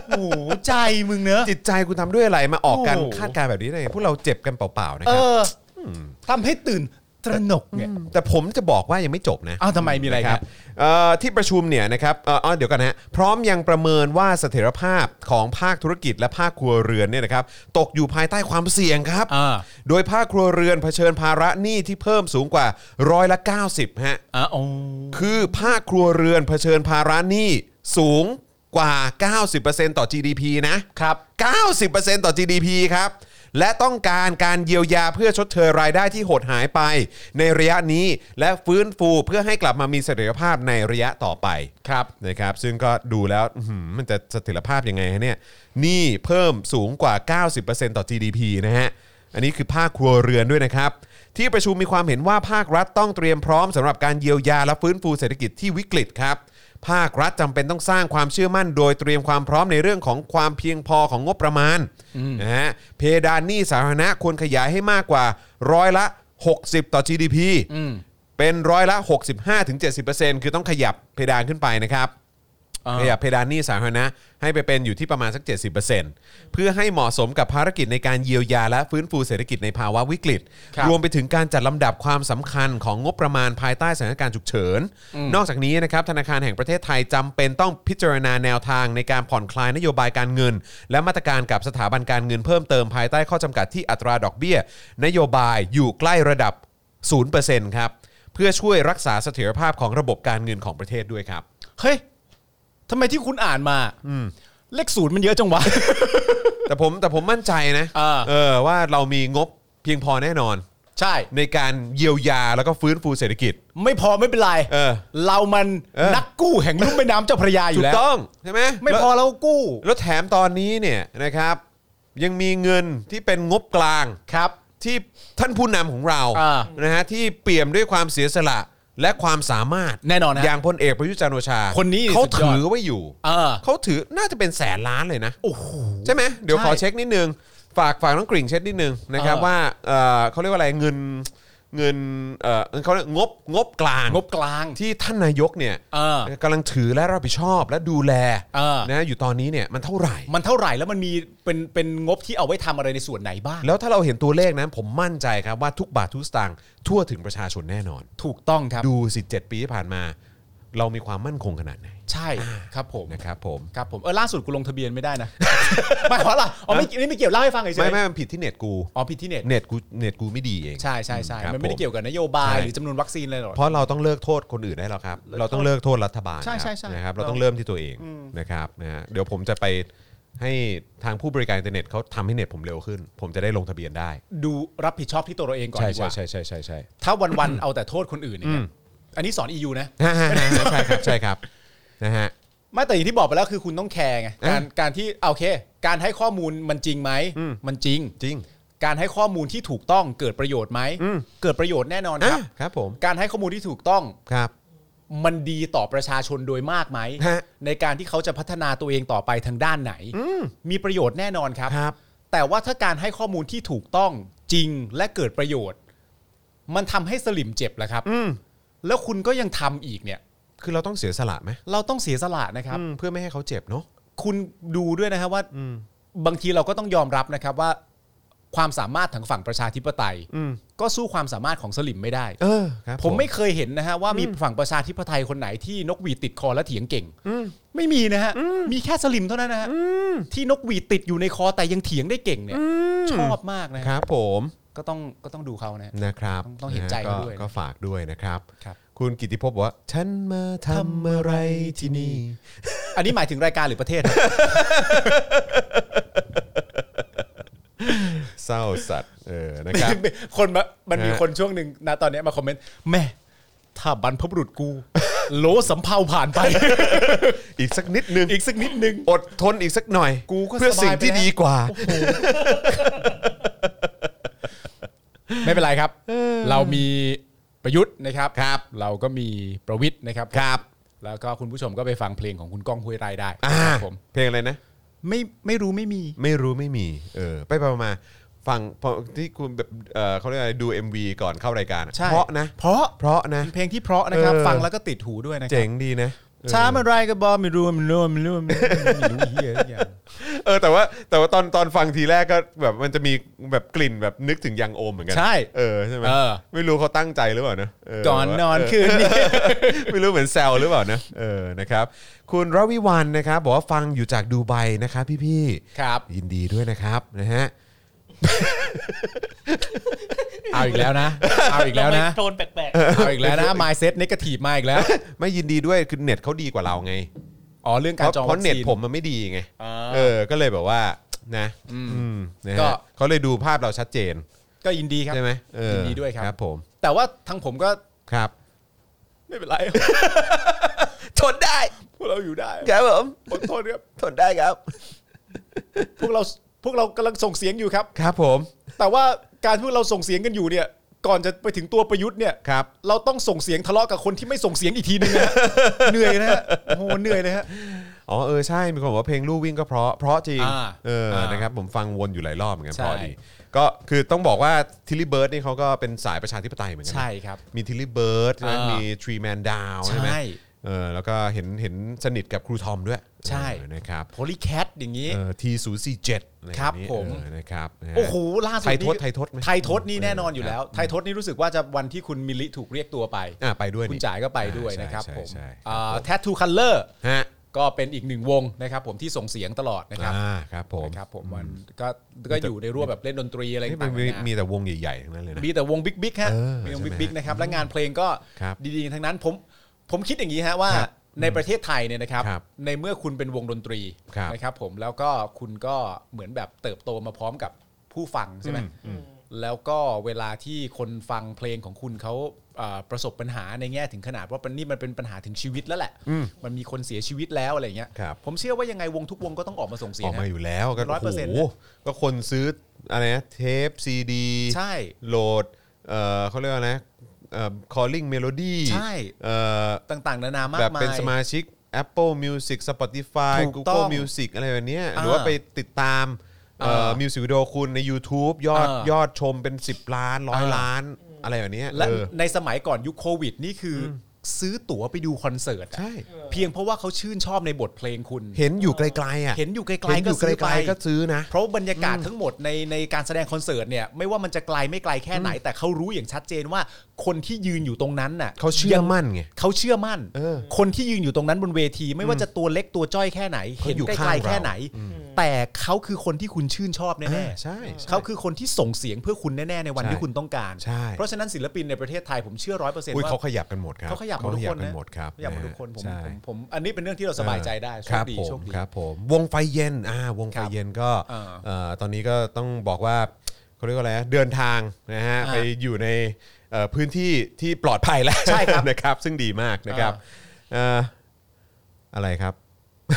S2: โอ้โหใจมึงเนอะ
S1: จิตใจคุณทำด้วยอะไรมาออกการ
S2: โอ้โห
S1: คาดการณ์แบบนี้ได้ไงพวกเราเจ็บกันเปล่าๆนะ
S2: เอ
S1: ครับ
S2: ออทำให้ตื่นตระหนกเนี่ย
S1: แต่ผมจะบอกว่ายังไม่จบนะ
S2: อ้าวทำไมมีอะไรครับ
S1: เอ่อที่ประชุมเนี่ยนะครับเอ่ออ๋อเดี๋ยวกันนะฮะพร้อมยังประเมินว่าเสถียรภาพของภาคธุรกิจและภาคครัวเรือนเนี่ยนะครับตกอยู่ภายใต้ความเสี่ยงครับ
S2: อ่า
S1: โดยภาคครัวเรือนเผชิญภาระหนี้ที่เพิ่มสูงกว่าร้อยละ90ฮะ
S2: อ่ะโอ้
S1: คือภาคครัวเรือนเผชิญภาระหนี้สูงกว่า 90%ต่อ GDP นะ
S2: ครับ
S1: 90%ต่อ GDP ครับ และต้องการการเยียวยาเพื่อชดเชยรายได้ที่หดหายไป ในระยะนี้และฟื้นฟูเพื่อให้กลับมามีเสถียรภาพในระยะต่อไป
S2: ครับ
S1: นะครับ ซึ่งก็ดูแล้วอื้อหือมันจะเสถียรภาพยังไงฮะเนี่ยหนี่เพิ่มสูงกว่า 90%ต่อ GDP นะฮะ อันนี้คือภาคครัวเรือนด้วยนะครับ ที่ประชุมมีความเห็นว่าภาครัฐต้องเตรียมพร้อมสำหรับการเยียวยาและฟื้นฟูเศรษฐกิจที่วิกฤตครับ ภาครัฐจำเป็นต้องสร้างความเชื่อมั่น โดยเตรียมความพร้อมในเรื่องของความเพียงพอของงบประมาณนะฮะเพดานหนี้สาธารณะควรขยายให้มากกว่าร้อยละ 60 ต่อ GDP เป็นร้อยละ 65-70%คือต้องขยับเพดานขึ้นไปนะครับ
S2: อ่า
S1: ขยับเพดานหนี้สาธารณะให้ไปเป็นอยู่ที่ประมาณสัก 70%เพื่อให้เหมาะสมกับภารกิจในการเยียวยาและฟื้นฟูเศรษฐกิจในภาวะวิกฤต
S2: ครับ
S1: รวมไปถึงการจัดลำดับความสำคัญของงบประมาณภายใต้สถานการณ์ฉุกเฉิน นอกจากนี้นะครับธนาคารแห่งประเทศไทยจำเป็นต้องพิจารณาแนวทางในการผ่อนคลายนโยบายการเงิน และมาตรการกับสถาบันการเงินเพิ่มเติมภายใต้ข้อจำกัดที่อัตราดอกเบี้ย นโยบายอยู่ใกล้ระดับ 0%ครับเพื่อช่วยรักษาเสถียรภาพของระบบการเงินของประเทศด้วยครับ
S2: เฮ้ยทำไมที่คุณอ่านมาเลขศูนย์มันเยอะจังวะ
S1: แต่ผมแต่ผมมั่นใจนะ
S2: อ่า
S1: เออว่าเรามีงบเพียงพอแน่นอน
S2: ใช่
S1: ในการเยียวยาแล้วก็ฟื้นฟูเศรษฐกิจ
S2: ไม่พอไม่เป็นไร
S1: เออ
S2: เรามัน
S1: เออ
S2: นักกู้แห่งลุ่มแม่น้ำเจ้าพระยาอ
S1: ถูก
S2: ยู่แล้ว
S1: ต้องใช่ไหม
S2: ไม่
S1: แล้ว
S2: พอเราก็กู้
S1: แล้วแถมตอนนี้เนี่ยนะครับ ยังมีเงินที่เป็นงบกลาง
S2: ครับ
S1: ที่ท่านผู้นำของเรา
S2: อ่า
S1: นะฮะที่เปี่ยมด้วยความเสียสละและความสามารถ
S2: แน่นอนฮะ
S1: อย่างพลเอกประยุทธ์จันทร์โอชา
S2: คนนี้
S1: เขา
S2: สุดยอด
S1: ถือไว้อยู่
S2: เออ
S1: เขาถือน่าจะเป็นแสนล้านเลยนะ
S2: โอ้โห
S1: ใช่ไหมเดี๋ยว
S2: ใช่
S1: ขอเช็คนิดนึง ฝากฝากน้องกริ่งเช็คนิดนึงนะครับ
S2: เออ
S1: ว่าเอ่อเขาเรียกว่าอะไรเงินเงินเอ่อเขาเรียกงบงบกลาง
S2: งบกลาง
S1: ที่ท่านนายกเนี่ย
S2: เออก
S1: ำลังถือและรับผิดชอบและดูแล
S2: เออ
S1: นะอยู่ตอนนี้เนี่ยมันเท่าไหร่
S2: มันเท่าไหร่แล้วมันมีเป็นเป็นงบที่เอาไว้ทำอะไรในส่วนไหนบ้าง
S1: แล้วถ้าเราเห็นตัวเลขนั้นผมมั่นใจครับว่าทุกบาททุกสตางค์ทั่วถึงประชาชนแน่นอน
S2: ถูกต้องครับ
S1: ดูสิ7ปีที่ผ่านมา เรามีความมั่นคงขนาดไหน
S2: ใช่ครับผม
S1: นะครับผม
S2: ครับผมเออล่าสุดกูลงทะเบียนไม่ได้นะ ไม่เพราะอะไรอ๋อไม่นี่ไม่เกี่ยวเล่าให้ฟังเฉยๆ
S1: ไม่ไม่มันผิดที่เน็ตกู
S2: อ๋อผิดที่เน็ต
S1: เน็ตกูเน็ตกูไม่ดีเอง
S2: ใช่ใช่ใช่
S1: ครับ
S2: มันไม่ได้เกี่ยวกับนโยบาย
S1: ใช่
S2: หรือจำนวนวัคซีนเลยหรอก
S1: เพราะเราต้องเลิกโทษคนอื่นได้แล้วครับ เราต้องเลิกโทษรัฐบาล
S2: ใช่ใช่ใช่
S1: นะครับ
S2: เรา
S1: เราต้องเริ่มที่ตัวเองนะครับนะฮะเดี๋ยวผมจะไป ให้ทางผู้บริการอินเทอร์เน็ตเขาทำให้เน็ตผมเร็วขึ้น ผมจะได้ลงทะเบียนได้
S2: ดูรับผิดชอบที่ตัวเราเองก่อน
S1: ใช่
S2: ดีก
S1: ใช่
S2: ว่า
S1: ใช่ใช่ใช่ใช่
S2: ถ้าวันๆเอาแต่โทษคนอื่นเนี่
S1: อื
S2: ย
S1: ม
S2: อันนี้สอน EU นะ
S1: ฮ่าฮ่าฮ่าใช่ ครับใช่ครับนะฮะ
S2: ไม่แต่อย่างที่บอกไปแล้วคือคุณต้องแคร์ไง
S1: อ่ะ
S2: การการที่โอเค การให้ข้อมูลมันจริงไหม
S1: อืม
S2: มันจริง
S1: จริง
S2: การให้ข้อมูลที่ถูกต้องเกิดประโยชน์ไหม
S1: อืม
S2: เกิดประโยชน์แน่นอนครับ
S1: อ่ะครับผม
S2: การให้ข้อมูลที่ถูกต้อง
S1: ครับ
S2: มันดีต่อประชาชนโดยมากไหม
S1: ฮะ
S2: ในการที่เขาจะพัฒนาตัวเองต่อไปทางด้านไหน
S1: อืม
S2: มีประโยชน์แน่นอนครับ
S1: ครับ
S2: แต่ว่าถ้าการให้ข้อมูลที่ถูกต้องจริงและเกิดประโยชน์ มันทำให้สลิมเจ็บแหละครับ
S1: อืม
S2: แล้วคุณก็ยังทำอีกเนี่ย
S1: คือเราต้องเสียสละไหม
S2: เราต้องเสียสละนะครับ
S1: อืมเพื่อไม่ให้เขาเจ็บเนาะ
S2: คุณดูด้วยนะครับว่า
S1: อืม
S2: บางทีเราก็ต้องยอมรับนะครับว่า ความสามารถทางฝั่งประชาธิปไตย
S1: อืม
S2: ก็สู้ความสามารถของสลิมไม่ได้
S1: เออครับ
S2: ผมไม่เคยเห็นนะฮะว่ามีฝั่งประชาธิปไตยคนไหนที่นกหวีดติดคอและเถียงเก่ง
S1: อืม
S2: ไม่มีนะฮะมีแค่สลิมเท่านั้นนะฮะ
S1: อืม
S2: ที่นกหวีดติดอยู่ในคอแต่ยังเถียงได้เก่งเนี่ย
S1: อืม
S2: ชอบมากนะ
S1: ค
S2: ฮะ
S1: รับผม
S2: ก็ต้องก็ต้องดูเขานะฮะ
S1: นะครับ
S2: ต้องต้องเห็นใจ
S1: ก็
S2: เขาด้วยนะ
S1: ก็ฝากด้วยนะครับ
S2: ครับ
S1: คุณกิติภพบอกว่า ฉันมาทำอะไรที่นี่
S2: อันนี้หมายถึงรายการหรือประเทศครับ
S1: เศร้าสัตว์เออนะครับ
S2: คนมามันมี
S1: ฮะ
S2: คนช่วงหนึ่งนะตอนเนี้ยมาคอมเมนต์แม่ถ้าบรรพบุรุษ กู โลสำเภาผ่านไป
S1: อีกสักนิดนึง
S2: อีกสักนิดนึง
S1: อดทนอีกสักหน่อย
S2: กูก็
S1: เพื่อ
S2: สบาย
S1: สิ่งที่
S2: ไปแล้ว
S1: ดีกว่า
S2: ไม่เป็นไรครับ เรามีประยุทธ์นะครับ
S1: ครับ
S2: เราก็มีประวิทย์นะครับ
S1: ครับ
S2: แล้วก็คุณผู้ชมก็ไปฟังเพลงของคุณก้องห้วยไร่ได้
S1: อ่า
S2: ครับผม
S1: เพลงอะไรนะ
S2: ไม่ไม่รู้ไม่มี
S1: ไม่รู้ไม่มี เออ ไปไปมาๆฟังพอที่คุณแบบเออเขาเรียกอะไรดู MV ก่อนเข้ารายการอะ
S2: ใช่
S1: เพราะนะ
S2: เพราะ
S1: เพราะนะ
S2: เป็นเพลงที่เพราะนะครับ
S1: เออ
S2: ฟังแล้วก็ติดหูด้วยนะค
S1: เจ๋
S2: รับ
S1: งดีนะเออ
S2: ช้ามันไรก็บอกไม่รู้ไม่รู้ไม่รู้ไม่รู้ไม่รู้เฮียอะไรอย่าง
S1: เออแต่ว่าแต่ว่าตอนตอนฟังทีแรกก็แบบมันจะมีแบบกลิ่นแบบนึกถึงยังโอมเหมือนกั
S2: ใช่
S1: เออใช่ไหม
S2: เออ
S1: ไม่รู้เขาตั้งใจหรือเปล่านะเ
S2: ก่อนนอน
S1: เ
S2: คืนนี้
S1: ไม่ รู้เหมือนแซวหรือเปล่านะเออนะครับคุณระวิวันนะครับบอกว่าฟังอยู่จากดูไบนะครับพี่
S2: ครับ
S1: ๆยินดีด้วยนะครับนะฮะ
S2: เอาอีกแล้วนะ เอาอีกแล้วนะ
S3: โทนแปลก
S2: เอาอีกแล้วนะ mindset negative มาอีกแล้ว
S1: ไม่ยินดีด้วยคือเน็ตเขาดีกว่าเราไง
S2: อ๋อเรื่อง
S1: เพ
S2: การ
S1: ราะ
S2: จอง
S1: เพ
S2: วั
S1: ราะ
S2: คซีน
S1: เน็ตผมมันไม่ดีไง
S2: อ่า
S1: เออ ก็เลยแบบว่า นะอืมนะฮะ
S2: ก็
S1: เขาเลยดูภาพเราชัดเจน
S2: ก็ยินดีครับ
S1: ใช่ไหมเออ
S2: ยินดีด้วยครับ
S1: ครับผม
S2: แต่ว่าทางผมก็
S1: ครับ
S2: ไม่เป็นไร
S1: ทนได้
S2: พวกเราอยู่ได้
S1: ครับผม
S2: อดทนครับ
S1: ทนได้ครับ
S2: พวกเราพวกเรากำลังส่งเสียงอยู่ครับ
S1: ครับผม
S2: แต่ว่าการที่เราส่งเสียงกันอยู่เนี่ย ก่อนจะไปถึงตัวประยุทธ์เนี่ย
S1: ครับ
S2: เราต้องส่งเสียงทะเลาะกับคนที่ไม่ส่งเสียงอีกทีนึงนะ ฮะ เหนื่อยนะฮะโอ้โหเหนื่อยเลยฮะ
S1: อ๋อ เออ ใช่ มีคนบอกว่าเพลงลู่วิ่งก็เพราะ เพราะจริง
S2: อ่า
S1: เออ
S2: อ่าน
S1: นะครับ ผมฟังวนอยู่หลายรอบเหมือนกัน
S2: ใช่
S1: เพราะดี ก็คือต้องบอกว่าทิลลี่เบิร์ดนี่เขาก็เป็นสายประชาธิปไตยเหมือนกัะ
S2: ใช่ครับ
S1: มีทิลลี่เบิร์ด
S2: อ่ามี
S1: มีทรีแมนดาวใช่ไหม
S2: ใช่
S1: เออ แล้วก็เห็นเห็นสนิทกับครูทอมด้วย
S2: ใช่
S1: เออนะครับ
S2: โพลีแคทอย่างนี้
S1: ทีศูนย์สี่เจ็ดอะไรอย่างนี้
S2: ครับผม
S1: เออนะครับนะฮะ
S2: โอ้โหล่าสุด
S1: ไทยทศไทยทศไหม
S2: ไทยทศนี่แน่นอนอยู่แล้ว
S1: ครับ
S2: ไทยทศนี่รู้สึกว่าจะวันที่คุณมิลิถูกเรียกตัวไป
S1: อ่ะไปด้วย
S2: คุณ
S1: นี่
S2: จ่ายก็ไปด้วย
S1: ใช่
S2: นะครับ
S1: ใช่
S2: ผม
S1: ใช่
S2: แททูคัลเลอร์
S1: ฮะ
S2: ก็เป็นอีกหนึ่งวงนะครับผมที่ส่งเสียงตลอดนะครับ
S1: อ่าครับผม
S2: นะครับผมมันก็ก็อยู่ในร่วมแบบเล่นดนตรีอะไร
S1: นี่มั
S2: ต่าน งๆ
S1: มี
S2: นานา
S1: มีแต่วงใหญ่ๆทั้งนั้นเลยนะ
S2: มีแต่วงบิ๊กบิ๊กฮะ
S1: เออ
S2: มีวง
S1: ใช่
S2: บิ๊
S1: ไห
S2: ก
S1: ม
S2: บิ๊กนะครับและงานเพลงก็
S1: ครับ
S2: ดีๆ ทั้งนั้นผมผมคิดอย่างนี้ฮะว่า
S1: ครับ
S2: ในประเทศไทยเนี่ยนะครับ
S1: ครับ
S2: ในเมื่อคุณเป็นวงดนตรี
S1: ครับ
S2: นะครับผมแล้วก็คุณก็เหมือนแบบเติบโตมาพร้อมกับผู้ฟังใช่ไหม
S3: ๆอืม
S2: แล้วก็เวลาที่คนฟังเพลงของคุณเขาเอ่อประสบปัญหาในแง่ถึงขนาดว่าเป็นนี่มันเป็นปัญหาถึงชีวิตแล้วแหละ มันมีคนเสียชีวิตแล้วอะไรเงี้ย
S1: ครับ
S2: ผมเชื่อว่ายังไงวงทุกวงก็ต้องออกมาส่งเสีย
S1: อง อกมา
S2: นะ
S1: อยู่แล้วก็
S2: ร้อยเปอร์เซ็นต์
S1: โอ้โหก็คนซื้ออะไรนะเทปซีดี
S2: ใช่
S1: โหลดเอ่อเขาเรียกว่านะเอ่อ calling melody
S2: ใช่
S1: เอ่อ
S2: ต่างๆ นานามา
S1: แบ
S2: ก
S1: บ
S2: มา
S1: เป็นส
S2: ย
S1: มาชิก Apple Music Spotify
S2: ถูกต้อง
S1: Google Music อะไรแบบเนี้ยหรือ
S2: อ่า
S1: ว่าไปติดตามเอ่อ
S2: เออ
S1: มิวสิกวิดีโอคุณใน YouTube ยอด
S2: เออย
S1: อดชมเป็น 10 ล้านร้อย
S2: เออ
S1: ล้านอะไรแบบเนี้ย
S2: และ
S1: เออ
S2: ในสมัยก่อนยุคโควิด นี่คืออซื้อตั๋วไปดูคอนเสิร์ตอะ
S1: ใช่
S2: เพียงเพราะว่าเขาชื่นชอบในบทเพลงคุณ
S1: เห็นอยู่ไกลๆอ่ะ
S2: เห็นอยู่ไกล
S1: เห็นอ
S2: ๆก็
S1: ยู่ไก
S2: ซื้อไป
S1: ลๆก็ซื้อนะ
S2: เพราะบรรยากาศทั้งหมดในในการแสดงคอนเสิร์ตเนี่ยไม่ว่ามันจะไกลไม่ไกลแค่ไหน แต่เขารู้อย่างชัดเจนว่า คนที่ยืนอยู่ตรงนั้นน่ะ
S1: เขาเชื่อมั่นไง
S2: เขาเชื่อมั่น
S1: เออ
S2: คนที่ยืนอยู่ตรงนั้นบนเวที ไม่ว่าจะตัวเล็กตัวจ้อยแค่ไหน
S1: เขา
S2: เห็น
S1: อยู่
S2: ใก
S1: ข้าง
S2: ล้
S1: เรา
S2: ๆแค่ไหน แต่เขาคือคนที่คุณชื่นชอบ
S1: อ่า
S2: แน่
S1: ใช่
S2: ๆ
S1: ใช่
S2: เขาคือคนที่ส่งเสียงเพื่อคุณแน่ๆในวัน
S1: ใช่
S2: ที่คุณต้องการ
S1: ใช่
S2: เพราะฉะนั้นศิลปินในประเทศไทยผมเชื่อร้อยเปอร์เซ็นต์
S1: อุ้ย
S2: ว่า
S1: เขาขยับกันหมดครับ
S2: เขาขยับหมดทุกค
S1: เขาขยับ
S2: น
S1: กั
S2: นะ
S1: นหมดครับ
S2: ขยับหมดทุกคนผม
S1: ใช่
S2: ผมผมอันนี้เป็นเรื่องที่เราสบายใจได้
S1: ค
S2: โชครับ ดี
S1: ผม
S2: โชคดี
S1: ครับผมวงไฟเย็นอ่าวงไฟเย็นก็
S2: เออ
S1: เอ่อตอนนี้ก็ต้องบอกว่าเขาเรียกว่าอะไรนะเดินทางนะฮะ
S2: อ่า
S1: ไปอยู่ในเอ่อพื้นที่ที่ปลอดภัยแล้ว
S2: ใช่ครับ
S1: นะครับ ซึ่งดีมากนะครับเอ่ออะไรครับ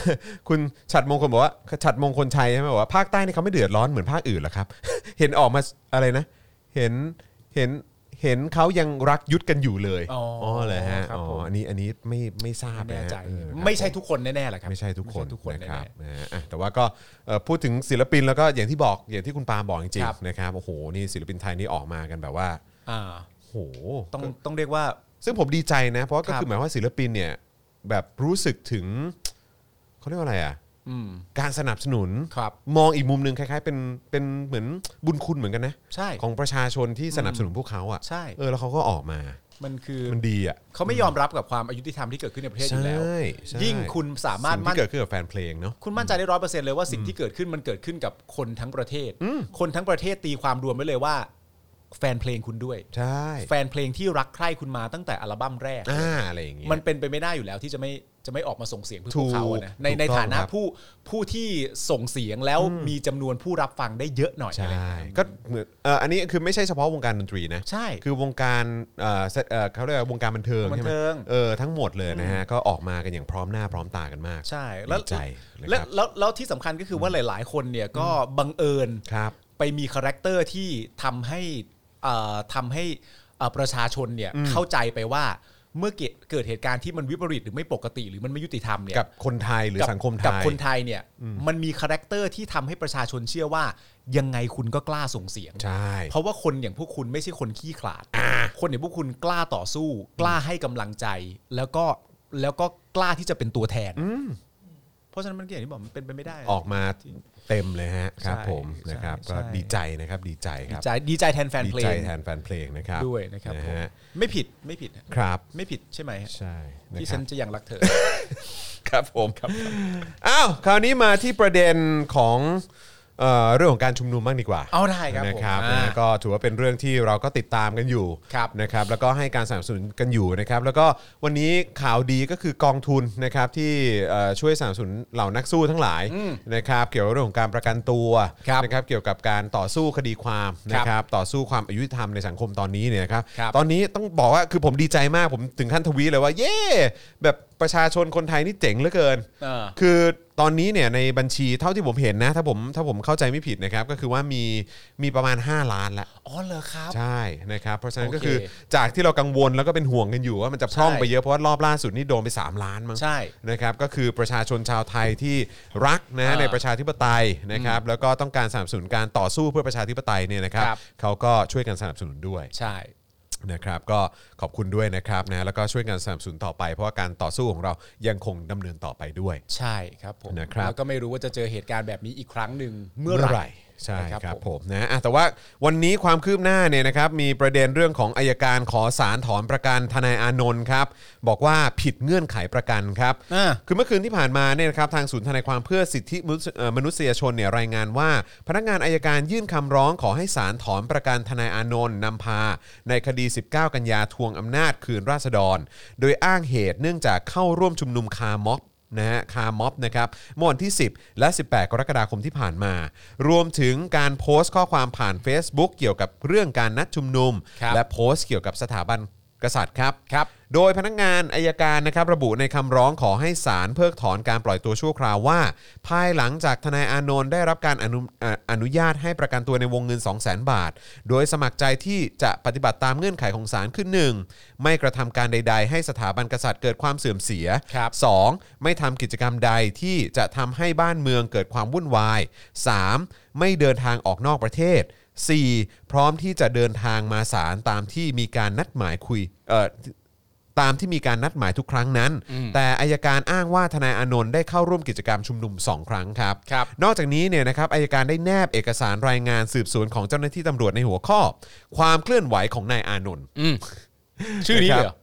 S1: คุณฉัดมงคลบอกว่าฉัดมงคลชัยใช่ไหมบอกว่าภาคใต้นี่เขาไม่เดือดร้อนเหมือนภาคอื่นหรอครับ เห็นออกมาอะไรนะ เห็นเห็นเห็นเขายังรักยุดกันอยู่เลย
S2: อ๋ออ๋
S1: เลยฮะ
S2: ครับ
S1: อ๋อ
S2: ผม
S1: อันนี้อันนี้ไม่ไม่ทราบ
S2: ไม่แน่
S1: นะฮะ
S2: ใจ
S1: เออครับ
S2: ไม่ใช่ทุกคนแน่ๆแหละครับ
S1: ไม่ใช่ทุกคน
S2: ไม่ใช่ทุกคน
S1: นะค
S2: แน่
S1: รับนะฮะอ่ะแต่ว่าก็เอ่อพูดถึงศิลปินแล้วก็อย่างที่บอกอย่างที่คุณปาล์มบอกจริง
S2: ครับ
S1: ๆนะครับโอ้โหนี่ศิลปินไทยนี่ออกมากันแบบว่า
S2: ๆอ่า
S1: โอ้โห
S2: ต้องต้องเรียกว่า
S1: ซึ่งผมดีใจนะ เพราะว่าก็
S2: ครับ
S1: คือหมายความว่าศิลปินเนี่ยแบบรู้สึกถึงเขาเรียกว่าอะไรอ่ะ
S2: อืม
S1: การสนับสนุน
S2: ครับ
S1: มองอีกมุมหนึ่งคล้ายๆเป็นเป็นเหมือนบุญคุณเหมือนกันนะ
S2: ใช่
S1: ของประชาชนที่สนับสนุนพวกเขาอ่ะ
S2: ใช่
S1: เออแล้วเขาก็ออกมา
S2: มันคือ
S1: มันดีอ่ะ
S2: เขาไม่ยอมรับกับความอายุติธรรมที่เกิดขึ้นในประเทศอยู่แล้ว
S1: ใช่
S2: ยิ่งคุณสามารถ
S1: สิ่ง
S2: มั่น
S1: ที่เกิดขึ้นกับแฟนเพลงเนาะ
S2: คุณมั่นใจได้ร้อยเปอร์เซ็นต์เลยว่าสิ่งที่เกิดขึ้นมันเกิดขึ้นกับคนทั้งประเทศ
S1: อืม
S2: คนทั้งประเทศตีความรวมไว้เลยว่า แฟนเพลงคุณด้วย
S1: ใช่
S2: แฟนเพลงที่รักใคร่คุณมาตั้งแต่อัลบั้มแรก
S1: อ่าอะไรอย่างเงี้ย
S2: มันเป็นไปไม่ได้อยู่แล้วที่จะไม่จะไม่ออกมาส่งเสียงเพื่อพวกเขาอะนะ
S1: ถูก
S2: ในใน
S1: ถูกต้อง
S2: ฐานะครับ ผู้ผู้ที่ส่งเสียงแล้วมีจำนวนผู้รับฟังได้เยอะหน่อย
S1: ใช่
S2: อะไรอย่างเงี้ย
S1: ก็เหมือนเอออันนี้คือไม่ใช่เฉพาะวงการดนตรีนะ
S2: ใช่
S1: คือวงการเอ่อเซเอ่อเขาเรียกว่าวงการบันเทิง
S2: บัน
S1: ใช่ไหม
S2: เทิง
S1: เออทั้งหมดเลยนะฮะก็ออกมากันอย่างพร้อมหน้าพร้อมตากันมาก
S2: ใช่แล้ว
S1: ดีใจนะ
S2: และ
S1: ครับ
S2: แล้วแล้วที่สำคัญก็คือว่าหลาย ๆ คนเนี่ยก็บังเอิญ
S1: ครับ
S2: ไปมีคาแรคเตอร์ที่ทำให้เอ่อทำให้เอ่อประชาชนเนี่ยเข้าใจไปว่าเมื่อเกิดเกิดเหตุการณ์ที่มันวิปริตหรือไม่ปกติ หรือมันไม่ยุติธรรมเนี่ย
S1: กับคนไทยหรือ
S2: กับ
S1: สังคมไท
S2: กับ
S1: ย
S2: คนไทยเนี่ยมันมีคาแรคเตอร์ที่ทำให้ประชาชนเชื่อว่ายังไงคุณก็กล้าส่งเสียง
S1: ใช่
S2: เพราะว่าคนอย่างพวกคุณไม่ใช่คนขี้ขลาด คนอย่างพวกคุณกล้าต่อสู้ กล้าให้กำลังใจ แล้วก็แล้วก็กล้าที่จะเป็นตัวแทน เพราะฉะนั้นมันก็อย่างที่บอกมันเป็นไปไม่ได้
S1: ออกมาเต็มเลยฮะครับ
S2: ใช่
S1: ผมนะครับ
S2: ใช่
S1: ก็
S2: ใช่
S1: ดีใจนะครับดีใจค
S2: ดี
S1: รับ
S2: ใจดีใจแทนแฟน
S1: ดี
S2: เพล
S1: ใจ
S2: ง
S1: แทนแฟนเพลงนะครับ
S2: ด้วยนะครับ
S1: นะ
S2: ผม
S1: ฮะ
S2: ไม่ผิดไม่ผิดฮะ
S1: ครับ
S2: ไม่ผิดใช่ไหมฮะ
S1: ใช่นะ
S2: ที่
S1: ค
S2: ฉั
S1: รั
S2: น
S1: บ
S2: จะยังรักเธอ
S1: ครับผมอ้าวคราวนี้มาที่ประเด็นของเอ่อเรื่องของการชุมนุมบ้างดีกว่า
S2: เอาได้ครับ
S1: นะ
S2: ผม
S1: ครับ
S2: อ่า
S1: นะก็ถือว่าเป็นเรื่องที่เราก็ติดตามกันอยู่
S2: ครับ
S1: นะครับ แล้วก็ให้การสนับสนุนกันอยู่นะครับ แล้วก็วันนี้ข่าวดีก็คือกองทุนนะครับที่เอ่อช่วยสนับสนุนเหล่านักสู้ทั้งหลายนะครับ เกี่ยวกับเรื่องของการประกันตัว
S2: ครับ
S1: นะครับ เกี่ยวกับการต่อสู้คดีความนะครับ ต่อสู้ความอายุติธรรมในสังคมตอนนี้เนี่ยนะครับ
S2: ครับ
S1: ตอนนี้ต้องบอกว่าคือผมดีใจมากผมถึงขั้นทวีตเลยว่าเย้แบบประชาชนคนไทยนี่เจ๋งเหลือเกิน
S2: เออ
S1: คือตอนนี้เนี่ยในบัญชีเท่าที่ผมเห็นนะถ้าผมถ้าผมเข้าใจไม่ผิดนะครับ ก็คือว่ามีมีประมาณ 5 ล้านละ
S2: อ๋อเหรอครับ
S1: ใช่นะครับ เพราะฉะนั้น
S2: โอเค
S1: ก็คือจากที่เรากังวลแล้วก็เป็นห่วงกันอยู่ว่ามันจะพร่อง
S2: ใช่
S1: ไปเยอะเพราะว่ารอบล่าสุดนี่โดนไป 3 ล้านมั้ง
S2: ใช่
S1: นะครับก็คือประชาชนชาวไทยที่รักนะ
S2: อ่า
S1: ในประชาธิปไตยนะครับแล้วก็ต้องการสนับสนุนการต่อสู้เพื่อประชาธิปไตยเนี่ยนะครับ
S2: ครับ
S1: เขาก็ช่วยกันสนับสนุนด้วย
S2: ใช่
S1: นะครับก็ขอบคุณด้วยนะครับนะแล้วก็ช่วยกันสนับสนุนต่อไป เพราะว่าการต่อสู้ของเรายังคงดำเนินต่อไปด้วย
S2: ใช่ครับผม
S1: นะครับ
S2: แล้วก็ไม่รู้ว่าจะเจอเหตุการณ์แบบนี้อีกครั้งหนึ่งเมื่อไหร่
S1: ใช่
S2: นะครับ
S1: ครับผมนะอ่ะแต่ว่าวันนี้ความคืบหน้าเนี่ยนะครับมีประเด็นเรื่องของอายการขอสารถอนประกันทนายอานนท์ครับบอกว่าผิดเงื่อนไขประกันครับ
S2: อ่า
S1: คือเมื่อคืนที่ผ่านมาเนี่ยนะครับทางศูนย์ทนายความเพื่อสิทธิมนุษยเอ่อมนุษยชนเนี่ยรายงานว่า พนักงานอายการยื่นคำร้องขอให้ศาลถอนประกันทนายอานนท์นำพา ในคดี 19 กันยาทวงอำนาจคืนราษฎร โดยอ้างเหตุเนื่องจากเข้าร่วมชุมนุมคาร์ม็อบนะฮะคาร์ม็อบนะครับเมื่อวันที่ 10 และ 18 กรกฎาคมที่ผ่านมา รวมถึงการโพสต์ข้อความผ่าน Facebook เกี่ยวกับเรื่องการนัดชุมนุม
S2: ครับ
S1: และโพสต์เกี่ยวกับสถาบันกษัตริย์ครับ
S2: ครับ
S1: โดยพนักงานอายการนะครับระบุในคำร้องขอให้ศาลเพิกถอนการปล่อยตัวชั่วคราวว่า ภายหลังจากทนายอานนท์ได้รับการอนุเอ่ออนุญาตให้ประกันตัวในวงเงิน 200,000 บาท โดยสมัครใจที่จะปฏิบัติตามเงื่อนไขของศาลขึ้นหนึ่งไม่กระทำการใด ๆ ให้สถาบันกษัตริย์เกิดความเสื่อมเสีย
S2: ครับ
S1: 2. ไม่ทำกิจกรรมใดที่จะทำให้บ้านเมืองเกิดความวุ่นวาย 3. ไม่เดินทางออกนอกประเทศ 4. พร้อมที่จะเดินทางมาศาลตามที่มีการนัดหมายคุยเอ่อตามที่มีการนัดหมายทุกครั้งนั้น แต่อายการอ้างว่าทนายอานนท์ได้เข้าร่วมกิจกรรมชุมนุม 2 ครั้งครับ
S2: ครับ
S1: นอกจากนี้เนี่ยนะครับอายการได้แนบเอกสารรายงานสืบสวนของเจ้าหน้าที่ตำรวจในหัวข้อ ความเคลื่อนไหวของนายอานนท์
S4: ชื่อนี้เลยเหรอ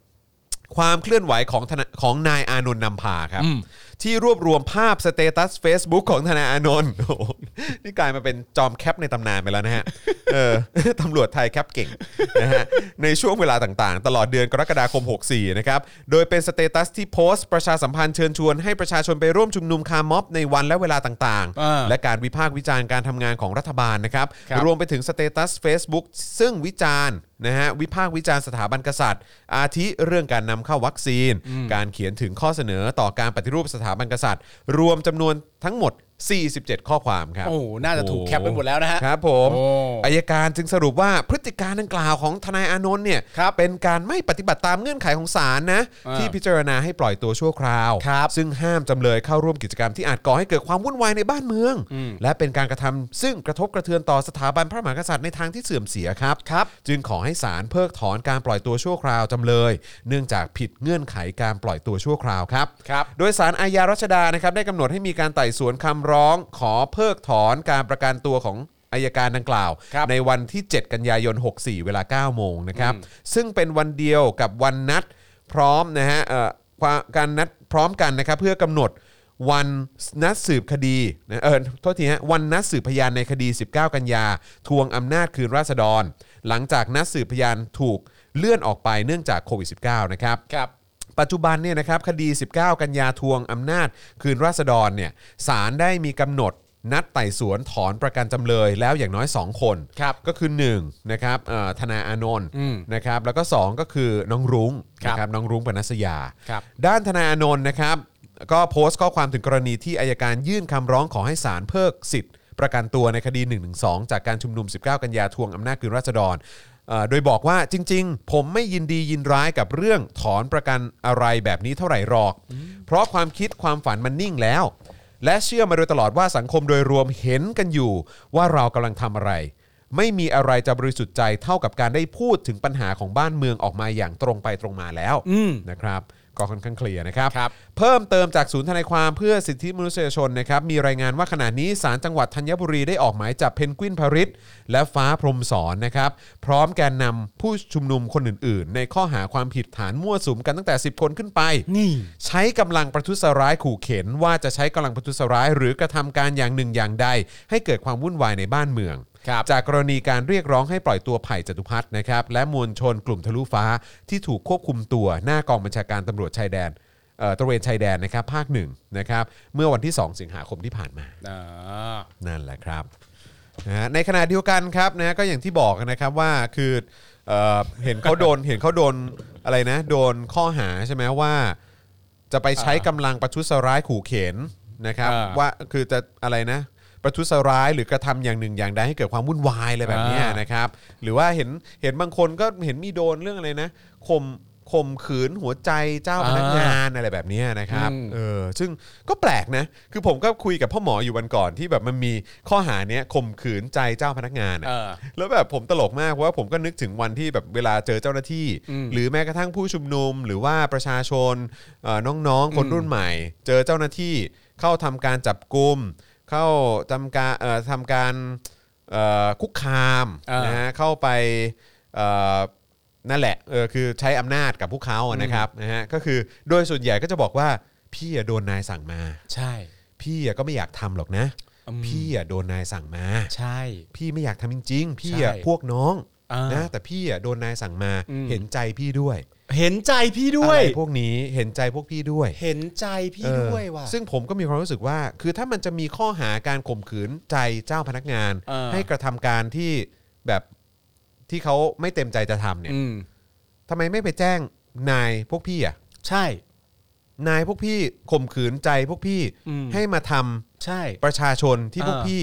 S1: ความเคลื่อนไหวของธนาของนายอานนท์นำพาครับ
S4: อืม
S1: ที่รวบรวมภาพสเตตัส Facebook ของธนายอานนท์ โอ้โหนี่กลายมาเป็นจอมแคปในตำนานไปแล้วนะฮะ เออตำรวจไทยแคปเก่ง นะฮะในช่วงเวลาต่างๆ ตลอดเดือนกรกฎาคม 64 นะครับ โดยเป็นสเตตัสที่โพสต์ประชาสัมพันธ์เชิญชวนให้ประชาชนไปร่วมชุมนุมคาร์ม็อบในวันและเวลาต่าง
S4: อ่า
S1: ๆ และการวิพากษ์วิจารณ์การทำงานของรัฐบาลนะครับ
S4: ครับ
S1: รวมไปถึงสเตตัส Facebook ซึ่งวิจารณ์นะฮะวิพากษ์วิจารณ์สถาบันกษัตริย์ อาทิเรื่องการนำเข้าวัคซีน การเขียนถึงข้อเสนอต่อการปฏิรูปสถาบันกษัตริย์ รวมจำนวนทั้งหมด 47 ข้อความครับ
S4: โอ้โหน่าจะถูกแคปไปหมดแล้วนะฮะ
S1: ครับผม
S4: โอ้
S1: อายการจึงสรุปว่าพฤติการดังกล่าวของทนายอานนท์เนี่ย
S4: ครับ
S1: เป็นการไม่ปฏิบัติตามเงื่อนไขของศาลนะ
S4: อ่า
S1: ที่พิจารณาให้ปล่อยตัวชั่วคราว
S4: ครับ
S1: ซึ่งห้ามจำเลยเข้าร่วมกิจกรรมที่อาจก่อให้เกิดความวุ่นวายในบ้านเมือง
S4: อืม
S1: และเป็นการกระทำซึ่งกระทบกระเทือนต่อสถาบันพระมหากษัตริย์ในทางที่เสื่อมเสียครับ
S4: ครับ
S1: จึงขอให้ศาลเพิกถอนการปล่อยตัวชั่วคราวจำเลย เนื่องจากผิดเงื่อนไขการปล่อยตัวชั่วคราวครับ
S4: ครับ
S1: โดยสารอาญารัชดานะครับได้กำหนดให้มีการไต่สวนคำร้อง ขอเพิกถอนการประกันตัวของอายการดังกล่าว
S4: ครับ
S1: ในวันที่ 7 กันยายน 64 เวลา 9 โมงนะครับ ซึ่งเป็นวันเดียวกับวันนัดพร้อมนะฮะเอ่อความการนัดพร้อมกันนะครับเพื่อกำหนดวันนัดสืบคดีนะเออโทษทีฮะวันนัดสืบพยานในคดี 19 กันยา ทวงอำนาจคืนราษฎร หลังจากนัดสืบพยานถูกเลื่อนออกไปเนื่องจากโควิด -19 นะครับ
S4: ครับ
S1: ปัจจุบันเนี่ยนะครับคดี 19 กันยาทวงอำนาจ คืนราษฎรเนี่ยศาลได้มีกำหนดนัดไต่สวนถอนประกันจำเลยแล้วอย่างน้อย 2 คน
S4: ครับ
S1: ก็คือ1นะครับเอ่อธนาอานนท์
S4: อืม
S1: นะครับแล้วก็ 2 ก็คือน้องรุ้ง
S4: ครับ
S1: นะครับน้องรุ้งปนัสยา
S4: ครับ
S1: ด้านธนาอานนท์นะครับก็โพสต์ข้อความถึงกรณีที่อายการยื่นคำร้องขอให้ศาลเพิกสิทธิ์ ประกันตัวในคดี 112 จากการชุมนุม 19 กันยาทวงอำนาจคืนราษฎรเอ่อโดยบอกว่าจริง ๆ ผมไม่ยินดียินร้ายกับเรื่องถอนประกันอะไรแบบนี้เท่าไหร่หรอก เพราะความคิดความฝันมันนิ่งแล้ว และเชื่อมาโดยตลอดว่าสังคมโดยรวมเห็นกันอยู่ว่าเรากำลังทำอะไร ไม่มีอะไรจะบริสุทธิ์ใจเท่ากับการได้พูดถึงปัญหาของบ้านเมืองออกมาอย่างตรงไปตรงมาแล้ว
S4: อืม
S1: นะครับก็ค่อนข้างเคลียร์นะครับ
S4: ครับ
S1: เพิ่มเติมจากศูนย์ทนายความเพื่อสิทธิมนุษยชนนะครับ มีรายงานว่าขณะนี้ศาลจังหวัดธัญบุรีได้ออกหมายจับเพนกวินพริษและฟ้าพรหมสอนนะครับ พร้อมแกนนำผู้ชุมนุมคนอื่น ๆ ในข้อหาความผิดฐานมั่วสุมกันตั้งแต่ 10 คนขึ้นไป
S4: นี่
S1: ใช้กำลังประทุษร้ายขู่เข็น ว่าจะใช้กำลังประทุษร้าย หรือกระทำการอย่างหนึ่งอย่างใด ให้เกิดความวุ่นวายในบ้านเมือง
S4: ครับ
S1: จากกรณีการเรียกร้องให้ปล่อยตัวไผ่จตุพัฒน์นะครับ และมวลชนกลุ่มทะลุฟ้าที่ถูกควบคุมตัวหน้ากองบัญชาการตำรวจชายแดนเอ่อตระเวนชายแดนนะครับภาคหนึ่งนะครับ เมื่อวันที่ 2 สิงหาคมที่ผ่านมา
S4: อ่า
S1: นั่นแหละครับนะฮะในขณะเดียวกันครับนะก็อย่างที่บอกนะครับว่าคือเอ่อเห็นเขาโดน เห็นเขาโดนอะไรนะ โดนข้อหาใช่ไหมว่า จะไปใช้กำลังประทุษร้ายขู่เข็นนะครับ
S4: อ่า
S1: ว่าคือจะอะไรนะ ประทุษร้ายหรือกระทำอย่างหนึ่งอย่างใดให้เกิดความวุ่นวายอะไรแบบเนี้ย
S4: อ่าน
S1: นะครับ หรือว่าเห็นเห็นบางคนก็เห็นมีโดนเรื่องอะไรนะข่มข่มขืนหัวใจเจ้าพนักงานอะไรแบบเนี้ยนะครับ
S4: อืม
S1: เออซึ่งก็แปลกนะ คือผมก็คุยกับพ่อหมออยู่วันก่อนที่แบบมันมีข้อหาเนี้ยข่มขืนใจเจ้าพนักงานอะ
S4: เออ
S1: แล้วแบบผมตลกมากเพราะว่าผมก็นึกถึงวันที่แบบเวลาเจอเจ้าหน้าที่
S4: อืม
S1: หรือแม้กระทั่งผู้ชุมนุม หรือว่าประชาชนเอ่อน้องๆ คนรุ่นใหม่ เจอเจ้าหน้าที่เข้าทำการจับกลุ่มเข้าทำการเอ่อทำการเอ่อคุกคาม
S4: เออ
S1: นะฮะเข้าไปเอ่อ นั่นแหละ เออ คือใช้อำนาจกับพวกเขาอะนะครับ นะฮะ ก็คือโดยส่วนใหญ่ก็จะบอกว่า พี่อะโดนนายสั่งมา
S4: ใช่
S1: พี่อะก็ไม่อยากทำหรอกนะ
S4: อืม
S1: พี่อะโดนนายสั่งมา
S4: ใช่
S1: พี่ไม่อยากทำจริง ๆ พี่อะ
S4: ใช่
S1: พวกน้อง
S4: อ่าน
S1: นะ แต่พี่อะโดนนายสั่งมา
S4: อืม
S1: เห็นใจพี่ด้วย
S4: เห็นใจพี่ด้วย
S1: อะไรพวกนี้ เห็นใจพวกพี่ด้วย
S4: เห็นใจพี่
S1: เออ
S4: ด้วยว่ะ
S1: ซึ่งผมก็มีความรู้สึกว่า คือถ้ามันจะมีข้อหาการข่มขืนใจเจ้าพนักงาน
S4: เออ
S1: ให้กระทำการที่แบบที่เขาไม่เต็มใจจะทำเนี่ย
S4: อืม
S1: ทำไมไม่ไปแจ้งนายพวกพี่อะ
S4: ใช่
S1: นายพวกพี่ข่มขืนใจพวกพี่
S4: อืม
S1: ให้มาทำ
S4: ใช่
S1: ประชาชนที่พวก
S4: อ่า
S1: พี่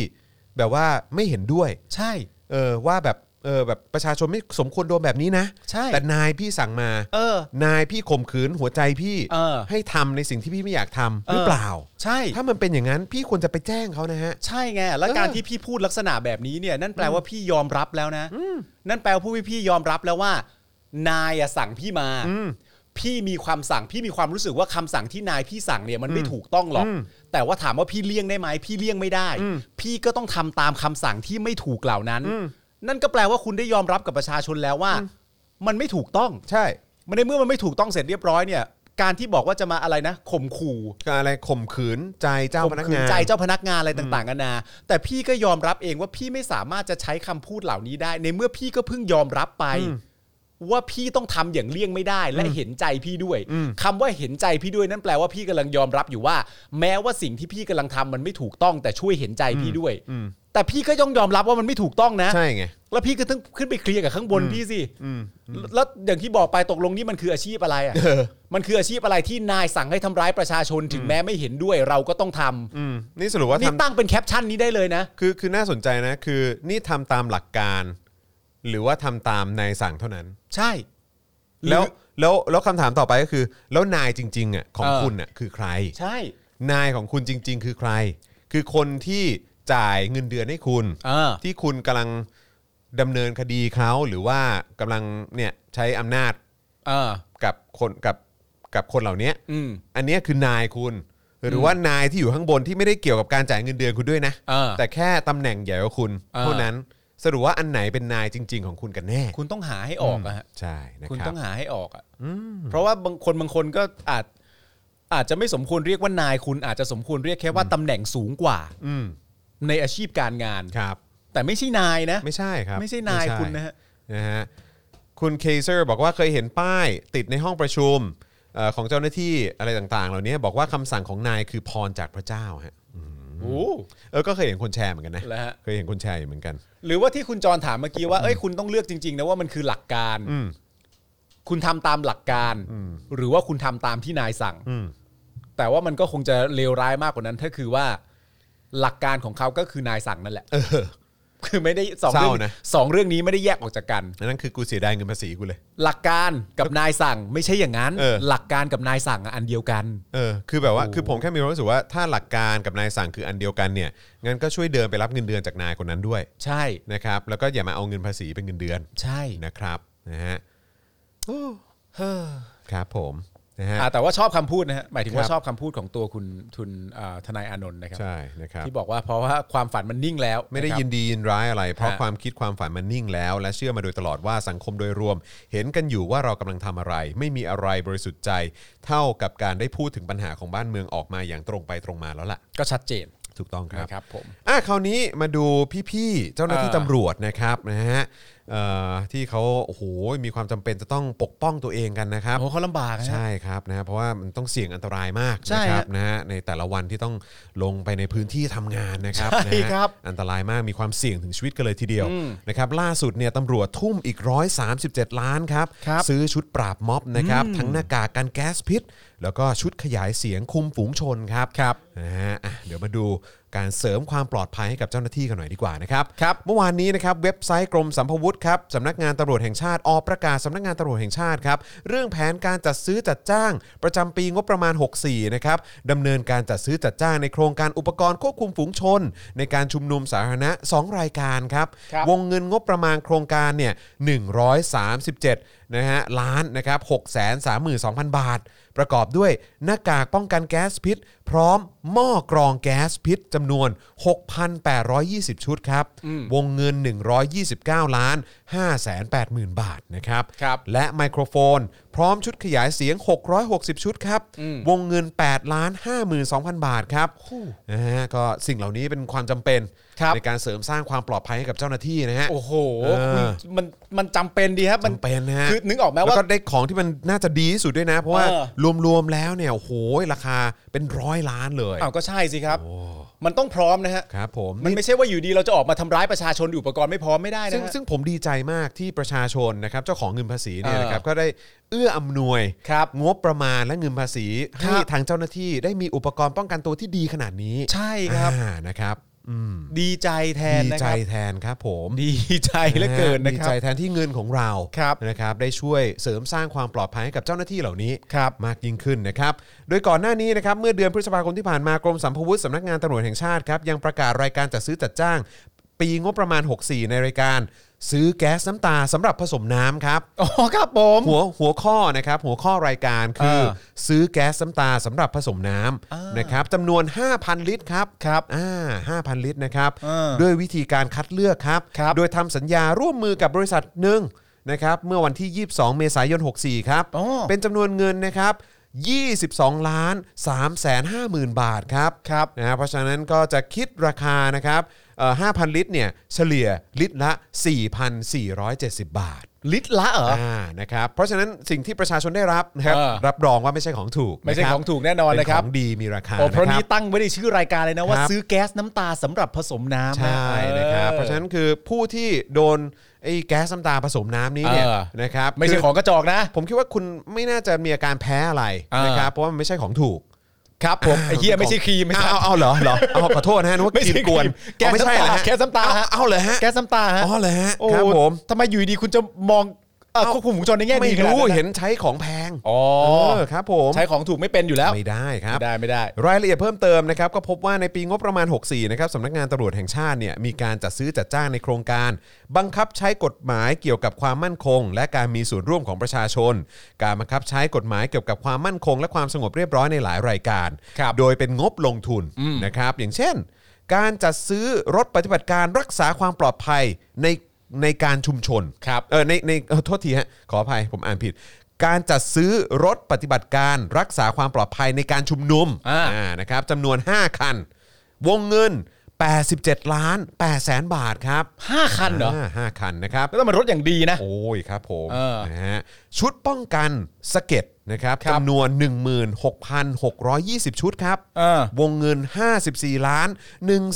S1: แบบว่าไม่เห็นด้วย
S4: ใช่
S1: เออว่าแบบเออแบบประชาชนไม่สมควรโดนแบบนี้นะ
S4: ใช่
S1: แต่นายพี่สั่งมา
S4: เออ
S1: นายพี่ข่มขืนหัวใจพี่
S4: เออ
S1: ให้ทำในสิ่งที่พี่ไม่อยากทำ
S4: เออ
S1: หรือเปล่า
S4: ใช่
S1: ถ้ามันเป็นอย่างนั้นพี่ควรจะไปแจ้งเขานะฮะ
S4: ใช่ไง แล้วการที่พี่พูดลักษณะแบบนี้เนี่ย นั่นแปลว่าพี่ยอมรับแล้วนะ นั่นแปลว่าผู้พี่ยอมรับแล้วว่า นายอะสั่งพี่มา พี่มีความสั่ง พี่มีความรู้สึกว่าคำสั่งที่นายพี่สั่งเนี่ยมันไม่ถูกต้องหรอก แต่ว่าถามว่าพี่เลี่ยงได้ไหม พี่เลี่ยงไม่ได้ พี่ก็ต้องทำตามคำสั่งที่ไม่ถูกเหล่านั้น นั่นก็แปลว่าคุณได้ยอมรับกับประชาชนแล้วว่า
S2: มันไม่ถูกต้อง
S1: ใช่
S2: มันในเมื่อมันไม่ถูกต้องเสร็จเรียบร้อยเนี่ย การที่บอกว่าจะมาอะไรนะข่มขู่
S1: การอะไรข่มขืนใจเจ้าพ
S2: ข่ม
S1: นัก
S2: ขืน
S1: งาน
S2: ใจเจ้าพนักงานอะไรต่างๆกันานาแต่พี่ก็ยอมรับเองว่าพี่ไม่สามารถจะใช้คำพูดเหล่านี้ได้ ในเมื่อพี่ก็เพิ่งยอมรับไป ว่าพี่ต้องทำอย่างเลี่ยงไม่ได้ และเห็นใจพี่ด้วยคำว่าเห็นใจพี่ด้วยนั่นแปลว่าพี่กำลังยอมรับอยู่ว่า แม้ว่าสิ่งที่พี่กำลังทำมันไม่ถูกต้อง แต่ช่วยเห็นใจพี่ด้วย แต่พี่ก็ต้องยอมรับว่ามันไม่ถูกต้องนะ
S1: ใช่ไง
S2: แล้วพี่ก็ต้องขึ้นไปเคลียร์กับข้างบนพี่สิแล้วอย่างที่บอกไปตกลงนี่มันคืออาชีพอะไรอ่ะ มันคืออาชีพอะไรที่นายสั่งให้ทำร้ายประชาชนถึงแม้ไม่เห็นด้วยเราก็ต้องทำ
S1: อืมนี่สรุปว่า
S2: นี่
S1: ทำ
S2: ตั้งเป็นแคปชั่นนี้ได้เลยนะ
S1: คือคือน่าสนใจนะคือนี่ทำตามหลักการ หรือว่าทำตามนายสั่งเท่านั้น
S2: ใช่
S1: แล้วแล้วแล้วคำถามต่อไปก็คือ แล้วนายจริงๆอ่ะของ
S2: เออ
S1: คุณอ่ะคือใคร
S2: ใช่
S1: นายของคุณจริง ๆ คือใคร คือคนที่จ่ายเงินเดือนให้คุณ
S2: เออ
S1: ที่คุณกำลังดำเนินคดีเขาหรือว่ากำลังเนี่ยใช้อำนาจ
S2: เออ
S1: กับคนกับกับคนเหล่านี้
S2: อืม
S1: อันเนี้ยคือนายคุณ หรือว่านายที่อยู่ข้างบนที่ไม่ได้เกี่ยวกับการจ่ายเงินเดือนคุณด้วยนะ
S2: เออ
S1: แต่แค่ตำแหน่งใหญ่กว่าคุณ
S2: เออ
S1: เท่านั้นสรุปว่าอันไหนเป็นนายจริง ๆ ของคุณกันแน่
S2: คุณต้องหาให้ออกอะฮะ
S1: ใช่นะ
S2: คุณ
S1: ครั
S2: ต้
S1: บ
S2: องหาให้ออกอะเพราะว่าบางคนบางคนก็อาจ อาจจะไม่สมควรเรียกว่านายคุณอาจจะสมควรเรียกแค่ว่าตำแหน่งสูงกว่า
S1: อืม
S2: ในอาชีพการงาน
S1: ครับ
S2: แต่ไม่ใช่นายนะ
S1: ไม่ใช่ครับ
S2: ไม่ใช่นายคุณนะฮะ
S1: นะฮะคุณเคเซอร์บอกว่าเคยเห็นป้ายติดในห้องประชุมเอ่อของเจ้าหน้าที่อะไรต่างๆ เหล่านี้บอกว่าคำสั่งของนายคือพรจากพระเจ้าฮะ
S2: โอ้
S1: เออก็เคยเห็นคนแชร์เหมือนกันนะ
S2: แล้วฮะ
S1: เคยเห็นคนแชร์อยู่เหมือนกัน
S2: หรือว่าที่คุณจรถามเมื่อกี้ว่าเอ้ยคุณต้องเลือกจริงๆนะว่ามันคือหลักการ
S1: อืม
S2: คุณทำตามหลักการ หรือว่าคุณทำตามที่นายสั่ง
S1: อืม
S2: แต่ว่ามันก็คงจะเลวร้ายมากกว่านั้นถ้าคือว่า หลักการของเขาก็คือนายสั่งนั่นแหละคือไม่ได้สองเรื่อง
S1: เศร้านะ
S2: สองเรื่องนี้ไม่ได้แยกออกจากกัน
S1: อันนั่นคือกูเสียดายเงินภาษีกูเลย
S2: หลักการกับนายสั่ง ไม่ใช่อย่างนั้น
S1: เออ
S2: หลักการกับนายสั่งอะอันเดียวกัน
S1: เออคือแบบว่า
S2: โอ้
S1: คือผมแค่มีความรู้สึกว่าถ้าหลักการกับนายสั่งคืออันเดียวกันเนี่ยงั้นก็ช่วยเดินไปรับเงินเดือนจากนายคนนั้นด้วย
S2: ใช่
S1: นะครับแล้วก็อย่ามาเอาเงินภาษีเป็นเงินเดือน
S2: ใช่
S1: นะครับนะฮะครับผมนะฮะ
S2: อ่ะแต่ว่าชอบคำพูดนะฮะหมายถึง
S1: ค
S2: ว่า
S1: รับ
S2: ชอบคำพูดของตัวคุณทุนอ่าทนายอานนท์นะครับ
S1: ใช่นะครับ
S2: ที่บอกว่าเพราะว่าความฝันมันนิ่งแล้ว
S1: ไม่ได้
S2: ะครับ
S1: ยินดียินร้ายอะไร เพราะ
S2: ฮะ
S1: ความคิดความฝันมันนิ่งแล้ว และเชื่อมาโดยตลอดว่าสังคมโดยรวม เห็นกันอยู่ว่าเรากำลังทำอะไร ไม่มีอะไรบริสุทธิ์ใจ เท่ากับการได้พูดถึงปัญหาของบ้านเมืองออกมาอย่างตรงไปตรงมาแล้วล่ะ
S2: ก็ชัดเจน
S1: ถูกต้องครับ
S2: นะครับผม
S1: อ่ะคราวนี้มาดูพี่ๆเจ้าหน้าที่
S2: เออ
S1: ตำรวจนะครับนะฮะเอ่อที่เขาโอ้โหมีความจำเป็นจะต้องปกป้องตัวเองกันนะครับ
S2: โอ้เขาลำบากนะฮะ
S1: ใช่ครับนะฮะเพราะว่ามันต้องเสี่ยงอันตรายมาก
S2: ใช่
S1: นะ
S2: ฮะ
S1: ครับนะฮะในแต่ละวันที่ต้องลงไปในพื้นที่ทำงานนะครับ
S2: ใช่
S1: นะฮะ
S2: ครับ
S1: อันตรายมากมีความเสี่ยงถึงชีวิตกันเลยทีเดียว
S2: อืม
S1: นะครับล่าสุดเนี่ยตำรวจทุ่มอีก 137 ล้านครับ
S2: ครับ
S1: ซื้อชุดปราบม็อบนะครับทั้งหน้ากากกันแก๊สพิษ แล้วก็ชุดขยายเสียงคุมฝูงชนครับ
S2: ครับ
S1: นะฮะอ่ะเดี๋ยวมาดูการเสริมความปลอดภัยให้กับเจ้าหน้าที่กันหน่อยดีกว่านะครับ
S2: ครับ
S1: เมื่อวานนี้นะครับเว็บไซต์กรมสัมพวุฒิครับสำนักงานตำรวจแห่งชาติออกประกาศสำนักงานตำรวจแห่งชาติครับเรื่องแผนการจัดซื้อจัดจ้าง ประจำปีงบประมาณ 64นะครับดำเนินการจัดซื้อจัดจ้างในโครงการอุปกรณ์ควบคุมฝูงชน ในการชุมนุมสาธารณะ 2 รายการครับ
S2: ครับ
S1: วงเงินงบประมาณโครงการเนี่ย137นะฮะล้านนะครับ632,000 บาท ประกอบด้วยหน้ากากป้องกันแก๊สพิษ พร้อมหม้อกรองแก๊สพิษจำนวน 6,820 ชุดครับ วงเงิน 129 ล้าน 580,000 บาทนะครับ
S2: ครับ
S1: และไมโครโฟน พร้อมชุดขยายเสียง 660 ชุดครับ วงเงิน 8 ล้าน 52,000 บาทครับนะฮะก็สิ่งเหล่านี้เป็นความจำเป็น
S2: ครับ
S1: ในการเสริมสร้างความปลอดภัยให้กับเจ้าหน้าที่นะฮะ
S2: โอ้โห
S1: เออ
S2: คุณมันมันจำเป็นดีครับมัน
S1: จำเป็นนะฮะ
S2: คือนึกออกไหม
S1: แล้ว
S2: ว่า
S1: ก็ได้ของที่มันน่าจะดีที่สุดด้วยนะ เพราะว่า
S2: เออ
S1: รวมๆแล้วเนี่ยโอ้โหราคาเป็นร้อยล้านเลย
S2: อ้าวก็ใช่สิครับ มันต้องพร้อมนะฮะ
S1: ครับผม
S2: มันไม่ใช่ว่าอยู่ดีเราจะออกมาทำร้ายประชาชนด้วยอุปกรณ์ไม่พร้อมไม่ได้นะ
S1: ซึ่ง
S2: ฮะ
S1: ซึ่งผมดีใจมากที่ประชาชนนะครับเจ้าของเงินภาษีเนี่ย
S2: เออ
S1: นะครับก็ได้เอื้ออำนวย
S2: ครับ
S1: งบประมาณและเงินภาษี
S2: ครั
S1: ให้
S2: บ
S1: ทางเจ้าหน้าที่ได้มีอุปกรณ์ป้องกันตัวที่ดีขนาดนี้
S2: ใช่ครับ
S1: อ่านะครับอืม
S2: ดีใจแทน
S1: ดี
S2: นะ
S1: ใจ
S2: ครับ
S1: แทนครับผม
S2: ดีใจเหลือเกินนะ
S1: ดี
S2: ครั
S1: ใจ
S2: บ
S1: แทนที่เงินของเรา
S2: ครับ
S1: นะครับได้ช่วยเสริมสร้างความปลอดภัยให้กับเจ้าหน้าที่เหล่านี้
S2: ครับ
S1: มากยิ่งขึ้นนะครับ โดยก่อนหน้านี้นะครับเมื่อเดือนพฤษภาคมที่ผ่านมากรมสัมพวุฒิสำนักงานตำรวจแห่งชาติครับยังประกาศรายการจัดซื้อจัดจ้าง ปีงบประมาณ 64 ในรายการ ซื้อแก๊สน้ำตาสำหรับผสมน้ำครับ
S2: อ๋อครับผม
S1: หัวหัวข้อนะครับหัวข้อรายการคือ
S2: เออ
S1: ซื้อแก๊สน้ำตาสำหรับผสมน้ำนะครับจำนวน 5,000 ลิตรครับ
S2: ครับ
S1: อ่า5,000 ลิตรนะครับ
S2: เออ
S1: ด้วยวิธีการคัดเลือกครับ
S2: ครับ
S1: โดยทำสัญญาร่วมมือกับบริษัทหนึ่ง นะครับเมื่อวันที่ 22 เมษายน 64 ครับ
S2: อ๋อ
S1: เป็นจำนวนเงินนะครับ 22 ล้าน3 5 0 0 0 บาทครับ
S2: ครับ
S1: นะฮะเพราะฉะนั้นก็จะคิดราคานะครับเอ่อ5,000 ลิตรเนี่ยเฉลี่ยลิตรละ 4,470 บาท
S2: ลิตรละเหรอ
S1: อ่านะครับเพราะฉะนั้นสิ่งที่ประชาชนได้รับนะครับ
S2: เออ
S1: รับรองว่าไม่ใช่ของถูก
S2: ไม่ใช่
S1: ะครับ
S2: ของถูกแน่นอน
S1: เป็
S2: นะครับ
S1: ของดีมีราคา
S2: โอ้เพราะ
S1: ค
S2: นี้
S1: บ
S2: ตั้งไว้ในชื่อรายการเลยนะว่า
S1: ครับ
S2: ซื้อแก๊สน้ำตาสำหรับผสมน้ำนะ
S1: ใช่นะครับ
S2: ออ
S1: เพราะฉะนั้นคือผู้ที่โดนไอ้แก๊สน้ำตาผสมน้ำนี้เนี่ย
S2: เออ
S1: นะครับ
S2: ไม่ใช่
S1: คือ
S2: ของกระจอกนะ
S1: ผมคิดว่าคุณไม่น่าจะมีอาการแพ้อะไร
S2: เออ
S1: นะครับเพราะว่ามันไม่ใช่ของถูก
S2: ครับผมไอ้เหี้ยไม่ใช่ครีมไม่
S1: อ้าว
S2: ใช่
S1: เอาเอาเหรอเหรอเอาขอโทษนะฮะนึกว่า
S2: ไม่ใช่
S1: กินกวน
S2: แก๊ส
S1: อ๋อไม่ใช่
S2: น้ำตา
S1: เหรอฮะ
S2: แก๊สน้ำ
S1: เอาเอาเห
S2: ตาฮะ
S1: รอฮะ
S2: แก๊สน้ำตาฮะ
S1: อ๋อเหรอฮะ
S2: โอ้
S1: ครับผม
S2: ทำไมอยู่ดีคุณจะมองเอ่อควบคุมฝูงชนในแง่ดี
S1: ไม่
S2: ขนาด
S1: รู้
S2: นั้นนะ
S1: เห็นใช้ของแพง
S2: อ๋อ
S1: เออครับผม
S2: ใช้ของถูกไม่เป็นอยู่แล้ว
S1: ไม่ได้ครับ
S2: ไม่ได้ไม่ได้
S1: รายละเอียดเพิ่มเติมนะครับ ก็พบว่าในปีงบประมาณ 64 นะครับสำนักงานตำรวจแห่งชาติเนี่ยมีการจัดซื้อจัดจ้างในโครงการ บังคับใช้กฎหมายเกี่ยวกับความมั่นคง และการมีส่วนร่วมของประชาชน การบังคับใช้กฎหมายเกี่ยวกับความมั่นคง และความสงบเรียบร้อยในหลายรายการ
S2: ครับ
S1: โดยเป็นงบลงทุนนะครับอย่างเช่น การจัดซื้อรถปฏิบัติการรักษาความปลอดภัยในในการชุมชน
S2: ครับ
S1: เออในในเออโทษทีฮะขออภัยผมอ่านผิด การจัดซื้อรถปฏิบัติการรักษาความปลอดภัยในการชุมนุม
S2: อ่า
S1: อ่านะครับจำนวน 5 คัน วงเงิน 87 ล้าน8แสนบาทครับ
S2: ห้าคันเหรอ
S1: อ่าห้าคันนะครับ
S2: แล้วต้องมารถอย่างดีนะ
S1: โอ้ยครับผม
S2: เออ
S1: นะฮะชุดป้องกันสะเก็ดนะครับ
S2: ครับ
S1: จำนวน 16,620 ชุดครับ
S2: เออ
S1: วงเงิน 54 ล้าน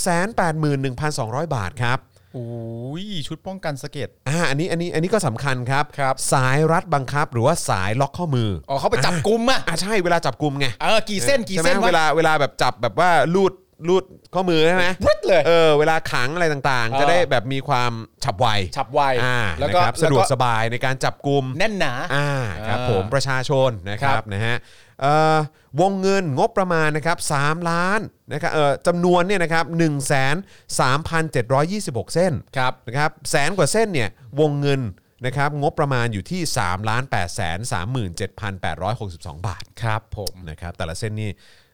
S1: 181,200 บาทครับ
S2: โอ้ยชุดป้องกันสะเก็ด
S1: อ่าอันนี้อันนี้อันนี้ก็สำคัญครับ
S2: ครับ
S1: สายรัดบังคับหรือว่าสายล็อกข้อมือ
S2: อ๋อเขาไปจับกลุ่มอะ
S1: อ่าใช่เวลาจับกลุ่มไง
S2: เออกี่เส้นกี่เส้น
S1: ใช่ไหม
S2: วะ
S1: เวลาเวลาแบบจับแบบว่าลูดลูดข้อมือใช่ไหม
S2: ปึ๊ดเลย
S1: เออเวลาขังอะไรต่างๆ
S2: เออ
S1: จะได้แบบมีความฉับไว
S2: ฉับไว
S1: อ่า
S2: แล้ว
S1: นะ
S2: ก็
S1: ครับสะดวก
S2: แล้
S1: สบายในการจับกลุ่ม
S2: แน่นหนา
S1: อ่าครับ
S2: เออ
S1: ผมประชาชนนะครั
S2: ครับ บ
S1: นะฮะเอ่อวงเงินงบประมาณนะครับ3ล้านนะครับเอ่อจำนวนเนี่ยนะครับ1 3 7 2 6 เส้น
S2: ครับ
S1: นะครับแสนกว่าเส้นเนี่ยวงเงินนะครับงบประมาณอยู่ที่3ล้าน8 3 7 8 6 2 บาท
S2: ครับผม
S1: นะครับแต่ละเส้นนี่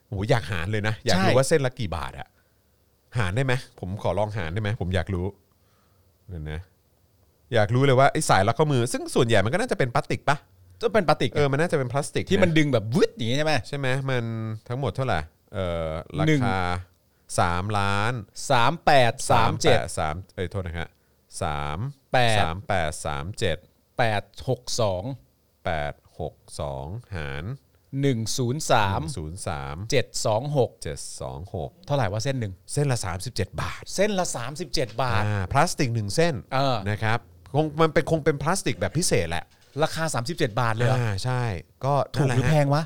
S1: โหอยากหารเลยนะ อยาก
S2: ใช่
S1: รู้ว่าเส้นละกี่บาทอะหารได้ไหมผมขอลองหารได้ไหมผมอยากรู้เดี๋ยวนะอยากรู้เลยว่าไอ้สายลักข้อมือ ซึ่งส่วนใหญ่มันก็น่าจะเป็นพลาสติกปะ
S2: จะเป็นปฏิก
S1: เออมันน่าจะเป็นพลาสติก
S2: ที่มัน
S1: นะ
S2: ดึงแบบวืดอย่างงี้ใช่ไหม
S1: ใช่ไหมมันทั้งหมดเท่าไหร่เออรา
S2: หนึ่ง
S1: คาสามล้าน
S2: สามแปดสามเจ็ด
S1: แปสามเอ้ยโทษนะฮะสาม
S2: แปด
S1: สามแปดสามเจ็ด
S2: แปดหกสอง
S1: แปดหกสองหาร
S2: หนึ่งศูนย์สาม
S1: ศูนย์สาม
S2: เจ็ดสองหก
S1: เจ็ดสองหก
S2: เท่าไหร่ว่าเส้นหนึ่ง
S1: เส้นละสามสิบเจ็ดบาท
S2: เส้นละสามสิบเจ็ดบาท
S1: อ่าพลาสติกหนึ่งเส้น
S2: เออ
S1: นะครับคงมันเป็นคงเป็นพลาสติกแบบพิเศษแหละ
S2: ราคา 37 บาทเลยเหรอ
S1: อ่าใช่ก็
S2: ถู
S1: นั่นละ
S2: กหรือแพงวะ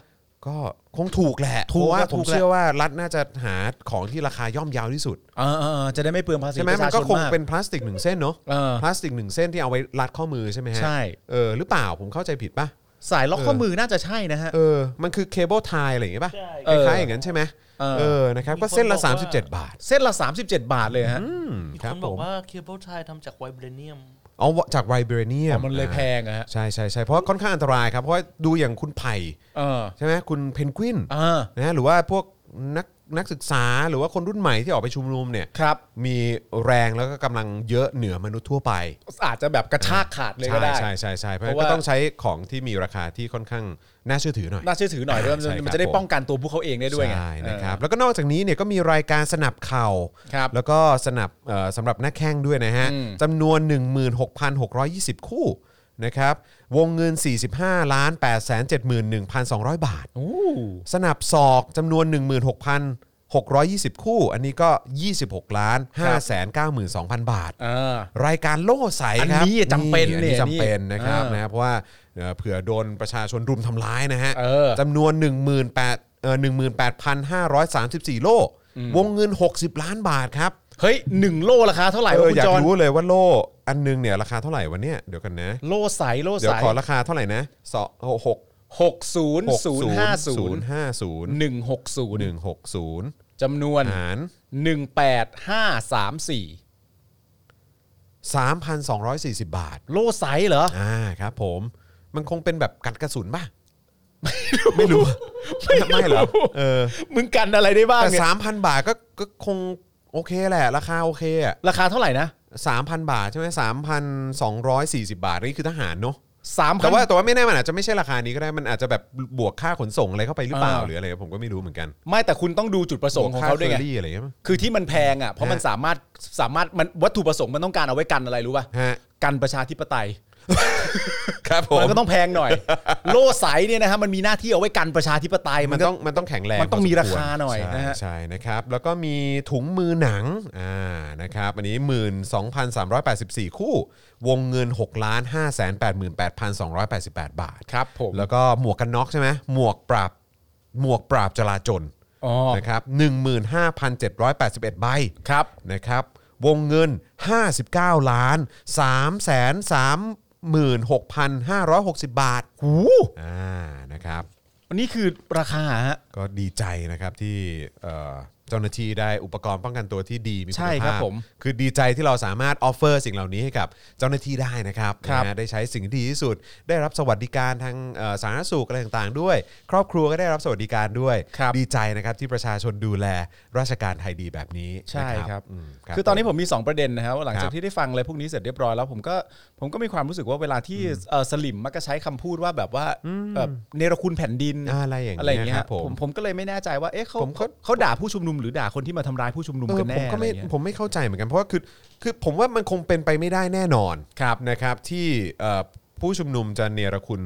S1: ก็คงถูกแหละ
S2: ถู
S1: เพ
S2: ก
S1: ราะว่า
S2: และ
S1: ผ
S2: ถู
S1: ม
S2: กและ
S1: เชื่อว่ารัฐน่าจะหาของที่ราคาย่อมเยาวที่สุด
S2: เออเออเออจะได้ไม่เปลืองภาษี
S1: ใช่ไหม
S2: ประ
S1: มั
S2: ชาน ช
S1: ก็
S2: น
S1: คง
S2: มาก
S1: เป็นพลาสติกหนึ่งเส้นเนาะ
S2: เออ
S1: พลาสติกหนึ่งเส้นที่เอาไว้รัดข้อมือใช่ไหมฮะ
S2: ใช่
S1: เออหรือเปล่าผมเข้าใจผิดป่ะ
S2: สายล็อก
S1: เออ
S2: ข้อมือน่าจะใช่นะฮะ
S1: เออมันคือเคเบิลไทอะไรอย่างเงี้ยป่ะ
S3: ใช่
S2: เอ
S1: คล้ายๆอย่างนั้นใช่ไหม
S2: เออ
S1: เออนะครับก็เส้นละ 37 บาท
S2: เส้นละ 37 บาทเลยฮะ
S3: มี
S1: ค
S3: ครับ น
S1: ผ
S3: บอ
S1: ม
S3: กว่าเคเบิลไทยทำจากไวเบรเนียม
S1: อ๋อจากไวเบรเนียม
S2: อ๋อมันเลยแพงอะฮะ
S1: ใช่ใช่ใช่เพราะค่อนข้างอันตรายครับเพราะว่าดูอย่างคุณไผ่
S2: เออ
S1: ใช่ไหมคุณเพนกวิน
S2: เออ
S1: นะหรือว่าพวกนักนักศึกษาหรือว่าคนรุ่นใหม่ที่ออกไปชุมนุมเนี่ย
S2: ครับ
S1: มีแรงแล้วก็กำลังเยอะเหนือมนุษย์ทั่วไป
S2: อาจจะแบบกระชากขาดเลย
S1: ใช่
S2: ก็ได้
S1: ใช่ใช่ใช่เพราะ
S2: เพ
S1: ฉะนั้
S2: ราะ
S1: น
S2: ว่า
S1: ก็ต้องใช้ของที่มีราคาที่ค่อนข้างน่าเชื่อถือหน่อย
S2: น่าเชื่อถือหน่อยเพราะว่า
S1: ใช่ครับ
S2: มันจะได้ป้องกันตัวพวกเขาเองได้ด้วยไง
S1: ใช่นะครับ
S2: เอ
S1: แล้วก็นอกจากนี้เนี่ยก็มีรายการสนับเข่า
S2: ครับ
S1: แล้วก็สนับเอ่อสำหรับหน้าแข้งด้วยนะฮะ
S2: อืม
S1: จำนวน 16,620 คู่นะครับวงเงิน 45ล้าน871,200 บาท
S2: ออู้
S1: สนับศอกจำนวน 16,620 คู่ อันนี้ก็ 26ล้าน592,000 บาท
S2: เออ
S1: รายการโล่ใสครับ
S2: อันนี้จำเป็น
S1: อั
S2: เนี่ย
S1: จำเป็น
S2: นี่
S1: นะครับ
S2: อ่าน
S1: นะครับเพราะว่าเอ่อเผื่อโดนประชาชนรุมทำร้ายนะฮะ
S2: เออ
S1: จำนวน 18,000เอ่อ18,534 โล่วงเงิน 60 ล้านบาทครับ
S2: เฮ้ยหนึ่งโลราคาเท่าไหร่
S1: เอ
S2: วะ
S1: อ
S2: คุ
S1: อ
S2: ณ
S1: ยา
S2: จ
S1: ก
S2: อน
S1: รู้เลยว่าโล่อันนึงเนี่ยราคาเท่าไหร่วันเนี้ยเดี๋ยวกันนะ
S2: โลใสโล
S1: เดี๋ย
S2: ใส
S1: วขอราคาเท่าไหร่นะสองหก
S2: หกศูนย์
S1: หก
S2: ศูนย์ห้าศูนย์
S1: ห้าศูนย์
S2: หนึ่งหกศูนย์
S1: หนึ่งหกศูนย์
S2: จำนวน
S1: หาร
S2: หนึ่งแปดห้าสามสี่
S1: 3,240 บาท
S2: โลไซส์เหรอ
S1: อ่าครับผม มันคงเป็นแบบกัดกระสุ นป่ะ ไม่รู้ ไม่เหรอ เออ
S2: มึงกันอะไรได้บ้าง
S1: แต่
S2: เนี่ย
S1: สามพันบาทก็ก็คง โอเคแหละ ราคาโอเคอ่ะ
S2: ราคาเท่าไหร่นะ
S1: สามพันบาทใช่ไหมสามพันสองร้อยสี่สิบาท นี่คือทหารเนาะ
S2: สามพั
S1: แต่
S2: น
S1: ว่าแต่ว่าไม่แน่มันอาจจะไม่ใช่ราคานี้ก็ได้มันอาจจะแบบบวกค่าขนส่งอะไรเข้าไปหรือเปล่า
S2: เออ
S1: หรืออะไรผมก็ไม่รู้เหมือนกัน
S2: ไม่แต่คุณต้องดูจุดประสงค์ของเขาด้วย
S1: บ
S2: ไง
S1: วกค่เฟอร์รี่อะไรเงี้ยมั้ง
S2: คือที่มันแพงอ่ะเพราะมัน
S1: ฮะ
S2: สามารถสามารถมันวัตถุประสงค์มันต้องการเอาไว้กันอะไรรู้ป่ะ
S1: ฮะ
S2: กันประชาธิปไตย
S1: ครับผม
S2: มันก็ต้องแพง หน่อย โล่ใสเนี่ยนะฮะมันมีหน้าที่เอาไว้กันประชาธิปไตย
S1: มั
S2: มัน นก็
S1: ต้องมันต้องแข็งแรง
S2: มันต้องมี
S1: พสว
S2: ราคาหน่อย
S1: ใช่
S2: นะฮะ
S1: ใช่นะครับ แล้วก็มีถุงมือหนังอ่านะครับอันนี้12,384 คู่ วงเงิน6ล้าน588,288 บาท
S2: ครับผม
S1: แล้วก็หมวกกันน็อกใช่ไหมหมวกปราบหมวกปราบจราจร
S2: อ๋อ
S1: นะครับ15,781 ใบ
S2: ครับ
S1: นะครับ วงเงิน 59 ล้าน3 3 16,560 บาท
S2: หู
S1: อ่านะครับ
S2: อันนี้คือราคาฮะ
S1: ก็ดีใจนะครับที่เอ่อเจ้าหน้าที่ได้อุปกรณ์ป้องกันตัวที่ดีมีคุณภาพ
S2: ใช่ครับผม
S1: คือดีใจที่เราสามารถออฟเฟอร์สิ่งเหล่านี้ให้กับเจ้าหน้าที่ได้นะครับ
S2: ครับ
S1: นะฮะได้ใช้สิ่งที่ดีที่สุด ได้รับสวัสดิการทางเอ่อสาธารณสุขอะไรต่างๆ ด้วย ครอบครัวก็ได้รับสวัสดิการด้วย ดีใจนะครับที่ประชาชนดูแลราชการไทยดีแบบนี้
S2: ใช่
S1: นะครับ อืม
S2: คือตอนนี้
S1: ผม
S2: ผมมี 2 ประเด็นนะครับหลัง
S1: ครั
S2: จาก
S1: บ
S2: ที่ได้ฟังอะไรพวกนี้เสร็จเรียบร้อยแล้วผมก็ผมก็มีความรู้สึกว่าเวลาที่เอ่อสลิมมักจะใช้คำพูดว่าแบบว่าแบบเนรคุณแผ่นดิน
S1: อะไรอย่างเงี้ย
S2: ย
S1: ครับผม
S2: ผมผมก็เลยไม่แน่ใจว่าเอ๊ะเขา
S1: ผมก็
S2: เขาเขาด่าผู้ชุมนุมหรือด่าคนที่มาทำร้ายผู้ชุมนุม
S1: เออ
S2: กันแน่
S1: ผมก็ไม่
S2: อะไรเงี้ย
S1: ผมไม่เข้าใจเหมือนกันเพราะว่าคือคือผมว่ามันคงเป็นไปไม่ได้แน่นอน
S2: ครับ
S1: นะครับที่เอ่อผู้ชุมนุมจะเนรคุณ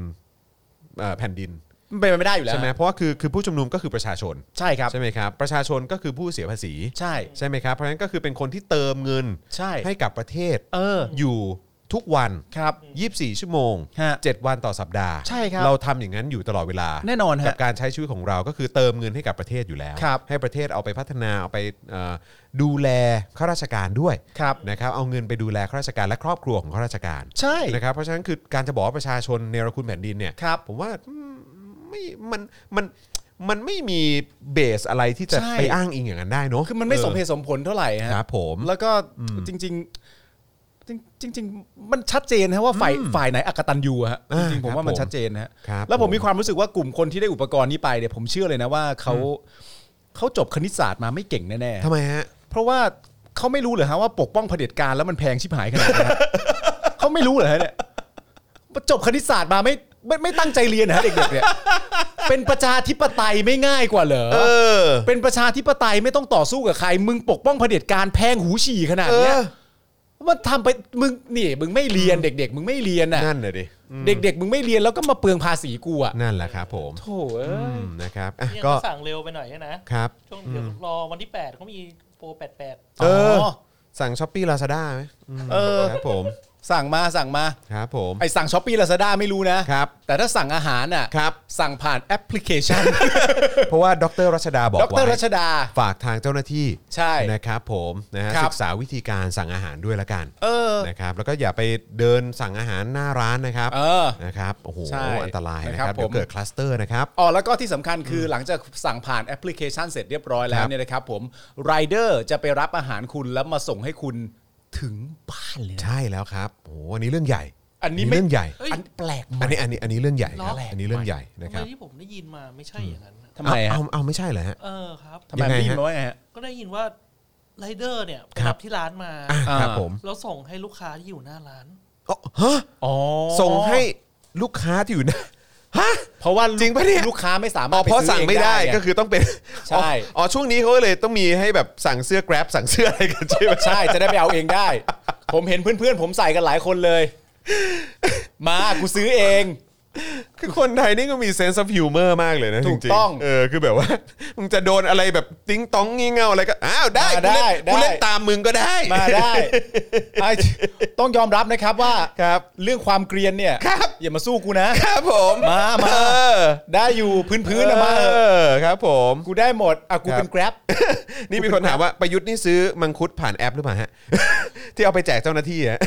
S1: เอ่อแผ่นดิน
S2: มันเป็นไปไม่ได้อยู่แล้ว
S1: ใช่ไหมเพราะว่าคือคือผู้ชุมนุมก็คือประชาชน
S2: ใช่ครับ
S1: ใช่ไหมครับประชาชนก็คือผู้เสียภาษี
S2: ใช่
S1: ใช่ไหมครับเพราะฉะนั้นก็คือเป็นคนที่เติมเงิน
S2: ใช่
S1: ให้กับประเทศ
S2: เออ
S1: อยู่ทุกวัน
S2: ครับ
S1: 24 ชั่วโมง
S2: ฮะ
S1: 7 วันต่อสัปดาห์
S2: ใช่ครับ
S1: เราทำอย่างนั้นอยู่ตลอดเวลา
S2: แน่นอนฮะ
S1: กับการใช้ชีวิตของเราก็คือเติมเงินให้กับประเทศอยู่แล้ว
S2: ครับ
S1: ให้ประเทศเอาไปพัฒนาเอาไปเอ่อดูแลข้าราชการด้วย
S2: ครับ
S1: นะครับเอาเงินไปดูแลข้าราชการและครอบครัวของข้าราชการ
S2: ใช่
S1: นะครับเพราะฉะนั้นคือการจะบอกว่าประชาชนเนรคุณแผ่นดินเนี่ย
S2: ครับ
S1: ผมว่าอืมไม่มันมันมันไม่มีเบสอะไรที่จะ
S2: ใช่
S1: ไปอ้างอิงอย่างนั้นได้เนอะ
S2: คือมันไม่สมเห
S1: อ
S2: ตุสมผลเท่าไหร่
S1: อ
S2: ฮะ
S1: ครับผม
S2: แล้วก็จริงๆจริงจริง ๆ มันชัดเจนนะว่าฝ่ายฝ่ายไหนอักตันยูอะฮะ
S1: อ่า
S2: จริงๆผมว่ามั
S1: ค
S2: น
S1: รับผม
S2: ชัดเจนนะฮะ
S1: ครับ
S2: แล้วผ
S1: ผม ม
S2: มีความรู้สึกว่ากลุ่มคนที่ได้อุปกรณ์นี้ไปเนี่ยผมเชื่อเลยนะว่าเขาเขาจบคณิตศาสตร์มาไม่เก่งแน่
S1: ทำไมฮะ
S2: ๆเพราะว่าเขาไม่รู้เหรอฮะว่าปกป้องเผด็จการแล้วมันแพงชิบหายขนาดไหนฮะ เขาไม่รู้เหรอฮะเนี่ยจบคณิตศาสตร์มาไม่ไม่ไม่ตั้งใจเรียนเหรอฮะเด็กๆเนี่ยเป็นประชาธิปไตยไม่ง่ายกว่าเหรอ
S1: เออ
S2: เป็นประชาธิปไตยไม่ต้องต่อสู้กับใคร มึงปกป้องเผด็จการแพงหูฉี่ขนาดเนี้ย
S1: เออ
S2: มันทำไปมึงนี่มึงไม่เรียนเด็ก ๆ มึงไม่เรียนน่ะ
S1: นั่นเลยดิ
S2: เด็ก ๆ มึงไม่เรียนแล้วก็มาเปลืองภาษีกูอ่ะ
S1: นั่นแหละครับผม
S2: โถ่เอ้
S1: อื
S2: ย
S1: มนะครับอ่ะ
S3: เนี่ย
S1: ก็
S3: ก็สั่งเร็วไปหน่อยนะ
S1: ครับ
S3: ช่วงเดี๋ยวรอวันที่แปดเขามีโปรแปดแปด
S1: เออ
S2: อ
S1: สั่งช้อปปี้ลาซาด้าไหมม
S2: เออ
S1: ครับผม
S2: สั่งมาสั่งมา
S1: ครับผม
S2: ไอสั่งช้อปปี้ลาซาด้าไม่รู้นะ
S1: ครับ
S2: แต่ถ้าสั่งอาหารน่ะ
S1: ครับ
S2: สั่งผ่านแอปพลิเคชัน
S1: เพราะว่าดรรัชดา บอก
S2: ดร
S1: ไว้
S2: รัชดา
S1: ฝากทางเจ้าหน้าที่
S2: ใช่
S1: นะครับผมนะฮะ
S2: ครั
S1: ศึ
S2: บ
S1: กษาวิธีการสั่งอาหารด้วยละกัน
S2: เออ
S1: นะครับแล้วก็อย่าไปเดินสั่งอาหารหน้าร้านนะครับ
S2: เออ
S1: นะครับโอ้โห
S2: ใช่
S1: อันตรายนะค
S2: นะครั
S1: รั
S2: บบ
S1: เดี๋ยว
S2: ผม
S1: เกิดคลัสเตอร์นะครับ
S2: อ๋อแล้วก็ที่สำคัญคือหลังจากสั่งผ่านแอปพลิเคชันเสร็จเรียบร้อยแล้
S1: ครับ
S2: วเนี่ยนะครับผมไรเดอร์จะไปรับอาหารคุณแล้วมาส่งให้คุณถึงบ้านเลยนะ
S1: ใช่แล้วครับโอ้โหอันนี้เรื่องใหญ่
S2: อันนี้ไม่
S1: เรื่องใหญ่
S3: เอ้ย
S2: อันแปลกให
S1: อั
S2: ม่
S1: นนี้อันนี้อันนี้เรื่องใหญ่ครับ
S3: เหรอ
S1: อันนี้เรื่องใหญ่นะ
S3: ทำ
S1: ค
S3: ไม
S1: รับ
S3: ที่ผมได้ยินมาไม่ใช่อย่างนั้นนะ
S2: ทำไมฮะ
S1: เอาเอาเอาไม่ใช่เหรอฮะ
S3: เออครับ
S2: ทำไม
S1: ยังไง
S2: ไม่
S1: ฮะ
S2: ยินมาว่าไงฮะ
S3: ก็ได้ยินว่าไรเดอร์เนี่ยไป
S1: ครั
S3: รับ บที่ร้านมา
S1: อ่ะ
S2: อ่า
S1: ครับผม
S3: แล้วส่งให้ลูกค้าที่อยู่หน้าร้าน
S1: อ๋อฮะ
S2: อ๋อ
S1: ส่งให้ลูกค้าที่อยู่หนะฮะ
S2: เพราะว่าลูก
S1: จริงปะเนี่ย
S2: ลูกค้าไม่สา
S1: อ๋
S2: มาร
S1: อ
S2: ถ
S1: เพราะสั่งไม่ได้
S2: ปซื้เง
S1: ก็
S2: ง
S1: คือต้องเป็นอ๋อ
S2: ใช่
S1: อ๋อช่วงนี้เขาก็เลยต้องมีให้แบบสั่งเสื้อ grab สั่งเสื้ออะไรกันใช่ไหม
S2: ใช่จะได้ไปเอาเองได้ ผมเห็นเพื่อนๆ ผมใส่กันหลายคน เลย มากูซื้อเอง
S1: คือคนไทยนี่ก็มี sense of humor มากเลยนะ
S2: ถู
S1: จ
S2: ก
S1: ริงๆ
S2: ต้อง
S1: เออคือแบบว่า มึงจะโดนอะไรแบบติ้งต้องงี่เง่าอะไรก็อ้าวได้
S2: มา
S1: กูเล่น
S2: ได้
S1: กูเล่น
S2: ได้
S1: ตามมึงก็ได้
S2: มา ได้ไอ้ต้องยอมรับนะครับว่า
S1: ครับ
S2: เรื่องความเกรียนเนี่ย
S1: ครับ
S2: อย่ามาสู้กูนะ
S1: ครับผม
S2: มามา
S1: เออ
S2: ได้อยู่พื้นๆนะมาเถ
S1: เอ
S2: อะ
S1: อครับผม
S2: กูได้หมดอ่ะกูเป็น
S1: ครับ
S2: แกร็บ
S1: นี่มีคนถามว่าประยุทธ์นี่ซื้อมังคุดผ่านแอปหรือเปล่า ฮะ ที่เอาไปแจกเจ้าหน้าที่อะ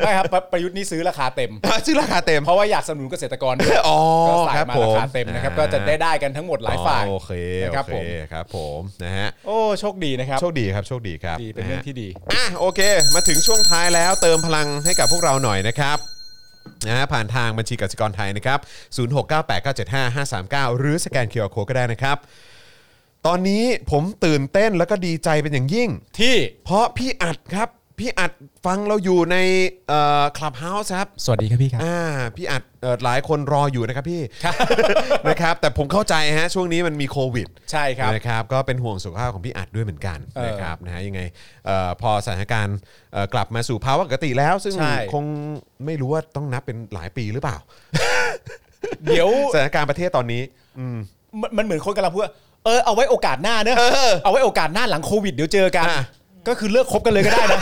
S2: ไม่ครับประประยุทธ์นี่ซื้อราคาเต็ม
S1: ซื้อราคาเต็ม
S2: เพราะว่าอยากสนับสนุนเกษตรกรด้วย
S1: อ๋อ
S2: ก็ใส่
S1: ครับ
S2: มา
S1: ผ
S2: ราม คาเต็มนะครับ ก็จะได้ได้กันทั้งหมดหลายฝ่าย
S1: อ๋อโอเค
S2: นะ
S1: ค
S2: ครั
S1: รับบ ผ
S2: ผม ม
S1: ครับผมนะฮะ
S2: โอ้โชคดีนะครับ
S1: โชคดีครับโชคดีครับ
S2: ดีเป็นเรื่อง
S1: ะฮะ
S2: ที่ดี
S1: อ่ะโอเค มาถึงช่วงท้ายแล้วเติมพลังให้กับพวกเราหน่อยนะครับนะฮะผ่านทางบัญชีกสิกรไทยนะครับ 0698975539 หรือสแกนเคอร์โคก็ได้นะครับ ตอนนี้ผมตื่นเต้นแล้วก็ดีใจเป็นอย่างยิ่ง
S2: ที่
S1: เพราะพี่อัดครับ พี่อัดฟังเราอยู่ในคลับเฮาส์ครับ
S6: สวัสดีครับพี่ครับ
S1: อ่าพี่อัดเอ่อหลายคนรออยู่นะครับพี่ นะครับ แต่ผมเข้าใจฮะช่วงนี้มันมีโควิด
S2: ใช่ครับ
S1: นะครับ ก็เป็นห่วงสุขภาพของพี่อัดด้วยเหมือนกัน
S2: เออ
S1: นะครับนะฮะยังไงเอ่อพอสถานการณ์เอ่อกลับมาสู่ภาวะปกติแล้ว ซึ่ง
S2: ใช่
S1: คงไม่รู้ว่าต้องนับเป็นหลายปีหรือเปล่า
S2: เดี๋ยว
S1: สถานการณ์ประเทศตอนนี้
S2: มันมันเหมือนคนกำลังพูดว่าเออเอาไว้โอกาสหน้าเนอะเอาไว้โอกาสหน้าหลังโควิดเดี๋ยวเจอกัน
S1: อ่ะ
S2: ก็คือเลิกคบกันเลยก็ได้นะ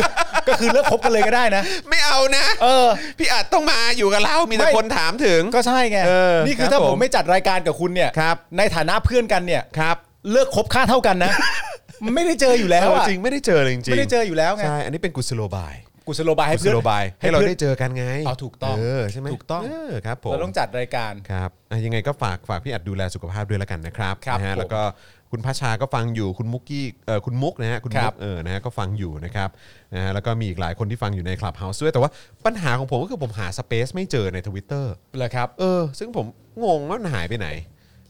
S2: ก็คือเลิกคบกันเลยก็ได้ นะ
S1: ไม่เอานะ
S2: เออ
S1: พี่อัดต้องมาอยู่กับเรามีแต่
S2: ไม่
S1: คนถามถึง
S2: ก็ใช่ไง
S1: เออ
S2: นี่
S1: ค
S2: คื
S1: รั
S2: อบ ถ้าผ
S1: ผม
S2: มไม่จัดรายการกับคุณเนี่ย
S1: ครับ
S2: ในฐานะเพื่อนกันเนี่ย
S1: ครับ
S2: เลิกคบค่าเท่ากัน นะ ไม่ได้เจออยู่แล้ว
S1: เออ
S2: อะ
S1: จริงไม่ได้เจอเลยจริงๆ
S2: ไม่ได้เจออยู่แล้วไง
S1: ใช่อันนี้เป็นกุศโลบาย
S2: กุศโลบายให้
S1: กุศ
S2: เพื่อน
S1: โลบายให้เราได้เจอกันไง
S2: อ๋อถูกต้อง
S1: เออใช่ไหม
S2: ถูกต้อง
S1: เอครับผม
S2: เราต้องจัดรายการ
S1: ครับอ่ะยังไงก็ฝากฝากพี่อัดดูแลสุขภาพด้วยละกันนะครับ
S2: ครับ
S1: นะฮะ
S2: ผม
S1: แล้วก็คุณพัชชาก็ฟังอยู่คุณมุกกี้เออคุณมุกนะฮะคุณ
S2: ค
S1: มุ
S2: รั
S1: ก
S2: บ
S1: เออนะฮะก็ฟังอยู่นะครับนะฮะแล้วก็มีอีกหลายคนที่ฟังอยู่ในคลับเฮาส์ด้วยแต่ว่าปัญหาของผมก็คือผมหาสเปซไม่เจอใน Twitter
S2: เลยครับ
S1: เออ ซึ่งผมงงว่ามันหายไปไหน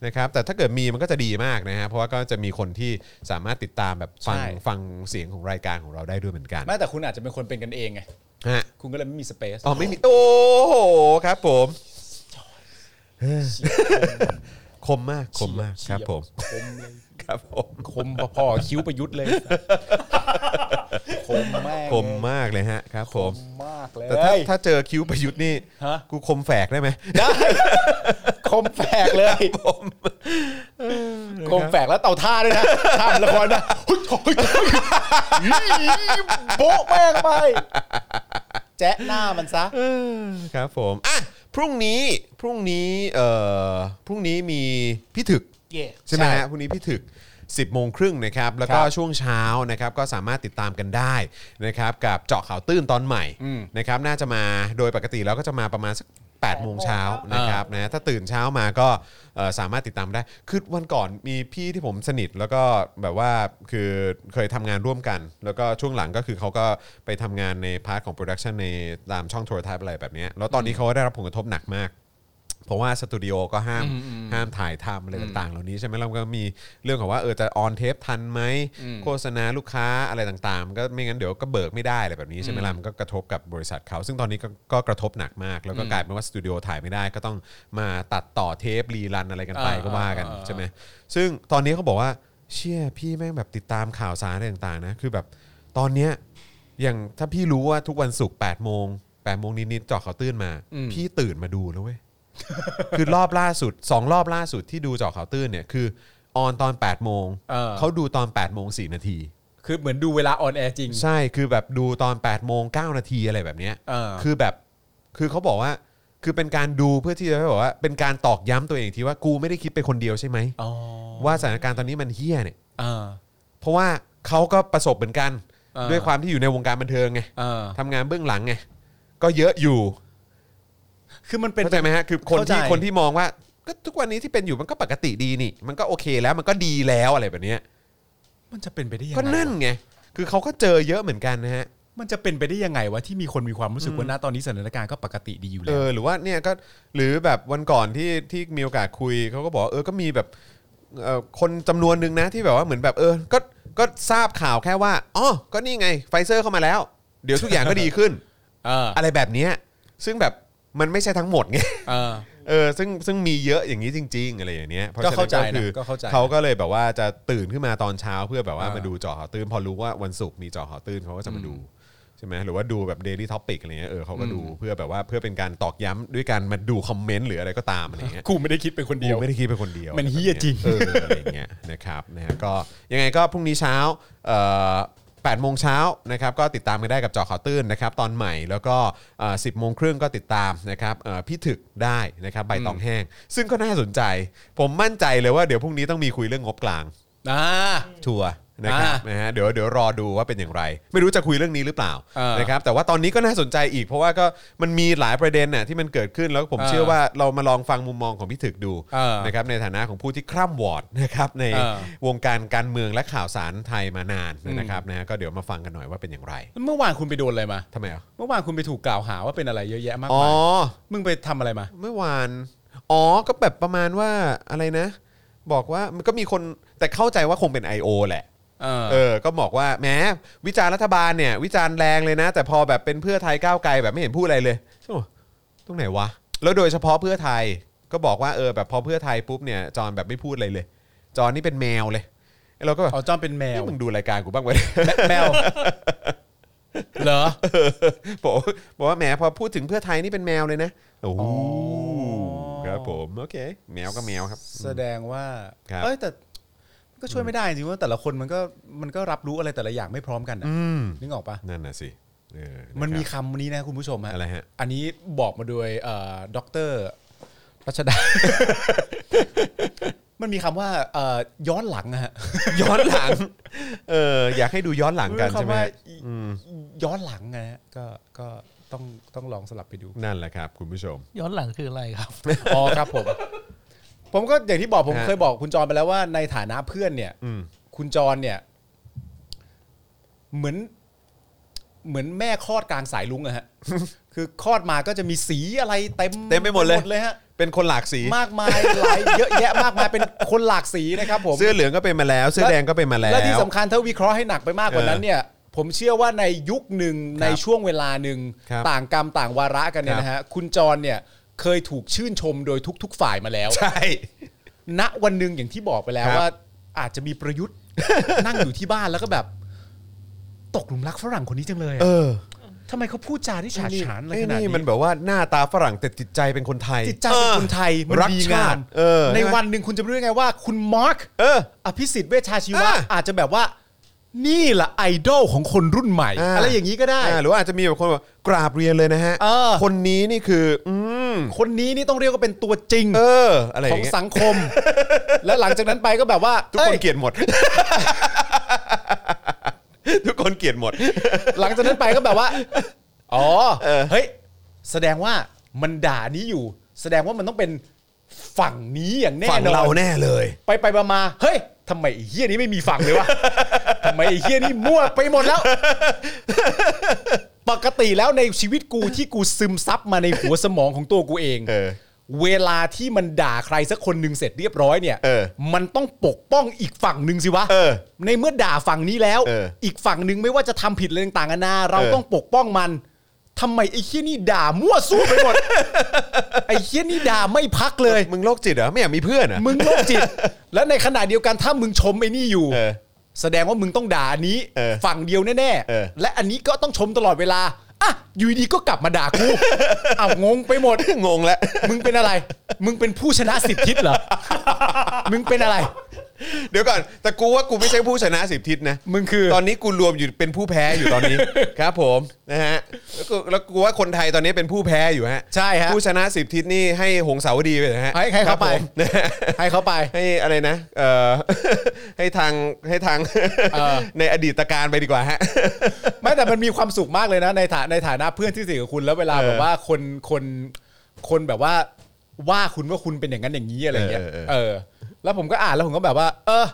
S1: นะครับแต่ถ้าเกิดมีมันก็จะดีมากนะฮะเพราะว่าก็จะมีคนที่สามารถติดตามแบบฟัง
S2: ใช่
S1: ฟังเสียงของรายการของเราได้ด้วยเหมือนกัน
S2: แม้แต่คุณอาจจะเป็นคนเป็นกันเองไง
S1: ฮะ
S2: คุณก็เลยไม่มีสเปซ
S1: อ๋อไม่มีโอ้โหครับผมเออคมมากคมมากครับผม
S2: คมเลย
S1: ครับผม
S2: คมพอๆคิ้วประยุทธ์ เลยคมมาก
S1: คมมากเลยฮะครับผม
S2: คมมากเลย
S1: แต่ถ้าถ้าเจอคิ้วประยุทธ์นี่
S2: ฮะ
S1: กูคมแฝกได้ไหม
S2: ได้คมแฝกเลย
S1: ผม
S2: คมแฝกแล้วเต่าท่าด้วยนะท่าละครนะเฮ้ยเฮ้ยเฮ้ยโบ๊ะแม่งไป แจ๊ะหน้ามันซะ
S1: ครับผมอ่ะพรุ่งนี้พรุ่งนี้เอ่อพรุ่งนี้มีพี่ถึก
S3: เย่
S1: ใช่ไหม
S2: ใช่
S1: ฮะพรุ่งนี้พี่ถึก 10โมงครึ่งนะครับ แล้วก็
S2: ครับ
S1: ช่วงเช้านะครับก็สามารถติดตามกันได้นะครับกับเจาะข่าวตื้นตอนใหม่
S2: อืม
S1: นะครับน่าจะมาโดยปกติแล้วก็จะมาประมาณสัก8โมงเช้านะครับนะถ้าตื่นเช้ามาก็เอ่อสามารถติดตามได้ คือวันก่อนมีพี่ที่ผมสนิทแล้วก็แบบว่าคือเคยทำงานร่วมกัน แล้วก็ช่วงหลังก็คือเขาก็ไปทำงานในพาร์ทของโปรดักชันในตามช่องโทรทัศน์อะไรแบบเนี้ยแล้วตอนนี้เขาก็ได้รับผลกระทบหนักมาก เพราะว่าสตูดิโอก็ห้ามห้ามถ่ายทำอะไรต่างๆ เหล่านี้ใช่ไหมแล้วมันก็มีเรื่องของว่าเออจะออนเทปทันไหมโฆษณาลูกค้าอะไรต่างๆ ก็ไม่งั้นเดี๋ยวก็เบิกไม่ได้อะไรแบบนี้ใช่ไหมล่ะมันก็กระทบกับบริษัทเขาซึ่งตอนนี้ก็ก็กระทบหนักมาก แล้วก็กลายเป็นว่าสตูดิโอถ่ายไม่ได้ก็ต้องมาตัดต่อเทปรีรันอะไรกันไป
S2: อ่า
S1: ก็ว่ากัน
S2: อ่า
S1: ใช่ไหมซึ่งตอนนี้เขาบอกว่าเชี่ยพี่แม่งแบบติดตามข่าวสารอะไรต่างๆนะคือแบบตอนเนี้ยอย่างถ้าพี่รู้ว่าทุกวันศุกร์8ปดโมงแปดโมงนิดๆเจาะข่าวตื้นมา พี่ตื่นมาดูนะเว้ย คือรอบล่าสุด 2 รอบล่าสุดที่ดูเจอข่าวตื้นเนี่ยคือออนตอน 8 โมง
S2: เออ
S1: เขาดูตอน 8 โมง 4 นาที
S2: คือเหมือนดูเวลาออนแอร์จริง
S1: ใช่คือแบบดูตอน 8 โมง 9 นาทีอะไรแบบเนี้ย
S2: เออ
S1: คือแบบคือเขาบอกว่าคือเป็นการดูเพื่อที่จะบอกว่า เป็นการตอกย้ำตัวเองอีกทีว่ากูไม่ได้คิดไปคนเดียวใช่ไหม
S2: อ๋อ
S1: ว่าสถานการณ์ตอนนี้มันเฮี้ยเนี่ย
S2: อ่า
S1: เพราะว่าเขาก็ประสบเหมือนกัน
S2: เออ
S1: ด้วยความที่อยู่ในวงการบันเทิงไง
S2: อ่า
S1: ทำงานเบื้องหลังไงก็เยอะอยู่
S2: คือมันเป็น
S1: เข้าใจไหมฮะคือคนที่
S2: เข้าใจ
S1: คนที่มองว่าก็ทุกวันนี้ที่เป็นอยู่มันก็ปกติดีนี่ มันก็โอเคแล้วมันก็ดีแล้วอะไรแบบเนี้ย
S2: มันจะเป็นไปได้ยังไง
S1: ก็นั่น
S2: วะ
S1: ไงคือเขาก็เจอเยอะเหมือนกันนะฮะ
S2: มันจะเป็นไปได้ยังไงวะที่มีคนมีความรู้สึกว่าณตอนนี้สถานการณ์ก็ปกติดีอยู่
S1: เอ
S2: แล้ว
S1: อหรือว่าเนี่ยก็หรือแบบวันก่อนที่ที่มีโอกาสคุยเขาก็บอกว่าเออก็มีแบบเอ่อคนจำนวนหนึ่งนะที่แบบว่าเหมือนแบบเออก็ก็ทราบข่าวแค่ว่าอ๋อก็นี่ไงไฟเซอร์เข้ามาแล้ว เดี๋ยวทุกอย่างก็ดีขึ้น
S2: เออ
S1: อะไรแบบเนี้ยซึ่งแบบมันไม่ใช่ทั้งหมดไง
S2: เออ
S1: เออซึ่งซึ่งมีเยอะอย่างนี้จริง ๆ อะไรอย่างเนี้ยพระ
S2: ก็
S1: ฉะนั้น
S2: เข้าใจนะ
S1: คือ
S2: ก็เข้าใจ
S1: เขาก็เลยแบบว่าจะตื่นขึ้นมาตอนเช้าเพื่อแบบว่า
S2: อ่าม
S1: มาดูเจอข่าวตื้นพอรู้ว่าวันศุกร์มีเจอข่าวตื้นเขาก็จะมาดูใช่ไหมหรือว่าดูแบบ Daily Topic อะไรเงี้ยเออเขาก็ดูเพื่อแบบว่าเพื่อเป็นการตอกย้ำด้วยการมาดูคอมเมนต์หรืออะไรก็ตามอะไรเงี้ย
S2: กูไม่ได้คิดเป็นคนเดียว
S1: กูไม่ได้คิดเป็นคนเดียว
S2: มันเหี้ยจริง
S1: เอออะไรอย่างเงี้ยนะครับนะฮะก็ยังไงก็พรุ่งนี้เช้าเอ่อ8โมงเช้านะครับก็ติดตามกันได้กับเจอข่าวตื้นนะครับตอนใหม่แล้วก็เอ่อ10โมงครึ่งก็ติดตามนะครับเอ่อพี่ถึกได้นะครับใบตองแห้ง ซึ่งก็น่าสนใจ ผมมั่นใจเลยว่าเดี๋ยวพรุ่งนี้ต้องมีคุยเรื่องงบกลาง
S2: อ่า
S1: ชัวร์นะครับ
S2: อ่าน
S1: นะฮะเดี๋ยวเดี๋ยวรอดูว่าเป็นอย่างไร ไม่รู้จะคุยเรื่องนี้หรือเปล่า
S2: เออ
S1: นะครับแต่ว่าตอนนี้ก็น่าสนใจอีก เพราะว่าก็มันมีหลายประเด็นน่ะที่มันเกิดขึ้นแล้วผม
S2: เออ
S1: เชื่อว่าเรามาลองฟังมุมมองของพี่ถึกดู
S2: เออ
S1: นะครับในฐานะของผู้ที่คร่ำวอร์ดนะครับใน
S2: เออ
S1: วงการการเมืองและข่าวสารไทยมานานนะครับนะฮะก็เดี๋ยวมาฟังกันหน่อยว่าเป็นอย่างไร
S2: เมื่อวานคุณไปโดนอะไรมา
S1: ทำไมอ่ะ
S2: เมื่อวานคุณไปถูกกล่าวหาว่าเป็นอะไรเยอะแยะมาก
S1: อ๋อ
S2: มายมึงไปทำอะไรมา
S1: เมื่อวาน อ๋อก็แบบประมาณว่าอะไรนะ บอกว่ามันก็มีคนแต่เข้าใจว่าคงเป็น I.O. แหละ
S2: เออ
S1: เออ ก็บอกว่าแหมวิจารณ์รัฐบาลเนี่ย วิจารณ์แรงเลยนะ แต่พอแบบเป็นเพื่อไทยก้าวไกลแบบไม่เห็นพูดอะไรเลยโอ้ตรงไหนวะ แล้วโดยเฉพาะเพื่อไทยก็บอกว่าเออแบบพอเพื่อไทยปุ๊บเนี่ยจอนแบบไม่พูดอะไรเลย จอนนี่เป็นแมวเลยเราก็แบบ
S2: อ๋อจอมเป็นแมว
S1: นี่มึงดูราย การกูบ้างไหม
S2: แมว เหรอ
S1: บอกว่าบอกว่าแหมพอพูดถึงเพื่อไทยนี่เป็นแมวเลยนะโอ้โหครับผมโอเคแมวก็แมวครับ
S2: แสดงว่า
S1: ครับ
S2: เอ้ยแต่ก็ช่วยไม่ได้จริงๆว่าแต่ละคนมันก็มันก็รับรู้อะไรแต่ละอย่างไม่พร้อมกันน่ะ
S1: อืม
S2: นึกออกปะ
S1: นั่นน่ะสิเออนะครับ
S2: มันมีคำนี้นะคุณผู้ชมฮะ
S1: อะไรฮ ะ
S2: อันนี้บอกมาโดยเอ่อด็อกเตอร์รัชดา มันมีคำว่าเอ่อย้อนหลังอะฮะ
S1: ย้อนหลัง เอออยากให้ดูย้อนหลังกันใช่ไหม
S2: คำว่า
S1: ฮะอืม
S2: ย้อนหลังนะฮะก็ก็ต้องต้องลองสลับ ไปดู
S1: นั่นแหละครับ คุณผู้ชม
S3: ย้อนหลังคืออะไร ครับ
S2: อ๋อครับผม ผมก็อย่างที่บอกผม
S1: ฮะ
S2: เคยบอกคุณจรไปแล้วว่าในฐานะเพื่อนเนี่ย
S1: อืม
S2: คุณจรเนี่ย เหมือน เหมือนแม่คลอดกลางสายลุงอะฮ ะ คือคลอดมาก็จะมีสีอะไรเต็ม
S1: เต็มไปหมดเลย
S2: ฮะ
S1: เป็นคนหลากสี
S2: มากมายหลายเยอะแยะมากมายเป็นคนหลากสีนะครับผม
S1: เสื้อเหลืองก็เป็นมาแล้ว เสื้อแดงก็เป็นมาแล้ว
S2: และที่สำคัญถ้าวิเคราะห์ให้หนักไปมากกว่านั้นเนี่ย ผมเชื่อว่าในยุคหนึ่งในช่วงเวลาหนึ่ง
S1: ครับ
S2: ต่างกรรมต่างวาระกันเนี่ยนะฮะคุณจรเนี่ย เคยถูกชื่นชมโดยทุก ๆ ฝ่ายมาแล้ว
S1: ใช่
S2: ณวันหนึ่งอย่างที่บอกไปแล้ว
S1: ครับ
S2: ว่า อาจจะมีประยุทธ์ นั่งอยู่ที่บ้านแล้วก็แบบ ตกหลุมรักฝรั่งคนนี้จังเลยอะ
S1: เออ
S2: ทำไมเขาพูดจาที่ฉาดฉานอะไร
S1: ไอ้
S2: ขนาด
S1: นี่
S2: นี้
S1: มันแบบว่าหน้าตาฝรั่งแต่จิตใจเป็นคนไทย
S2: จิตใจเป็นคนไทยมัน
S1: รัก
S2: ดี
S1: ชาง
S2: า
S1: ติ
S2: ม
S1: เออ
S2: ใน
S1: ใช่ไหม
S2: วันหนึ่งคุณจะไม่รู้ยังไงว่า คุณมาร์ค
S1: เออ
S2: อภิสิทธิ์เวชชาชีวะ
S1: อ่ะ
S2: อาจจะแบบว่า นี่แหละไอดอลของคนรุ่นใหม่
S1: อ่ะ
S2: อะไรอย่างนี้ก็ได้
S1: อ่าหรือว่าอาจจะมีแบบคนบอกกราบเรียนเลยนะฮะ
S2: เออ
S1: คนนี้นี่คือ อืม
S2: คนนี้นี่ต้องเรียกว่าเป็นตัวจริง
S1: เออ อะไรอ
S2: ของ
S1: ย่างเงี้ย
S2: สังคม และหลังจากนั้นไปก็แบบว่า
S1: ทุกคน
S2: อ้ย
S1: เกลียดหมด ทุกคนเกลียดหมด
S2: หลังจากนั้นไปก็แบบว่า อ๋อ เฮ้ย แสดงว่ามันด่านี้อยู่ แสดงว่ามันต้องเป็นฝั่งนี้อย่างแน่
S1: ฝั่ง
S2: นอ
S1: เรา
S2: น
S1: แน่เลย
S2: ไปไปมามาๆเฮ้ยทำไมไอ้เฮี้ยนี้ไม่มีฝั่งเล ยวะ ทำไมไอ้เฮี้ยนี้มั่วไปหมดแล้ว ปกติแล้วในชีวิตกูที่กูซึมซับมาในหัวสมองของตัวกูเอง
S1: เออ
S2: เวลาที่มันด่าใครสักคนหนึ่งเสร็จเรียบร้อยเนี่ย
S1: เออ
S2: มันต้องปกป้องอีกฝั่งหนึ่งสิวะ
S1: เออ
S2: ในเมื่อด่าฝั่งนี้แล้ว
S1: เออ
S2: อีกฝั่งหนึ่งไม่ว่าจะทำผิดอะไรต่างๆนานาเรา
S1: เออ
S2: ต้องปกป้องมันทำไมไอ้เคี้ยนี่ด่ามั่วสู้ไป หมด ไอ้เคี้ยนี่ด่าไม่พักเลย
S1: มึงโรคจิตเหรอไม่อยากมีเพื่อนเหรอ
S2: มึงโรคจิต และในขณะเดียวกันถ้ามึงชมไอ้นี่อยู่
S1: เอ อ
S2: แสดงว่ามึงต้องด่าอันนี้
S1: เออ
S2: ฝั่งเดียวแน่
S1: เออ
S2: และอันนี้ก็ต้องชมตลอดเวลาอ่ะอยู่ดีๆก็กลับมาด่า กู อ้าวงงไปหมด
S1: งงแล้ว
S2: มึงเป็นอะไร มึงเป็นผู้ชนะสิบทิศเหรอ มึงเป็นอะไร
S1: เดี๋ยวก่อน แต่กูว่ากูไม่ใช่ผู้ชนะสิบทิศนะ
S2: มึงคือ
S1: ตอนนี้กูรวมอยู่เป็นผู้แพ้อยู่ตอน นี้ ครับผมนะฮะแล้วกูแล้วกูว่าคนไทยตอนนี้เป็นผู้แพ้อยู่ฮะ
S2: ใช่ฮะ
S1: ผู้ชนะสิบทิศนี่ให้หงสาวดีไปนะฮะ
S2: ให้ให้เขาไป
S1: ครับผม นะฮะ
S2: ให้เขาไป
S1: ให้อะไรนะเอ่ อ ให้ทางให้ทาง
S2: เออ
S1: ในอดีตการไปดีกว่าฮะ
S2: ไม่แต่มันมีความสุขมากเลยนะ ในฐาในฐานะเพื่อนที่สนิทกับคุณแล้วเวลา
S1: เออ
S2: แบบว่าคนคนคนแบบว่าว่าคุณว่าคุณเป็นอย่างนั้นอย่างนี้อะไรเงี้ย
S1: เออเออเออ
S2: เออ แล้วผมก็อ่านแล้วผมก็แบบว่า เออ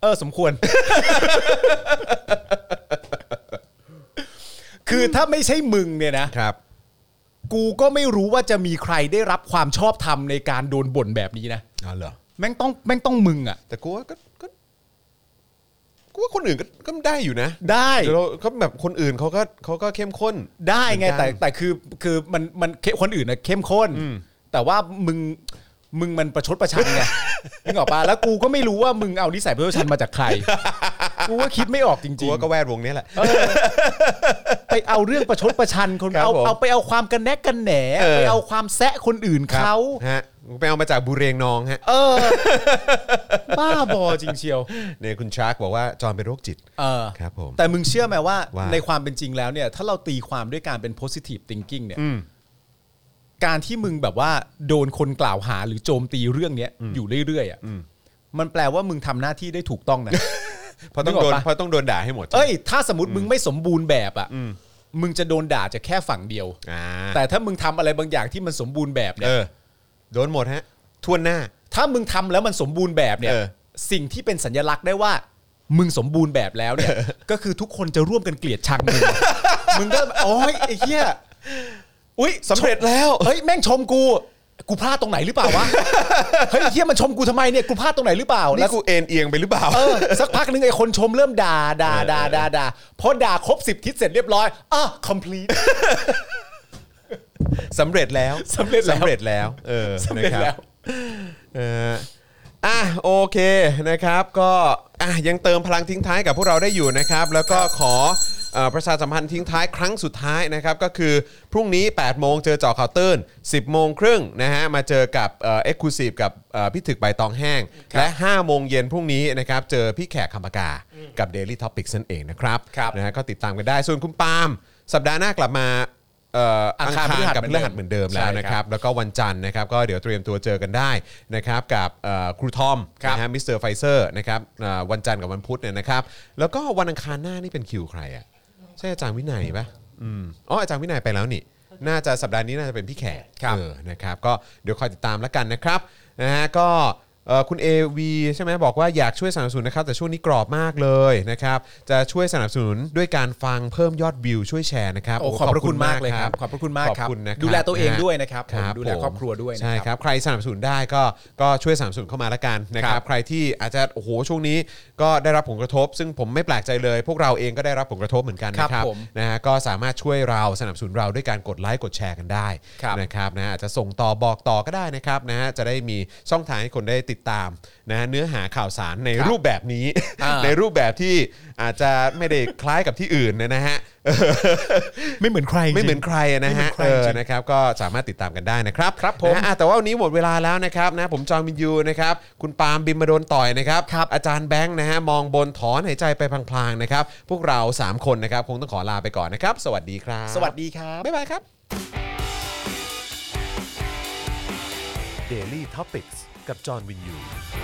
S2: เออ สมควร คือถ้าไม่ใช่มึงเนี่ยนะ
S1: ครับ
S2: กูก็ไม่รู้ว่าจะมีใครได้รับความชอบธรรมในการโดนบ่นแบบนี้นะ
S1: อ๋อเหรอ
S2: แม่งต้องแม่งต้องมึงอ่ะ
S1: แต่กูว่าก็ก็กูว่าคนอื่นก็ก็ได้อยู่นะ
S2: ได้
S1: เดี๋ยวเราก็แบบคนอื่นเขาก็เขาก็เข้มข้น
S2: ได้ไง
S1: เหมือนกัน
S2: แต่แต่คือคือมันมันเข้คนอื่นนะเข้มข้น แต่ว่ามึงมึงมันประชดประชัน ไง นึกออกปะแล้วกูก็ไม่รู้ว่ามึงเอานิสัยประชดประชันมาจาก ใคร กูก็คิดไม่ออกจ
S1: กู
S2: ริง
S1: ว่าก็แวดวงนี้แหละ
S2: ๆเออไปเอาเรื่องประชดประชันคน
S1: ครับ
S2: เอา
S1: ผม
S2: เอาไปเอาความกันแนกกันแหน
S1: เออ
S2: ไปเอาความแซะคนอื่น
S1: ครับ
S2: เขา
S1: ฮะกูไปเอามาจากบูเรงนองฮะ
S2: เออ บ้าบอจริงเชียว
S1: เนี่ยคุณชาร์กบอกว่าจอห์นเป็นโรคจิต
S2: เออ
S1: ครับผม
S2: แต่มึงเชื่อไหมว่า
S1: ว่า
S2: ในความเป็นจริงแล้วเนี่ย ถ้าเราตีความด้วยการเป็น positive thinking เนี่ย
S1: อืม
S2: การที่มึงแบบว่าโดนคนกล่าวหาหรือโจมตีเรื่องเนี้ยอยู่เรื่อยๆอ่ะมันแปลว่ามึงทำหน้าที่ได้ถูกต้องนะ
S1: เพราะต้องโดน
S2: นึกออกปะ
S1: เพราะต้องโดนด่าให้หมด
S2: เอ้ย ถ้าสมมติมึงไม่สมบูรณ์แบบอ่ะมึงจะโดนด่าจากแค่ฝั่งเดียว
S1: อ่า
S2: แต่ถ้ามึงทำอะไรบางอย่างที่มันสมบูรณ์แบบเนี่
S1: เอย อ โดนหมดฮะทวนหน้า
S2: ถ้ามึงทำแล้วมันสมบูรณ์แบบเนี่ย
S1: เออ
S2: สิ่งที่เป็นสัญลักษณ์ได้ว่า มึงสมบูรณ์แบบแล้ว เนี่ย ก็คือทุกคนจะร่วมกันเกลียดชังมึง มึงก็โอ้ยไอ้เหี้ย
S1: อุ้ยสำเร็จแล้ว
S2: เฮ้ยแม่งชมกู กูพลาดตรงไหนหรือเปล่า วะ เฮ้ยเฮียมันชมกูทำไมเนี่ยกูพลาดตรงไหนหรือเปล่าแล้
S1: นี่
S2: ว
S1: กูเอ็นเอียงไปหรือเปล่า
S2: เออสักพักนึงไอ้คนชมเริ่มด่าด่าด่าด่าด่าพอด่าครบสิบทิศเสร็จเรียบร้อยอ่ะ complete
S1: สำเร็จแล้ว
S2: สำเร็จแล้ว
S1: สำเร็จแล้วเออ
S2: สำเร็จ
S1: นะคบ
S2: แล้ว
S1: เอออ่ะโอเคนะครับก็อ่ะยังเติมพลังทิ้งท้ายกับพวกเราได้อยู่นะครับ แล้วก็ขอเอ่อประชาสัมพันธ์ทิ้งท้ายครั้งสุดท้ายนะครับ ก็คือพรุ่งนี้ 8 โมงเจอเจอข่าวตื้น 10 โมงครึ่งนะฮะมาเจอกับเอ็กซ์คลูซีฟกับเอ่อพี่ถึกใบตองแห้ง และ 5 โมงเย็นพรุ่งนี้นะครับเจอพี่แขกคำปากากับ Daily Topics นั่นเองนะครับ
S2: ครับ
S1: นะฮะก็ติดตามกันได้ส่วนคุณปาล์มสัปดาห์หน้ากลับมาเอ่อ อังคาร
S2: อังคาร
S1: กับ
S2: พ
S1: พ
S2: ฤ
S1: ฤ
S2: หั
S1: หั
S2: ส
S1: ส
S2: เห
S1: เหมื
S2: มือ
S1: อน น
S2: เดิ
S1: เดิ
S2: ม
S1: มแล้ว
S2: ใช่
S1: นะ
S2: ค
S1: ค
S2: รั
S1: รั
S2: บบ
S1: แล้วก็วันจันทร์นะครับก็เดี๋ยวเตรียมตัวเจอกันได้นะครับกับเอ่อครูทอม
S2: ครับ
S1: นะฮะมิสเตอร์ไฟเซอร์นะครับเอ่อวันจันทร์กับวันพุธเนี่ยนะครับ แล้วก็วันอังคารหน้านี่เป็นคิวใครอ่ะใช่อาจารย์วินัยปะอืมอ๋ออาจารย์วินัยไปแล้วนี่ น่าจะสัปดาห์นี้น่าจะเป็นพี่แขก
S2: ครับ
S1: เออนะครับก็เดี๋ยวคอยติดตามแล้วกันนะครับนะฮะก็เอ่อคุณ AV ใช่ไหมบอกว่าอยากช่วยสนับสนุนนะครับแต่ช่วงนี้กรอบมากเลยนะครับจะช่วยสนับสนุนด้วยการฟังเพิ่มยอดวิวช่วยแชร์นะครับ
S2: โอ้ขอบพระคุณมากเลยครับขอบพระคุณมากครับ
S1: ขอบคุณนะครั
S2: ดูแลตัวเอง
S1: นะฮะ
S2: ด้วยนะครับผมดูแลครอบครัวด้วยนะครับ
S1: ใช่ครับ ใครสนับสนุนได้ก็ก็ช่วยสนับสนุนเข้ามาละกันนะค
S2: ครั
S1: รับ
S2: บ
S1: ใครที่อาจจะโอ้โหช่วงนี้ก็ได้รับผลกระทบ ซึ่งผมไม่แปลกใจเลย พวกเราเองก็ได้รับผลกระทบเหมือนกันนะ
S2: ค
S1: ค
S2: รั
S1: รั
S2: บบ ผม
S1: นะฮะก็สามารถช่วยเราสนับสนุนเราด้วยการกดไลค์กดแชร์กันได้
S2: ครับ
S1: นะครับนะฮะอาจจะส่งต่อบอกต่อก็ได้นะครับนะฮะจะได้มีช่องทางให้คนได้ติดตามนะฮะเนื้อหาข่าวสารใน
S2: ครับ
S1: รูปแบบนี้
S2: อ่า
S1: ในรูปแบบที่อาจจะไม่ได้คล้ายกับที่อื่นนะฮะ
S2: ไม่เหมือนใคร
S1: ไม่เหมือนใครอะนะ
S2: ไม่เหมื
S1: ฮะ
S2: อนใคร
S1: เออ
S2: จริง
S1: นะครับก็สามารถติดตามกันได้นะครับ
S2: ครับผม
S1: นะฮะอ่ะแต่ว่าวันนี้หมดเวลาแล้วนะครับนะผมจอห์นวินยูนะครับคุณปาล์มบิมมาโดนต่อยนะครับ
S2: ครับ
S1: อาจารย์แบงค์นะฮะมองบนถอนหายใจไปพลางๆนะครับพวกเรา 3 คนนะครับคงต้องขอลาไปก่อนนะครับ สวัสดีครับ
S2: สวัสดีครับ
S1: บ๊ายบายครับ
S7: Daily t o p i c กกับจอห์นวินยู